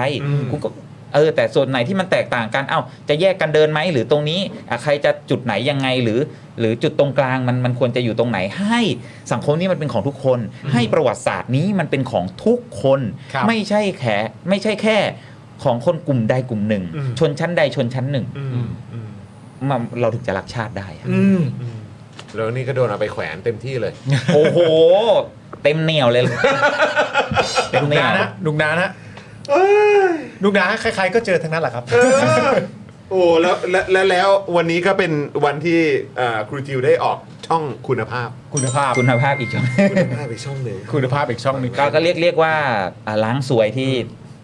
Speaker 6: คุณก็เออ แต่ส่วนไหนที่มันแตกต่างกันเอ้าจะแยกกันเดินไหมหรือตรงนี้อ่ะใครจะจุดไหนยังไงหรือ หรือจุดตรงกลางมันมันควรจะอยู่ตรงไหน ให้สังคมนี้มันเป็นของทุกคน ให้ประวัติศาสตร์นี้มันเป็นของทุกคน
Speaker 3: ครับ
Speaker 6: ไม่ใช่แค่ไม่ใช่แค่ของคนกลุ่มใดกลุ่มหนึ่ง
Speaker 2: อืม
Speaker 6: ชนชั้นใดชนชั้นหนึ่ง
Speaker 2: อืมอืม
Speaker 6: มันเราถึงจะรักชาติได้อะ
Speaker 3: อืม
Speaker 2: อืมแล้วนี่ก็โดนเอาไปแขวนเต็มที่เลย
Speaker 6: โอ้โห เต็มเหนียวเลย เต็มเหนียว
Speaker 3: นุกนานะนุกนานะใครๆก็เจอทั้งนั้นแหละครับ
Speaker 2: โอ้แล้วแล้วแล้วแล้ววันนี้ก็เป็นวันที่เอ่อครูจิวได้ออกช่องคุณภาพ
Speaker 3: คุณภาพ
Speaker 6: คุณภาพอีกช่อง
Speaker 2: คุณภาพไปช่องหนึ่ง
Speaker 3: คุณภาพอีกช่องหนึ่ง
Speaker 6: ก็ก็เรียกเรียกว่าอ่าล้างสวยที่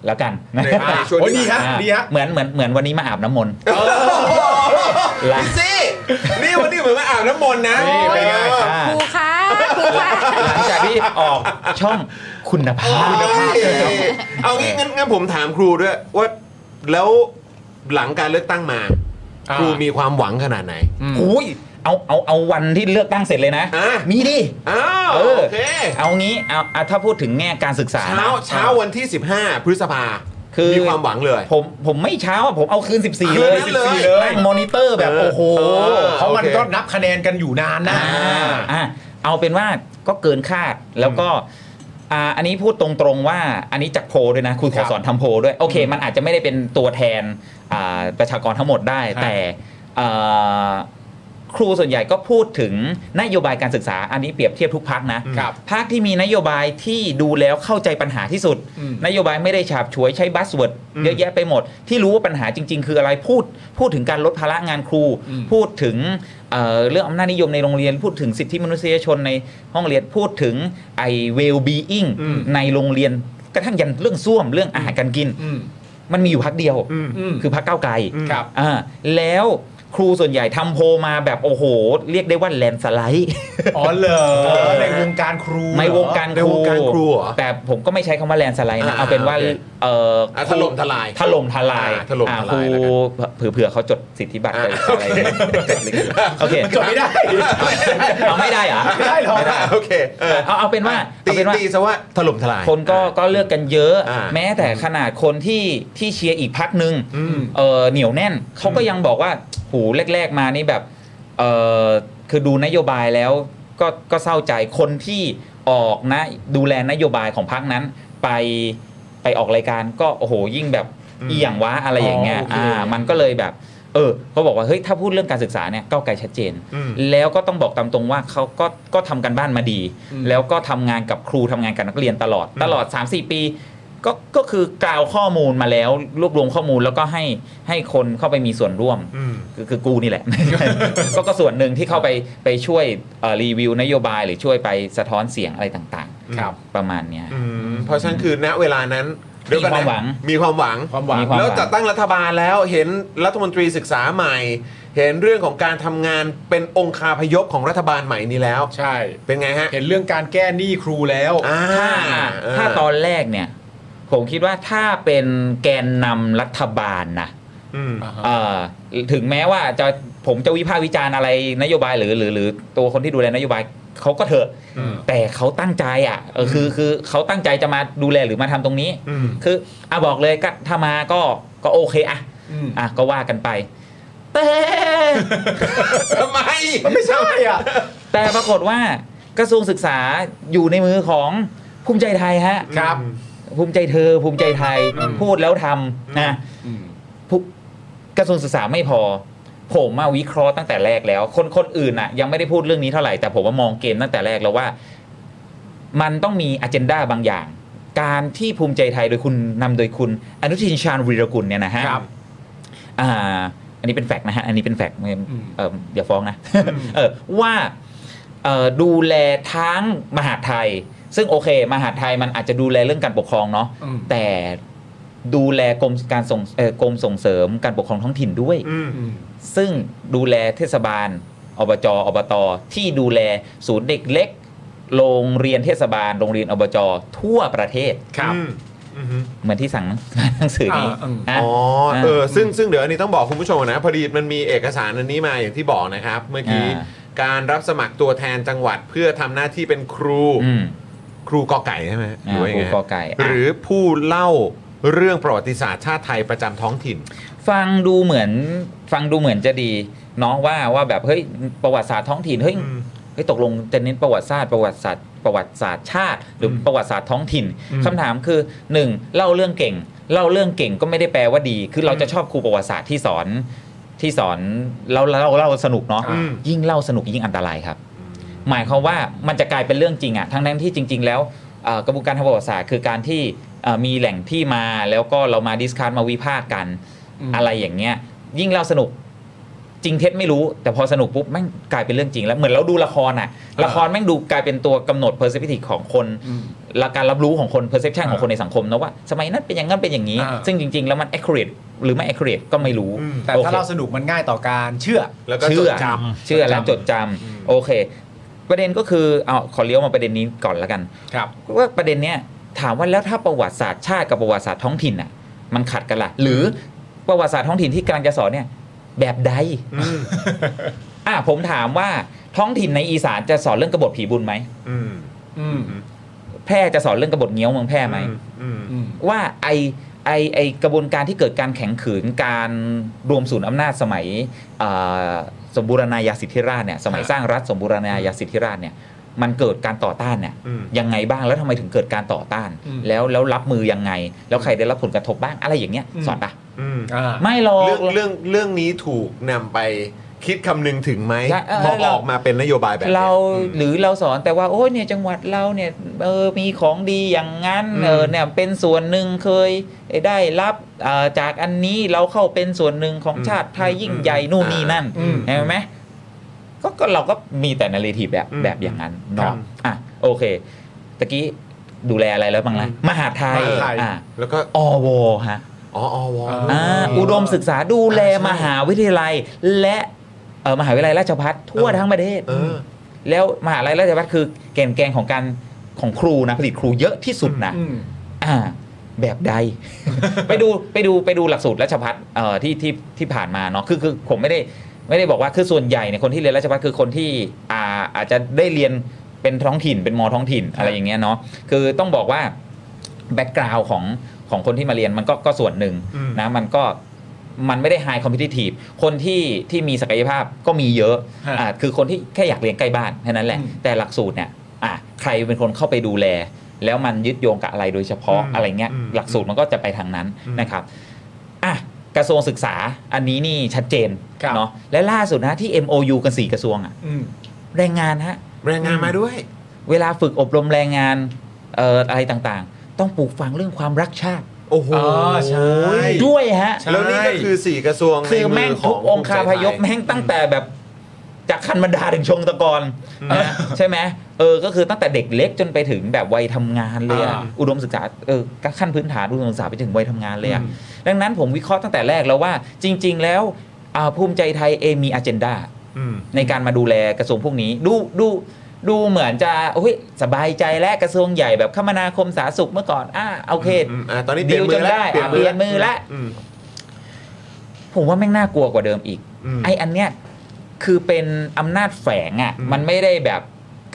Speaker 6: แล้วกันนะ
Speaker 2: ได้
Speaker 6: อ่า
Speaker 2: ช่วงนี้
Speaker 3: โอ้ยดีฮะดีฮะ
Speaker 6: เหมือนเหมือนเหมือนวันนี้มาอาบน้ำมนต์ล้าง
Speaker 2: พี่ซี่นี่วันนี้เหมือนมาอาบน้ำมนต์นะ
Speaker 3: นี่เป็นไง
Speaker 2: ออ
Speaker 6: อ่า
Speaker 7: ครูคะครูคะ
Speaker 6: หลังจากที่ออกช่องคุณภาพ
Speaker 2: เอางี้งั้นงั้นผมถามครูด้วยว่าแล้วหลังการเลือกตั้งมาค
Speaker 3: อ่า
Speaker 2: รูมีความหวังขนาดไหน
Speaker 6: โอ้ยเอาเอาเอาวันที่เลือกตั้งเสร็จเลยนะ
Speaker 2: อ่ะ
Speaker 6: มีดิ
Speaker 2: อ้าว
Speaker 6: เออ
Speaker 2: โอเค
Speaker 6: เอางี้เอาเอาถ้าพูดถึงแง่การศึกษานะ
Speaker 2: เช้าเช้าวันที่ 15 พฤษภา
Speaker 6: คือ
Speaker 2: มีความหวังเลย
Speaker 6: ผมผมไม่เช้าอะผมเอาคืน 14 เลย
Speaker 2: คืนนั้นเลย
Speaker 6: นั่งมอนิเตอร์แบบโอ้โห
Speaker 3: เพราะมันก็นับคะแนนกันอยู่นานนะ
Speaker 6: อ่าอ่ะเอาเป็นว่าก็เกินคาดแล้วก็อ่าอันนี้พูดตรงๆว่าอันนี้จากโพลด้วยนะคุณขอสอนทำโพลด้วยโอเค มันอาจจะไม่ได้เป็นตัวแทนอ่าประชากรทั้งหมดได้
Speaker 3: ครับ
Speaker 6: แต่เอ่อครูส่วนใหญ่ก็พูดถึงนโยบายการศึกษา อันนี้เปรียบเทียบทุกพักนะครับ พักที่มีนโยบายที่ดูแล้วเข้าใจปัญหาที่สุด
Speaker 3: อืม
Speaker 6: นโยบายไม่ได้ฉาบฉวยใช้บัสเวิร์ดเยอะแยะไปหมด ที่รู้ว่าปัญหาจริง ๆ คืออะไรพูด พูดถึงการลดภาระงานครู
Speaker 3: อืม
Speaker 6: พูดถึงเอ่อเรื่องอำนาจนิยมในโรงเรียน พูดถึงสิทธิมนุษยชนในห้องเรียนพูดถึงไอเวลบีอิงในโรงเรียนกระทั่งยันเรื่องส้วมเรื่องอาหารการกิน
Speaker 3: อืม
Speaker 6: มันมีอยู่พักเดียว
Speaker 3: อืม
Speaker 6: คือพักเก้าวไกล
Speaker 3: ครับ
Speaker 6: อ่าแล้วครูส่วนใหญ่ทำโพลมาแบบโอ้โห เรียกได้ว่าแลนด์สไลด์
Speaker 3: อ๋อเหรอในวงการครูเหอ
Speaker 6: ในวงการ
Speaker 2: ในวงการครูเหรอ
Speaker 6: แต่ผมก็ไม่ใช้คำว่าแลนด์สไลด์นะ
Speaker 2: อ่า
Speaker 6: เอาเป็นว่า
Speaker 2: โอเค
Speaker 6: เอ่อ
Speaker 2: อ่ะถล่มทลาย
Speaker 6: ถล่มทลาย
Speaker 2: อ่าถล่ม
Speaker 6: อ่
Speaker 2: ทลาย
Speaker 6: ค
Speaker 2: แล้วกั
Speaker 6: รูเผื่อๆเขาจดสิทธิบัตรไปอะไรโอเค
Speaker 3: มันจดไม่ได้
Speaker 6: เอาไม่ได้เหรอ
Speaker 3: ไม่ได้หรอก
Speaker 6: ไม่ได้
Speaker 2: โอเคเออ
Speaker 6: เอาเอาเป็นว่า
Speaker 2: ตี
Speaker 6: เอาเป็นว่า
Speaker 2: ตีซะว่าถล่มทลาย
Speaker 6: คนก็ก็เลือกกันเยอะ
Speaker 2: อ่า
Speaker 6: แม้แต่ขนาดคนที่ที่เชียร์อีกพักหนึ่ง
Speaker 2: อืม
Speaker 6: เออเหนียวแน่นเขาก็ยังบอกว่าหูแรก ๆ มานี่แบบเออคือดูนโยบายแล้วก็ก็เศร้าใจคนที่ออกนะดูแลนโยบายของพักนั้น ไปไปออกรายการก็โอ้โหยิ่งแบบ
Speaker 2: อืม
Speaker 6: เอียงวะอะไรอย่างเงี้ย
Speaker 3: อ๋อโอเค
Speaker 6: อ่ามันก็เลยแบบ เออเขาบอกว่าเฮ้ยถ้าพูดเรื่องการศึกษาเนี่ยก้าวไกลชัดเจน
Speaker 2: อืม
Speaker 6: แล้วก็ต้องบอกตามตรงว่าเขาก็ก็ทำกันบ้านมาดี แล้วก็ทำงานกับครูทำงานกับนักเรียนตลอด
Speaker 2: อืม
Speaker 6: ตลอด 3-4 ปี ก็ก็คือกล่าวข้อมูลมาแล้วรวบรวมข้อมูลแล้วก็ให้ให้คนเข้าไปมีส่วนร่วม
Speaker 2: อืม
Speaker 6: คือคือกูนี่แหละ ก็ก็ส่วนหนึ่งที่เข้าไปไปช่วยเอ่อรีวิวนโยบายหรือช่วยไปสะท้อนเสียงอะไรต่างๆ
Speaker 2: ครับ
Speaker 6: ประมาณเนี้ย
Speaker 2: อืมเพราะฉะนั้นคือณเวลานั้นเดี๋ยก่อนนะ
Speaker 6: มีความหวัง
Speaker 2: มีความหวัง
Speaker 3: ความหวัง
Speaker 6: มีความ
Speaker 2: แล้วจัดตั้งรัฐบาลแล้วเห็นรัฐมนตรีศึกษาใหม่ เห็นเรื่องของการทำงานเป็นองคาพยพของรัฐบาลใหม่นี้แล้ว
Speaker 3: ใช่
Speaker 2: เป็นไงฮะ
Speaker 3: เห็นเรื่องการแก้หนี้ครูแล้ว
Speaker 2: อ่า
Speaker 6: ถ้าถ้าตอนแรกเนี่ย ผมคิดว่าถ้าเป็นแกนนำรัฐบาลนะ
Speaker 2: อืม
Speaker 3: ครับ
Speaker 6: เอ่อถึงแม้ว่าจะผมจะวิพากษ์วิจารณ์อะไรนโยบายหรือหรือหรือตัวคนที่ดูแลนโยบายเขาก็เถอะ
Speaker 2: อืม
Speaker 6: แต่เขาตั้งใจอ่ะเออคือคือเขาตั้งใจจะมาดูแลหรือมาทำตรงนี้
Speaker 2: อืม
Speaker 6: คืออ่ะบอกเลยก็ถ้ามาก็ก็โอเคอ่ะ
Speaker 3: อืม
Speaker 6: อ่ะก็ว่ากันไป แต่
Speaker 2: ทำไม
Speaker 3: มันไม่ใช่อ่ะ
Speaker 6: แต่ปรากฏว่ากระทรวงศึกษาอยู่ในมือของภูมิใจไทยฮะ
Speaker 3: ครับ
Speaker 6: ภูมิใจเธอ ภูมิใจไทยพูดแล้วทำนะ ผู้กระทรวงศึกษาไม่พอ ผมมาวิเคราะห์ตั้งแต่แรกแล้ว คนคนอื่นน่ะยังไม่ได้พูดเรื่องนี้เท่าไหร่แต่ผมว่ามองเกมตั้งแต่แรกแล้วว่า มันต้องมีอ g e n d a บางอย่าง การที่ภูมิใจไทยโดยคุณนำโดยคุณอนุทินชาญวีรกุลเนี่ยนะฮะ
Speaker 3: ครับ
Speaker 6: อ่าอันนี้เป็นแฟกต์นะฮะ อันนี้เป็นแฟกต์ไม่
Speaker 3: อืม
Speaker 6: เอ่ออย่าฟ้องนะ เออว่าเอ่อดูแลทั้งมหาดไทย ซึ่งโอเค มหาดไทยมันอาจจะดูแลเรื่องการปกครองเนาะ
Speaker 3: อืม
Speaker 6: แต่ดูแลกรมการส่งเอ่อกรมส่งเสริมการปกครองท้องถิ่นด้วย
Speaker 2: อืม
Speaker 6: ซึ่งดูแลเทศบาล อบจ อบต ที่ดูแลศูนย์เด็กเล็ก โรงเรียนเทศบาล โรงเรียนอบจ ทั่วประเทศ
Speaker 3: ครับ
Speaker 2: อืมอืมฮึ
Speaker 6: เหมือนที่สั่งหนังสือนี้
Speaker 3: อ่าอืม
Speaker 6: นะ
Speaker 2: อ๋อเออซึ่งซึ่งเดี๋ยวอันนี้ต้องบอกคุณผู้ชมก่อนนะ พอดีมันมีเอกสารอันนี้มาอย่างที่บอกนะครับ เมื่อกี้
Speaker 6: อ่า
Speaker 2: การรับสมัครตัวแทนจังหวัดเพื่อทำหน้าที่เป็นครู
Speaker 6: อืม
Speaker 2: ครูกอไก่ใช่ไหมหรือว่ายังไง
Speaker 6: ครูกอไก่
Speaker 2: ห
Speaker 6: อ่ะ
Speaker 2: รือผู้เล่าเรื่องประวัติศาสตร์ชาติไทยประจำท้องถิ่น
Speaker 6: ฟังดูเหมือนฟังดูเหมือนจะดีเนาะว่าว่าแบบเฮ้ยประวัติศาสตร์ท้องถิ่นเฮ้ย
Speaker 2: อืม
Speaker 6: เฮ้ยตกลงจะเน้นประวัติศาสตร์ประวัติศาสตร์ประวัติศาสตร์ชาติ หรืออประวัติศาสตร์ท้องถิ่นคำถามคือหนึ่งเล่าเรื่องเก่ง เล่าเรื่องเก่งก็ไม่ได้แปลว่าดี คือเราจะชอบครูประวัติศาสตร์ที่สอนที่สอนเราเล่าเล่าสนุกเนาะ
Speaker 2: อืม
Speaker 6: ยิ่งเล่าสนุกยิ่งอันตรายครับ หมายความว่ามันจะกลายเป็นเรื่องจริงอะทั้งนั้นที่จริง ๆ แล้วเอ่อกระบวนการทางประวัติศาสตร์คือการที่เอ่อมีแหล่งที่มาแล้วก็เรามาดิสคัทมาวิพากษ์กัน อะไรอย่างเงี้ย ยิ่งเราสนุกจริงเท็จไม่รู้ แต่พอสนุกปุ๊บแม่งกลายเป็นเรื่องจริงแล้วเหมือนเราดูละครอะละครแม่งดูกลายเป็นตัวกำหนด perspective ของคนและการรับรู้ของคน perception ของคนในสังคมนะว่าสมัยนั้นเป็นอย่างนั้นเป็นอย่างนี้
Speaker 3: อ่า
Speaker 6: ซึ่งจริง ๆ แล้วมัน accurate หรือไม่ accurate ก็ไม่รู้
Speaker 3: แต่
Speaker 6: โอ
Speaker 3: ถ้า
Speaker 6: ค
Speaker 3: เราสนุกมันง่ายต่อการเชื่อ
Speaker 2: แล้วก็จ
Speaker 6: เชื่
Speaker 2: ด
Speaker 6: อ
Speaker 2: จ
Speaker 6: เชื่อและจดจำโอเค ประเด็นก็คือเอาขอเลี้ยวมาประเด็นนี้ก่อนละกัน
Speaker 3: ครับ
Speaker 6: ว่าประเด็นเนี้ยถามว่าแล้วถ้าประวัติศาสตร์ชาติกับประวัติศาสตร์ท้องถิ่นอ่ะ มันขัดกันละหรือประวัติศาสตร์ท้องถิ่นที่กำลังจะสอนเนี่ย แบบใด
Speaker 2: ำอืม
Speaker 6: อ่ะผมถามว่าท้องถิ่นในอีสานจะสอนเรื่องกบฏผีบุญไหม
Speaker 2: อืม
Speaker 3: อืม
Speaker 6: แพร่จะสอนเรื่องกบฏเงี้ยวเมืองแพร่ไหม
Speaker 2: อืม
Speaker 3: อืม
Speaker 6: ว่าไอไอไอกระบวนการที่เกิดการแข่งขืนการรวมศูนย์อำนาจสมัยเอ่อสมบูรณาญาสิทธิราชเนี่ยสมัย
Speaker 3: ครับ
Speaker 6: สร้างรัฐสมบูรณาญาสิทธิราชเนี่ยมันเกิดการต่อต้านเนี่ย
Speaker 2: อืม
Speaker 6: ยังไงบ้างแล้วทำไมถึงเกิดการต่อต้าน แล้วแล้วรับมือยังไง แล้วใครได้รับผลกระทบบ้างอะไรอย่างเงี้ยสอนปะ
Speaker 2: อืม
Speaker 3: อ่า
Speaker 6: ไม่หรอก
Speaker 2: เรื่องเรื่องเรื่องนี้ถูกนำไปคิดคำนึงถึงไหม
Speaker 6: ใช่เออ
Speaker 2: พอ
Speaker 6: เรา
Speaker 2: ออกมาเป็นนโยบายแบบนี้ย
Speaker 6: เรา
Speaker 2: อืม
Speaker 6: หรือเราสอนแต่ว่าโอ้ยเนี่ยจังหวัดเราเนี่ยเออมีของดีอย่างนั้น
Speaker 2: อืม
Speaker 6: เออเนี่ยเป็นส่วนหนึ่งเคยได้รับเอ่อจากอันนี้เราเข้าเป็นส่วนหนึ่งของชาติไทยยิ่งใหญ่นู่นนี่นั่น
Speaker 3: อืม
Speaker 6: เห็นไหมก็ก็เราก็มีแต่นาเรทีฟแบบแบบอย่างนั้นเนาะอ่ะโอเคตะกี้ดูแลอะไรแล้วบ้างล่ะมหาดไทย
Speaker 3: มหาดไทย
Speaker 6: อ่ะ
Speaker 2: แล้วก็
Speaker 6: อวฮะ
Speaker 2: อ๋ออว
Speaker 3: อ่า
Speaker 6: อ่าอุดมศึกษาดูแลมหาวิทยาลัย และเอ่อมหาวิทยาลัยราชพัฒทั่วทั้งประเทศ
Speaker 2: เออ
Speaker 6: แล้วมหาลัยราชภัฏคือแก่นแกนของการของครูนะผลิตครูเยอะที่สุดนะ
Speaker 3: อืม
Speaker 6: อ่า แบบใด ไปดูไปดูไปดูหลักสูตรราชพัฏเอ่อที่ที่ที่ผ่านมาเนาะคือคือผมไม่ได้ไม่ได้บอกว่าคือส่วนใหญ่เนี่ยคนที่เรียนราชพัฏคือคนที่อ่าอาจจะได้เรียนเป็นท้องถิ่นเป็นมอท้องถิ่นอะไรอย่างเงี้ยเนาะคือต้องบอกว่าแบ็กกราวน์ของของคนที่มาเรียนมันก็ก็ส่วนหนึ่ง
Speaker 2: อืม
Speaker 6: นะมันก็มันไม่ได้ไฮคอมเพ t i ทีฟคนที่ที่มีศักยภาพก็มีเยอะ
Speaker 3: ฮะ
Speaker 6: อ่าคือคนที่แค่อยากเรียนใกล้บ้านแค่นั้นแหละ
Speaker 3: อืม
Speaker 6: แต่หลักสูตรเนี่ยอ่ะใครเป็นคนเข้าไปดูแล แล้วมันยึดโยงกับอะไรโดยเฉพาะ
Speaker 2: อืม
Speaker 6: อะไรเงี้ย
Speaker 2: อืม
Speaker 6: หลักสูตรมันก็จะไปทางนั้น
Speaker 2: อืม
Speaker 6: นะครับอ่ะกระทรวงศึกษาอันนี้นี่ชัดเจน
Speaker 3: ครับ
Speaker 6: เนาะและล่าสุดนะที่ MOU กันสี่กระทรวงอะ
Speaker 3: อืม
Speaker 6: แรงงานฮะ
Speaker 2: แรงงานมาด้วย
Speaker 6: เวลาฝึกอบรมแรงงานเอ่ออะไรต่างๆ ต้องปลูกฝังเรื่องความรักชาติ
Speaker 2: โอ้โห
Speaker 3: อ๋อใช่
Speaker 6: ด้วยฮะ
Speaker 3: ใช่
Speaker 2: แล้วนี่ก็คือ 4 กระทรวง
Speaker 6: คือแม่ง
Speaker 2: ใน
Speaker 6: ทุกองคาพยพ
Speaker 2: ภูมิใจไท
Speaker 6: แม่งตั้งแต่แบบจากคันบรรดาถึงชงตะกร
Speaker 2: อืม
Speaker 6: นะใช่ไหมเออ ก็คือตั้งแต่เด็กเล็กจนไปถึงแบบวัยทำงานเลยอะ
Speaker 3: อ่า
Speaker 6: อุดมศึกษาเออขั้นพื้นฐานอุดมศึกษาไปถึงวัยทำงานเลยอะดังนั้นผมวิเคราะห์ตั้งแต่แรกแล้วว่า จริง ๆ แล้วอ่าภูมิใจไทยเองมีอ g e n d a
Speaker 2: อืม
Speaker 6: ในการมาดูแลกระทรวงพวกนี้ดูดูดูเหมือนจะโอ้ยสบายใจและกระทรวงใหญ่แบบคมนาคมสาธารณสุขเมื่อก่อนอ่าโอเค
Speaker 2: อืมอ่าตอนนี้เปลี่ยนมือ
Speaker 6: ดีลจนได้
Speaker 2: แล้ว
Speaker 6: อ่ะเปลี่ยนมือละ
Speaker 2: ม
Speaker 6: ผมว่าแม่งน่ากลัวกว่าเดิมอีก
Speaker 2: อืม
Speaker 6: ไออันเนี้ยคือเป็นอำนาจแฝงอะ่ะ
Speaker 2: อืม
Speaker 6: มันไม่ได้แบบ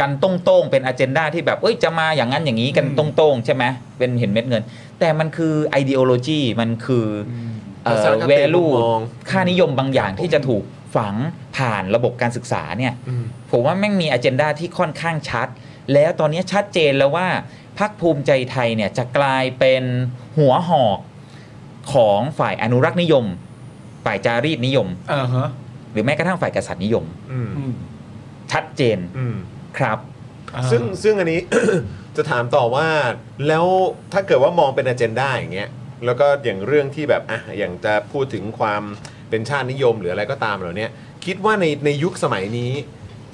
Speaker 6: กันตรงๆเป็นอ g e n d a ที่แบบเอ้ยจะมาอย่างนั้นอย่างนี้กันตรงๆ ใช่ไหมเป็นเห็นเม็ดเงิน แต่มันคือ ideology มันคือเอ่
Speaker 2: ทัศ
Speaker 6: อ
Speaker 2: นคติ
Speaker 6: value
Speaker 2: มุมมอง
Speaker 6: ค่านิยมบางอย่างที่จะถูกฝังผ่านระบบการศึกษาเนี่ย
Speaker 2: อืม
Speaker 6: ผมว่าแม่งมีอ g e n d a ที่ค่อนข้างชัด แล้วตอนนี้ชัดเจนแล้วว่าพักภูมิใจไทยเนี่ยจะกลายเป็นหัวหอกของฝ่ายอนุรักษ์นิยม ฝ่ายจารีตนิยม
Speaker 3: อ่าฮะ
Speaker 6: หรือแม้กระทั่งฝ่ายกษัตริย์นิยม
Speaker 2: อืม
Speaker 6: ชัดเจน
Speaker 2: อืม
Speaker 6: ครับ
Speaker 2: ซึ่งซึ่งอันนี้ จะถามต่อว่าแล้วถ้าเกิดว่ามองเป็นอ g e n d a อย่างเงี้ยแล้วก็อย่างเรื่องที่แบบอ่ะอย่างจะพูดถึงความเป็นชาตินิยมหรืออะไรก็ตามเหล่าเนี้ยคิดว่าในในยุคสมัยนี้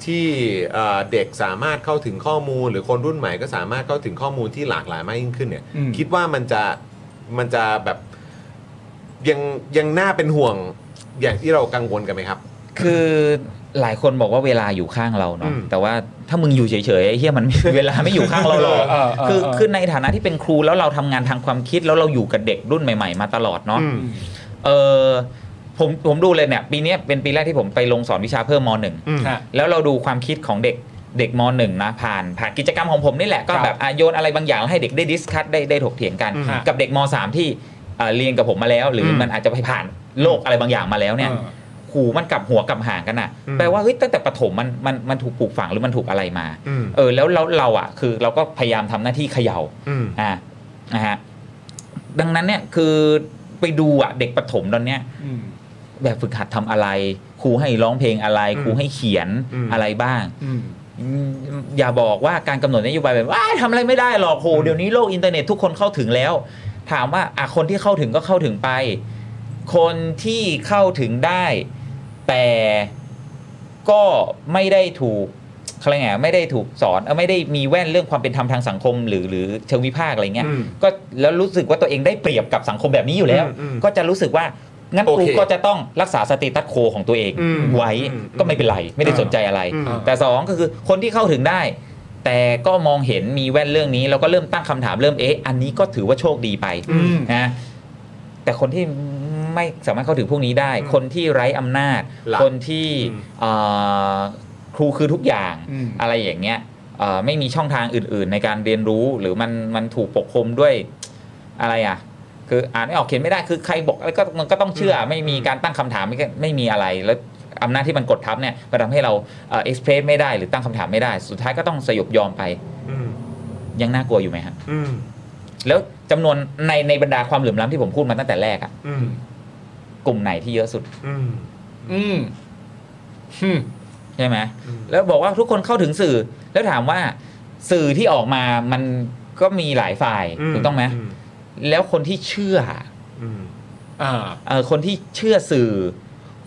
Speaker 2: ที่เอ่อเด็กสามารถเข้าถึงข้อมูล หรือคนรุ่นใหม่ก็สามารถเข้าถึงข้อมูลที่หลากหลายมากยิ่งขึ้นเนี่ย
Speaker 3: อืม
Speaker 2: คิดว่ามันจะมันจะแบบยังยังน่าเป็นห่วงอย่างที่เรากังวลกันไหมครับ
Speaker 6: คือหลายคนบอกว่าเวลาอยู่ข้างเราเนาะ
Speaker 2: อืม
Speaker 6: แต่ว่าถ้ามึงอยู่เฉยๆไอ้เหี้ยมัน เวลาไม่ อยู่ข้างเราหรอก
Speaker 3: เออเออเออ
Speaker 6: คือคือในฐานะที่เป็นครูแล้วเราทำงานทางความคิดแล้วเราอยู่กับเด็กรุ่นใหม่ๆมาตลอดเนาะ
Speaker 2: อืม
Speaker 6: เออผมผมดูเลยเนี่ยปีเนี้ยเป็นปีแรกที่ผมไปลงสอนวิชาเพิ่มมหนึ่ง
Speaker 2: อืม
Speaker 3: ฮะ
Speaker 6: แล้วเราดูความคิดของเด็กเด็กมหนึ่งนะผ่านผ่านกิจกรรมของผมนี่แหละก็
Speaker 3: ครับ
Speaker 6: แบบอ่ะโยนอะไรบางอย่างแล้วให้เด็กได้ดิสคัตได้ได้ถกเถียงกัน
Speaker 3: อืมฮะ
Speaker 6: กับเด็กมสามที่เอ่อเรียนกับผมมาแล้ว หรืออ
Speaker 2: ม
Speaker 6: มันอาจจะไปผ่านโลกอะไรบางอย่างมาแล้วเนี่ย
Speaker 3: เออ
Speaker 6: ขู่มันกลับหัวกลับหางกันอ่ะ
Speaker 2: อืม
Speaker 6: แปลว่าเฮ้ยตั้งแต่ประถมมันมันมันถูกปลูกฝังหรือมันถูกอะไรมา
Speaker 2: อืม
Speaker 6: เออแล้วเราเราอ่ะคือเราก็พยายามทำหน้าที่เขย่า
Speaker 2: อืม
Speaker 6: อ่านะฮะดังนั้นเนี่ยคือไปดูอ่ะเด็กประถมตอนเนี้ย
Speaker 3: อืม
Speaker 6: แบบฝึกหัดทำอะไร ครูให้ร้องเพลงอะไร
Speaker 2: อืม
Speaker 6: ครูให้เขียน
Speaker 2: อืม
Speaker 6: อะไรบ้าง
Speaker 3: อืม
Speaker 6: อย่าบอกว่าการกำหนดนโยบายแบบว่าทำอะไรไม่ได้หรอกโห
Speaker 2: อืม
Speaker 6: เดี๋ยวนี้โลกอินเทอร์เน็ตทุกคนเข้าถึงแล้ว ถามว่าอ่ะคนที่เข้าถึงก็เข้าถึงไป คนที่เข้าถึงได้ แต่ก็ไม่ได้ถูกเขาเรียกไงไม่ได้ถูกสอนเอ่อไม่ได้มีแว่นเรื่องความเป็นธรรมทางสังคม หรือหรือเชิงวิพากษ์อะไรเงี้ย
Speaker 2: อืม
Speaker 6: ก็แล้วรู้สึกว่าตัวเองได้เปรียบกับสังคมแบบนี้อยู่แล้ว
Speaker 2: อืมอืม
Speaker 6: ก็จะรู้สึกว่างั้น
Speaker 2: โอเค
Speaker 6: กูก็จะต้องรักษาสเตตัสโคของตัวเอง
Speaker 2: อืม
Speaker 6: ไว้
Speaker 2: อืม
Speaker 6: ก็ไม่เป็นไร ไม่ได้
Speaker 2: อ่า
Speaker 6: สนใจอะไร
Speaker 2: อืม
Speaker 6: แต่สองก็คือคนที่เข้าถึงได้ แต่ก็มองเห็นมีแว่นเรื่องนี้ แล้วก็เริ่มตั้งคำถามเริ่มเอ๊ะอันนี้ก็ถือว่าโชคดีไป
Speaker 2: อืม
Speaker 6: นะแต่คนที่ไม่สามารถเข้าถึงพวกนี้ได้
Speaker 2: อืม
Speaker 6: คนที่ไร้อำนาจ
Speaker 2: หลัก
Speaker 6: คนที่
Speaker 2: อืม
Speaker 6: เอ่อครูคือทุกอย่าง
Speaker 3: อืม
Speaker 6: อะไรอย่างเงี้ยเอ่อไม่มีช่องทางอื่น ๆ ในการเรียนรู้หรือมันมันถูกปกคลุมด้วยอะไรอ่ะ คืออ่านไม่ออกเขียนไม่ได้คือใครบอกแล้วก็มันก็ต้องเชื่ออไม่มีการตั้งคำถามไม่ไม่มีอะไรแล้วอำนาจที่มันกดทับเนี่ยมันทำให้เราเอ็กซ์เพรสไม่ได้หรือตั้งคำถามไม่ได้ สุดท้ายก็ต้องสยบยอมไป
Speaker 2: อืม
Speaker 6: ยังน่ากลัวอยู่ไหมฮะ
Speaker 2: อืม
Speaker 6: แล้วจำนวนในในบรรดาความเหลื่อมล้ำที่ผมพูดมาตั้งแต่แรกอะ
Speaker 2: อืม
Speaker 6: กลุ่มไหนที่เยอะสุด
Speaker 2: อืม
Speaker 3: อืมอืม
Speaker 6: ใช่ไหม
Speaker 2: อืม
Speaker 6: แล้วบอกว่าทุกคนเข้าถึงสื่อ แล้วถามว่าสื่อที่ออกมามันก็มีหลายฝ่ายถูกต้องไหมแล้วคนที่เชื่อ
Speaker 2: อืม
Speaker 3: อ่า
Speaker 6: เอ่อคนที่เชื่อสื่อ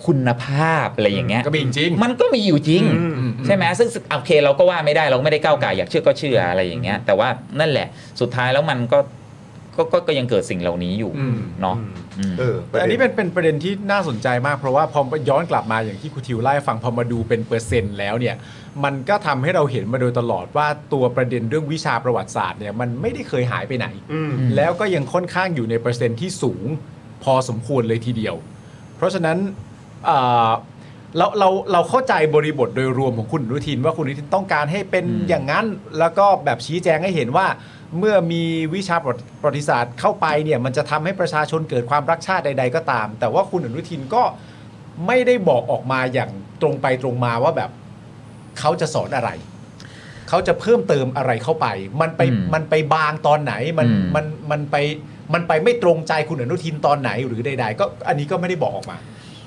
Speaker 6: คุณภาพอะไรอย่างเงี้ย
Speaker 3: ก็มีจริง
Speaker 6: มันก็มีอยู่จริง
Speaker 2: อืม
Speaker 3: อืม
Speaker 6: ใช่ไหมซึ่งซึ่งโอเคเราก็ว่าไม่ได้เราไม่ได้ก้าวไก่ายอยากเชื่อก็เชื่ออะไรอย่างเงี้ย แต่ว่านั่นแหละสุดท้ายแล้วมันก็ก็ก็ก็ยังเกิดสิ่งเหล่านี้อยู่
Speaker 3: อืม
Speaker 6: เนาะอืม
Speaker 2: เออ
Speaker 3: แต่อันนี้เป็นเป็นประเด็นที่น่าสนใจมาก เพราะว่าพอย้อนกลับมาอย่างที่ครูทิวไล่าให้ฟังพอมาดูเป็นเปอร์เซ็นต์แล้วเนี่ย มันก็ทำให้เราเห็นมาโดยตลอดว่าตัวประเด็นเรื่องวิชาประวัติศาสตร์เนี่ยมันไม่ได้เคยหายไปไหน
Speaker 2: อืม
Speaker 6: ม
Speaker 3: แล้วก็ยังค่อนข้างอยู่ในเปอร์เซ็นต์ที่สูงพอสมควรเลยทีเดียว เพราะฉะนั้นเอ่อเราเราเราเข้าใจบริบทโดยรวมของคุณอนุทินว่าคุณอนุทินต้องการให้เป็น
Speaker 6: อืม
Speaker 3: อย่างนั้น แล้วก็แบบชี้แจงให้เห็นว่า เมื่อมีวิชาประวัติศาสตร์เข้าไปเนี่ยมันจะทำให้ประชาชนเกิดความรักชาติใด ๆ ก็ตาม แต่ว่าคุณอนุทินก็ไม่ได้บอกออกมาอย่างตรงไปตรงมาว่าแบบเขาจะสอนอะไร เขาจะเพิ่มเติมอะไรเข้าไป มันไป
Speaker 6: อืม
Speaker 3: มันไปบางตอนไหน มัน
Speaker 6: อืม
Speaker 3: มันมันไปมันไปไม่ตรงใจคุณอนุทินตอนไหนหรือใด ๆ ก็อันนี้ก็ไม่ได้บอกออกมา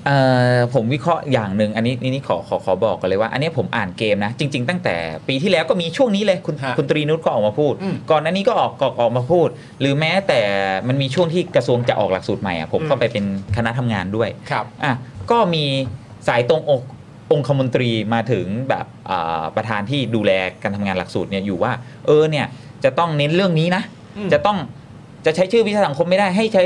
Speaker 6: เอ่อผมวิเคราะห์อย่างหนึ่งอันนี้นี่นี่ขอขอขอบอกกันเลยว่า อันนี้ผมอ่านเกมนะ จริง ๆ ตั้งแต่ปีที่แล้วก็มีช่วงนี้เลยคุณ
Speaker 3: ฮะ
Speaker 6: คุณตรีนุชก็ออกมาพูด
Speaker 3: อืม
Speaker 6: ก่อนหน้านี้ก็ออกก็ออกมาพูด หรือแม้แต่มันมีช่วงที่กระทรวงจะออกหลักสูตรใหม่อะผมก็ไปเป็นคณะทำงานด้วย
Speaker 3: ครับ
Speaker 6: อ่ะก็มีสายตรงอกองคมนตรีมาถึงแบบอ่าประธานที่ดูแลการทำงานหลักสูตรเนี่ยอยู่ว่า เออเนี่ยจะต้องเน้นเรื่องนี้นะ
Speaker 3: อืม
Speaker 6: จะต้องจะใช้ชื่อวิชาสังคมไม่ได้ให้ใช้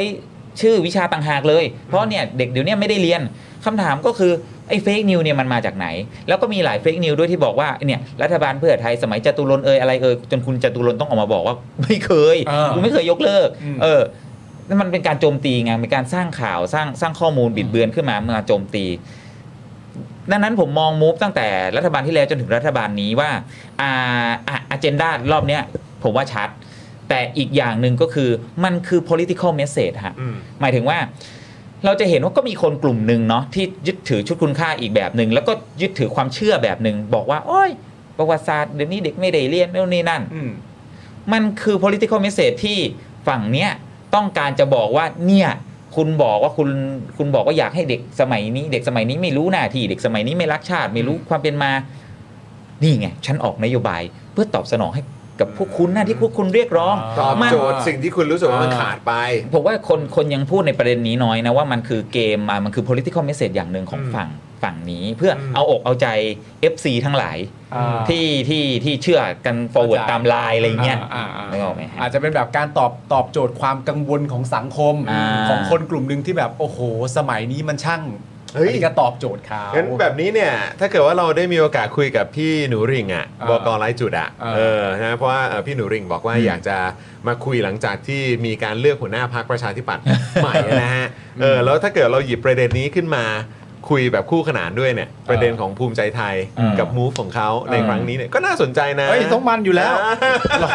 Speaker 6: ชื่อวิชาต่างหากเลย เพราะเนี่ยเด็กเดี๋ยวเนี้ไม่ได้เรียนคำถามก็คือไอ้เฟกนิวเนี่ยมันมาจากไหน แล้วก็มีหลายเฟกนิวด้วยที่บอกว่าเนี่ยรัฐบาลเพื่อไทยสมัยจตุรนต์เอยอะไรเอยจนคุณจตุรนต์ต้องออกมาบอกว่า ไม่เคย
Speaker 3: อ่ากู
Speaker 6: กูไม่เคยยกเลิก
Speaker 3: อืม
Speaker 6: เออ นั่นมันเป็นการโจมตีไงเป็นการสร้างข่าวสร้างสร้างข้อมูลบิดเบือนขึ้นมามาโจมตี ดังนั้นผมมองมูฟตั้งแต่รัฐบาลที่แล้วจนถึงรัฐบาลนี้ว่าอ่าอ่ะอเจนดารอบเนี้ยผมว่าชัด แต่อีกอย่างหนึ่งก็คือมันคือ political message ฮะ
Speaker 2: อืม
Speaker 6: หมายถึงว่าเราจะเห็นว่าก็มีคนกลุ่มหนึ่งเนาะที่ยึดถือชุดคุณค่าอีกแบบหนึ่งแล้วก็ยึดถือความเชื่อแบบหนึ่งบอกว่า โอ้ย ประวัติศาสตร์เดี๋ยวนี้เด็กไม่ได้เรียนโน่นนี่นั่น
Speaker 3: อืม
Speaker 6: มันคือ political message ที่ฝั่งเนี้ยต้องการจะบอกว่าเนี่ย คุณบอกว่าคุณคุณบอกว่าอยากให้เด็กสมัยนี้ เด็กสมัยนี้ไม่รู้หน้าที่เด็กสมัยนี้ไม่รักชาติ ไม่รู้ความเป็นมา นี่ไง ฉันออกนโยบาย เพื่อตอบสนองให้กับพวกคุณนะที่พวกคุณเรียกร้อง
Speaker 1: ตอบ
Speaker 6: มัน
Speaker 1: โจทย์สิ่งที่คุณรู้สึกว่ามัน
Speaker 3: อ่า
Speaker 1: ขาดไป
Speaker 6: ผมว่าคนคนยังพูดในประเด็นนี้น้อยนะว่ามันคือเกมมามันคือ political message อย่างหนึ่งของ
Speaker 3: อืม
Speaker 6: ฝั่งฝั่งนี้ เพื่ออ
Speaker 1: ม
Speaker 6: เอาอกเอาใจ FC ทั้งหลาย
Speaker 3: อ่า
Speaker 6: ที่ที่ที่เชื่อกัน forward
Speaker 3: เข้าใจ
Speaker 6: ตามไลน์อะไรอย่างเงี้ย
Speaker 3: อ่าา
Speaker 6: นึกออกไหมฮะ
Speaker 3: อาจจะเป็นแบบการตอบตอบโจทย์ความกังวลของสังคม
Speaker 6: อ่า
Speaker 3: ของคนกลุ่มหนึ่งที่แบบโอ้โห สมัยนี้มันช่าง
Speaker 1: เฮ้ย
Speaker 3: อันนี้ก็ตอบโจทย์เขา
Speaker 1: งั้นแบบนี้เนี่ย ถ้าเกิดว่าเราได้มีโอกาสคุยกับพี่หนูริงอ่ะ
Speaker 3: อ่า
Speaker 1: บกไร้จุดอ่ะ
Speaker 3: อ่า
Speaker 1: เออนะเพราะว่าเอ่อพี่หนูริงบอกว่า
Speaker 6: อืม
Speaker 1: อยากจะมาคุยหลังจากที่มีการเลือกหัวหน้าพักประชาธิปัตย์ ให ม่นะฮะเออแล้วถ้าเกิดเราหยิบประเด็นนี้ขึ้นมาคุยแบบคู่ขนานด้วยเนี่ย ประเด็นของภูมิใจไทย
Speaker 6: อืม
Speaker 1: กับมูฟของเขาใน
Speaker 3: อ่า
Speaker 1: ครั้งนี้เนี่ยก็น่าสนใจนะ
Speaker 3: เฮ้ยต้องมันอยู่แล้วรอ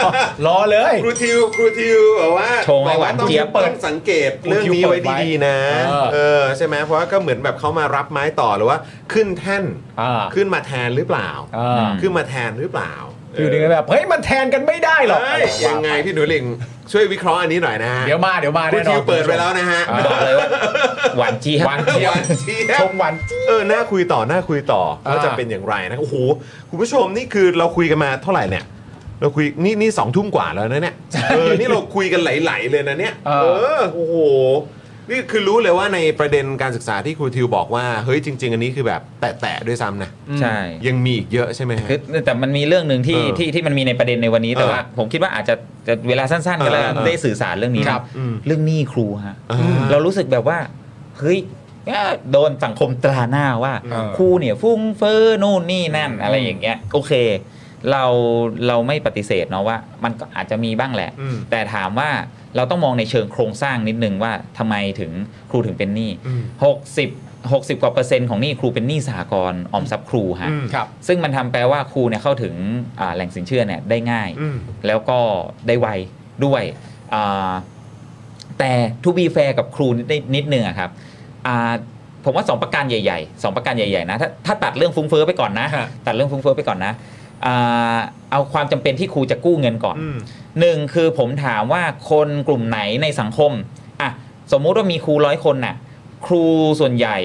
Speaker 3: รอเลย
Speaker 1: ครูทิวครูทิวบอกว่า
Speaker 6: โชว์ให้หวาน
Speaker 1: บอกต้อง
Speaker 6: เจี๊ยบ
Speaker 1: ต้องสังเกตเรื่องนี้ไว้ดีๆนะ
Speaker 3: เออ
Speaker 1: เออใช่ไหมเพราะว่าก็เหมือนแบบเขามารับไม้ต่อหรือว่าขึ้นแท่น
Speaker 3: อ่า
Speaker 1: ขึ้นมาแทนหรือเปล่า
Speaker 3: อ่า
Speaker 1: ขึ้นมาแทนหรือเปล่า
Speaker 3: อยู่ดีก็แบบเฮ้ยมันแทนกันไม่ได้หรอก
Speaker 1: เอ้ยยังไงพี่หนูหลิงช่วยวิเคราะห์อันนี้หน่อยนะฮะ
Speaker 3: เดี๋ยวมาเดี๋ยวมา
Speaker 1: คุณ
Speaker 3: แน่นอ
Speaker 1: ทิ
Speaker 3: น
Speaker 1: วเปิดไปแล้วนะฮะ
Speaker 3: อ่า
Speaker 6: บอกเลยว่าหวานเจี๊ยบ
Speaker 3: หวานเจี๊ยบ
Speaker 1: หวานเจี๊ย
Speaker 3: ช
Speaker 1: บ
Speaker 3: มหวาน
Speaker 1: เออน่าคุยต่อน่าคุยต่อ
Speaker 3: อ่า
Speaker 1: ว่าจะเป็นอย่างไรนะโอ้โหคุณผู้ชมนี่คือเราคุยกันมาเท่าไหร่เนี่ย เราคุยนี่นี่สองทุ่มกว่าแล้ว นะเนี่ยเออนี่เราคุยกันไหลๆเลยนะเนี่ยเออโอ้โหนี่คือรู้เลยว่าในประเด็นการศึกษาที่ครูทิวบอกว่าเฮ้ยจริง ๆ อันนี้คือแบบแตะๆด้วยซ้ำนะ
Speaker 6: ใช่
Speaker 1: ยังมีอีกเยอะใช่ไหมฮะ
Speaker 6: คือแต่มันมีเรื่องหนึ่งที่
Speaker 1: เออ
Speaker 6: ที่ที่มันมีในประเด็นในวันนี้แต่
Speaker 1: เออ
Speaker 6: ว่าผมคิดว่าอาจจะจะเวลาสั้นๆ ก็แล้ว
Speaker 1: เออเออ
Speaker 6: ได้สื่อสารเรื่องนี้
Speaker 3: ครั
Speaker 6: นะ
Speaker 3: บ
Speaker 1: อืม
Speaker 6: เรื่องหนี้ครูฮะ
Speaker 1: อ่า
Speaker 6: เรารู้สึกแบบว่าเฮ้ยเอ้อโดนสังคมตราหน้าว่า
Speaker 1: เออ
Speaker 6: ครูเนี่ยฟุ้งเฟ้อนู่นนี่นั่นอะไรอย่างเงี้ยโอเค เราเราไม่ปฏิเสธเนาะว่า มันก็อาจจะมีบ้างแหละ
Speaker 1: อืม
Speaker 6: แต่ถามว่าเราต้องมองในเชิงโครงสร้างนิดนึงว่าทำไมถึงครูถึงเป็นหนี้
Speaker 1: อืม
Speaker 6: หกสิบหกสิบกว่าเปอร์เซ็นต์ของหนี้ครูเป็นหนี้สหกรณ์ออมทรัพย์ครูฮะ
Speaker 1: อืม
Speaker 3: ครับ
Speaker 6: ซึ่งมันทำแปลว่าครูเนี่ยเข้าถึงอ่าแหล่งสินเชื่อเนี่ยได้ง่าย
Speaker 1: อืม
Speaker 6: แล้วก็ได้ไวด้วยอ่าแต่ทูบีแฟร์กับครูนิดนิดนึงอะครับอ่าผมว่า 2 ประการใหญ่ๆสองประการใหญ่ๆนะถ้าถ้าตัดเรื่องฟุ้งเฟ้อไปก่อนนะ
Speaker 3: ฮะ
Speaker 6: ตัดเรื่องฟุ้งเฟ้อไปก่อนนะอ่าเอาความจำเป็นที่ครูจะกู้เงินก่อน
Speaker 1: อืม
Speaker 6: หนึ่งคือผมถามว่าคนกลุ่มไหนในสังคมอ่ะสมมุติว่ามีครูร้อยคนน่ะครูส่วนใหญ่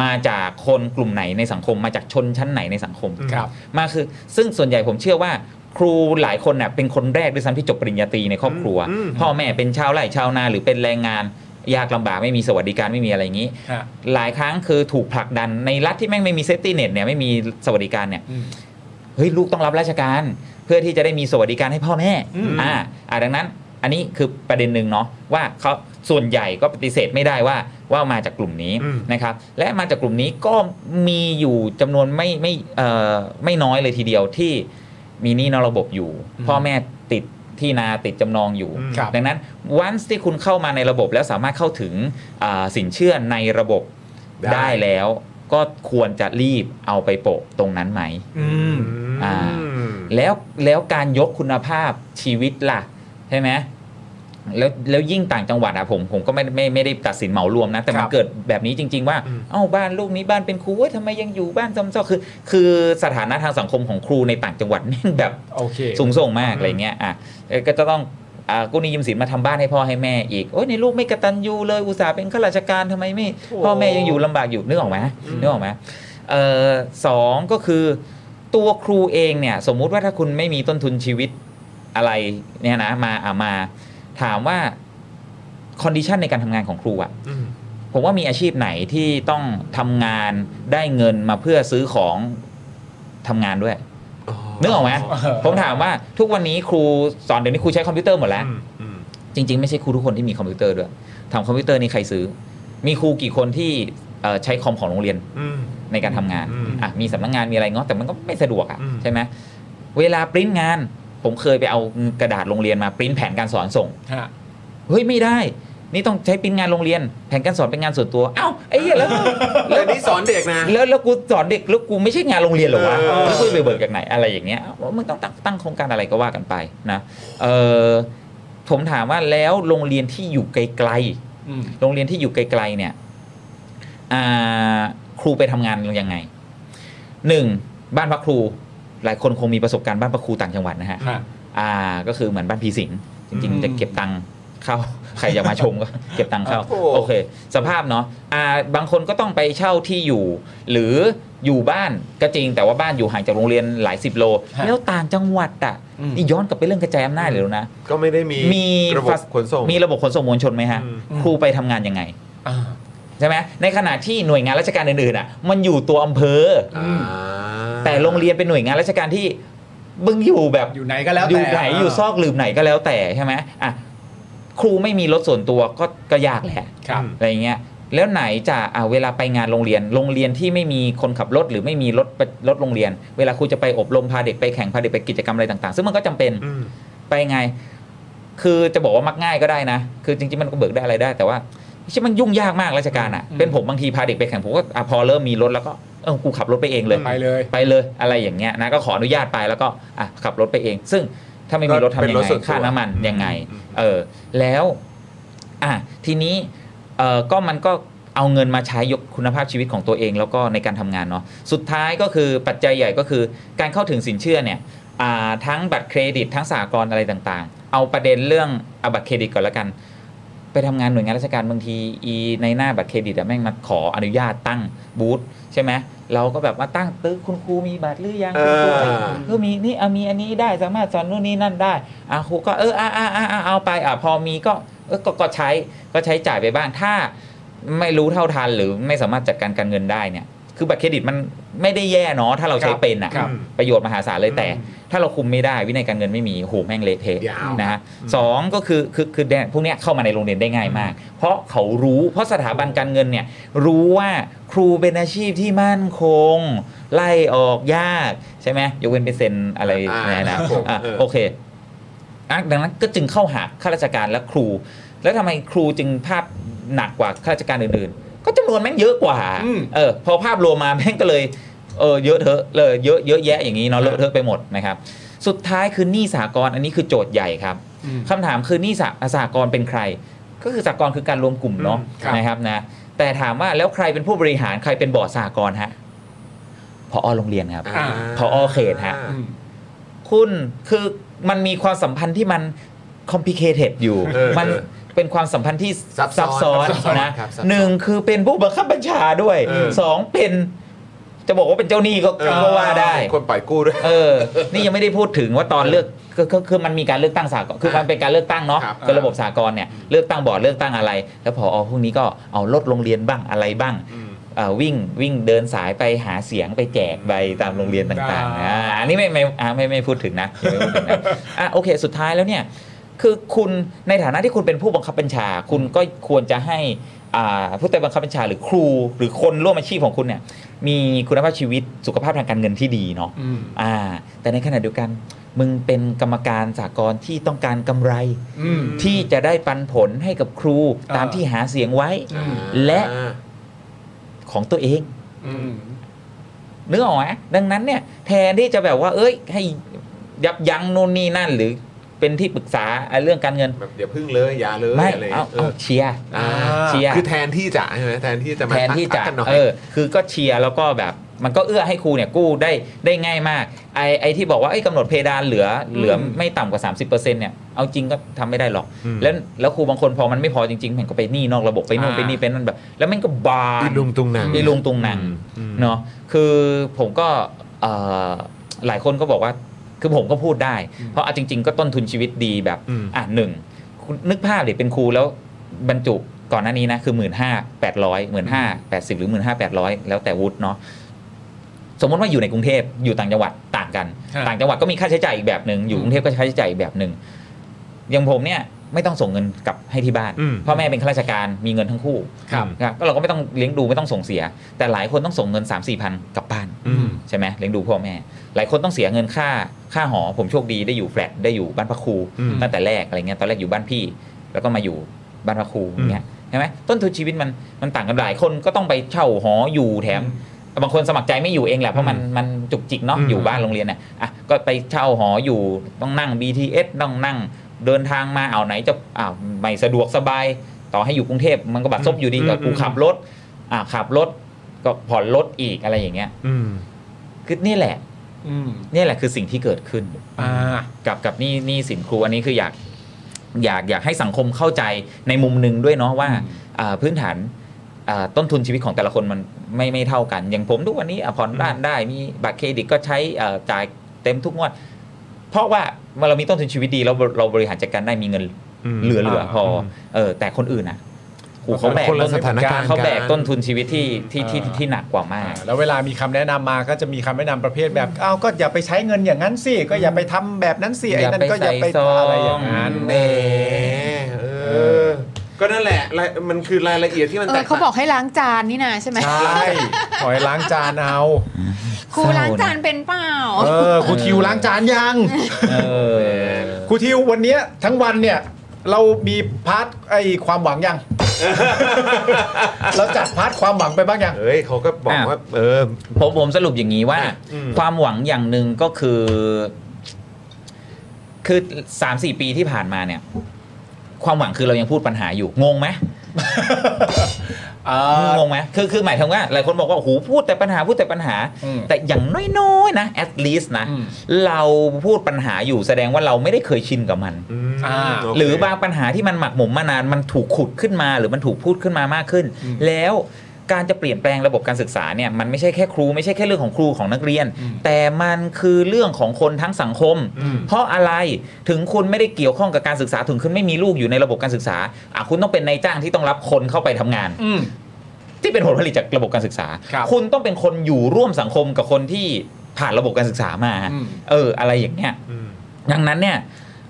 Speaker 6: มาจากคนกลุ่มไหนในสังคม มาจากชนชั้นไหนในสังคม
Speaker 3: ครับ
Speaker 6: มาคือ ซึ่งส่วนใหญ่ผมเชื่อว่า ครูหลายคนน่ะเป็นคนแรกด้วยซ้ำที่จบปริญญาตรีในครอบครัว
Speaker 1: อืม
Speaker 6: พ่อแม่เป็นชาวไร่ชาวนาหรือเป็นแรงงาน ยากลำบากไม่มีสวัสดิการไม่มีอะไรอย่างนี้
Speaker 3: ฮะ
Speaker 6: หลายครั้งคือถูกผลักดันในรัฐที่แม่งไม่มีเซฟตี้เน็ตเนี่ยไม่มีสวัสดิการเนี่ย
Speaker 3: อืม
Speaker 6: เฮ้ยลูกต้องรับราชการเพื่อที่จะได้มีสวัสดิการให้พ่อแม่
Speaker 3: อืม
Speaker 6: อ่าอ่าดังนั้นอันนี้คือประเด็นหนึ่งเนาะว่าเขาส่วนใหญ่ก็ปฏิเสธไม่ได้ว่าว่ามาจากกลุ่มนี้
Speaker 1: อืม
Speaker 6: นะครับและมาจากกลุ่มนี้ก็มีอยู่จำนวนไม่ไม่เอ่อไม่น้อยเลยทีเดียวที่มีหนี้นอกระบบอยู่ พ่อแม่ติดที่นาติดจำนองอยู่
Speaker 3: ครับ
Speaker 6: ดังนั้นวันที่คุณเข้ามาในระบบแล้วสามารถเข้าถึงอ่าสินเชื่อในระบบ
Speaker 1: ได้
Speaker 6: ได้แล้ว ก็ควรจะรีบเอาไปโปะตรงนั้นไหม
Speaker 3: อืม
Speaker 6: อ่า
Speaker 1: อืม
Speaker 6: แล้วแล้วการยกคุณภาพชีวิตล่ะ ใช่ไหมแล้วแล้วยิ่งต่างจังหวัดอะผมผมก็ไม่ไม่ไม่ได้ตัดสินเหมารวมนะ แต่
Speaker 3: คน
Speaker 6: มั
Speaker 3: รับ
Speaker 6: เกิดแบบนี้จริง ๆ ว่า
Speaker 1: อืม
Speaker 6: เอ้าบ้านลูกนี้บ้านเป็นครูเว้ยทำไมยังอยู่บ้านจำเจ้าคือ คือสถานะทางสังคมของครูในต่างจังหวัดแม่ง แบบ
Speaker 3: โอเค
Speaker 6: สูงส่งมากอะไรเงี้ยอ่ะเอ่อก็จะต้องอ่ากู้หนี้ยืมสินมาทำบ้านให้พ่อให้แม่อีก โอ้ยในลูกไม่กระตันยูเลยอุตส่าห์เป็นข้าราชการทำไมไม่พ่อแม่ยังอยู่ลำบากอยู่นึกออกไหมนึกออกไหมเอ่อสองก็คือตัวครูเองเนี่ยสมมุติว่าถ้าคุณไม่มีต้นทุนชีวิตอะไรเนี่ยนะมาอ่ะมาถามว่าคอนดิชันในการทำงานของครูอะ
Speaker 1: อืม
Speaker 6: ผมว่ามีอาชีพไหนที่ต้องทำงานได้เงินมาเพื่อซื้อของทำงานด้วย
Speaker 1: อ๋อ
Speaker 6: นึกออกไหม
Speaker 3: เออ
Speaker 6: ผมถามว่าทุกวันนี้ครูสอนเดี๋ยวนี้ครูใช้คอมพิวเตอร์หมดแล้ว
Speaker 1: อืมอืม
Speaker 6: จริง ๆ ไม่ใช่ครูทุกคนที่มีคอมพิวเตอร์ด้วยทำคอมพิวเตอร์นี่ใครซื้อ มีครูกี่คนที่เอ่อใช้คอมของโรงเรียน
Speaker 1: อืม
Speaker 6: ในการทำงาน
Speaker 1: อืม
Speaker 6: อ่ะมีสำนักงานมีอะไรเงาะแต่มันก็ไม่สะดวกอ่ะ
Speaker 1: อืม
Speaker 6: ใช่ไหมเวลาปริ้นงาน ผมเคยไปเอากระดาษโรงเรียนมาปริ้นแผนการสอนส่ง
Speaker 3: ฮะ
Speaker 6: เฮ้ยไม่ได้ นี่ต้องใช้เป็นงานโรงเรียน แผนการสอนเป็นงานส่วนตัว เอ้าไอ้เหี้ยแล้ว
Speaker 1: แต่นี่สอนเด็กนะ
Speaker 6: แล้วแล้วกูสอนเด็กแล้วกูไม่ใช่งานโรงเรียนเหรอวะ
Speaker 1: เออ
Speaker 6: แล้วกูไปเบิกจากไหนอะไรอย่างเงี้ยว่ามึงต้องตั้งตั้งโครงการอะไรก็ว่ากันไปนะเออผมถามว่าแล้วโรงเรียนที่อยู่ไกล
Speaker 3: อืม
Speaker 6: ๆ โรงเรียนที่อยู่ไกลๆเนี่ยอ่าครูไปทำงานยังไงหนึ่งบ้านพักครู หลายคนคงมีประสบการณ์บ้านพักครูต่างจังหวัดนะฮะ
Speaker 3: ฮะ
Speaker 6: อ่าก็คือเหมือนบ้านผีสิงจริง
Speaker 3: อืม
Speaker 6: ๆจะเก็บตังค์ เข้า ใครอยากมาชมก็ เก็บตังค์เข้า
Speaker 2: โอ้โห
Speaker 6: โอเค สภาพเนาะอ่าบางคนก็ต้องไปเช่าที่อยู่ หรืออยู่บ้านก็จริง แต่ว่าบ้านอยู่ห่างจากโรงเรียนหลายสิบโล
Speaker 3: ฮะ
Speaker 6: แล้วต่างจังหวัดอ่ะ
Speaker 3: อืม
Speaker 6: นี่ย้อนกลับไปเรื่องกระจายอำนาจเลยแล้วนะ
Speaker 2: ก็ไม่ได้มี
Speaker 6: มี
Speaker 2: ระบบ
Speaker 6: ฟาส
Speaker 2: ขนส่ง
Speaker 6: มีระบบขนส่งมวลชนไหมฮะ
Speaker 2: อืม
Speaker 6: ครูไปทำงานยังไง
Speaker 3: อ่า
Speaker 6: ใช่ไหมในขณะที่หน่วยงานราชการอื่นๆอ่ะ มันอยู่ตัวอำเภออ
Speaker 2: อ่า
Speaker 6: แต่โรงเรียนเป็นหน่วยงานราชการที่บึงอยู่แบบ
Speaker 3: อยู่ไหนก็แล้วแต่
Speaker 6: อยู่ไหนอยู่ซอกหลืมไหนก็แล้วแต่ใช่ไหมอ่ะครูไม่มีรถส่วนตัวก็ก็ยากแหละ
Speaker 3: ครับ
Speaker 6: อะไรเงี้ยแล้วไหนจะอ่ะเวลาไปงานโรงเรียน โรงเรียนที่ไม่มีคนขับรถ หรือไม่มีรถประรถโรงเรียน เวลาครูจะไปอบรมพาเด็กไปแข่งพาเด็กไปกิจกรรมอะไรต่างๆ ซึ่งมันก็จำเป็น
Speaker 2: อืม
Speaker 6: ไปไง คือจะบอกว่ามักง่ายก็ได้นะ คือจริงๆมันก็เบิกได้อะไรได้ แต่ว่าไม่ใช่มันยุ่งยากมากราชการอ่ะ
Speaker 3: อืม
Speaker 6: เป็นผมบางทีพาเด็กไปแข่งผมก็อ่ะพอเริ่มมีรถแล้วก็เออกูขับรถไปเองเลย
Speaker 3: ไปเลย
Speaker 6: ไปเลยอะไรอย่างเงี้ยนะก็ขออนุญาตไปแล้วก็อ่ะขับรถไปเอง ซึ่งถ้าไม่มีรถทำ
Speaker 2: เป็
Speaker 6: ยังไง
Speaker 2: ส่วตั
Speaker 6: ค่าว น้ำมันยังไง
Speaker 2: อืม
Speaker 6: เออแล้วอ่ะทีนี้เออก็มันก็เอาเงินมาใช้ยกคุณภาพชีวิตของตัวเอง แล้วก็ในการทำงานเนาะสุดท้ายก็คือปัจจัยใหญ่ก็คือการเข้าถึงสินเชื่อเนี่ยอ่าทั้งบัตรเครดิตทั้งสากลอะไรต่างๆ เอาประเด็นเรื่องอะบัตรเครดิตก่อนละกัน ไปทำงานหน่วยงานราชการบางทีอีในหน้าบัตรเครดิตอะแม่งมาขออนุญาตตั้งบูธใช่ไหมเราก็แบบว่าตั้งตึกคุณครูมีบัตรหรือยังคุณครู
Speaker 2: เออ
Speaker 6: เออมีนี่เอามีอันนี้ได้สามารถสอนนู่นนี่นั่นได้อ่ะครูก็เอออ่ะอ่ะอ่ะอ่ะเอาไปอ่ะพอมีก็เออก็ก็ใช้ก็ใช้จ่ายไปบ้างถ้าไม่รู้เท่าทันหรือไม่สามารถจัดการการเงินได้เนี่ยคือบัตรเครดิตมันไม่ได้แย่เนาะถ้าเราใช้
Speaker 3: ครับ
Speaker 6: เป็นอะ
Speaker 3: ครับ
Speaker 6: ประโยชน์มหาศาลเลยแต่ ถ้าเราคุมไม่ได้วินัยการเงินไม่มีโหแม่งเละเทะ
Speaker 2: ยาว
Speaker 6: นะฮะสองก็คือคือคือแดนพวกเนี้ยเข้ามาในโรงเรียนได้ง่ายมาก เพราะเขารู้เพราะสถาบันการเงินเนี่ยรู้ว่าครูเป็นอาชีพที่มั่นคง ไล่ออกยากใช่ไหมยกเว้นไปเซ็นอะไร
Speaker 2: อ่า
Speaker 6: ในอนะครับ
Speaker 2: ผม
Speaker 6: อ่ะ
Speaker 2: เออ
Speaker 6: โอเคอ่ะดังนั้นก็จึงเข้าหาข้าราชการและครู แล้วทำไมครูจึงภาพหนักกว่าข้าราชการอื่นๆ ก็จำนวนแม่งเยอะกว่า
Speaker 3: อืม
Speaker 6: เออพอภาพรวมมาแม่งก็เลย เออเยอะเทอะเลยเยอะเยอะแยะอย่างนี้เนาะเลอะเทอะไปหมดนะครับ สุดท้ายคือหนี้สากลอันนี้คือโจทย์ใหญ่ครับ
Speaker 3: อืม
Speaker 6: คำถามคือหนี้สาสากลเป็นใคร ก็คือสากลคือการรวมกลุ่มเนาะ
Speaker 3: อืมครับ
Speaker 6: นะครับนะแต่ถามว่าแล้วใครเป็นผู้บริหารใครเป็นบอร์ดสากลฮะพอโรงเรียนครับ
Speaker 2: อ่า
Speaker 6: พอเขตฮะ
Speaker 3: อืม
Speaker 6: คุณคือมันมีความสัมพันธ์ที่มัน complicated อยู่
Speaker 2: เออ
Speaker 6: มัน
Speaker 2: เออ
Speaker 6: เป็นความสัมพันธ์ที่
Speaker 2: ซับซ้อนซับซ้อน
Speaker 6: นะครับ
Speaker 2: ซับซ้อน
Speaker 6: หนึ่งคือเป็นผู้บังคับบัญชาด้วย
Speaker 2: เออ
Speaker 6: สองเป็น จะบอกว่าเป็นเจ้าหนี้ก็
Speaker 2: เออ
Speaker 6: ก็ว่าได้
Speaker 2: คนปล่อยกู้ด้วย
Speaker 6: เออ นี่ยังไม่ได้พูดถึงว่าตอนเลือกคือคือคือมันมีการเลือกตั้งสากลคือมันเป็นการเลือกตั้งเนาะ
Speaker 2: ครับ
Speaker 6: คือระบบสากลเนี่ยเลือกตั้งบอร์ดเลือกตั้งอะไร แล้วพอพวกนี้ก็เอารถโรงเรียนบ้างอะไรบ้าง
Speaker 2: อืม
Speaker 6: เอ่อวิ่งวิ่งเดินสายไปหาเสียงไปแจกใบตามโรงเรียนต่างๆนะอ่าอันนี้ไม่ไม่อ่าไม่ไม่พูดถึงนะไม่พูดถึ งนะอ่ะโอเค สุดท้ายแล้วเนี่ย คือคุณในฐานะที่คุณเป็นผู้บังคับบัญชา คุณก็ควรจะให้อ่าผู้ใต้บังคับบัญชาหรือครู หรือคนร่วมอาชีพของคุณเนี่ยมีคุณภาพชีวิตสุขภาพทางการเงินที่ดีเนาะ
Speaker 3: อืม
Speaker 6: อ่าแต่ในขณะเดียวกัน มึงเป็นกรรมการสากลที่ต้องการกำไร
Speaker 3: อืม
Speaker 6: ที่จะได้ปันผลให้กับครูตามที่หาเสียงไว้
Speaker 3: อืม
Speaker 6: และ ของตัวเอง
Speaker 3: อืม
Speaker 6: นึกออกไหมดังนั้นเนี่ยแทนที่จะแบบว่า เอ้ย ให้ยับยั้งนู่นนี่นั่น หรือเป็นที่ปรึกษาเรื่องการเงิน
Speaker 2: แบบเดี๋ยวพึ่งเลยอย่าเลย
Speaker 6: ไม่
Speaker 2: อะไร
Speaker 6: เอา
Speaker 2: เอ
Speaker 6: เอา
Speaker 2: อ
Speaker 6: เชียร์
Speaker 2: อ่า
Speaker 6: เชียร์
Speaker 2: คือแทนที่จะใช่ไหมแทนที่จะมา
Speaker 6: แทนที่จะ
Speaker 2: ทักกันหน่อย
Speaker 6: เออคือก็เชียร์แล้วก็แบบมันก็เอื้อให้ครูเนี่ยกู้ได้ได้ง่ายมาก ไอไอที่บอกว่าไอ้ยกำหนดเพดานเหลือเหลือไม่ต่ำกว่า 30%เนี่ยเอาจริงก็ทำไม่ได้หรอก
Speaker 2: อืม
Speaker 6: แล้วแล้วครูบางคนพอมันไม่พอจริงๆแม่งก็ไปหนี้นอกระบบไปนู่น
Speaker 3: อ่า
Speaker 6: ไปนี่ไปนั่นแบบ แล้วแม่งก็บา
Speaker 2: อี
Speaker 6: น
Speaker 2: ลุงตุงนาง
Speaker 6: อีลุงตุงนาง
Speaker 2: อืม
Speaker 6: เนาะคือผมก็เอ่อหลายคนก็บอกว่าคือผมก็พูดได้ เพราะเอาจริง ๆ ก็ต้นทุนชีวิตดีแบบ
Speaker 2: อืม
Speaker 6: อ่ะหนึ่งคุณนึกภาพเด็กเป็นครูแล้วบรรจุก่อนหน้านี้นะ คือหมื่นห้าแปดร้อยหมื่นห้าแปดสิบหรือหมื่นห้าแปดร้อยแล้วแต่วุฒิเนาะสมมติว่าอยู่ในกรุงเทพอยู่ต่างจังหวัดต่างกัน
Speaker 3: ฮะ
Speaker 6: ต่างจังหวัดก็มีค่าใช้จ่ายอีกแบบหนึ่งอยู่กรุงเทพก็ใช้ใช้จ่ายอีกแบบหนึ่งอย่างผมเนี่ยไม่ต้องส่งเงินกลับให้ที่บ้าน
Speaker 2: อืม
Speaker 6: พ่อแม่เป็นข้าราชการมีเงินทั้งคู่
Speaker 3: ครับ
Speaker 6: ครับก็เราก็ไม่ต้องเลี้ยงดูไม่ต้องส่งเสีย แต่หลายคนต้องส่งเงิน 3 4มสี่พันกลับบ้าน
Speaker 2: อืม
Speaker 6: ใช่ไหมเลี้ยงดูพ่อแม่ หลายคนต้องเสียเงินค่าค่าหอ ผมโชคดีได้อยู่แฟลตได้อยู่บ้านพักครู
Speaker 2: อืม
Speaker 6: ตั้งแต่แรกอะไรเงี้ยตอนแรกอยู่บ้านพี่ แล้วก็มาอยู่บ้านพักครูอย่างเงี้ยใช่ไหมต้นทุนชีวิตมันมันต่างกันหลายคนก็ต้องไปเช่าหออยู่แถม บางคนสมัครใจไม่อยู่เองแหละเพราะมันมันจุกจิกเนาะ
Speaker 2: อืม
Speaker 6: อยู่บ้านโรงเรียนเนี่ยอ่ะก็ไปเช่าหออยู่ต้องนั่ง BTS ต้องนั่ง เดินทางมาเอาไหนจะอ้าวไม่สะดวกสบาย ต่อให้อยู่กรุงเทพมันก็บัตรซบอยู่ดีแต่กูขับรถอ่ะขับรถก็ผ่อนรถอีกอะไรอย่างเงี้ย
Speaker 2: อืม
Speaker 6: คือนี่แหละ
Speaker 3: อืม
Speaker 6: นี่แหละคือสิ่งที่เกิดขึ้น
Speaker 3: อ่า
Speaker 6: กับกับหนี่นี่สินครูอันนี้คืออยาก อยากอยากให้สังคมเข้าใจในมุมหนึ่งด้วยเนาะว่าอ่าพื้นฐานอ่าต้นทุนชีวิตของแต่ละคนมันไม่ไม่เท่ากัน อย่างผมทุกวันนี้อ่ะผ่อนบ้านได้มีบัตรเครดิตก็ใช้อ่าจ่ายเต็มทุกงวด เพราะว่าเมื่อเรามีต้นทุนชีวิตดีเราเราบริหารจัดการได้มีเงินเหลือเหลือพออเออแต่คนอื่นอ่ะโอ้โหเขาแบก
Speaker 2: คนละ
Speaker 6: ต้น
Speaker 2: สถานการณ์
Speaker 6: เขาแบก
Speaker 2: กัน
Speaker 6: ต้นทุนชีวิตที่ที่ที่ที่หนักกว่ามาก
Speaker 3: แล้วเวลามีคำแนะนำมาก็จะมีคำแนะนำประเภทแบบอ้าวก็อย่าไปใช้เงินอย่างนั้นสิก็อย่าไปทำแบบนั้นสิไอ้นั่นก็อย่าไปอะไรอย่างนั้น
Speaker 6: อย่า
Speaker 2: แห
Speaker 6: ไปใส่ซอง
Speaker 2: มเออ ก็นั่นแหละรายมันคือรายละเอียดที่มัน
Speaker 5: เอ
Speaker 2: แต
Speaker 5: อก เขาบ
Speaker 2: ต่า
Speaker 5: อง กให้ล้างจานนี่นะใช่ไหม
Speaker 3: ใช่ถอยล้างจานเอา
Speaker 5: ครูล้างจานเป็นเปล่า
Speaker 3: เออครูทิวล้างจานยัง
Speaker 6: เออ
Speaker 3: ครูทิววันเนี้ยทั้งวันเนี่ยเรามีพาร์ทไอความหวังยัง เราจัดพาร์ทความหวังไปบ้างยัง
Speaker 2: เอ้ยเขาก็บอกว่า เออ
Speaker 6: ผมผมสรุปอย่างนี้ว่า
Speaker 2: อืม
Speaker 6: ความหวังอย่างหนึ่งก็คือ คือสามสี่ปีที่ผ่านมาเนี่ย ความหวังคือเรายังพูดปัญหาอยู่งงไหม
Speaker 3: อ่า
Speaker 6: งงไหมคือคือหมายถึงว่าหลายคนบอกว่าโอ้โหูพูดแต่ปัญหาพูดแต่ปัญหา
Speaker 3: อืม
Speaker 6: แต่อย่างน้อยๆนะ at least นะ
Speaker 3: อืม
Speaker 6: เราพูดปัญหาอยู่แสดงว่าเราไม่ได้เคยชินกับมัน
Speaker 2: ม
Speaker 3: อ่า
Speaker 2: โเค
Speaker 6: หรือบางปัญหาที่มันหมักหมมมานานมันถูกขุดขึ้นมา หรือมันถูกพูดขึ้นมามากขึ้น แล้วการจะเปลี่ยนแปลงระบบการศึกษาเนี่ยมันไม่ใช่แค่ครูไม่ใช่แค่เรื่องของครูของนักเรียน แต่มันคือเรื่องของคนทั้งสังคม เพราะอะไรถึงคุณไม่ได้เกี่ยวข้องกับการศึกษาถึงคุณไม่มีลูกอยู่ในระบบการศึกษาอ่ะคุณต้องเป็นนายจ้างที่ต้องรับคนเข้าไปทำงาน
Speaker 3: อืม
Speaker 6: ที่เป็นผลผลิตจากระบบการศึกษา
Speaker 3: ครับ
Speaker 6: ณต้องเป็นคนอยู่ร่วมสังคมกับคนที่ผ่านระบบการศึกษามา
Speaker 3: อืม
Speaker 6: เออ อะไรอย่างเงี้ย
Speaker 2: อืม
Speaker 6: ดังนั้นเนี่ย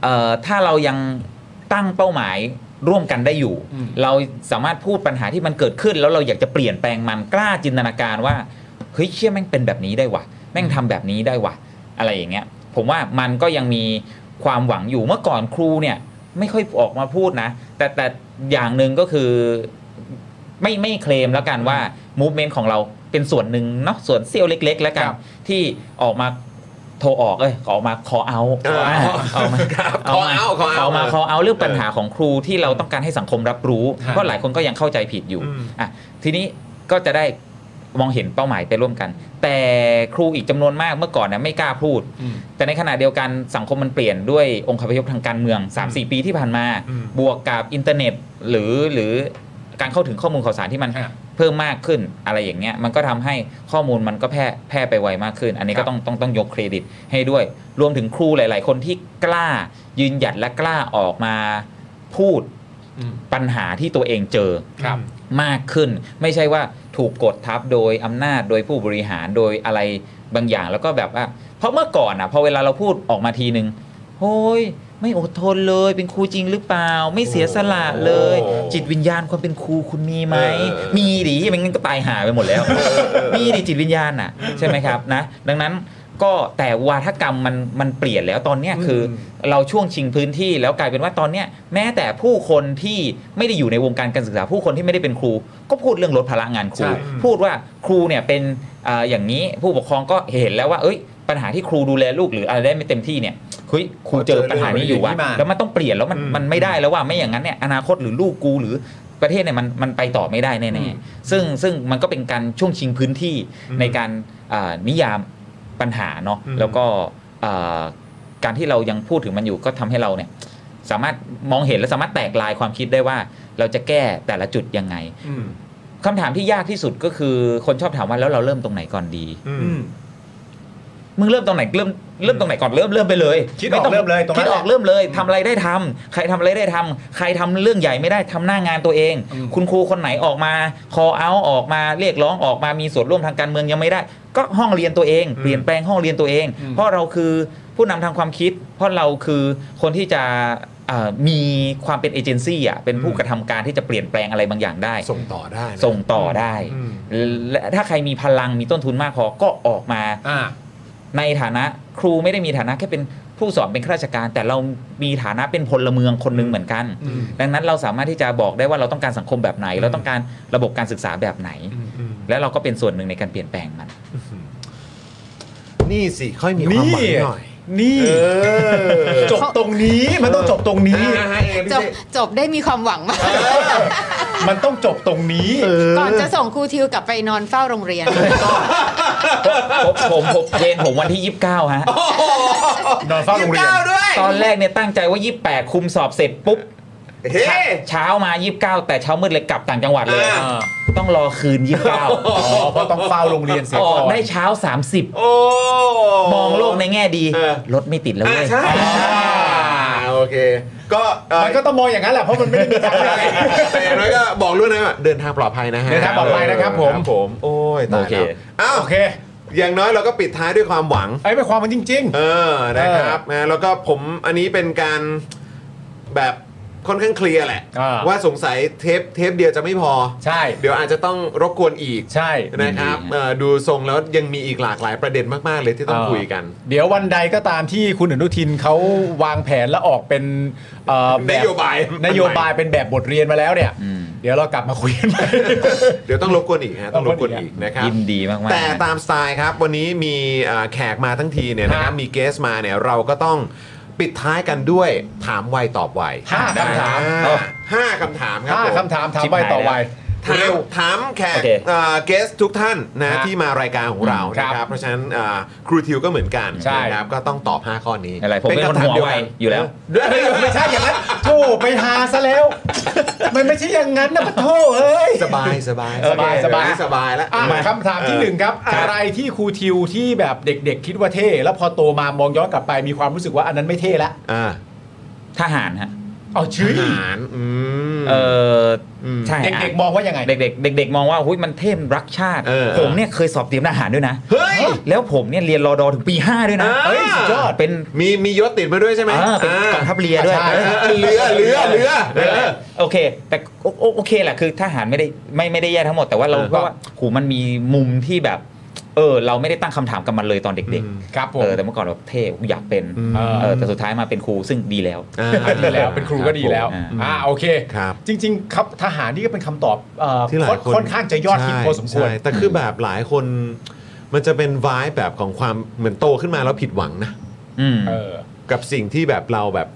Speaker 6: เอ่อถ้าเรายังตั้งเป้าหมายร่วมกันได้อยู่
Speaker 3: อืม
Speaker 6: เราสามารถพูดปัญหาที่มันเกิดขึ้น แล้วเราอยากจะเปลี่ยนแปลงมันกล้าจินตนาการว่าเฮ้ยเชี่ยแม่งเป็นแบบนี้ได้วะแม่งทำแบบนี้ได้วะอะไรอย่างเงี้ย ผมว่ามันก็ยังมีความหวังอยู่เมื่อก่อนครูเนี่ย ไม่ค่อยออกมาพูดนะ แต่แต่อย่างหนึ่งก็คือไม่ไม่เคลมแล้วกันว่ามูฟเมนต์ของเราเป็นส่วนหนึ่งเนาะส่วนเซี่ยวเล็ก ๆ แล้วกัน
Speaker 3: ครับ
Speaker 6: ที่ออกมาโทรออกเอ้ยออกมา call out
Speaker 2: เออ
Speaker 6: เอามา
Speaker 2: ครับ
Speaker 6: เอามา
Speaker 2: call out call out
Speaker 6: เอามา call out เรื่องปัญหา
Speaker 2: เออ
Speaker 6: ของครูที่เราต้องการให้สังคมรับรู้
Speaker 3: ฮะ
Speaker 6: เพราะหลายคนก็ยังเข้าใจผิดอยู่
Speaker 2: อืม
Speaker 6: อ่ะทีนี้ก็จะได้มองเห็นเป้าหมายไปร่วมกัน แต่ครูอีกจำนวนมากเมื่อก่อนเนี่ยไม่กล้าพูด
Speaker 3: อืม
Speaker 6: แต่ในขณะเดียวกันสังคมมันเปลี่ยนด้วยองค์คาพยพทางการเมือง 3-4 ปีที่ผ่านมา
Speaker 2: อืม
Speaker 6: บวกกับอินเทอร์เน็ตหรือหรือการเข้าถึงข้อมูลข่าวสารที่มัน
Speaker 3: ฮะ
Speaker 6: เพิ่มมากขึ้นอะไรอย่างเงี้ยมันก็ทำให้ข้อมูลมันก็แพร่แพร่ไปไวมากขึ้น อันนี้
Speaker 3: ครั
Speaker 6: ก็
Speaker 3: บ
Speaker 6: ต้องต้องต้องยกเครดิตให้ด้วย รวมถึงครูหลาย ๆ คนที่กล้ายืนหยัดและกล้าออกมาพูด
Speaker 3: อืม
Speaker 6: ปัญหาที่ตัวเองเจอ
Speaker 3: ครับ
Speaker 6: มากขึ้น ไม่ใช่ว่าถูกกดทับโดยอำนาจโดยผู้บริหารโดยอะไรบางอย่างแล้วก็แบบว่าเพราะเมื่อก่อนอ่ะพอเวลาเราพูดออกมาทีนึงโฮ้ยไม่อดทนเลย เป็นครูจริงหรือเปล่า ไม่เสียสละเลย
Speaker 2: โอ้
Speaker 6: จิตวิญญาณความเป็นครูคุณมีไหม
Speaker 2: เออเออ
Speaker 6: มีดิไม่งั้นก็ตายหาไปหมดแล้ว มีดิจิตวิญญาณน่ะใช่ไหมครับนะ ดังนั้นก็แต่วาทกรรมมันมันเปลี่ยนแล้วตอนเนี้ยคืออเราช่วงชิงพื้นที่แล้วกลายเป็นว่าตอนเนี้ยแม้แต่ผู้คนที่ไม่ได้อยู่ในวงการการศึกษา ผู้คนที่ไม่ได้เป็นครู ก็พูดเรื่องลดภาระงานครู
Speaker 3: ใช่
Speaker 6: พูดว่าครูเนี่ยเป็นเอ่ออย่างนี้ผู้ปกครองก็เห็นแล้วว่าเอ้ย ปัญหาที่ครูดูแลลูกหรืออะไรได้ไม่เต็มที่เนี่ยเฮ้ยครูเจอปัญหานี้อยู่ว่ะแล้วมันต้องเปลี่ยนแล้วมันมันไม่ได้แล้วว่าไม่อย่างนั้นเนี่ยอนาคตหรือลูกกูหรือประเทศเนี่ยมันมันไปต่อไม่ได้แน่ๆซึ่งซึ่งมันก็เป็นการช่วงชิงพื้นที่ในการอ่านิยามปัญหาเนาะ
Speaker 2: อืม
Speaker 6: แล้วก็อ่าการที่เรายังพูดถึงมันอยู่ก็ทำให้เราเนี่ย สามารถมองเห็นและสามารถแตกลายความคิดได้ว่า เราจะแก้แต่ละจุดยังไง
Speaker 2: อืม
Speaker 6: คำถามที่ยากที่สุดก็คือคนชอบถามว่าแล้วเราเริ่มตรงไหนก่อนดี
Speaker 2: อื
Speaker 3: อื
Speaker 2: ม
Speaker 3: ม
Speaker 6: มึงเริ่มตรงไหนเริ่มเริ่มตรงไหนก่อนเริ่มเริ่มไปเลย
Speaker 3: คิดออก
Speaker 6: ไต้ง
Speaker 3: เริ่มเลยตรงนั้น
Speaker 6: คิดออ
Speaker 3: แห
Speaker 6: ก
Speaker 3: ละ
Speaker 6: เริ่มเลยทำอะไรได้ทำใครทำอะไรได้ทำใครทำเรื่องใหญ่ไม่ได้ทำหน้างานตัวเอง
Speaker 3: อืม
Speaker 6: คุณครูคนไหนออกมา call out ออกมาเรียกร้องออกมามีส่วนร่วมทางการเมืองยังไม่ได้ ก็ห้องเรียนตัวเอง
Speaker 2: อืม
Speaker 6: เปลี่ยนแปลงห้องเรียนตัวเอง เพราะเราคือผู้นำทางความคิด เพราะเราคือคนที่จะเอ่อมีความเป็นเอเจนซี่อ่ะเป็นผู้กระทำการที่จะเปลี่ยนแปลงอะไรบางอย่างได้
Speaker 2: ส่งต่อได้นะ
Speaker 6: ส่งต่อได้
Speaker 2: อืม
Speaker 6: และถ้าใครมีพลังมีต้นทุนมากพอก็ออกมา
Speaker 3: อ่า
Speaker 6: ในฐานะครูไม่ได้มีฐานะแค่เป็นผู้สอนเป็นข้าราชการ แต่เรามีฐานะเป็นพลเมืองคนหนึ่งเหมือนกัน
Speaker 3: อืม
Speaker 6: ดังนั้นเราสามารถที่จะบอกได้ว่าเราต้องการสังคมแบบไหน เราต้องการระบบการศึกษาแบบไหน
Speaker 2: อืม
Speaker 6: และเรา ก็เป็นส่วนหนึ่งในการเปลี่ยนแปลงมัน
Speaker 2: นี่สิค่อยมีความหวังหน่อย
Speaker 3: นี่
Speaker 1: เออ
Speaker 3: จบตรงนี้มันต้องจบตรงนี้
Speaker 1: อ่าฮะยังไงพี่
Speaker 5: จบ
Speaker 1: เต้
Speaker 5: จบได้มีความหวังมาก
Speaker 3: มันต้องจบตรงนี้
Speaker 5: ก่อนจะส่งครูทิวกลับไปนอนเฝ้าโรงเรียน
Speaker 6: ผมผมผมเย็นผมวันที่ 29 ฮะ
Speaker 3: นอนเฝ้าโรงเรียน
Speaker 1: เก้าด้วย
Speaker 6: ตอนแรกเนี่ยตั้งใจว่า 28 คุมสอบเสร็จปุ๊บ
Speaker 1: เฮ้
Speaker 6: เช้ามา 29 แต่เช้ามืดเลยกลับต่างจังหวัดเลย
Speaker 1: อ่า
Speaker 6: ต้องรอคืน 29
Speaker 3: อ๋อเพราะต้องเฝ้าโรงเรียนเสีย
Speaker 6: อ
Speaker 3: ก่
Speaker 6: อ
Speaker 3: อกน
Speaker 6: ได้เช้า 30
Speaker 1: โอ้
Speaker 6: มองโลกในแง่ดี
Speaker 1: เออ
Speaker 6: รถไม่ติดแล้ว
Speaker 1: อ่า
Speaker 6: เว้ย
Speaker 1: ใช่อ่าโอเค ก็เอ่อ
Speaker 3: มันก็ต้องมองอย่างนั้นแหละเพราะมันไม่ได้มีทางอะไร
Speaker 1: แต่อย่างน้อยก็บอกลูกนะว่าเดินทางปลอดภัยนะฮะ
Speaker 3: เดินทางปลอดภัยนะครับผม
Speaker 1: ผมโอ้ยตา
Speaker 6: โอย เค
Speaker 1: แล้วอ้าว
Speaker 3: โอเค
Speaker 1: อย่างน้อยเราก็ปิดท้ายด้วยความหวัง
Speaker 3: ไอ้เป็นความมันจริง
Speaker 1: เออนะครับนะแล้วก็ผมอันนี้เป็นการแบบค่อนข้างเคลียร์แหละ
Speaker 3: อ่า
Speaker 1: ว่าสงสัยเทปเทปเดียวจะไม่พอ
Speaker 3: ๆ ใช่
Speaker 1: เดี๋ยวอาจจะต้องรบกวนอีก
Speaker 3: ใช่
Speaker 1: นะครับเอ่อดูทรงแล้วยังมีอีกหลากหลายประเด็นมาก ๆ เลยที่ต้องคุยกัน
Speaker 3: เดี๋ยววันใดก็ตามที่คุณอนุทินเขาวางแผนและออกเป็นเอ่อแ
Speaker 1: นโยบาย
Speaker 3: นโยบายเป็นแบบบทเรียนมาแล้วเนี่ย เดี๋ยวเรากลับมาคุยกันใหม่
Speaker 1: เดี๋ยวต้องรบกวนอีกฮะต้องรบกวน
Speaker 3: รบกวนอี
Speaker 1: อีก
Speaker 3: ก
Speaker 1: นะครับ
Speaker 6: ยินดีมากๆ
Speaker 1: แต่ตามสไตล์ครับ วันนี้มีเอ่อแขกมาทั้งทีเนี่ยนะครับมีเกสมาเนี่ยเราก็ต้องปิดท้ายกันด้วยถามไวตอบไว
Speaker 3: ห้าคำถาม
Speaker 1: อ่าห้าคำถามครับ
Speaker 3: ห้า
Speaker 1: ผม
Speaker 3: คำถามถาม
Speaker 6: ชิบ
Speaker 3: ไป
Speaker 6: หาย
Speaker 3: ต่อ
Speaker 6: แล้ว
Speaker 3: ไป
Speaker 1: ถาม
Speaker 3: เร็ว
Speaker 1: ถามแขก
Speaker 6: โอเค
Speaker 1: เกสทุกท่านนะ
Speaker 3: ฮะ
Speaker 1: ที่มารายการของเรา
Speaker 3: ครั
Speaker 1: นะ
Speaker 3: บ
Speaker 1: ครับเพราะฉะนั้นเอ่อครูทิวก็เหมือนกัน
Speaker 3: ใช่
Speaker 1: นะครับก็ต้องตอบ 5 ข้อนี้
Speaker 6: อะไรผมเป็นคนหัวไวอยู่แล้ว
Speaker 1: เดี๋ยว
Speaker 3: ไม่ใช่อย่างนั้นโธ่ไปหาซะแล้ว มันไม่ใช่อย่างนั้นนะปะโธ่เอ้ย
Speaker 1: สบายสบาย
Speaker 3: สบายสบา
Speaker 1: เดี๋ว
Speaker 3: ย
Speaker 1: นี้สบายแล้ว
Speaker 3: อ่ะคำถามที่หนึ่งครับ อะไรที่ครูทิวที่แบบเด็กๆ คิดว่าเท่ แล้วพอโตมามองย้อนกลับไปมีความรู้สึกว่าอันนั้นไม่เท่ละ
Speaker 1: อ่า
Speaker 6: ทหารฮะ
Speaker 3: เอาชื่อ
Speaker 1: อาหารอืม
Speaker 6: เอออ
Speaker 1: ม
Speaker 6: ใช่
Speaker 3: เด็กๆมองว่ายังไง
Speaker 6: เด็กๆเด็กๆมองว่าหุ้ยมันเท่มรักชาติ
Speaker 1: เออ
Speaker 6: ผมเนี่ยเคยสอบเตรียมทหารด้วยนะ
Speaker 1: เฮ้ย
Speaker 6: แล้วผมเนี่ยเรียนรอดอถึงปี5ด้วยนะ
Speaker 1: อ่า
Speaker 6: สุดยอดเป็น
Speaker 1: มีมียศติดมาด้วยใช่ไหม
Speaker 6: เออเป็นกองทัพเรือด้วย
Speaker 3: ใช่
Speaker 1: เออเรือเรือเรือเออ
Speaker 6: โอเค แต่โอโอโอเคแหละคือทหารไม่ได้ไม่ไม่ได้แย่ทั้งหมดแต่ว่าเรา
Speaker 1: เออ
Speaker 6: ก็ว่าหูมันมีมุมที่แบบ เออ เราไม่ได้ตั้งคำถามกับมันเลยตอนเด็ก
Speaker 3: ครับ
Speaker 6: ๆ
Speaker 3: ผม
Speaker 6: เออแต่เมื่อก่อนแบบเท่อยากเป็น
Speaker 3: เออ
Speaker 6: เออแต่สุดท้ายมาเป็นครูซึ่งดีแล้ว
Speaker 1: อ่า
Speaker 3: ดีแล้วเป็นครูก็ดีแล้ว
Speaker 6: ครับผม
Speaker 3: อ่าโอเค
Speaker 1: ครับ
Speaker 3: จริง ๆ ครับทหารนี่ก็เป็นคำตอบเอ่อ
Speaker 1: ที่หลายคน
Speaker 3: ค่อนข้างจะยอดฮิต
Speaker 1: ใช่
Speaker 3: พอสมควร
Speaker 1: ใช่แต่คือแบบหลายคนมันจะเป็นวายแบบของความเหมือนโตขึ้นมาแล้วผิดหวังนะ
Speaker 6: อืม
Speaker 3: เออ
Speaker 1: กับสิ่งที่แบบเราแบบ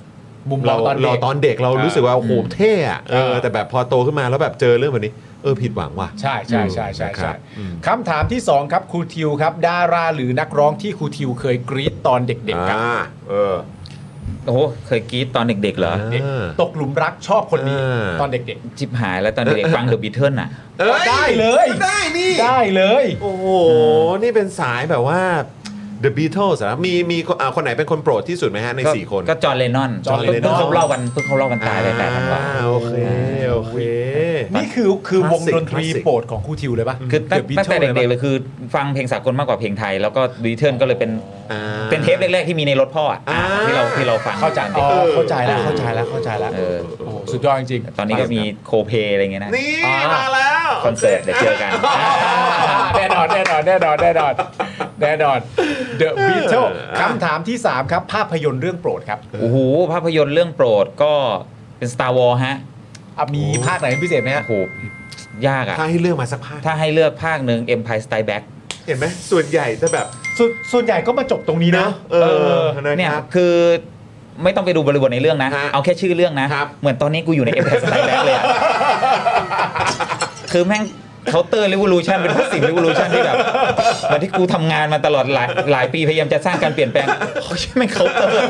Speaker 3: มุมเราตอนเด็ก
Speaker 1: เราตอนเด็กเรารู้สึกว่าโอ้โหเท่อะเออ
Speaker 3: เออ
Speaker 1: แต่แบบพอโตขึ้นมาแล้วแบบเจอเรื่องแบบนี้ เออผิดหวังว่ะ
Speaker 3: ใช่ใช่ใช่ใช่
Speaker 1: นะครับ
Speaker 3: ใช่
Speaker 1: อืม
Speaker 3: คำถามที่ 2 ครับครูทิวครับ ดาราหรือนักร้องที่ครูทิวเคยกรี๊ดตอนเด็กๆครับ
Speaker 1: อ่าเออ
Speaker 6: โอ้โหเคยกรี๊ดตอนเด็กๆเหรอ
Speaker 1: อ่า
Speaker 3: เด็กตกหลุมรักชอบคนนี้
Speaker 1: อ่า
Speaker 3: ตอนเด็ก
Speaker 6: จิบหายแล้วตอนเด็กๆฟังเดอะบิทเทิลน่ะ
Speaker 1: เอ้ย
Speaker 3: ได้เลย
Speaker 1: ได้นี่
Speaker 3: ๆ ได้เลย
Speaker 1: โอ้โห นี่เป็นสายแบบว่า The Beatles นะมีมีคนอ่าคนไหนเป็นคนโปรดที่สุดไหมฮะใน
Speaker 6: ก็
Speaker 1: 4 คน
Speaker 6: ก็จอร์นเลนนอน
Speaker 3: จอห์นเลนนอน
Speaker 6: เพิ่งเขาเล่ากันเพิ่งเขาเล่ากันตายเลยแต่ทันว่า
Speaker 1: อ่โอเค โอเค
Speaker 3: นี่คือคือวงดนตรี
Speaker 1: Classic
Speaker 3: โปรดของครูทิวเลยปะ
Speaker 6: คือตั้ง
Speaker 3: The Beatles
Speaker 6: ตั้งแต่เด็กๆ
Speaker 3: ลยปะ
Speaker 6: เลยคือ ฟังเพลงสากลมากกว่าเพลงไทย แล้วก็บิทเทิลก็เลยเป็น
Speaker 1: อ่า
Speaker 6: เป็นเทปแรกๆที่มีในรถพ่ออ่ะ
Speaker 1: อ่า
Speaker 6: ที่เราที่เราฟัง
Speaker 3: เข้าใจ
Speaker 6: ต
Speaker 3: อ๋
Speaker 6: อน
Speaker 3: อ
Speaker 6: เด็ก
Speaker 3: เข้าใจแล้วเข้าใจแล้วเข้าใจแล้ว
Speaker 6: เออ
Speaker 3: โอ้โหสุดยอดจริง
Speaker 6: ตอนนี้ก็มีโคเพอะไรเงี้ยนะ
Speaker 1: นี่มาแล้ว
Speaker 6: คอนเสิร์ตเดี๋ยวเจอกัน
Speaker 3: แน่นอนแน่นอนแน่นอนแน่นอนแน่นอน The Beatles คำถามที่ 3 ครับ ภาพยนตร์เรื่องโปรดครับ
Speaker 6: โอ้โหภาพยนตร์เรื่องโปรดก็เป็น Star Wars ฮะ
Speaker 3: อ่ะมีภาคไหนเป็นพิเศษไหมฮะ
Speaker 6: โอ้โหยากอ่ะ
Speaker 1: ถ้าให้เลือกมาสักภาค
Speaker 6: ถ้าให้เลือกภาคหนึ่ง Empire Strikes Back
Speaker 1: เห็นไหมส่วนใหญ่จะแบบ
Speaker 3: ส่วนส่วนใหญ่ก็มาจบตรงนี้นะ
Speaker 1: นะเออ
Speaker 6: เนี่
Speaker 1: นะ
Speaker 6: ย
Speaker 1: ครับ
Speaker 6: คือไม่ต้องไปดูบริบทในเรื่องนะ
Speaker 1: ฮะ
Speaker 6: เอาแค่ชื่อเรื่องนะ
Speaker 1: ครับ
Speaker 6: เหมือนตอนนี้กูอยู่ใน Empire Strikes Back เลยอะคือแม่งเคาน์เตอร์ revolution เป็นพวกสิ่ง revolution ที่แบบเหมือนที่กูทำงานมาตลอดหลายหลายปีพยายามจะสร้างการเปลี่ยนแปลงโอ้ยแม่งเคาน์เตอร์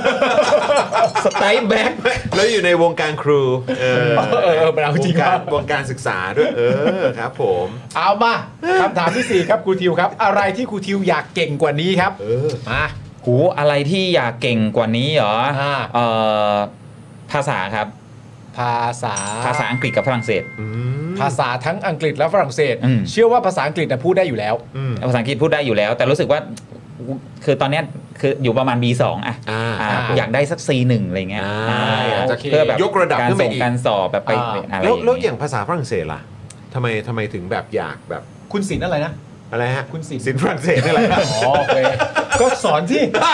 Speaker 6: Strike Back
Speaker 1: แล้วอยู่ในวงการครู เออ
Speaker 3: เออเออมันเอาจริง
Speaker 1: วการ
Speaker 3: ว่ะ
Speaker 1: วงการศึกษาด้วย เออครับผม
Speaker 3: เอามาคำถามที่ 4 ครับครูทิวครับ อะไรที่ครูทิวอยากเก่งกว่านี้ครับ
Speaker 1: เออ
Speaker 3: มา
Speaker 6: หูอะไรที่อยากเก่งกว่านี้เหรออา เอ่อภาษาครับ
Speaker 3: ภาษา
Speaker 6: ภาษาอังกฤษกับฝรั่งเศส
Speaker 1: อืม
Speaker 3: ภาษาทั้งอังกฤษและฝรั่งเศส
Speaker 6: อืม
Speaker 3: เชื่อว่าภาษาอังกฤษนะพูดได้อยู่แล้ว
Speaker 1: อืม
Speaker 6: ภาษาอังกฤษพูดได้อยู่แล้ว แต่รู้สึกว่าคือตอนเนี้ยคืออยู่ประมาณ B2 อ่ะ
Speaker 1: อ่า
Speaker 6: อ่า
Speaker 3: อ่า
Speaker 6: อยากได้สัก C1 อะไรเงี้ย
Speaker 1: อ่า
Speaker 6: อ่า
Speaker 1: อยากจะ
Speaker 6: เพื่อแบบ
Speaker 1: ยกระดับ
Speaker 6: การ
Speaker 1: ขึ้นไป
Speaker 6: ส่ง
Speaker 1: อีก
Speaker 6: การสอบแบบไป
Speaker 3: อ่า
Speaker 6: อะไร
Speaker 1: แล้วแล้วอ
Speaker 6: เงี้
Speaker 1: ย่างภาษาฝรั่งเศสล่ะทำไมทำไมถึงแบบอยากแบบ
Speaker 3: คุณศิลป์อะไรนะ
Speaker 1: อะไรฮะ
Speaker 3: คุณศิลป์
Speaker 1: ศิลป์ฝรั่งเศสนี่แหละ
Speaker 3: อ๋อโอเคก็สอนที่
Speaker 6: ไม่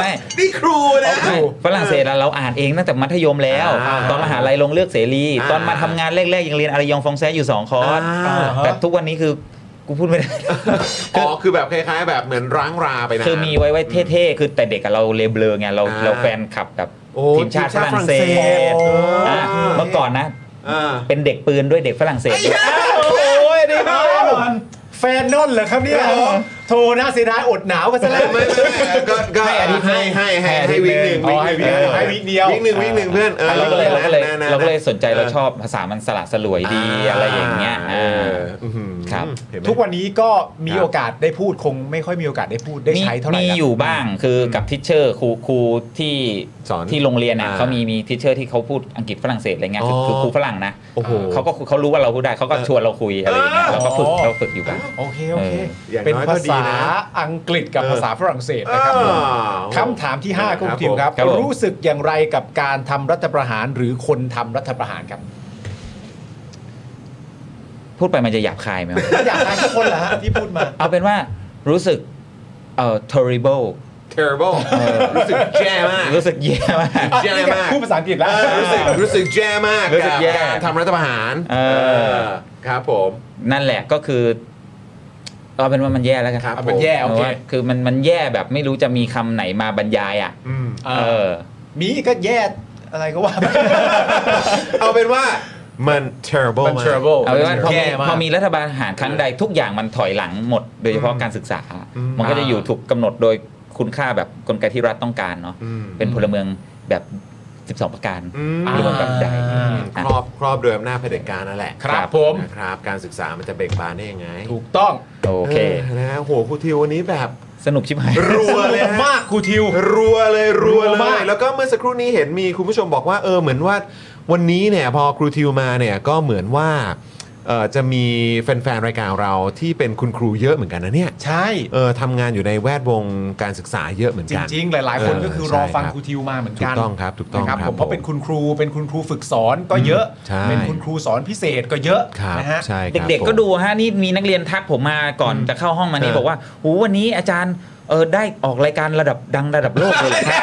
Speaker 6: ไม่
Speaker 1: นี่ครูนะ
Speaker 6: ไม่ฝรั่งเศสอะเราอ่านเองตั้งแต่มัธยมแล้ว
Speaker 1: อ่า
Speaker 6: ตอนมหาลัยลงเลือกเสรี
Speaker 1: อ่า
Speaker 6: ตอนมาทำงานแรกๆยังเรียนอารยองฟองแซอยู่สองคอร์ส
Speaker 1: อ่า
Speaker 6: แต่ทุกวันนี้คือ กูพูดไม่ได้
Speaker 2: อ๋อคือแบบคล้ายๆ แบบเหมือนร้างราไปนะ
Speaker 6: คือมีไว้ไว้เท่ๆ คือแต่เด็กอะเราเลเบลอไงเรา
Speaker 2: อ่า
Speaker 6: เราแฟนคลับแบบ
Speaker 2: โอ้
Speaker 6: ทีมชาติฝรั่งเศส
Speaker 2: โอ้
Speaker 6: อ่ะเมื่อก่อนนะ
Speaker 2: อ่า
Speaker 6: เป็นเด็กปืนด้วยเด็กฝรั่งเศสด้วย
Speaker 3: โอ้ยนี่มาแน่นอนแฟนนอนเหรอครับเนี่ย
Speaker 2: ครับผม
Speaker 3: โทรน่าเสียดายอดหนาวกันซะแล้ว
Speaker 2: ไม่ไม่ไม่ก็ก็ให้ให้ให้ให้ให้วิกหนึ่ง
Speaker 3: อ๋อให้วิกหนึ่งให้วิกเดียว
Speaker 2: วิกหนึ่งวิกหนึ่งเพื่อนเออ
Speaker 6: เราก็เลยเราก็เลย
Speaker 2: นะนะนะ
Speaker 6: เราก็เลยสนใจเราชอบภาษามันสละสลวยดีอะไรอย่างเงี้ย
Speaker 2: เอ
Speaker 6: อ่า
Speaker 2: ออื้อหือ
Speaker 6: ครับ
Speaker 2: เห็นไหม
Speaker 3: ทุกวันนี้ก็มี
Speaker 2: ครับ
Speaker 3: โอกาสได้พูดคงไม่ค่อยมีโอกาสได้พูดได้
Speaker 6: มี
Speaker 3: ใช้เท่าไหร่
Speaker 6: มี
Speaker 3: แล้ว
Speaker 6: อยู่บ้างคือกับทิชเชอร์ครูครูที่
Speaker 2: สอน
Speaker 6: ที่โรงเรียนอ่ะ
Speaker 2: อ่า
Speaker 6: เขามีมีทิชเชอร์ที่เขาพูดอังกฤษฝรั่งเศสอะไรเงี้ยคือ
Speaker 2: อ๋อ
Speaker 6: คือครูฝรั่งนะ
Speaker 2: โอ้โห
Speaker 6: เขาก็คุยเขารู้ว่าเราพูดได้เขาก็ชวนเราคุยอะไรอย่างเงี้ย
Speaker 2: เออ
Speaker 6: เราก็ฝึก
Speaker 3: อ๋อ
Speaker 6: เราฝึกอยู่บ้าง
Speaker 3: โอเคโอเค
Speaker 2: เอออย่าง
Speaker 3: เป็น
Speaker 2: น้อยก็
Speaker 3: ภา
Speaker 2: ดี
Speaker 3: ษา
Speaker 2: นะ
Speaker 3: อังกฤษกับภาษาฝรั่งเศสนะครับผม คำถามที่5คุณทิวครับ
Speaker 6: ครับผม
Speaker 3: รู้สึกอย่างไรกับการทำรัฐประหารหรือคนทำรัฐประหารครับ
Speaker 6: พูดไปมันจะหยาบคายไหมวะ
Speaker 3: อยากทายทุกคนเห รอฮะที่พูดมา
Speaker 6: เอาเป็นว่ารู้สึกเอ่อ terrible
Speaker 2: terrible รู้สึกแย่มาก
Speaker 6: รู้สึกแย่มาก
Speaker 2: แย่มาก
Speaker 3: พูดภาษาอังกฤษแล้ว
Speaker 2: เออรู้สึกรู้สึกแย่มาก
Speaker 6: รู้สึกแย่
Speaker 2: บารทำรัฐประหาร
Speaker 6: เออ
Speaker 2: ครับผม
Speaker 6: นั่นแหละก็คือเอาเป็นว่ามันแย่แล้วกัน
Speaker 2: ครับ
Speaker 3: เอา
Speaker 2: ผ
Speaker 3: เป็น
Speaker 2: ม
Speaker 3: แย่ โอเค
Speaker 6: พราะว่าคือมันมันแย่แบบไม่รู้จะมีคำไหนมาบรรยายอ่ะ
Speaker 2: อืม
Speaker 3: เอ
Speaker 6: เอ
Speaker 3: อ
Speaker 6: อ
Speaker 3: มีก็แย่อะไรก็ว่าไป
Speaker 2: เอาเป็นว่ามัน terrible
Speaker 3: มัน
Speaker 2: มาก
Speaker 3: terrible
Speaker 6: เอาเป็นว่าพอ
Speaker 3: แย่
Speaker 6: มี
Speaker 3: มาก
Speaker 6: พอมีรัฐบาลทหารครั้งใดทุกอย่างมันถอยหลังหมด โดยเฉพาะการศึกษา
Speaker 2: อืม
Speaker 6: มันก็จะอยู่ถูกกำหนดโดยคุณค่าแบบกลไกที่รัฐต้องการเนาะ
Speaker 2: อืม
Speaker 6: เป็นพลเมืองแบบ 12 ประการ
Speaker 2: อืม
Speaker 6: หรือว่าแบบใด
Speaker 3: อ่า
Speaker 2: ครอบครอบโดยอำนาจเผด็จการนั่นแหละ
Speaker 3: ครับผม
Speaker 2: นะครับการศึกษามันจะเบ่งบานได้ยังไง
Speaker 3: ถูกต้อง
Speaker 6: โอเค
Speaker 2: ออนะฮะโหครูทิววันนี้แบบ
Speaker 6: สนุกชิบหาย
Speaker 2: รัวเลยฮะ
Speaker 3: มากครูทิว
Speaker 2: รัวเลยรัว
Speaker 3: รั
Speaker 2: เล
Speaker 3: วมาย ก
Speaker 2: แล้วก็เมื่อสักครู่นี้เห็นมีคุณผู้ชมบอกว่าเออเหมือนว่าวันนี้เนี่ยพอครูทิวมาเนี่ยก็เหมือนว่าเออจะมีแฟนๆรายการเราที่เป็นคุณครูเยอะเหมือนกันนะเนี่ย
Speaker 3: ใช่
Speaker 2: เออทำงานอยู่ในแวดวงการศึกษาเยอะเหมือน
Speaker 3: จ
Speaker 2: กัน
Speaker 3: ริง ๆ หลาย ๆ คนก็คือรอฟั
Speaker 2: เออ
Speaker 3: ง
Speaker 2: ใช่ครับ
Speaker 3: ครูทิวมาเหมือนกัน
Speaker 2: ถูกต้องครับถูกต้อง
Speaker 3: นะครับ
Speaker 2: ครับ
Speaker 3: ผมเพราะเป็นคุณครูเป็นคุณครูฝึกสอนก็เยอะ
Speaker 2: ใช่
Speaker 3: เป็นคุณครูสอนพิเศษก็เยอะ
Speaker 2: ครับ
Speaker 3: นะฮะ
Speaker 2: ใช่ครับ
Speaker 6: เด็กๆ
Speaker 2: ผ
Speaker 6: ก็
Speaker 2: ม
Speaker 6: ดูฮะนี่มีนักเรียนทักผมมาก่อนจะเข้าห้องมานี่
Speaker 2: เออ
Speaker 6: บอกว่าหูวันนี้อาจารย์เออได้ออกรายการระดับดังระดับโลกเลยเหรอครับ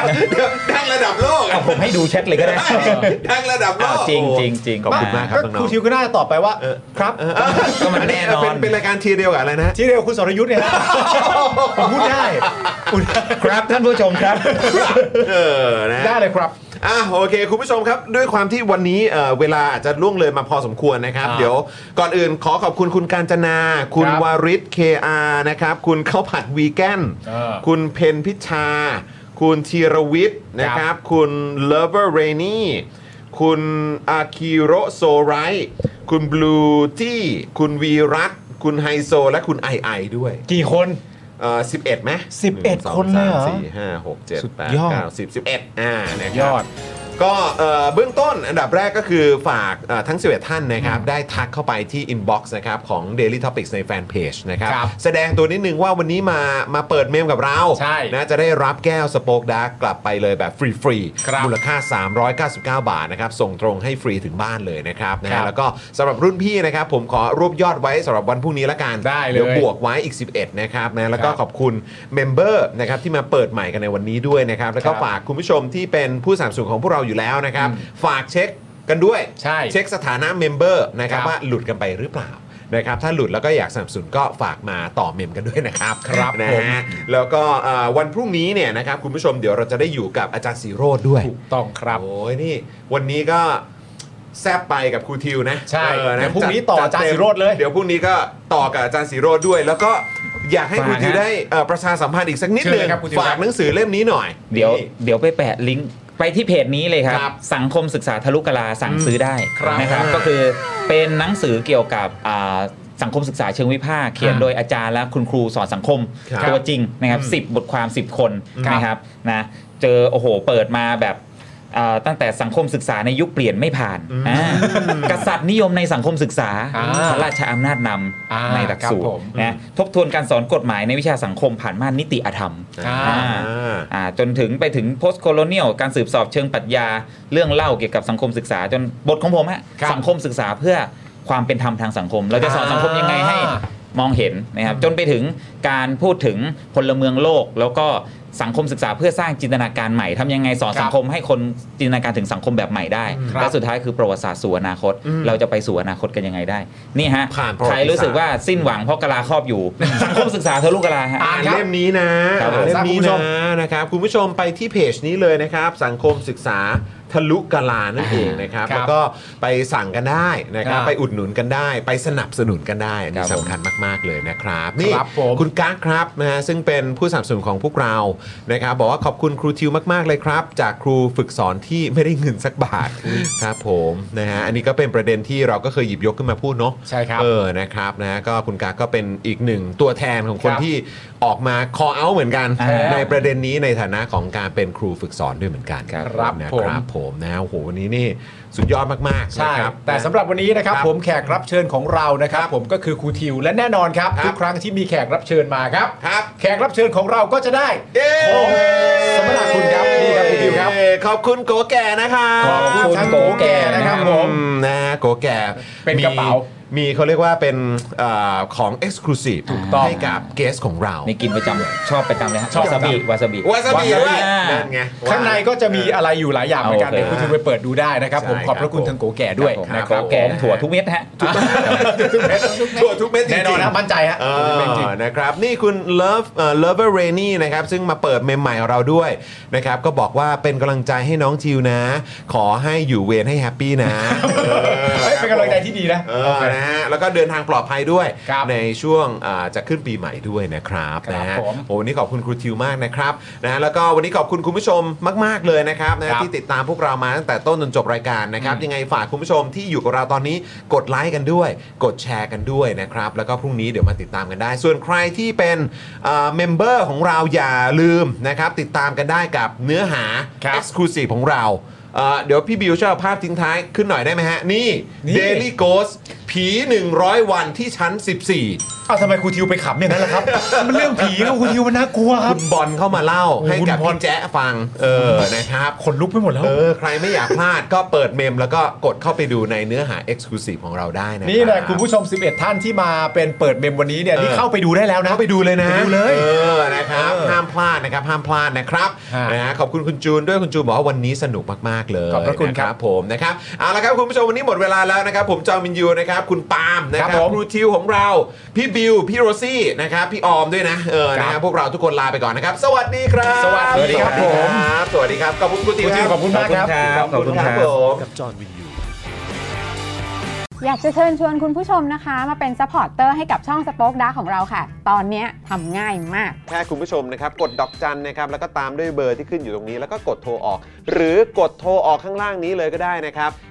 Speaker 2: ดังระดับโลกอะ
Speaker 6: เอาผมให้ดูแชทเลยก็ได้
Speaker 2: ดังระดับโลก
Speaker 6: จริงจริงจริง
Speaker 2: ขอบคุณมากครับ
Speaker 3: ก็
Speaker 2: น้อ
Speaker 3: ครู
Speaker 2: ง
Speaker 3: ทิวก็น่าจะตอบไปว่าครับ
Speaker 2: ๆ
Speaker 6: ก็มันแน่นอ
Speaker 2: เป็น นเป็นรายการทีเดียวกับอะไรนะ
Speaker 3: ที่เร็วคุณสรยุทธ์เนี่ย นะ ผมพูดได้พูดได้
Speaker 6: ครับท่านผู้ชมครับ
Speaker 2: เออนะ
Speaker 3: ได้เลยครับ
Speaker 2: อ่ะโอเค คุณผู้ชมครับ ด้วยความที่วันนี้เอ่อเวลาอาจจะล่วงเลยมาพอสมควรนะครับ
Speaker 3: อ่า
Speaker 2: เดี๋ยวก่อนอื่นขอขอบคุณคุณการจนา คุณ
Speaker 3: ครับ
Speaker 2: วาริศ KR นะครับ คุณข้าวผัดวีแกน
Speaker 3: เออ
Speaker 2: คุณเพนพิชา คุณธีรวิทย์นะครับ คุณ Lover Rainy คุณอาคิโรโซไรคุณบลูจี้คุณวีรักษ์คุณไฮโซ และคุณไอไอด้วย
Speaker 3: กี่คน
Speaker 2: เอ่อ11ไหม
Speaker 3: 11
Speaker 2: 1 2
Speaker 3: คนเลยเหรอ
Speaker 2: 3 4 5 6 7
Speaker 3: สุด
Speaker 2: 8
Speaker 3: ยอด
Speaker 2: 9 10 11อ่านะครับ
Speaker 3: ยอด
Speaker 2: ก็เอ่อเบื้องต้นอันดับแรกก็คือฝากเอ่อทั้ง 11 ท่านนะครับ ได้ทักเข้าไปที่ inbox นะครับของ Daily Topics ในแฟนเพจนะครับ
Speaker 3: ครับ
Speaker 2: แสดงตัวนิดนึงว่าวันนี้มามาเปิดเมมกับเรา
Speaker 3: ใช่
Speaker 2: นะจะได้รับแก้วสโป๊กดาร์กกลับไปเลยแบบฟรี
Speaker 3: ครับ
Speaker 2: ๆมูลค่า 399 บาทนะครับ ส่งตรงให้ฟรีถึงบ้านเลยนะครับนะ
Speaker 3: ครั
Speaker 2: ฮะ
Speaker 3: บ
Speaker 2: แล้วก็สำหรับรุ่นพี่นะครับ ผมขอรวบยอดไว้สำหรับวันพรุ่งนี้ละกัน
Speaker 3: ได้เลย
Speaker 2: ดี๋ยวบวก บวกไว้อีก 11 นะครับนะแล้วก็
Speaker 3: ครับ
Speaker 2: ขอบคุณเมมเบอร์นะครับที่มาเปิดใหม่กันในวันนี้ด้วยนะครับ แล้วก็
Speaker 3: ครับ
Speaker 2: ฝากคุณผู้ชมที่เป็นผู้สนับสนุนของพวกเราอยู่แล้วนะครับ ฝากเช็คกันด้วย
Speaker 3: ใช่
Speaker 2: เช็คสถานะเมมเบอร์นะครับ
Speaker 3: ครับ
Speaker 2: ว่าหลุดกันไปหรือเปล่านะครับถ้าหลุดแล้วก็อยากสนับสนุนก็ฝากมาต่อเมมกันด้วยนะครับ
Speaker 3: ครับ
Speaker 2: นะ
Speaker 3: ผม
Speaker 2: ฮะแล้วก็เอ่อวันพรุ่งนี้เนี่ยนะครับคุณผู้ชมเดี๋ยวเราจะได้อยู่กับอาจารย์สีโรดด้วย
Speaker 3: ถูกต้องครับ
Speaker 2: โอ้ยนี่วันนี้ก็แซบไปกับครูทิวนะ
Speaker 3: ใช่
Speaker 2: ออนะ
Speaker 3: เดี๋ยวพรุ่งนี้ต่ออาจารย์
Speaker 2: ต็ม
Speaker 3: ศิโรจน์เลย
Speaker 2: เดี๋ยวพรุ่งนี้ก็ต่อกับอาจารย์สีโรดด้วย แล้วก็อยากให้
Speaker 6: ฝาก
Speaker 2: ครูทิว
Speaker 6: นะ
Speaker 2: ได้เอ่อประชาสัมพันธ์อีกสักนิด
Speaker 3: เชิ
Speaker 2: หนึ
Speaker 3: ญเล
Speaker 2: ง
Speaker 3: ยครับครูทิว
Speaker 2: ฝา
Speaker 3: ครั
Speaker 2: ก
Speaker 3: บ
Speaker 2: หนังสือเล่มนี้หน่อย
Speaker 6: เดี๋ยว
Speaker 2: นี่
Speaker 6: เดี๋ยวไปแปะลิงก์ไปที่เพจนี้เลยครับ
Speaker 2: ครับ
Speaker 6: สังคมศึกษาทะลุกะลาสั่งซื้อได้
Speaker 2: ครับ
Speaker 6: นะครับ ก็คือเป็นหนังสือเกี่ยวกับอ่าสังคมศึกษาเชิงวิพากษ์เขียนโดยอาจารย์และคุณครูสอนสังคม
Speaker 2: ครับ
Speaker 6: ตัวจริงนะครับสิบบทความ 10 คนนะครับนะเจอโอ้โหเปิดมาแบบอ่าตั้งแต่สังคมศึกษาในยุคเปลี่ยนไม่ผ่านอ่ากษัตริย์นิยมในสังคมศึกษา
Speaker 3: อ่า
Speaker 6: พระราชอำนาจน
Speaker 3: อ่า
Speaker 6: ำในหลัก
Speaker 3: ครับ
Speaker 6: สูตร
Speaker 3: ผม
Speaker 6: นะทบทวนการสอนกฎหมายในวิชาสังคมผ่านม่านนิติอธรรม
Speaker 3: อ่า
Speaker 6: อ่า อ่าจนถึงไปถึง post colonial การสืบสอบเชิงปรัชญา เรื่องเล่าเกี่ยวกับสังคมศึกษา จนบทของผมฮะ
Speaker 3: ครับ
Speaker 6: สังคมศึกษาเพื่อความเป็นธรรมทางสังคม เราจะสอนสังคมยังไงให้มองเห็นนะครับจนไปถึงการพูดถึงพลเมืองโลก แล้วก็ สังคมศึกษาเพื่อสร้างจินตนาการใหม่ทำยังไงสอน
Speaker 3: ครับ
Speaker 6: สังคมให้คนจินตนาการถึงสังคมแบบใหม่ได้
Speaker 3: ครับ
Speaker 6: และสุดท้ายคือประวัติศาสตร์สู่อนาคต เราจะไปสู่อนาคตกันยังไงได้ นี่ฮะ
Speaker 2: ผ่านประวัติ
Speaker 6: ใคร
Speaker 2: ศาสตร์
Speaker 6: รู้สึกว่าสิ้นหวังเพราะกะลาครอบอยู่ สังคมศึกษาเธอลูกกะลาฮะ
Speaker 2: อ่าน
Speaker 3: ครับ
Speaker 2: เล่มนี้นะครับ อ่านเล่มนี้
Speaker 3: ครั
Speaker 2: นะ
Speaker 3: บ
Speaker 2: นะครับ คุณผู้ชมไปที่เพจนี้เลยนะครับ สังคมศึกษาทะลุกาลานั่นเองนะครับ
Speaker 3: ครับ
Speaker 2: แล้วก็ไปสั่งกันได้นะครับ
Speaker 3: อ่า
Speaker 2: ไปอุดหนุนกันได้ ไปสนับสนุนกันได้อัน
Speaker 6: ค
Speaker 2: นี่
Speaker 6: รับผม
Speaker 2: สำคัญมากๆเลยนะครับ นี่
Speaker 3: ครับผม
Speaker 2: คุณก้าครับนะฮะซึ่งเป็นผู้สนับสนุนของพวกเรานะครับ บอกว่าขอบคุณครูทิวมากๆเลยครับ จากครูฝึกสอนที่ไม่ได้เงินสักบาทครับผมนะฮะอันนี้ก็เป็นประเด็นที่เราก็เคยหยิบยกขึ้นมาพูดเนาะ
Speaker 3: ใช่ครับ
Speaker 2: เออ เออนะครับนะก็คุณกาก็เป็นอีกหนึ่งตัวแทนของคน
Speaker 3: ครับ
Speaker 2: ที่ออกมา call out เหมือนกัน
Speaker 6: ใช่แล้ว
Speaker 2: ในประเด็นนี้ในฐานะของการเป็นครูฝึกสอนด้วยเหมือนกัน
Speaker 6: ครับ
Speaker 3: ครับ
Speaker 2: นะ
Speaker 3: ผม
Speaker 2: ครับผมนะโอ้โหวันนี้นี่สุดยอดมากๆ
Speaker 3: ใช่
Speaker 2: นะครั
Speaker 3: แต่สำหรับวันนี้นะครับ
Speaker 2: ครับ
Speaker 3: ผมแขกรับเชิญของเรานะครับ ผมก็คือครูทิวและแน่นอนครับ
Speaker 2: ครับ
Speaker 3: ทุกครั้งที่มีแขกรับเชิญมาครับ
Speaker 2: ครับ
Speaker 3: แขกรับเชิญของเราก็จะได้
Speaker 2: เย้
Speaker 3: โอ้โหสมนาคุณครับนี่ครับคุณดิวครับ
Speaker 2: ขอบคุณโกแก่นะครับ
Speaker 3: ขอบคุณทั้งโกแก่นะครับผม
Speaker 2: อืมนะโกแก่
Speaker 3: เป็นกระเป๋า
Speaker 2: มีเขาเรียกว่าเป็นเออของ Exclusive
Speaker 3: ถูกต้อง
Speaker 2: ให้กับเกสของเรา
Speaker 6: นี่กินประจำชอบประจำเลยฮะ
Speaker 3: ชอบป
Speaker 6: วา
Speaker 3: ระจำ
Speaker 6: ซาบิวาซาบิ
Speaker 2: วาซาบิ
Speaker 6: วา
Speaker 2: ด้ว
Speaker 6: ซาย บิอ่า
Speaker 2: นั่นไง
Speaker 3: ข้างในก็จะมีอะไรอยู่หลายอย่างเหมือนกัน
Speaker 6: โอเค
Speaker 3: เดี๋ยวคุณทิวไปเปิดดูได้นะครับ ผม
Speaker 2: ใช่
Speaker 3: ขอบพระคุณ
Speaker 2: ครับ
Speaker 3: ทางโกแก่ด้วย
Speaker 6: ครับผม
Speaker 3: นะค
Speaker 6: นะครั
Speaker 3: รับบ
Speaker 6: แกงถั่วทุกเม็ดฮะ
Speaker 2: ทั่วทุกเม็ดจริงๆ
Speaker 3: แน่นอนนะมั่นใจฮะ
Speaker 2: เอ
Speaker 3: คุณทิว
Speaker 2: อ
Speaker 3: เป็นจริง
Speaker 2: นะครับ นี่คุณ Love เอ่อ Lover Rainy นะครับ ซึ่งมาเปิดเมมใหม่ของเราด้วยนะครับ ก็บอกว่าเป็นกำลังใจให้น้องจิวนะ ขอให้อยู่เวรให้แฮปปี้นะ
Speaker 3: เฮ้ยเป็นกำลังใจที่ดีนะ
Speaker 2: เอ
Speaker 3: โอ
Speaker 2: อ
Speaker 3: เค
Speaker 2: นะฮะ แล้วก็เดินทางปลอดภัยด้วย
Speaker 3: ครับ
Speaker 2: ในช่วงอ่าจะขึ้นปีใหม่ด้วยนะครับ
Speaker 3: ครับ
Speaker 2: นะฮะ
Speaker 3: ผม
Speaker 2: โอ้วันนี้ขอบคุณครูทิวมากนะครับนะฮะแล้วก็วันนี้ขอบคุณคุณผู้ชมมาก ๆ เลยนะครับนะฮะ
Speaker 3: ครับ
Speaker 2: ที่ติดตามพวกเรามาตั้งแต่ต้นจนจบรายการนะครับ ยังไงฝากคุณผู้ชมที่อยู่กับเราตอนนี้กดไลค์กันด้วย กดแชร์กันด้วยนะครับ แล้วก็พรุ่งนี้เดี๋ยวมาติดตามกันได้ ส่วนใครที่เป็นเมมเบอร์ของเราอย่าลืมนะครับติดตามกันได้กับเนื้อหา
Speaker 3: ครับ
Speaker 2: Exclusive ของเราเอ่อเดี๋ยวพี่บิวช่วยเอาภาพทิ้งท้ายขึ้นหน่อยได้ไหมฮะนี่
Speaker 3: นี่
Speaker 2: Daily Ghost ผี 100 วันที่ชั้น 14
Speaker 3: เอาทำไมครูทิวไปขำอย่างนั้นล่ะครับ มันเรื่องผีครับครูทิวมันน่ากลัวครับ
Speaker 2: คุณบอลเข้ามาเล่า
Speaker 3: โอ้
Speaker 2: ให้กับ
Speaker 3: คุณบอล
Speaker 2: พี่แจ๊ะฟัง เออนะครับ
Speaker 3: ขนลุกไปหมดแล้ว
Speaker 2: เออใครไม่อยากพลาด ก็เปิดเมมแล้วก็กดเข้าไปดูในเนื้อหา Exclusive ของเราได้นะ
Speaker 3: นี่แหละ
Speaker 2: รับ
Speaker 3: คุณผู้ชม 11 ท่านที่มาเป็นเปิดเมมวันนี้เนี่ย
Speaker 2: เออ
Speaker 3: นี่เข้าไปดูได้แล้วนะ
Speaker 2: เข้าไปดูเลยนะ
Speaker 3: ไปดูเลย
Speaker 2: เออนะครับ
Speaker 3: เออ
Speaker 2: ห้ามพลาดนะครับห้ามพลาดนะครับ
Speaker 3: ฮะ
Speaker 2: นะฮะขอบคุณคุณจูนด้วยคุณจูนบอกว่าวันนี้สนุกมากๆเลย
Speaker 3: ขอบพระคุณ
Speaker 2: น
Speaker 3: ครับ
Speaker 2: ผมนะครับเอาละครับคุณผู้ชมวันนี้หมดเวลาแล้วนะครับ ผมจอมินยูนะครับคุณปาล์มนะครั
Speaker 3: ครับ บผม
Speaker 2: ครูทิวของเรา พี่บิวพี่โรซี่นะครับพี่ออมด้วยนะเออนะค
Speaker 3: ค
Speaker 2: รั
Speaker 3: รั
Speaker 2: บบ พวกเราทุกคนลาไปก่อนนะครับ สวัสดีครับ
Speaker 3: สวัสดีครับผม
Speaker 2: สวัสดีครับขอบคุณครู
Speaker 3: ค
Speaker 2: ทิ
Speaker 3: รู
Speaker 2: ว
Speaker 3: ทิวขอบคุณมากครับ
Speaker 6: ขอบคุณครับ
Speaker 2: ผม
Speaker 1: กับจอห์นวินยู
Speaker 7: อยากจะเชิญชวนคุณผู้ชมนะคะ มาเป็นซัพพอร์ตเตอร์ให้กับช่องสป็อคดาของเราค่ะ ตอนเนี้ยทำง่ายมาก
Speaker 2: แค่คุณผู้ชมนะครับ กดดอกจันนะครับ แล้วก็ตามด้วยเบอร์ที่ขึ้นอยู่ตรงนี้ แล้วก็กดโทรออก หรือกดโทรออกข้างล่างนี้เลยก็ได้นะครับ